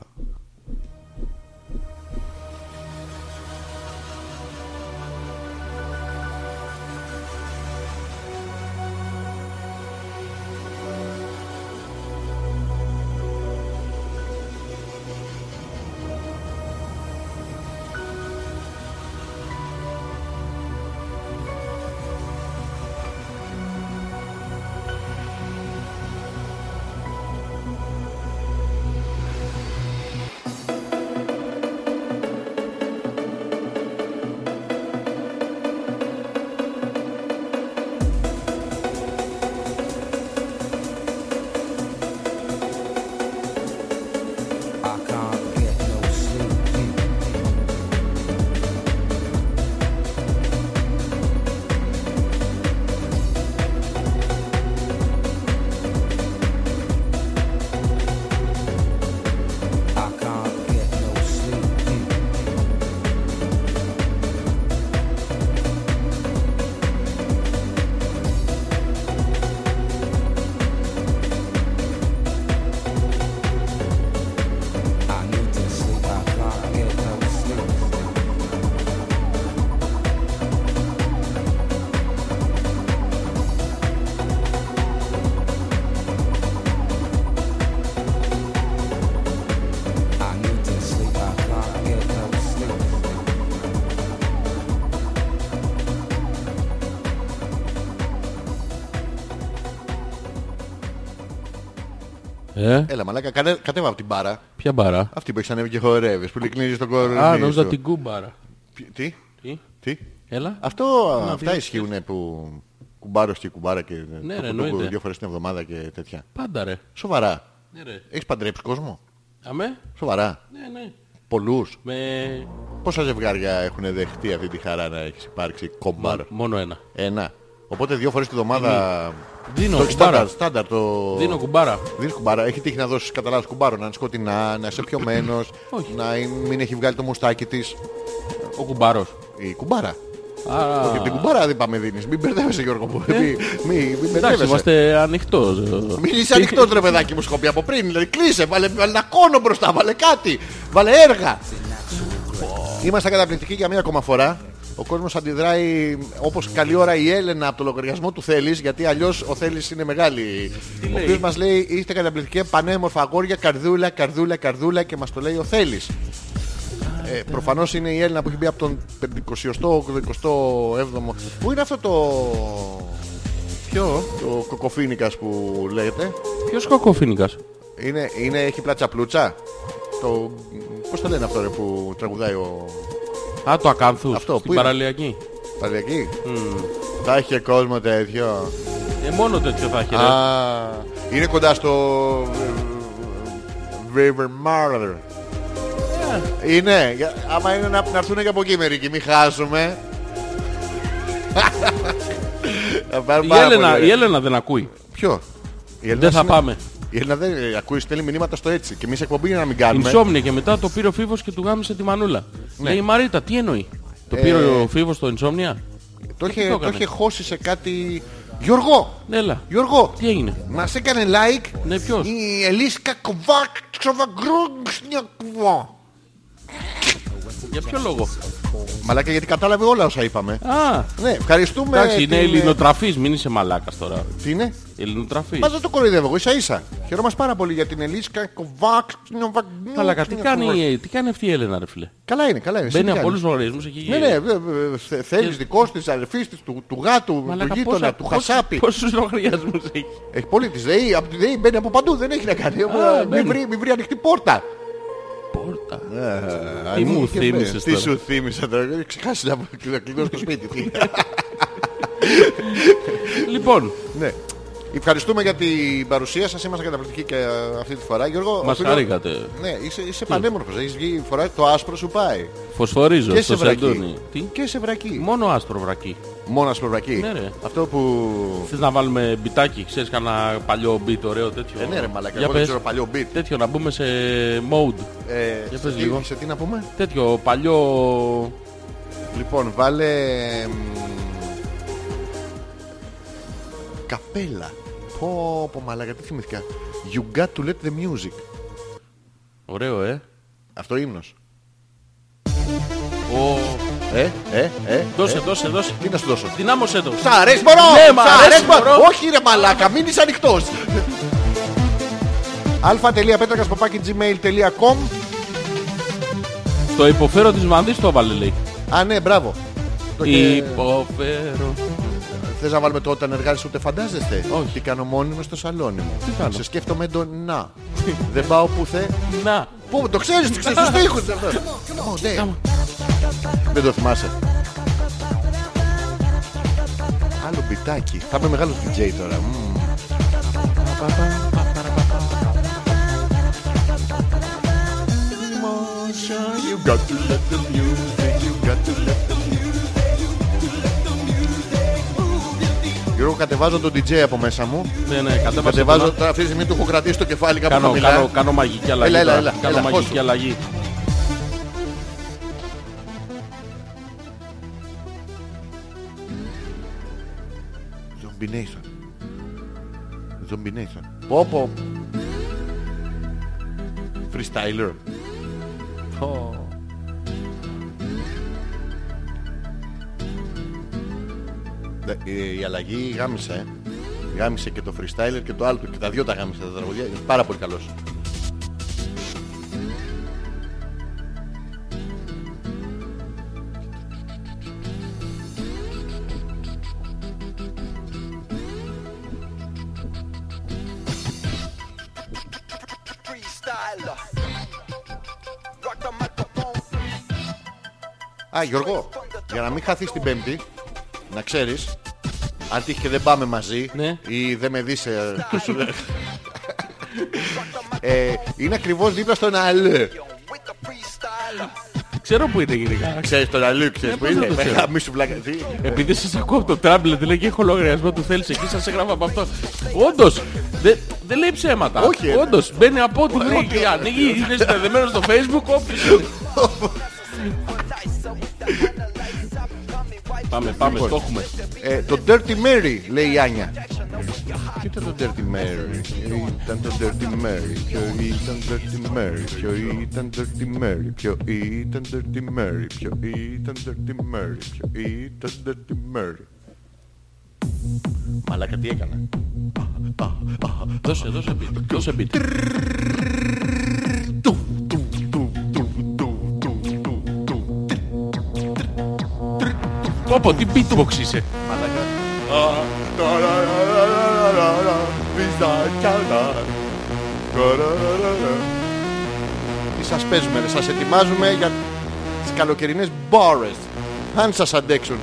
S3: Thank
S2: Ε?
S1: Έλα, μαλάκα, κάνε, κατέβα από την μπάρα.
S2: Ποια μπαρά.
S1: Αυτή που έχεις ανέβει και χορεύεις, που λυκνίζεις τον κορμί
S2: Α, νόμιζα
S1: σου.
S2: την κούμπαρα.
S1: Πι- Τι,
S2: Τι.
S1: τι.
S2: Έλα.
S1: Αυτό,
S2: τι-
S1: αυτά ισχύουν που κουμπάρος και κουμπάρα και
S2: Ναι,
S1: το
S2: ρε,
S1: κουντούκου
S2: εννοείται.
S1: δύο φορές την εβδομάδα και τέτοια.
S2: Πάντα ρε.
S1: Σοβαρά.
S2: Ναι, ρε.
S1: Έχεις παντρέψει κόσμο.
S2: Αμέ.
S1: Σοβαρά.
S2: Ναι, ναι.
S1: Πολλούς.
S2: Με...
S1: Πόσα ζευγάρια έχουν δεχτεί αυτή τη χαρά να έχεις υπάρξει κομπάρ.
S2: Μόνο ένα.
S1: Ένα. Οπότε δύο φορές τη βδομάδα...
S2: Δίνω
S1: το
S2: κουμπάρα.
S1: στάνταρ, στάνταρ το...
S2: Δίνω κουμπάρα.
S1: Δίνεις κουμπάρα. Έχει τύχει να δώσεις κατά λάθος κουμπάρο, να είναι σκοτεινά, να είσαι πιωμένος,
S2: *clears throat* Όχι.
S1: να είναι- μην έχει βγάλει το μουστάκι της.
S2: Ο κουμπάρος.
S1: Η κουμπάρα.
S2: Άρα...
S1: Και την κουμπάρα δεν πάμε δίνεις. Μην μπερδεύεσαι Γιώργο μου. Μη, μη, μην
S2: Ε. Εντάξει,
S1: μπερδεύεσαι.
S2: είμαστε ανοιχτός.
S1: Μην είσαι ανοιχτός ρε παιδάκι μου σκοπεί από πριν. Δηλαδή κλείσε, βάλε, βάλε ένα κόνο μπροστά, βάλε κάτι, βάλε έργα. Είμαστε καταπληκτικοί για μία ακόμα φορά. Ο κόσμος αντιδράει όπως καλή ώρα η Έλενα από το λογαριασμό του Θέλης γιατί αλλιώς ο Θέλης είναι μεγάλη. ο
S2: λέει?
S1: οποίος μας λέει είστε καταπληκτικοί, πανέμορφα αγόρια, καρδούλα, καρδούλα, καρδούλα και μας το λέει ο Θέλης. Ε, προφανώς είναι η Έλληνα που έχει μπει από τον 50ο-27ο. Πού είναι αυτό το...
S2: Ποιο?
S1: Το κοκοφίνικας που λέγεται.
S2: Ποιος κακοφίνικας.
S1: Είναι, είναι, έχει πλάτσα πλούτσα. Το, πώς το λένε αυτό ρε, που τραγουδάει ο
S2: Α, το ακάνθους.
S1: Αυτό, πού
S2: Στην
S1: είναι?
S2: παραλιακή.
S1: Παλιακή. Θα έχει κόσμο τέτοιο.
S2: Ε, μόνο τέτοιο θα έχει. ρε.
S1: Α, είναι κοντά στο ε, River Marder.
S2: Ε.
S1: Είναι, για- άμα είναι να, να έρθουν και από εκεί μερικοί, μην χάσουμε. Θα πάρουν
S2: Η
S1: πάρα
S2: Έλενα,
S1: πολύ, ρε.
S2: η Έλενα δεν ακούει.
S1: Ποιο? Η Έλληνα
S2: Δεν θα
S1: είναι-
S2: πάμε.
S1: Η Έλληνα δεν ε, ακούει, στέλνει μηνύματα στο έτσι. Και εμείς εκπομπή να μην κάνουμε.
S2: Ινσόμνια και μετά το πήρε ο Φίβος και του γάμισε τη μανούλα. Λέει η Μαρίτα, τι εννοεί. Το
S1: Ναι. Ε,
S2: πήρε ο Φίβος στο Ινσόμνια.
S1: Το
S2: Τι
S1: είχε,
S2: το
S1: το
S2: έκανε?
S1: είχε χώσει σε κάτι. Γιώργο!
S2: Έλα.
S1: Γιώργο!
S2: Τι έγινε.
S1: Μας έκανε like
S2: Ναι, ποιος?
S1: η Ελίσκα Κοβάκ Ξοβαγκρούγκσνιακουβό.
S2: Για ποιο λόγο.
S1: Μαλάκα γιατί κατάλαβε όλα όσα είπαμε.
S2: Α,
S1: Ναι, ευχαριστούμε.
S2: εντάξει, είναι
S1: την- ε,
S2: ελληνοτραφής, μην είσαι μαλάκας τώρα.
S1: Τι είναι?
S2: Ελληνοτραφής.
S1: Μα δεν το κοροϊδεύω εγώ, ίσα ίσα. Χαιρόμαστε πάρα πολύ για την Ελίσκα Κοβάκ
S2: Μαλάκα, τι κάνει, τι κάνει αυτή η Έλενα, ρε φίλε.
S1: Καλά είναι, καλά είναι.
S2: Μπαίνει
S1: συνεχιάζει.
S2: από όλους τους λογαριασμούς εκεί.
S1: Ναι, ναι, βε- βε- θε- θέλεις δικός της, αδερφής της, του, του γάτου, του γείτονα, του χασάπι.
S2: Πόσους λογαριασμούς έχει.
S1: Έχει πολύ της ΔΕΗ, από τη ΔΕΗ μπαίνει από παντού, δεν έχει να κάνει. Μη
S2: μπαίνει.
S1: βρει, μη βρει ανοιχτή πόρτα.
S2: Πόρτα.
S1: Τι
S2: μου θύμισες
S1: Τι
S2: τώρα.
S1: σου θύμισα τώρα, δεν ξεχάσει να να κλειδώσει το σπίτι. Τι.
S2: Λοιπόν,
S1: Ναι. Ευχαριστούμε για την παρουσία σας, είμαστε καταπληκτικοί και ε, αυτή τη φορά. Γιώργο,
S2: Μας
S1: οφείλω-
S2: χαρήκατε.
S1: Ναι, είσαι, είσαι πανέμορφος, έχεις βγει φορά, το άσπρο σου πάει.
S2: φωσφορίζω
S1: Και
S2: στο
S1: σε βρακί.
S2: σεντόνι. Τι?
S1: Και σε βρακί.
S2: Μόνο άστρο βρακί.
S1: Μόνο άσπρο βρακί.
S2: Ναι, ρε.
S1: Αυτό που...
S2: Θες να βάλουμε μπιτάκι, ξέρεις κανένα παλιό beat ωραίο τέτοιο.
S1: Ε, ναι ρε μαλακά,
S2: Για
S1: εγώ δεν
S2: πες.
S1: ξέρω παλιό beat.
S2: Τέτοιο να μπούμε σε mode.
S1: Ε,
S2: πες
S1: σε τι-
S2: λίγο.
S1: Σε τι να πούμε.
S2: Τέτοιο παλιό...
S1: Λοιπόν, βάλε... μ, Καπέλα. Πω, πω μαλάκα, τι θυμηθήκα. You got to let the music.
S2: Ωραίο, ε.
S1: Αυτό ύμνος.
S2: Ο...
S1: Ε, ε, ε.
S2: Δώσε,
S1: ε.
S2: δώσε, δώσε.
S1: Τι να σου δώσω.
S2: Δυνάμωσέ το.
S1: Σ' αρέσει μωρό!
S2: Ναι, μ'
S1: Σ'
S2: αρέσει,
S1: αρέσει, μωρό!
S2: μωρό.
S1: Όχι ρε μαλάκα, μην είσαι ανοιχτός. α.πέτρακας.gmail.com
S2: Το υποφέρω της Μανδής το έβαλε λέει.
S1: Α, ναι, μπράβο. Το είχε-
S2: Υποφέρω.
S1: Θες να βάλουμε το όταν εργάζεσαι ούτε φαντάζεστε.
S2: Όχι.
S1: Τι κάνω μόνη μου στο σαλόνι μου.
S2: Τι κάνω.
S1: Σε σκέφτομαι εντονά. Δεν πάω πουθενά.
S2: Να.
S1: Πού, το ξέρεις, το ξέρεις τους τοίχους αυτό. Oh, damn. Δεν το θυμάσαι. Άλλο μπιτάκι. Θα είμαι μεγάλος DJ τώρα. Μμμ. Emotion, you got to let the music, you got to let the music. Γιώργο, κατεβάζω τον DJ από μέσα μου.
S2: Ναι, ναι, κατέβασε
S1: Κατεβάζω,
S2: τον, α.
S1: τώρα αυτή τη στιγμή του έχω κρατήσει το κεφάλι κάπου
S2: Κάνω,
S1: χαμηλά.
S2: κάνω, κάνω μαγική αλλαγή.
S1: Έλα, έλα,
S2: τώρα.
S1: έλα,
S2: Κάνω
S1: έλα,
S2: μαγική
S1: χώσου.
S2: αλλαγή.
S1: Zombination. Zombination. Πω πω. Freestyler. Ναι, Η η αλλαγή γάμισε. ε. Γάμισε και το freestyler και το άλλο του. Και τα δυο τα γάμισε τα τραγουδιά. Είναι πάρα πολύ καλός.
S6: Tyler. Rock the microphone.
S1: Α, Γιώργο, για να μην χαθείς την Πέμπτη, να ξέρεις, αν τύχει και δεν πάμε μαζί
S2: Ναι.
S1: ή δεν με δεις... ε, *laughs* ε, είναι ακριβώς δίπλα στον
S6: With
S1: Αλού.
S6: the freestyler.
S2: Ξέρω που είναι γενικά. Ε,
S1: Ξέρεις τον Αλού, ξέρεις που
S2: πώς
S1: είναι.
S2: δεν το ξέρω.
S1: Μεγάλα, Μη σου πλάκα. Τι?
S2: Επειδή σας ακούω από το τράμπλετ, λέει και έχω λογαριασμό του θέλεις εκεί, σας έγραφα από αυτό. Όντως, δεν δεν λέει ψέματα.
S1: Όχι, ε.
S2: Όντως, μπαίνει από του λέει και ανοίγει, είναι συνδεδεμένος στο facebook, όποιος είναι. Πάμε, πάμε,
S1: Λοιπόν.
S2: το έχουμε.
S1: Ε, το Dirty Mary, λέει η Άνια. Ποιο ήταν το Dirty Mary, ποιο ήταν το Dirty Mary, ποιο ήταν Dirty Mary, ποιο ήταν Dirty Mary, ποιο ήταν Dirty Mary, ποιο ήταν Dirty Mary, ποιο ήταν Dirty Mary. Μαλάκα τι έκανα.
S2: Δώσε, δώσε beat, δώσε beat. Πω πω, τι beatbox είσαι.
S1: Τι σας παίζουμε, ρε, σας ετοιμάζουμε για τις καλοκαιρινές μπόρες. Αν σας αντέξουν.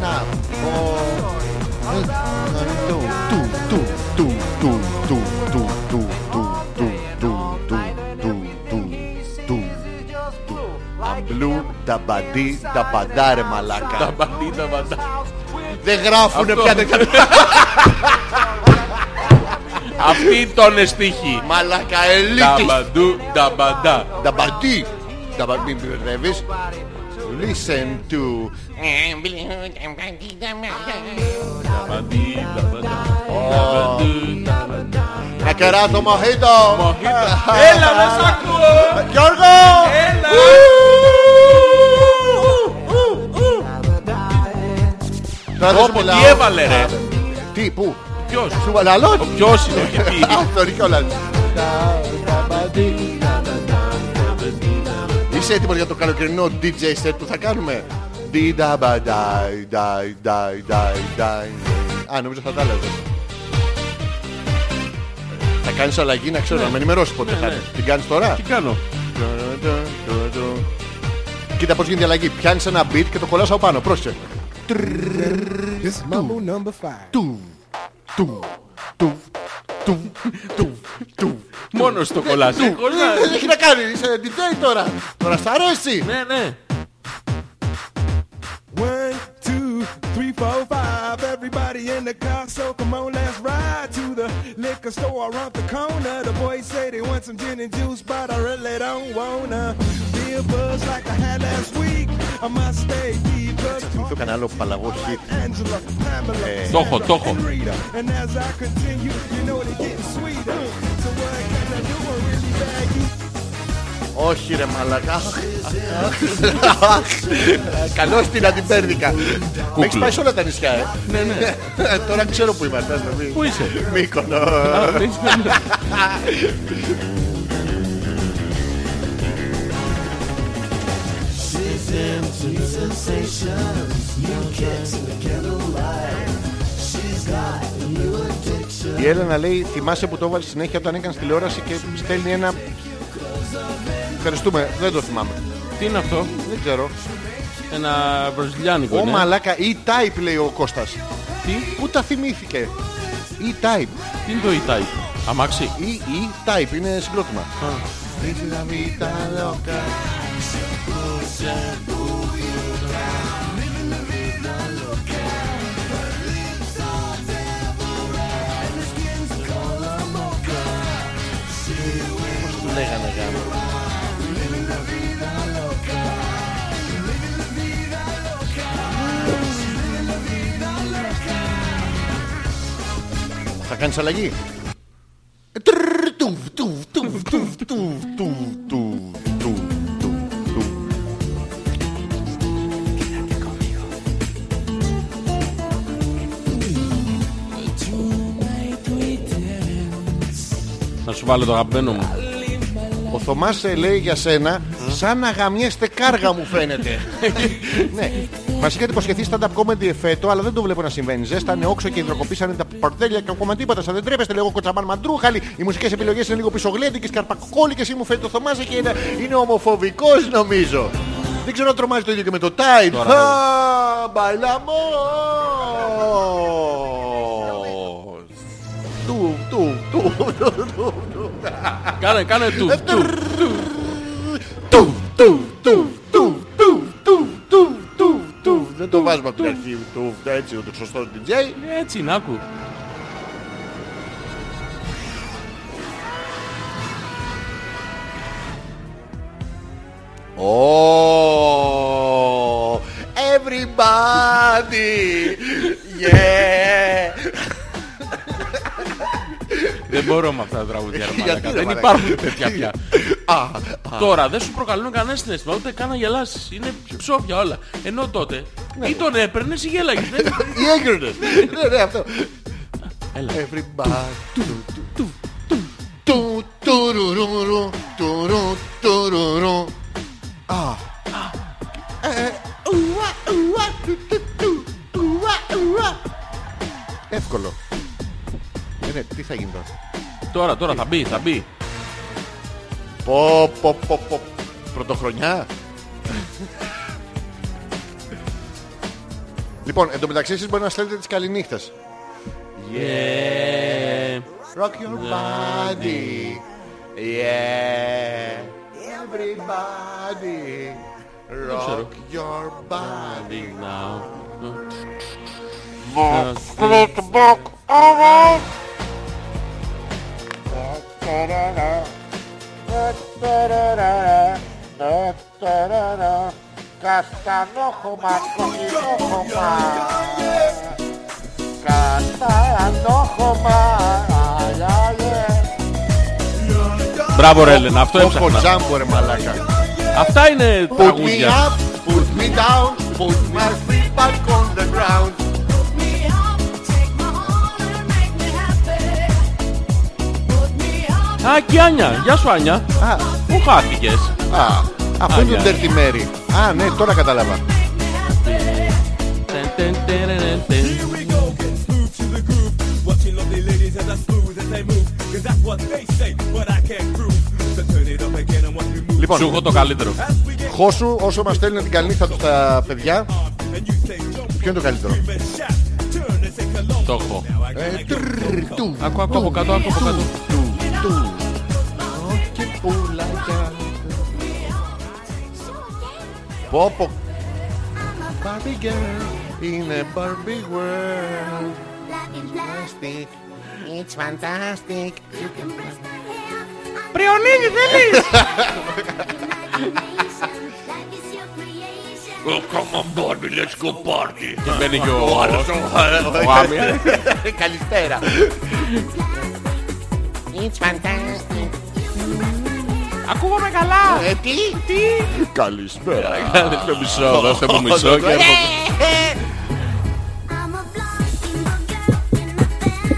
S1: Να πω. ε, Μπλου, τα μπαντί, τα μπαντάρε
S2: Τα
S1: μαλάκα.
S2: μπαντί, τα μπαντά.
S1: Δεν γράφουνε
S2: Αυτό.
S1: πια δεν γράφουνε.
S2: Αυτή τον εστίχη.
S1: Μαλάκα
S2: Τα
S1: ελίτης.
S2: μπαντού, τα μπαντά.
S1: Τα μπαντί. Τα μπαντί μην μπερδεύεις. Listen to
S2: Τα μπαντί, τα μπαντά. Τα μπαντού, τα μπαντά.
S1: Να κεράσω μοχίτο.
S2: Έλα, δεν σ' ακούω.
S1: Γιώργο!
S2: Έλα.
S1: Τώρα δεν σου
S2: Πω, πω,
S1: μιλάω.
S2: τι έβαλε ρε.
S1: Τι, πού?
S2: Ποιος.
S1: Σου βάλε άλλο?
S2: Ο ποιος είναι, όχι τι.
S1: Αυτό είναι κιόλας. Είσαι έτοιμος για το καλοκαιρινό DJ set που θα κάνουμε? Ντι, ντα, μπα, ντάι, ντάι, ντάι, ντάι, ντάι. Α, νομίζω θα τα άλλαζε. Θα κάνεις αλλαγή να ξέρω, να με ενημερώσεις πότε θα είναι. Την κάνεις τώρα?
S2: Τι κάνω.
S1: Κοίτα πώς γίνεται η αλλαγή. Πιάνεις ένα beat και το κολλάς από πάνω. Πρόσεχε.
S7: Mambo number five.
S1: Του, του, του, του, του, του.
S2: Μόνος το κολλάς.
S1: Ε, Του. Δεν έχει να κάνει. Είσαι DJ τώρα. Τώρα σ' αρέσει.
S2: Ναι, ναι.
S7: One, two, three, four, five. Everybody in the car, so come on, let's ride to the liquor store around the corner. The boys say they want some gin and juice, but I really don't wanna. Be a buzz like I had last week. I must stay deep. Cause
S1: Το κανάλι Παλαγός Hit.
S7: Angela, Pamela,
S2: Το έχω, το έχω.
S7: and Rita. And as I continue, you know they getting sweeter. So what can I do? I'm really baggy.
S1: Όχι ρε μαλακά. Καλώς την αντιπέρδικα. Με έχεις πάει σε όλα τα νησιά, ε.
S2: Ναι, ναι.
S1: Τώρα ξέρω που είμαστε. ας το πει.
S2: Πού είσαι.
S1: Μύκονο. Η Έλενα λέει, θυμάσαι που το έβαλες συνέχεια όταν έκανες τηλεόραση και στέλνει ένα... Ευχαριστούμε, δεν το θυμάμαι.
S2: Τι είναι αυτό.
S1: Δεν ξέρω.
S2: Ένα βραζιλιάνικο. ναι.
S1: Ω
S2: είναι.
S1: μαλάκα, E-Type λέει ο Κώστας.
S2: Τι.
S1: Πού τα θυμήθηκε. E-Type.
S2: Τι είναι το E-Type. Αμάξι.
S1: Ή ή type είναι συγκρότημα. Θα κάνεις αλλαγή. Τρρρ, τουβ, τουβ, τουβ, τουβ, τουβ, τουβ, τουβ, τουβ, τουβ, τουβ.
S2: Θα σου βάλω το αγαπημένο μου.
S1: Ο Θωμάς ε, λέει για σένα σαν να γαμιέστε κάργα μου *laughs* φαίνεται. ναι. Μας είχατε υποσχεθεί stand-up comedy εφέτο, αλλά δεν το βλέπω να συμβαίνει. Ζέστανε όξο και υδροκοπήσανε τα παρτέλια και ακόμα τίποτα. Σαν δεν τρέπεστε, λέγω κοτσαμάν μαντρούχαλη. Οι μουσικές επιλογές είναι λίγο πισογλέντικες, καρπακόλικες ή μου φαίνεται ο Θωμάς έχει ένα... είναι ομοφοβικός νομίζω. Δεν ξέρω αν τρομάζει το ίδιο και με το Tide. Α, μπαλαμός. Του, του, του, του, του, του.
S2: Κάνε, κάνε του. του.
S1: Του, του, του, του, του, του, του, του, του. Δεν το βάζουμε από την αρχή του έτσι το σωστό DJ.
S2: Έτσι είναι, άκου.
S1: Oh, everybody, yeah.
S2: Δεν μπορώ με αυτά τα τραγούδια. ρε
S1: *laughs* Γιατί,
S2: μαλάκα.
S1: ρε,
S2: Δεν
S1: μαλάκα.
S2: υπάρχουν τέτοια πια.
S1: *laughs* Α,
S2: Τώρα δεν σου προκαλούν κανένα συναισθήμα, ούτε καν να γελάσεις. Είναι ψόφια όλα. Ενώ τότε
S1: Ναι.
S2: ή τον έπαιρνες ή γέλαγες.
S1: *laughs*
S2: Δεν-
S1: ή έγκρινες. Ναι, ναι, αυτό.
S2: Έλα.
S1: Everybody. Του, τουρουρουρου, τουρου, τουρουρου. Α. Ε, ουα, ουα, του, του, του, ουα, ουα. Εύκολο. Ε, ναι, τι θα γίνει τώρα.
S2: Τώρα, τώρα θα μπει, θα μπει.
S1: Πω, πω, πω, πω. Πρωτοχρονιά. λοιπόν, εν τω μεταξύ εσείς μπορεί να στέλνετε τις καληνύχτες.
S2: Yeah.
S1: Rock your body. Yeah. Everybody. Rock your body.
S2: Now. Μπράβο ρε Έλενα, αυτό
S1: Κόκο
S2: έψαχνα.
S1: τζάμπο ρε μαλάκα.
S2: Αυτά είναι
S1: Put me
S2: τραγούδια.
S1: up, put me down, put my feet back on the ground.
S8: Put me up, take my heart and make me happy. Put me up,
S2: Α, και η Άνια. Γεια σου Άνια.
S1: Α,
S2: Πού χάθηκες.
S1: α, αυτό είναι το
S2: Άγια.
S1: Dirty Mary. Α, ναι, τώρα κατάλαβα.
S8: make me happy.
S7: Here we go, get smooth to the groove. Watching lovely ladies as I smooth as they move. Cause that's what they say, but I can't prove. So turn it up again and watch me move.
S2: Σου έχω
S1: Λοιπόν,
S2: το καλύτερο.
S7: As we get
S1: χώσου όσο μας στέλνουν την καληνύχτα τους τα παιδιά.
S7: on, and you say jump,
S1: Ποιο είναι το καλύτερο.
S7: move and shout. Turn and take a long
S2: Το έχω.
S7: Now I
S1: Ε,
S7: can
S1: τρρρ, του,
S2: Ακούω, ακούω από κάτω, ακούω από κάτω.
S1: του, του. Όχι πουλάκια. Πω πω. Barbie girl in a Barbie world. Plastic. It's fantastic.
S2: Πριονίδη δεν λες. Και μπαίνει και ο ο Άμι.
S1: Καλησπέρα.
S2: Ακούγομαι καλά.
S1: Ε, τι. Καλησπέρα.
S2: Κάνε το μισό, δώστε μου μισό και έρχομαι.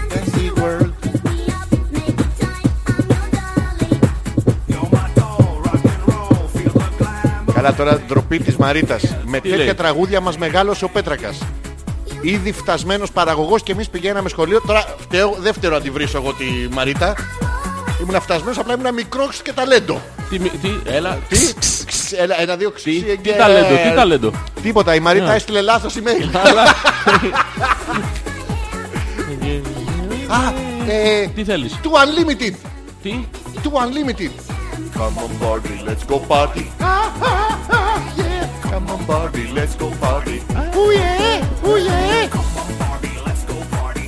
S1: Fantasy world.
S7: You're my doll, rock and roll, feel the climb.
S1: Καλά τώρα ντροπή της Μαρίτας. Με
S2: Τι
S1: τέτοια
S2: λέει?
S1: τραγούδια μας μεγάλωσε ο Πέτρακας. Ήδη φτασμένος παραγωγός και εμείς πηγαίναμε σχολείο. Τώρα φταίω, δεν φταίω να τη βρίσω εγώ τη Μαρίτα. Ήμουν φτασμένος, απλά ήμουν μικρό και ταλέντο.
S2: Τι, μη- τι, έλα.
S1: Τι, ξ, ένα, ένα, δύο, ξ,
S2: Τι,
S1: και-
S2: τι ταλέντο, τι ταλέντο.
S1: Τίποτα, η Μαρίτα
S2: Ναι.
S1: έστειλε λάθος email.
S2: Αλλά,
S1: Α, ε,
S2: τι θέλεις.
S1: του unlimited,
S2: Τι,
S1: του unlimited. Come on party, let's go party. Yeah. Come on party, let's go party. Ooh yeah, ooh
S4: eh.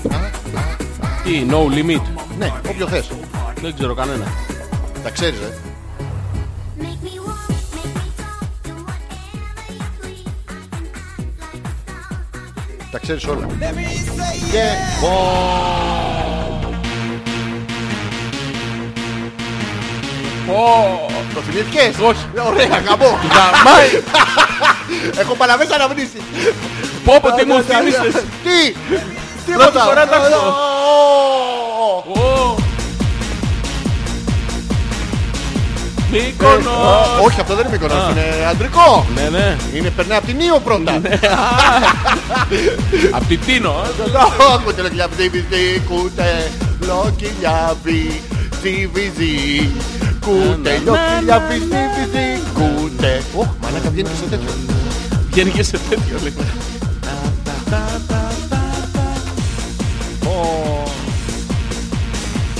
S1: yeah.
S2: τι, no limit.
S1: Ναι, όποιο θες.
S2: Δεν ξέρω κανένα.
S1: Τα ξέρεις, ε.
S4: Make me walk, make me talk, do whatever you please. I can act like a star. I can
S1: Τα ξέρεις όλα. Το θυμηθηκές.
S2: Όχι.
S1: Ωραία, γαμό.
S2: Γαμάει.
S1: *laughs* Έχω παλαβές αναμνήσεις.
S2: Πω πω τι μου θύμισες.
S1: Τι.
S2: Πρώτη
S1: Τίποτα.
S2: φορά τα
S1: Ω,
S2: ακούω.
S1: ω, ω.
S2: Ω, Μύκονος.
S1: Α, Όχι, αυτό δεν είναι Μύκονος, είναι αντρικό.
S2: Ναι, ναι.
S1: Είναι περνάει από την Ήο πρώτα.
S2: Απ' την Τίνο.
S1: Λόγω τη λαμπτή βυζή, κούτε λόκι λιαβή, τη βυζή.
S2: Ναι,
S1: Κούτε λόκι λιαβή, τη βυζή, κούτε. Ωχ, μαλάκα βγαίνει και σε τέτοιο.
S2: Βγαίνει και σε τέτοιο λέει.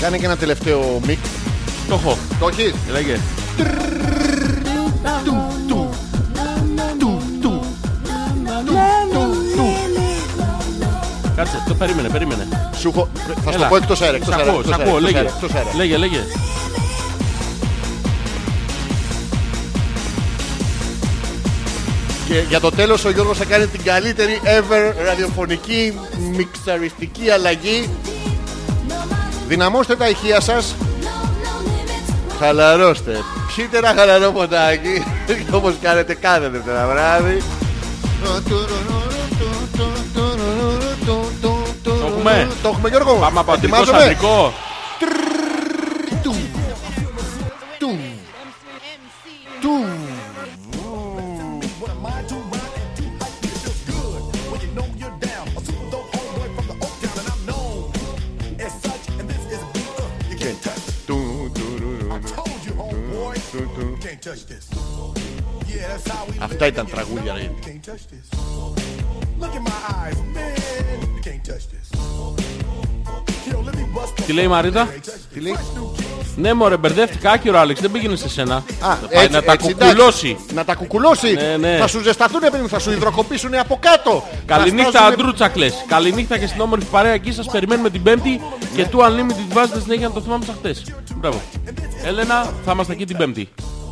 S1: Κάνε και ένα τελευταίο μικ.
S2: Το έχω.
S1: Το έχεις.
S2: Λέγε.
S1: Του, του, του, του, του, του, του.
S2: Κάτσε, το περίμενε, περίμενε.
S1: Σου έχω- Θα σου το
S2: Έλα.
S1: πω εκτός αέρα, εκτός
S2: Σ'
S1: αέρα.
S2: ακούω,
S1: εκτός
S2: σ'
S1: αέρα,
S2: ακούω,
S1: εκτός
S2: λέγε.
S1: αέρα, εκτός αέρα.
S2: Λέγε, λέγε.
S1: Και για το τέλος ο Γιώργος θα κάνει την καλύτερη ever ραδιοφωνική μιξαριστική αλλαγή. Δυναμώστε τα ηχεία σας. Χαλαρώστε. Πιείτε ένα χαλαρό ποτάκι. *laughs* Όπως κάνετε κάθε Δευτέρα βράδυ. Το
S2: έχουμε?
S1: Το έχουμε Γιώργο.
S2: Πάμε από αντρικό σ'
S1: Ετοιμάζομαι.
S2: αντρικό.
S1: Του. Του. Του. Του, του, ρου, ρου, ρου. Του, του. Αυτά ήταν τραγούδια ρε.
S2: Τι λέει η Μαρίτα.
S1: Τι λέει?
S2: Ναι, μωρέ, μπερδεύτηκα άκυρο, Άλεξ. Δεν πήγαινε σε σένα.
S1: Α,
S2: Θα πάει να τα
S1: έτσι, εντάξει.
S2: κουκουλώσει.
S1: Να τα κουκουλώσει.
S2: Ναι, ναι.
S1: Θα σου ζεσταθούν, παιδί μου, θα σου υδροκοπήσουν από κάτω.
S2: Καληνύχτα,
S1: στάζουνε-
S2: αντρούτσακλε. Καληνύχτα και στην όμορφη παρέα εκεί. Σας περιμένουμε την Πέμπτη και
S1: Ναι.
S2: του Unlimited βάζετε συνέχεια να το θυμάμαι σαν χτε. Μπράβο. Έλενα, θα είμαστε εκεί την Πέμπτη.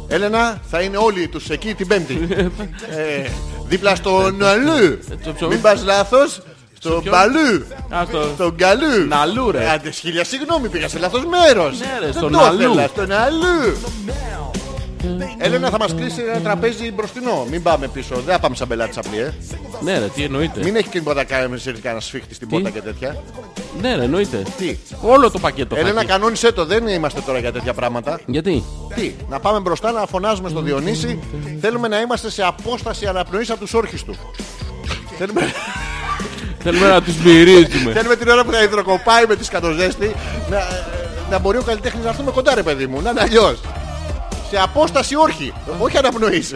S1: Έλενα, θα είναι όλοι τους εκεί την
S2: *laughs*
S1: Πέμπτη. ε, δίπλα στον Αλού.
S2: Ε, το ψωμί.
S1: Μην πας λάθος. Στον
S2: ποιον?
S1: Παλού.
S2: Α το.
S1: Στον Καλού.
S2: Ναλού, ρε.
S1: Ε, Άντε, χίλια συγγνώμη, πήγα σε λάθος μέρος.
S2: Ναι, ρε,
S1: Δεν
S2: στον
S1: το
S2: Ναλού.
S1: ήθελα, Στον Αλού. Έλενα θα μας κλείσει ένα τραπέζι μπροστινό. Μην πάμε πίσω. Δεν θα πάμε σαν πελάτη απλή, ε.
S2: Ναι, ρε, τι εννοείται.
S1: Μην έχει και τίποτα κάνει κανένα σφίχτη στην πόρτα και τέτοια.
S2: Ναι, ρε, εννοείται.
S1: Τι.
S2: Όλο το πακέτο. θα
S1: Έλενα,
S2: έχει.
S1: κανόνισε το. Δεν είμαστε τώρα για τέτοια πράγματα.
S2: Γιατί.
S1: Τι, να πάμε μπροστά να φωνάζουμε στο Διονύση. Θέλουμε να είμαστε σε απόσταση αναπνοής από τους όρχες του.
S2: *laughs*
S1: Θέλουμε,
S2: Θέλουμε να τους μυρίζουμε.
S1: θέλουμε την ώρα που θα υδροκοπάει με τη σκατοζέστη να, να μπορεί ο καλλιτέχνης να έρθουμε κοντά ρε παιδί μου. Να είναι αλλιώς. Σε απόσταση όρχη. Όχι αναπνοής.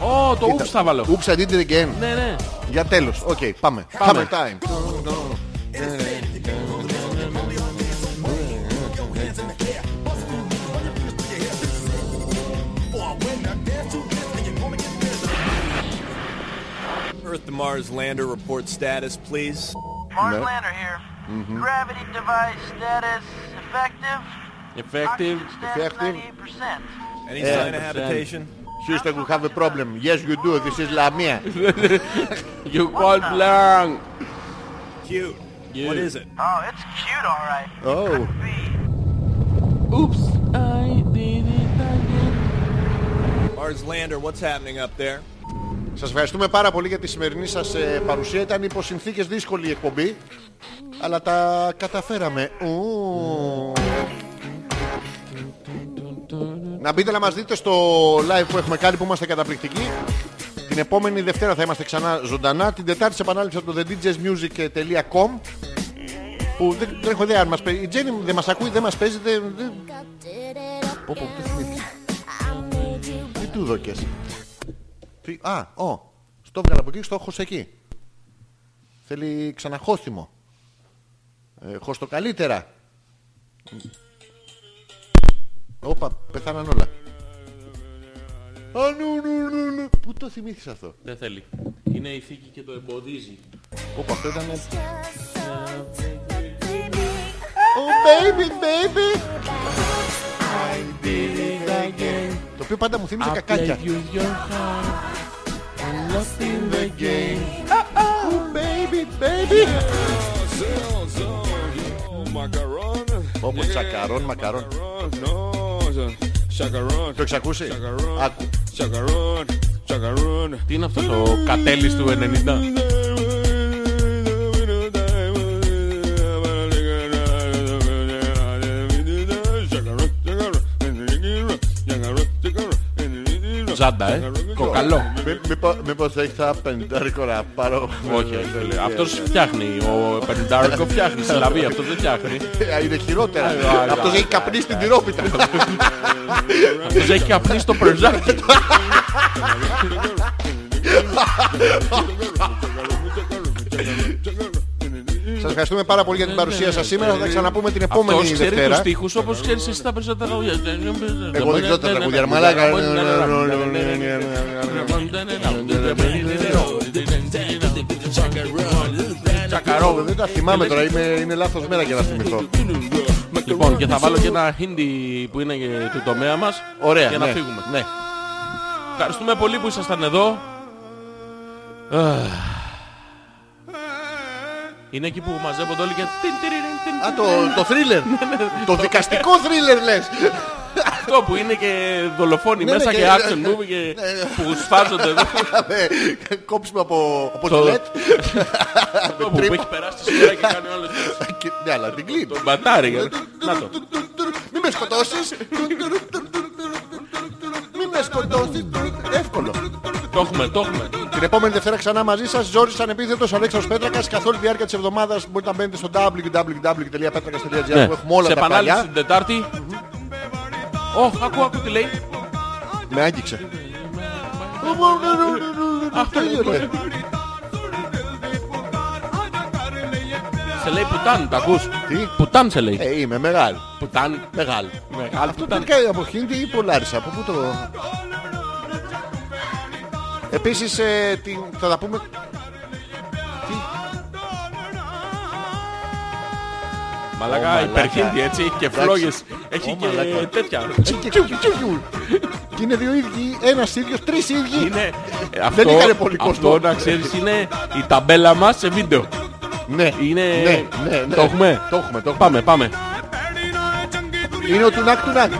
S2: Ω, το *laughs* ούψ θα βάλω.
S1: Oops, I did it again.
S2: Ναι, ναι.
S1: Για τέλος. Οκ, πάμε.
S2: Πάμε.
S1: Hammer time.
S7: Earth to Mars lander report status, please.
S9: Mars lander here. Gravity device status effective.
S2: Effective.
S9: Oxygen status
S1: effective.
S9: 98%.
S7: Any sign of habitation?
S1: Houston, we have a problem. Yes, you do. This is
S2: *laughs*
S1: Lamia.
S2: You call blank.
S7: Cute. What is it?
S9: Oh, it's cute, all right.
S1: Oh.
S9: Be.
S2: Oops, I did it again.
S7: Mars lander, what's happening up there?
S1: Σας ευχαριστούμε πάρα πολύ για τη σημερινή σας ε, παρουσία. Ήταν υπό συνθήκες δύσκολη η εκπομπή, αλλά τα καταφέραμε. Ου. Να μπείτε να μας δείτε στο live που έχουμε κάνει που είμαστε καταπληκτικοί. Την επόμενη Δευτέρα θα είμαστε ξανά ζωντανά. Την Τετάρτη σε επανάληψη από το thedjsmusic.com που δεν, δεν έχω ιδέα αν μας παίζει. Η Τζέννη δεν μας ακούει, δεν μας παίζει, δεν, δεν, Πω, πω, τι θυμήθηκα. Τι του δόκες. Τι, α, ο. Στο έβγαλα από εκεί, στο έχω εκεί. Θέλει ξαναχώστιμο. Ε, χώστο καλύτερα. Όπα, πεθάναν όλα. Α, νου, νου, νου, νου. Πού το θυμήθεις αυτό.
S2: Δεν θέλει. Είναι η θήκη και το εμποδίζει.
S1: Όπα, αυτό ήταν... Oh, baby, baby. Το οποίο πάντα μου θύμιζε κακάκια.
S2: Play with your heart. I'm lost in the game.
S1: Baby, baby. Όπως τσακαρών, μακαρών. Το έχεις ακούσει. Άκου.
S2: Τι είναι αυτός ο κατέλης του 90. Ζάντα, ε. Κοκαλό.
S1: Μήπως έχει τα πεντάρικο να πάρω.
S2: Όχι, δεν λέω. αυτός φτιάχνει. Ο Πεντάρκο φτιάχνει συλλαβή, αυτός δεν φτιάχνει.
S1: Ε, Είναι
S2: Ε,
S1: χειρότερα.
S2: ε,
S1: Αυτός
S2: ε,
S1: έχει καπνίσει την τυρόπιτα.
S2: Αυτός έχει καπνίσει στο πρεζάκι.
S1: Σας ευχαριστούμε πάρα πολύ για την παρουσία σας σήμερα. Θα τα ξαναπούμε την
S2: Αυτός
S1: επόμενη
S2: ξέρει τους
S1: Δευτέρα.
S2: στίχους όπως ξέρεις εσύ τα περισσότερα τραγούδια.
S1: Εγώ δεν ξέρω τα τραγούδια, μαλάκα. Τσακαρό, Ε, δεν τα θυμάμαι τώρα, είμαι, είναι λάθος μέρα για να θυμηθώ.
S2: Λοιπόν, και θα βάλω και ένα hindi που είναι ε, του τομέα μας.
S1: Ωραία,
S2: Και να
S1: ναι.
S2: φύγουμε. Ναι. Ευχαριστούμε πολύ που ήσασταν εδώ. Αχ. Είναι εκεί που μαζεύονται όλοι και... τιν, τιριριν, τιν,
S1: Α, το, το θρίλερ. το δικαστικό θρίλερ *laughs* λες.
S2: Αυτό που είναι και δολοφόνοι μέσα
S1: ναι,
S2: και
S1: και-
S2: action movie και που σφάζονται εδώ.
S1: Ε, Κόψουμε από, από
S2: Το-
S1: ζιλέτ.
S2: Αυτό που έχει περάσει τη σειρά και κάνει όλες τις...
S1: Και- Ναι, αλλά την κλείνει.
S2: Τον μπατάρι. Να το.
S1: Μην με σκοτώσεις. Μην με σκοτώσεις. Εύκολο.
S2: Το έχουμε, το έχουμε.
S1: Την επόμενη Δευτέρα ξανά μαζί σας Ζόρις Ανεπίθετος, Αλέξανδρος Πέτρακας Καθ' όλη τη διάρκεια της εβδομάδας μπορείτε να μπαίνετε στο www.petrakas.gr
S2: Ναι.
S1: που έχουμε όλα
S2: Σε
S1: τα παλιά
S2: επανάληψη
S1: Ε,
S2: την Τετάρτη. Ωχ, ακού, ακού τι λέει.
S1: Με άγγιξε
S2: Αυτό
S1: Τέλειωνε.
S2: Σε λέει πουτάν, τα ακούς.
S1: Τι?
S2: Πουτάν σε λέει.
S1: Ε, είμαι μεγάλη
S2: Πουτάν. Μεγάλο. Μεγάλο
S1: Αυτό
S2: πουτάν.
S1: τελικά είναι από Χίντι ή Πολάρισα. Από πού το... Επίσης ε, την... θα τα πούμε...
S2: Μαλάκα υπερχίνδι έτσι, έχει και φλόγες. Έχει και
S1: μαλάκα.
S2: τέτοια.
S1: Και- και- και- Και είναι δύο ίδιοι, ένας ίδιος, τρεις ίδιοι.
S2: Είναι, ε, αυτό,
S1: είχανε πολύ κόσμο.
S2: Αυτό να ξέρεις είναι η ταμπέλα μας σε βίντεο.
S1: Ναι,
S2: Είναι...
S1: ναι, ναι, ναι.
S2: Το έχουμε.
S1: Το έχουμε, το έχουμε.
S2: Πάμε, πάμε.
S1: Είναι ο Τουνάκ Τουνάκ.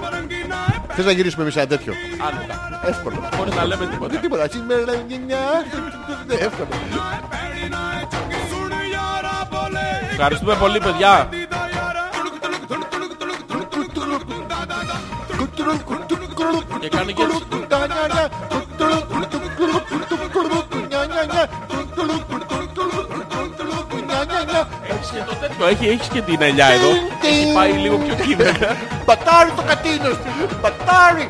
S1: Θες να γυρίσουμε εμείς ένα τέτοιο.
S2: Άνετα.
S1: Εύκολο.
S2: Χωρίς να λέμε τίποτα.
S1: Δεν τίποτα. Εσύ με λένε γενιά. Εύκολο.
S2: Ευχαριστούμε πολύ παιδιά. Και κάνει και έτσι. Έχεις και το τέτοιο. Έχει, έχεις και την ελιά εδώ. Έχει πάει λίγο πιο κύβερα.
S1: Μπατάρι το κατίνος! Μπατάρι!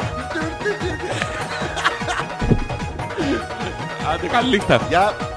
S2: Άντε καλή νύχτα.
S1: Γεια!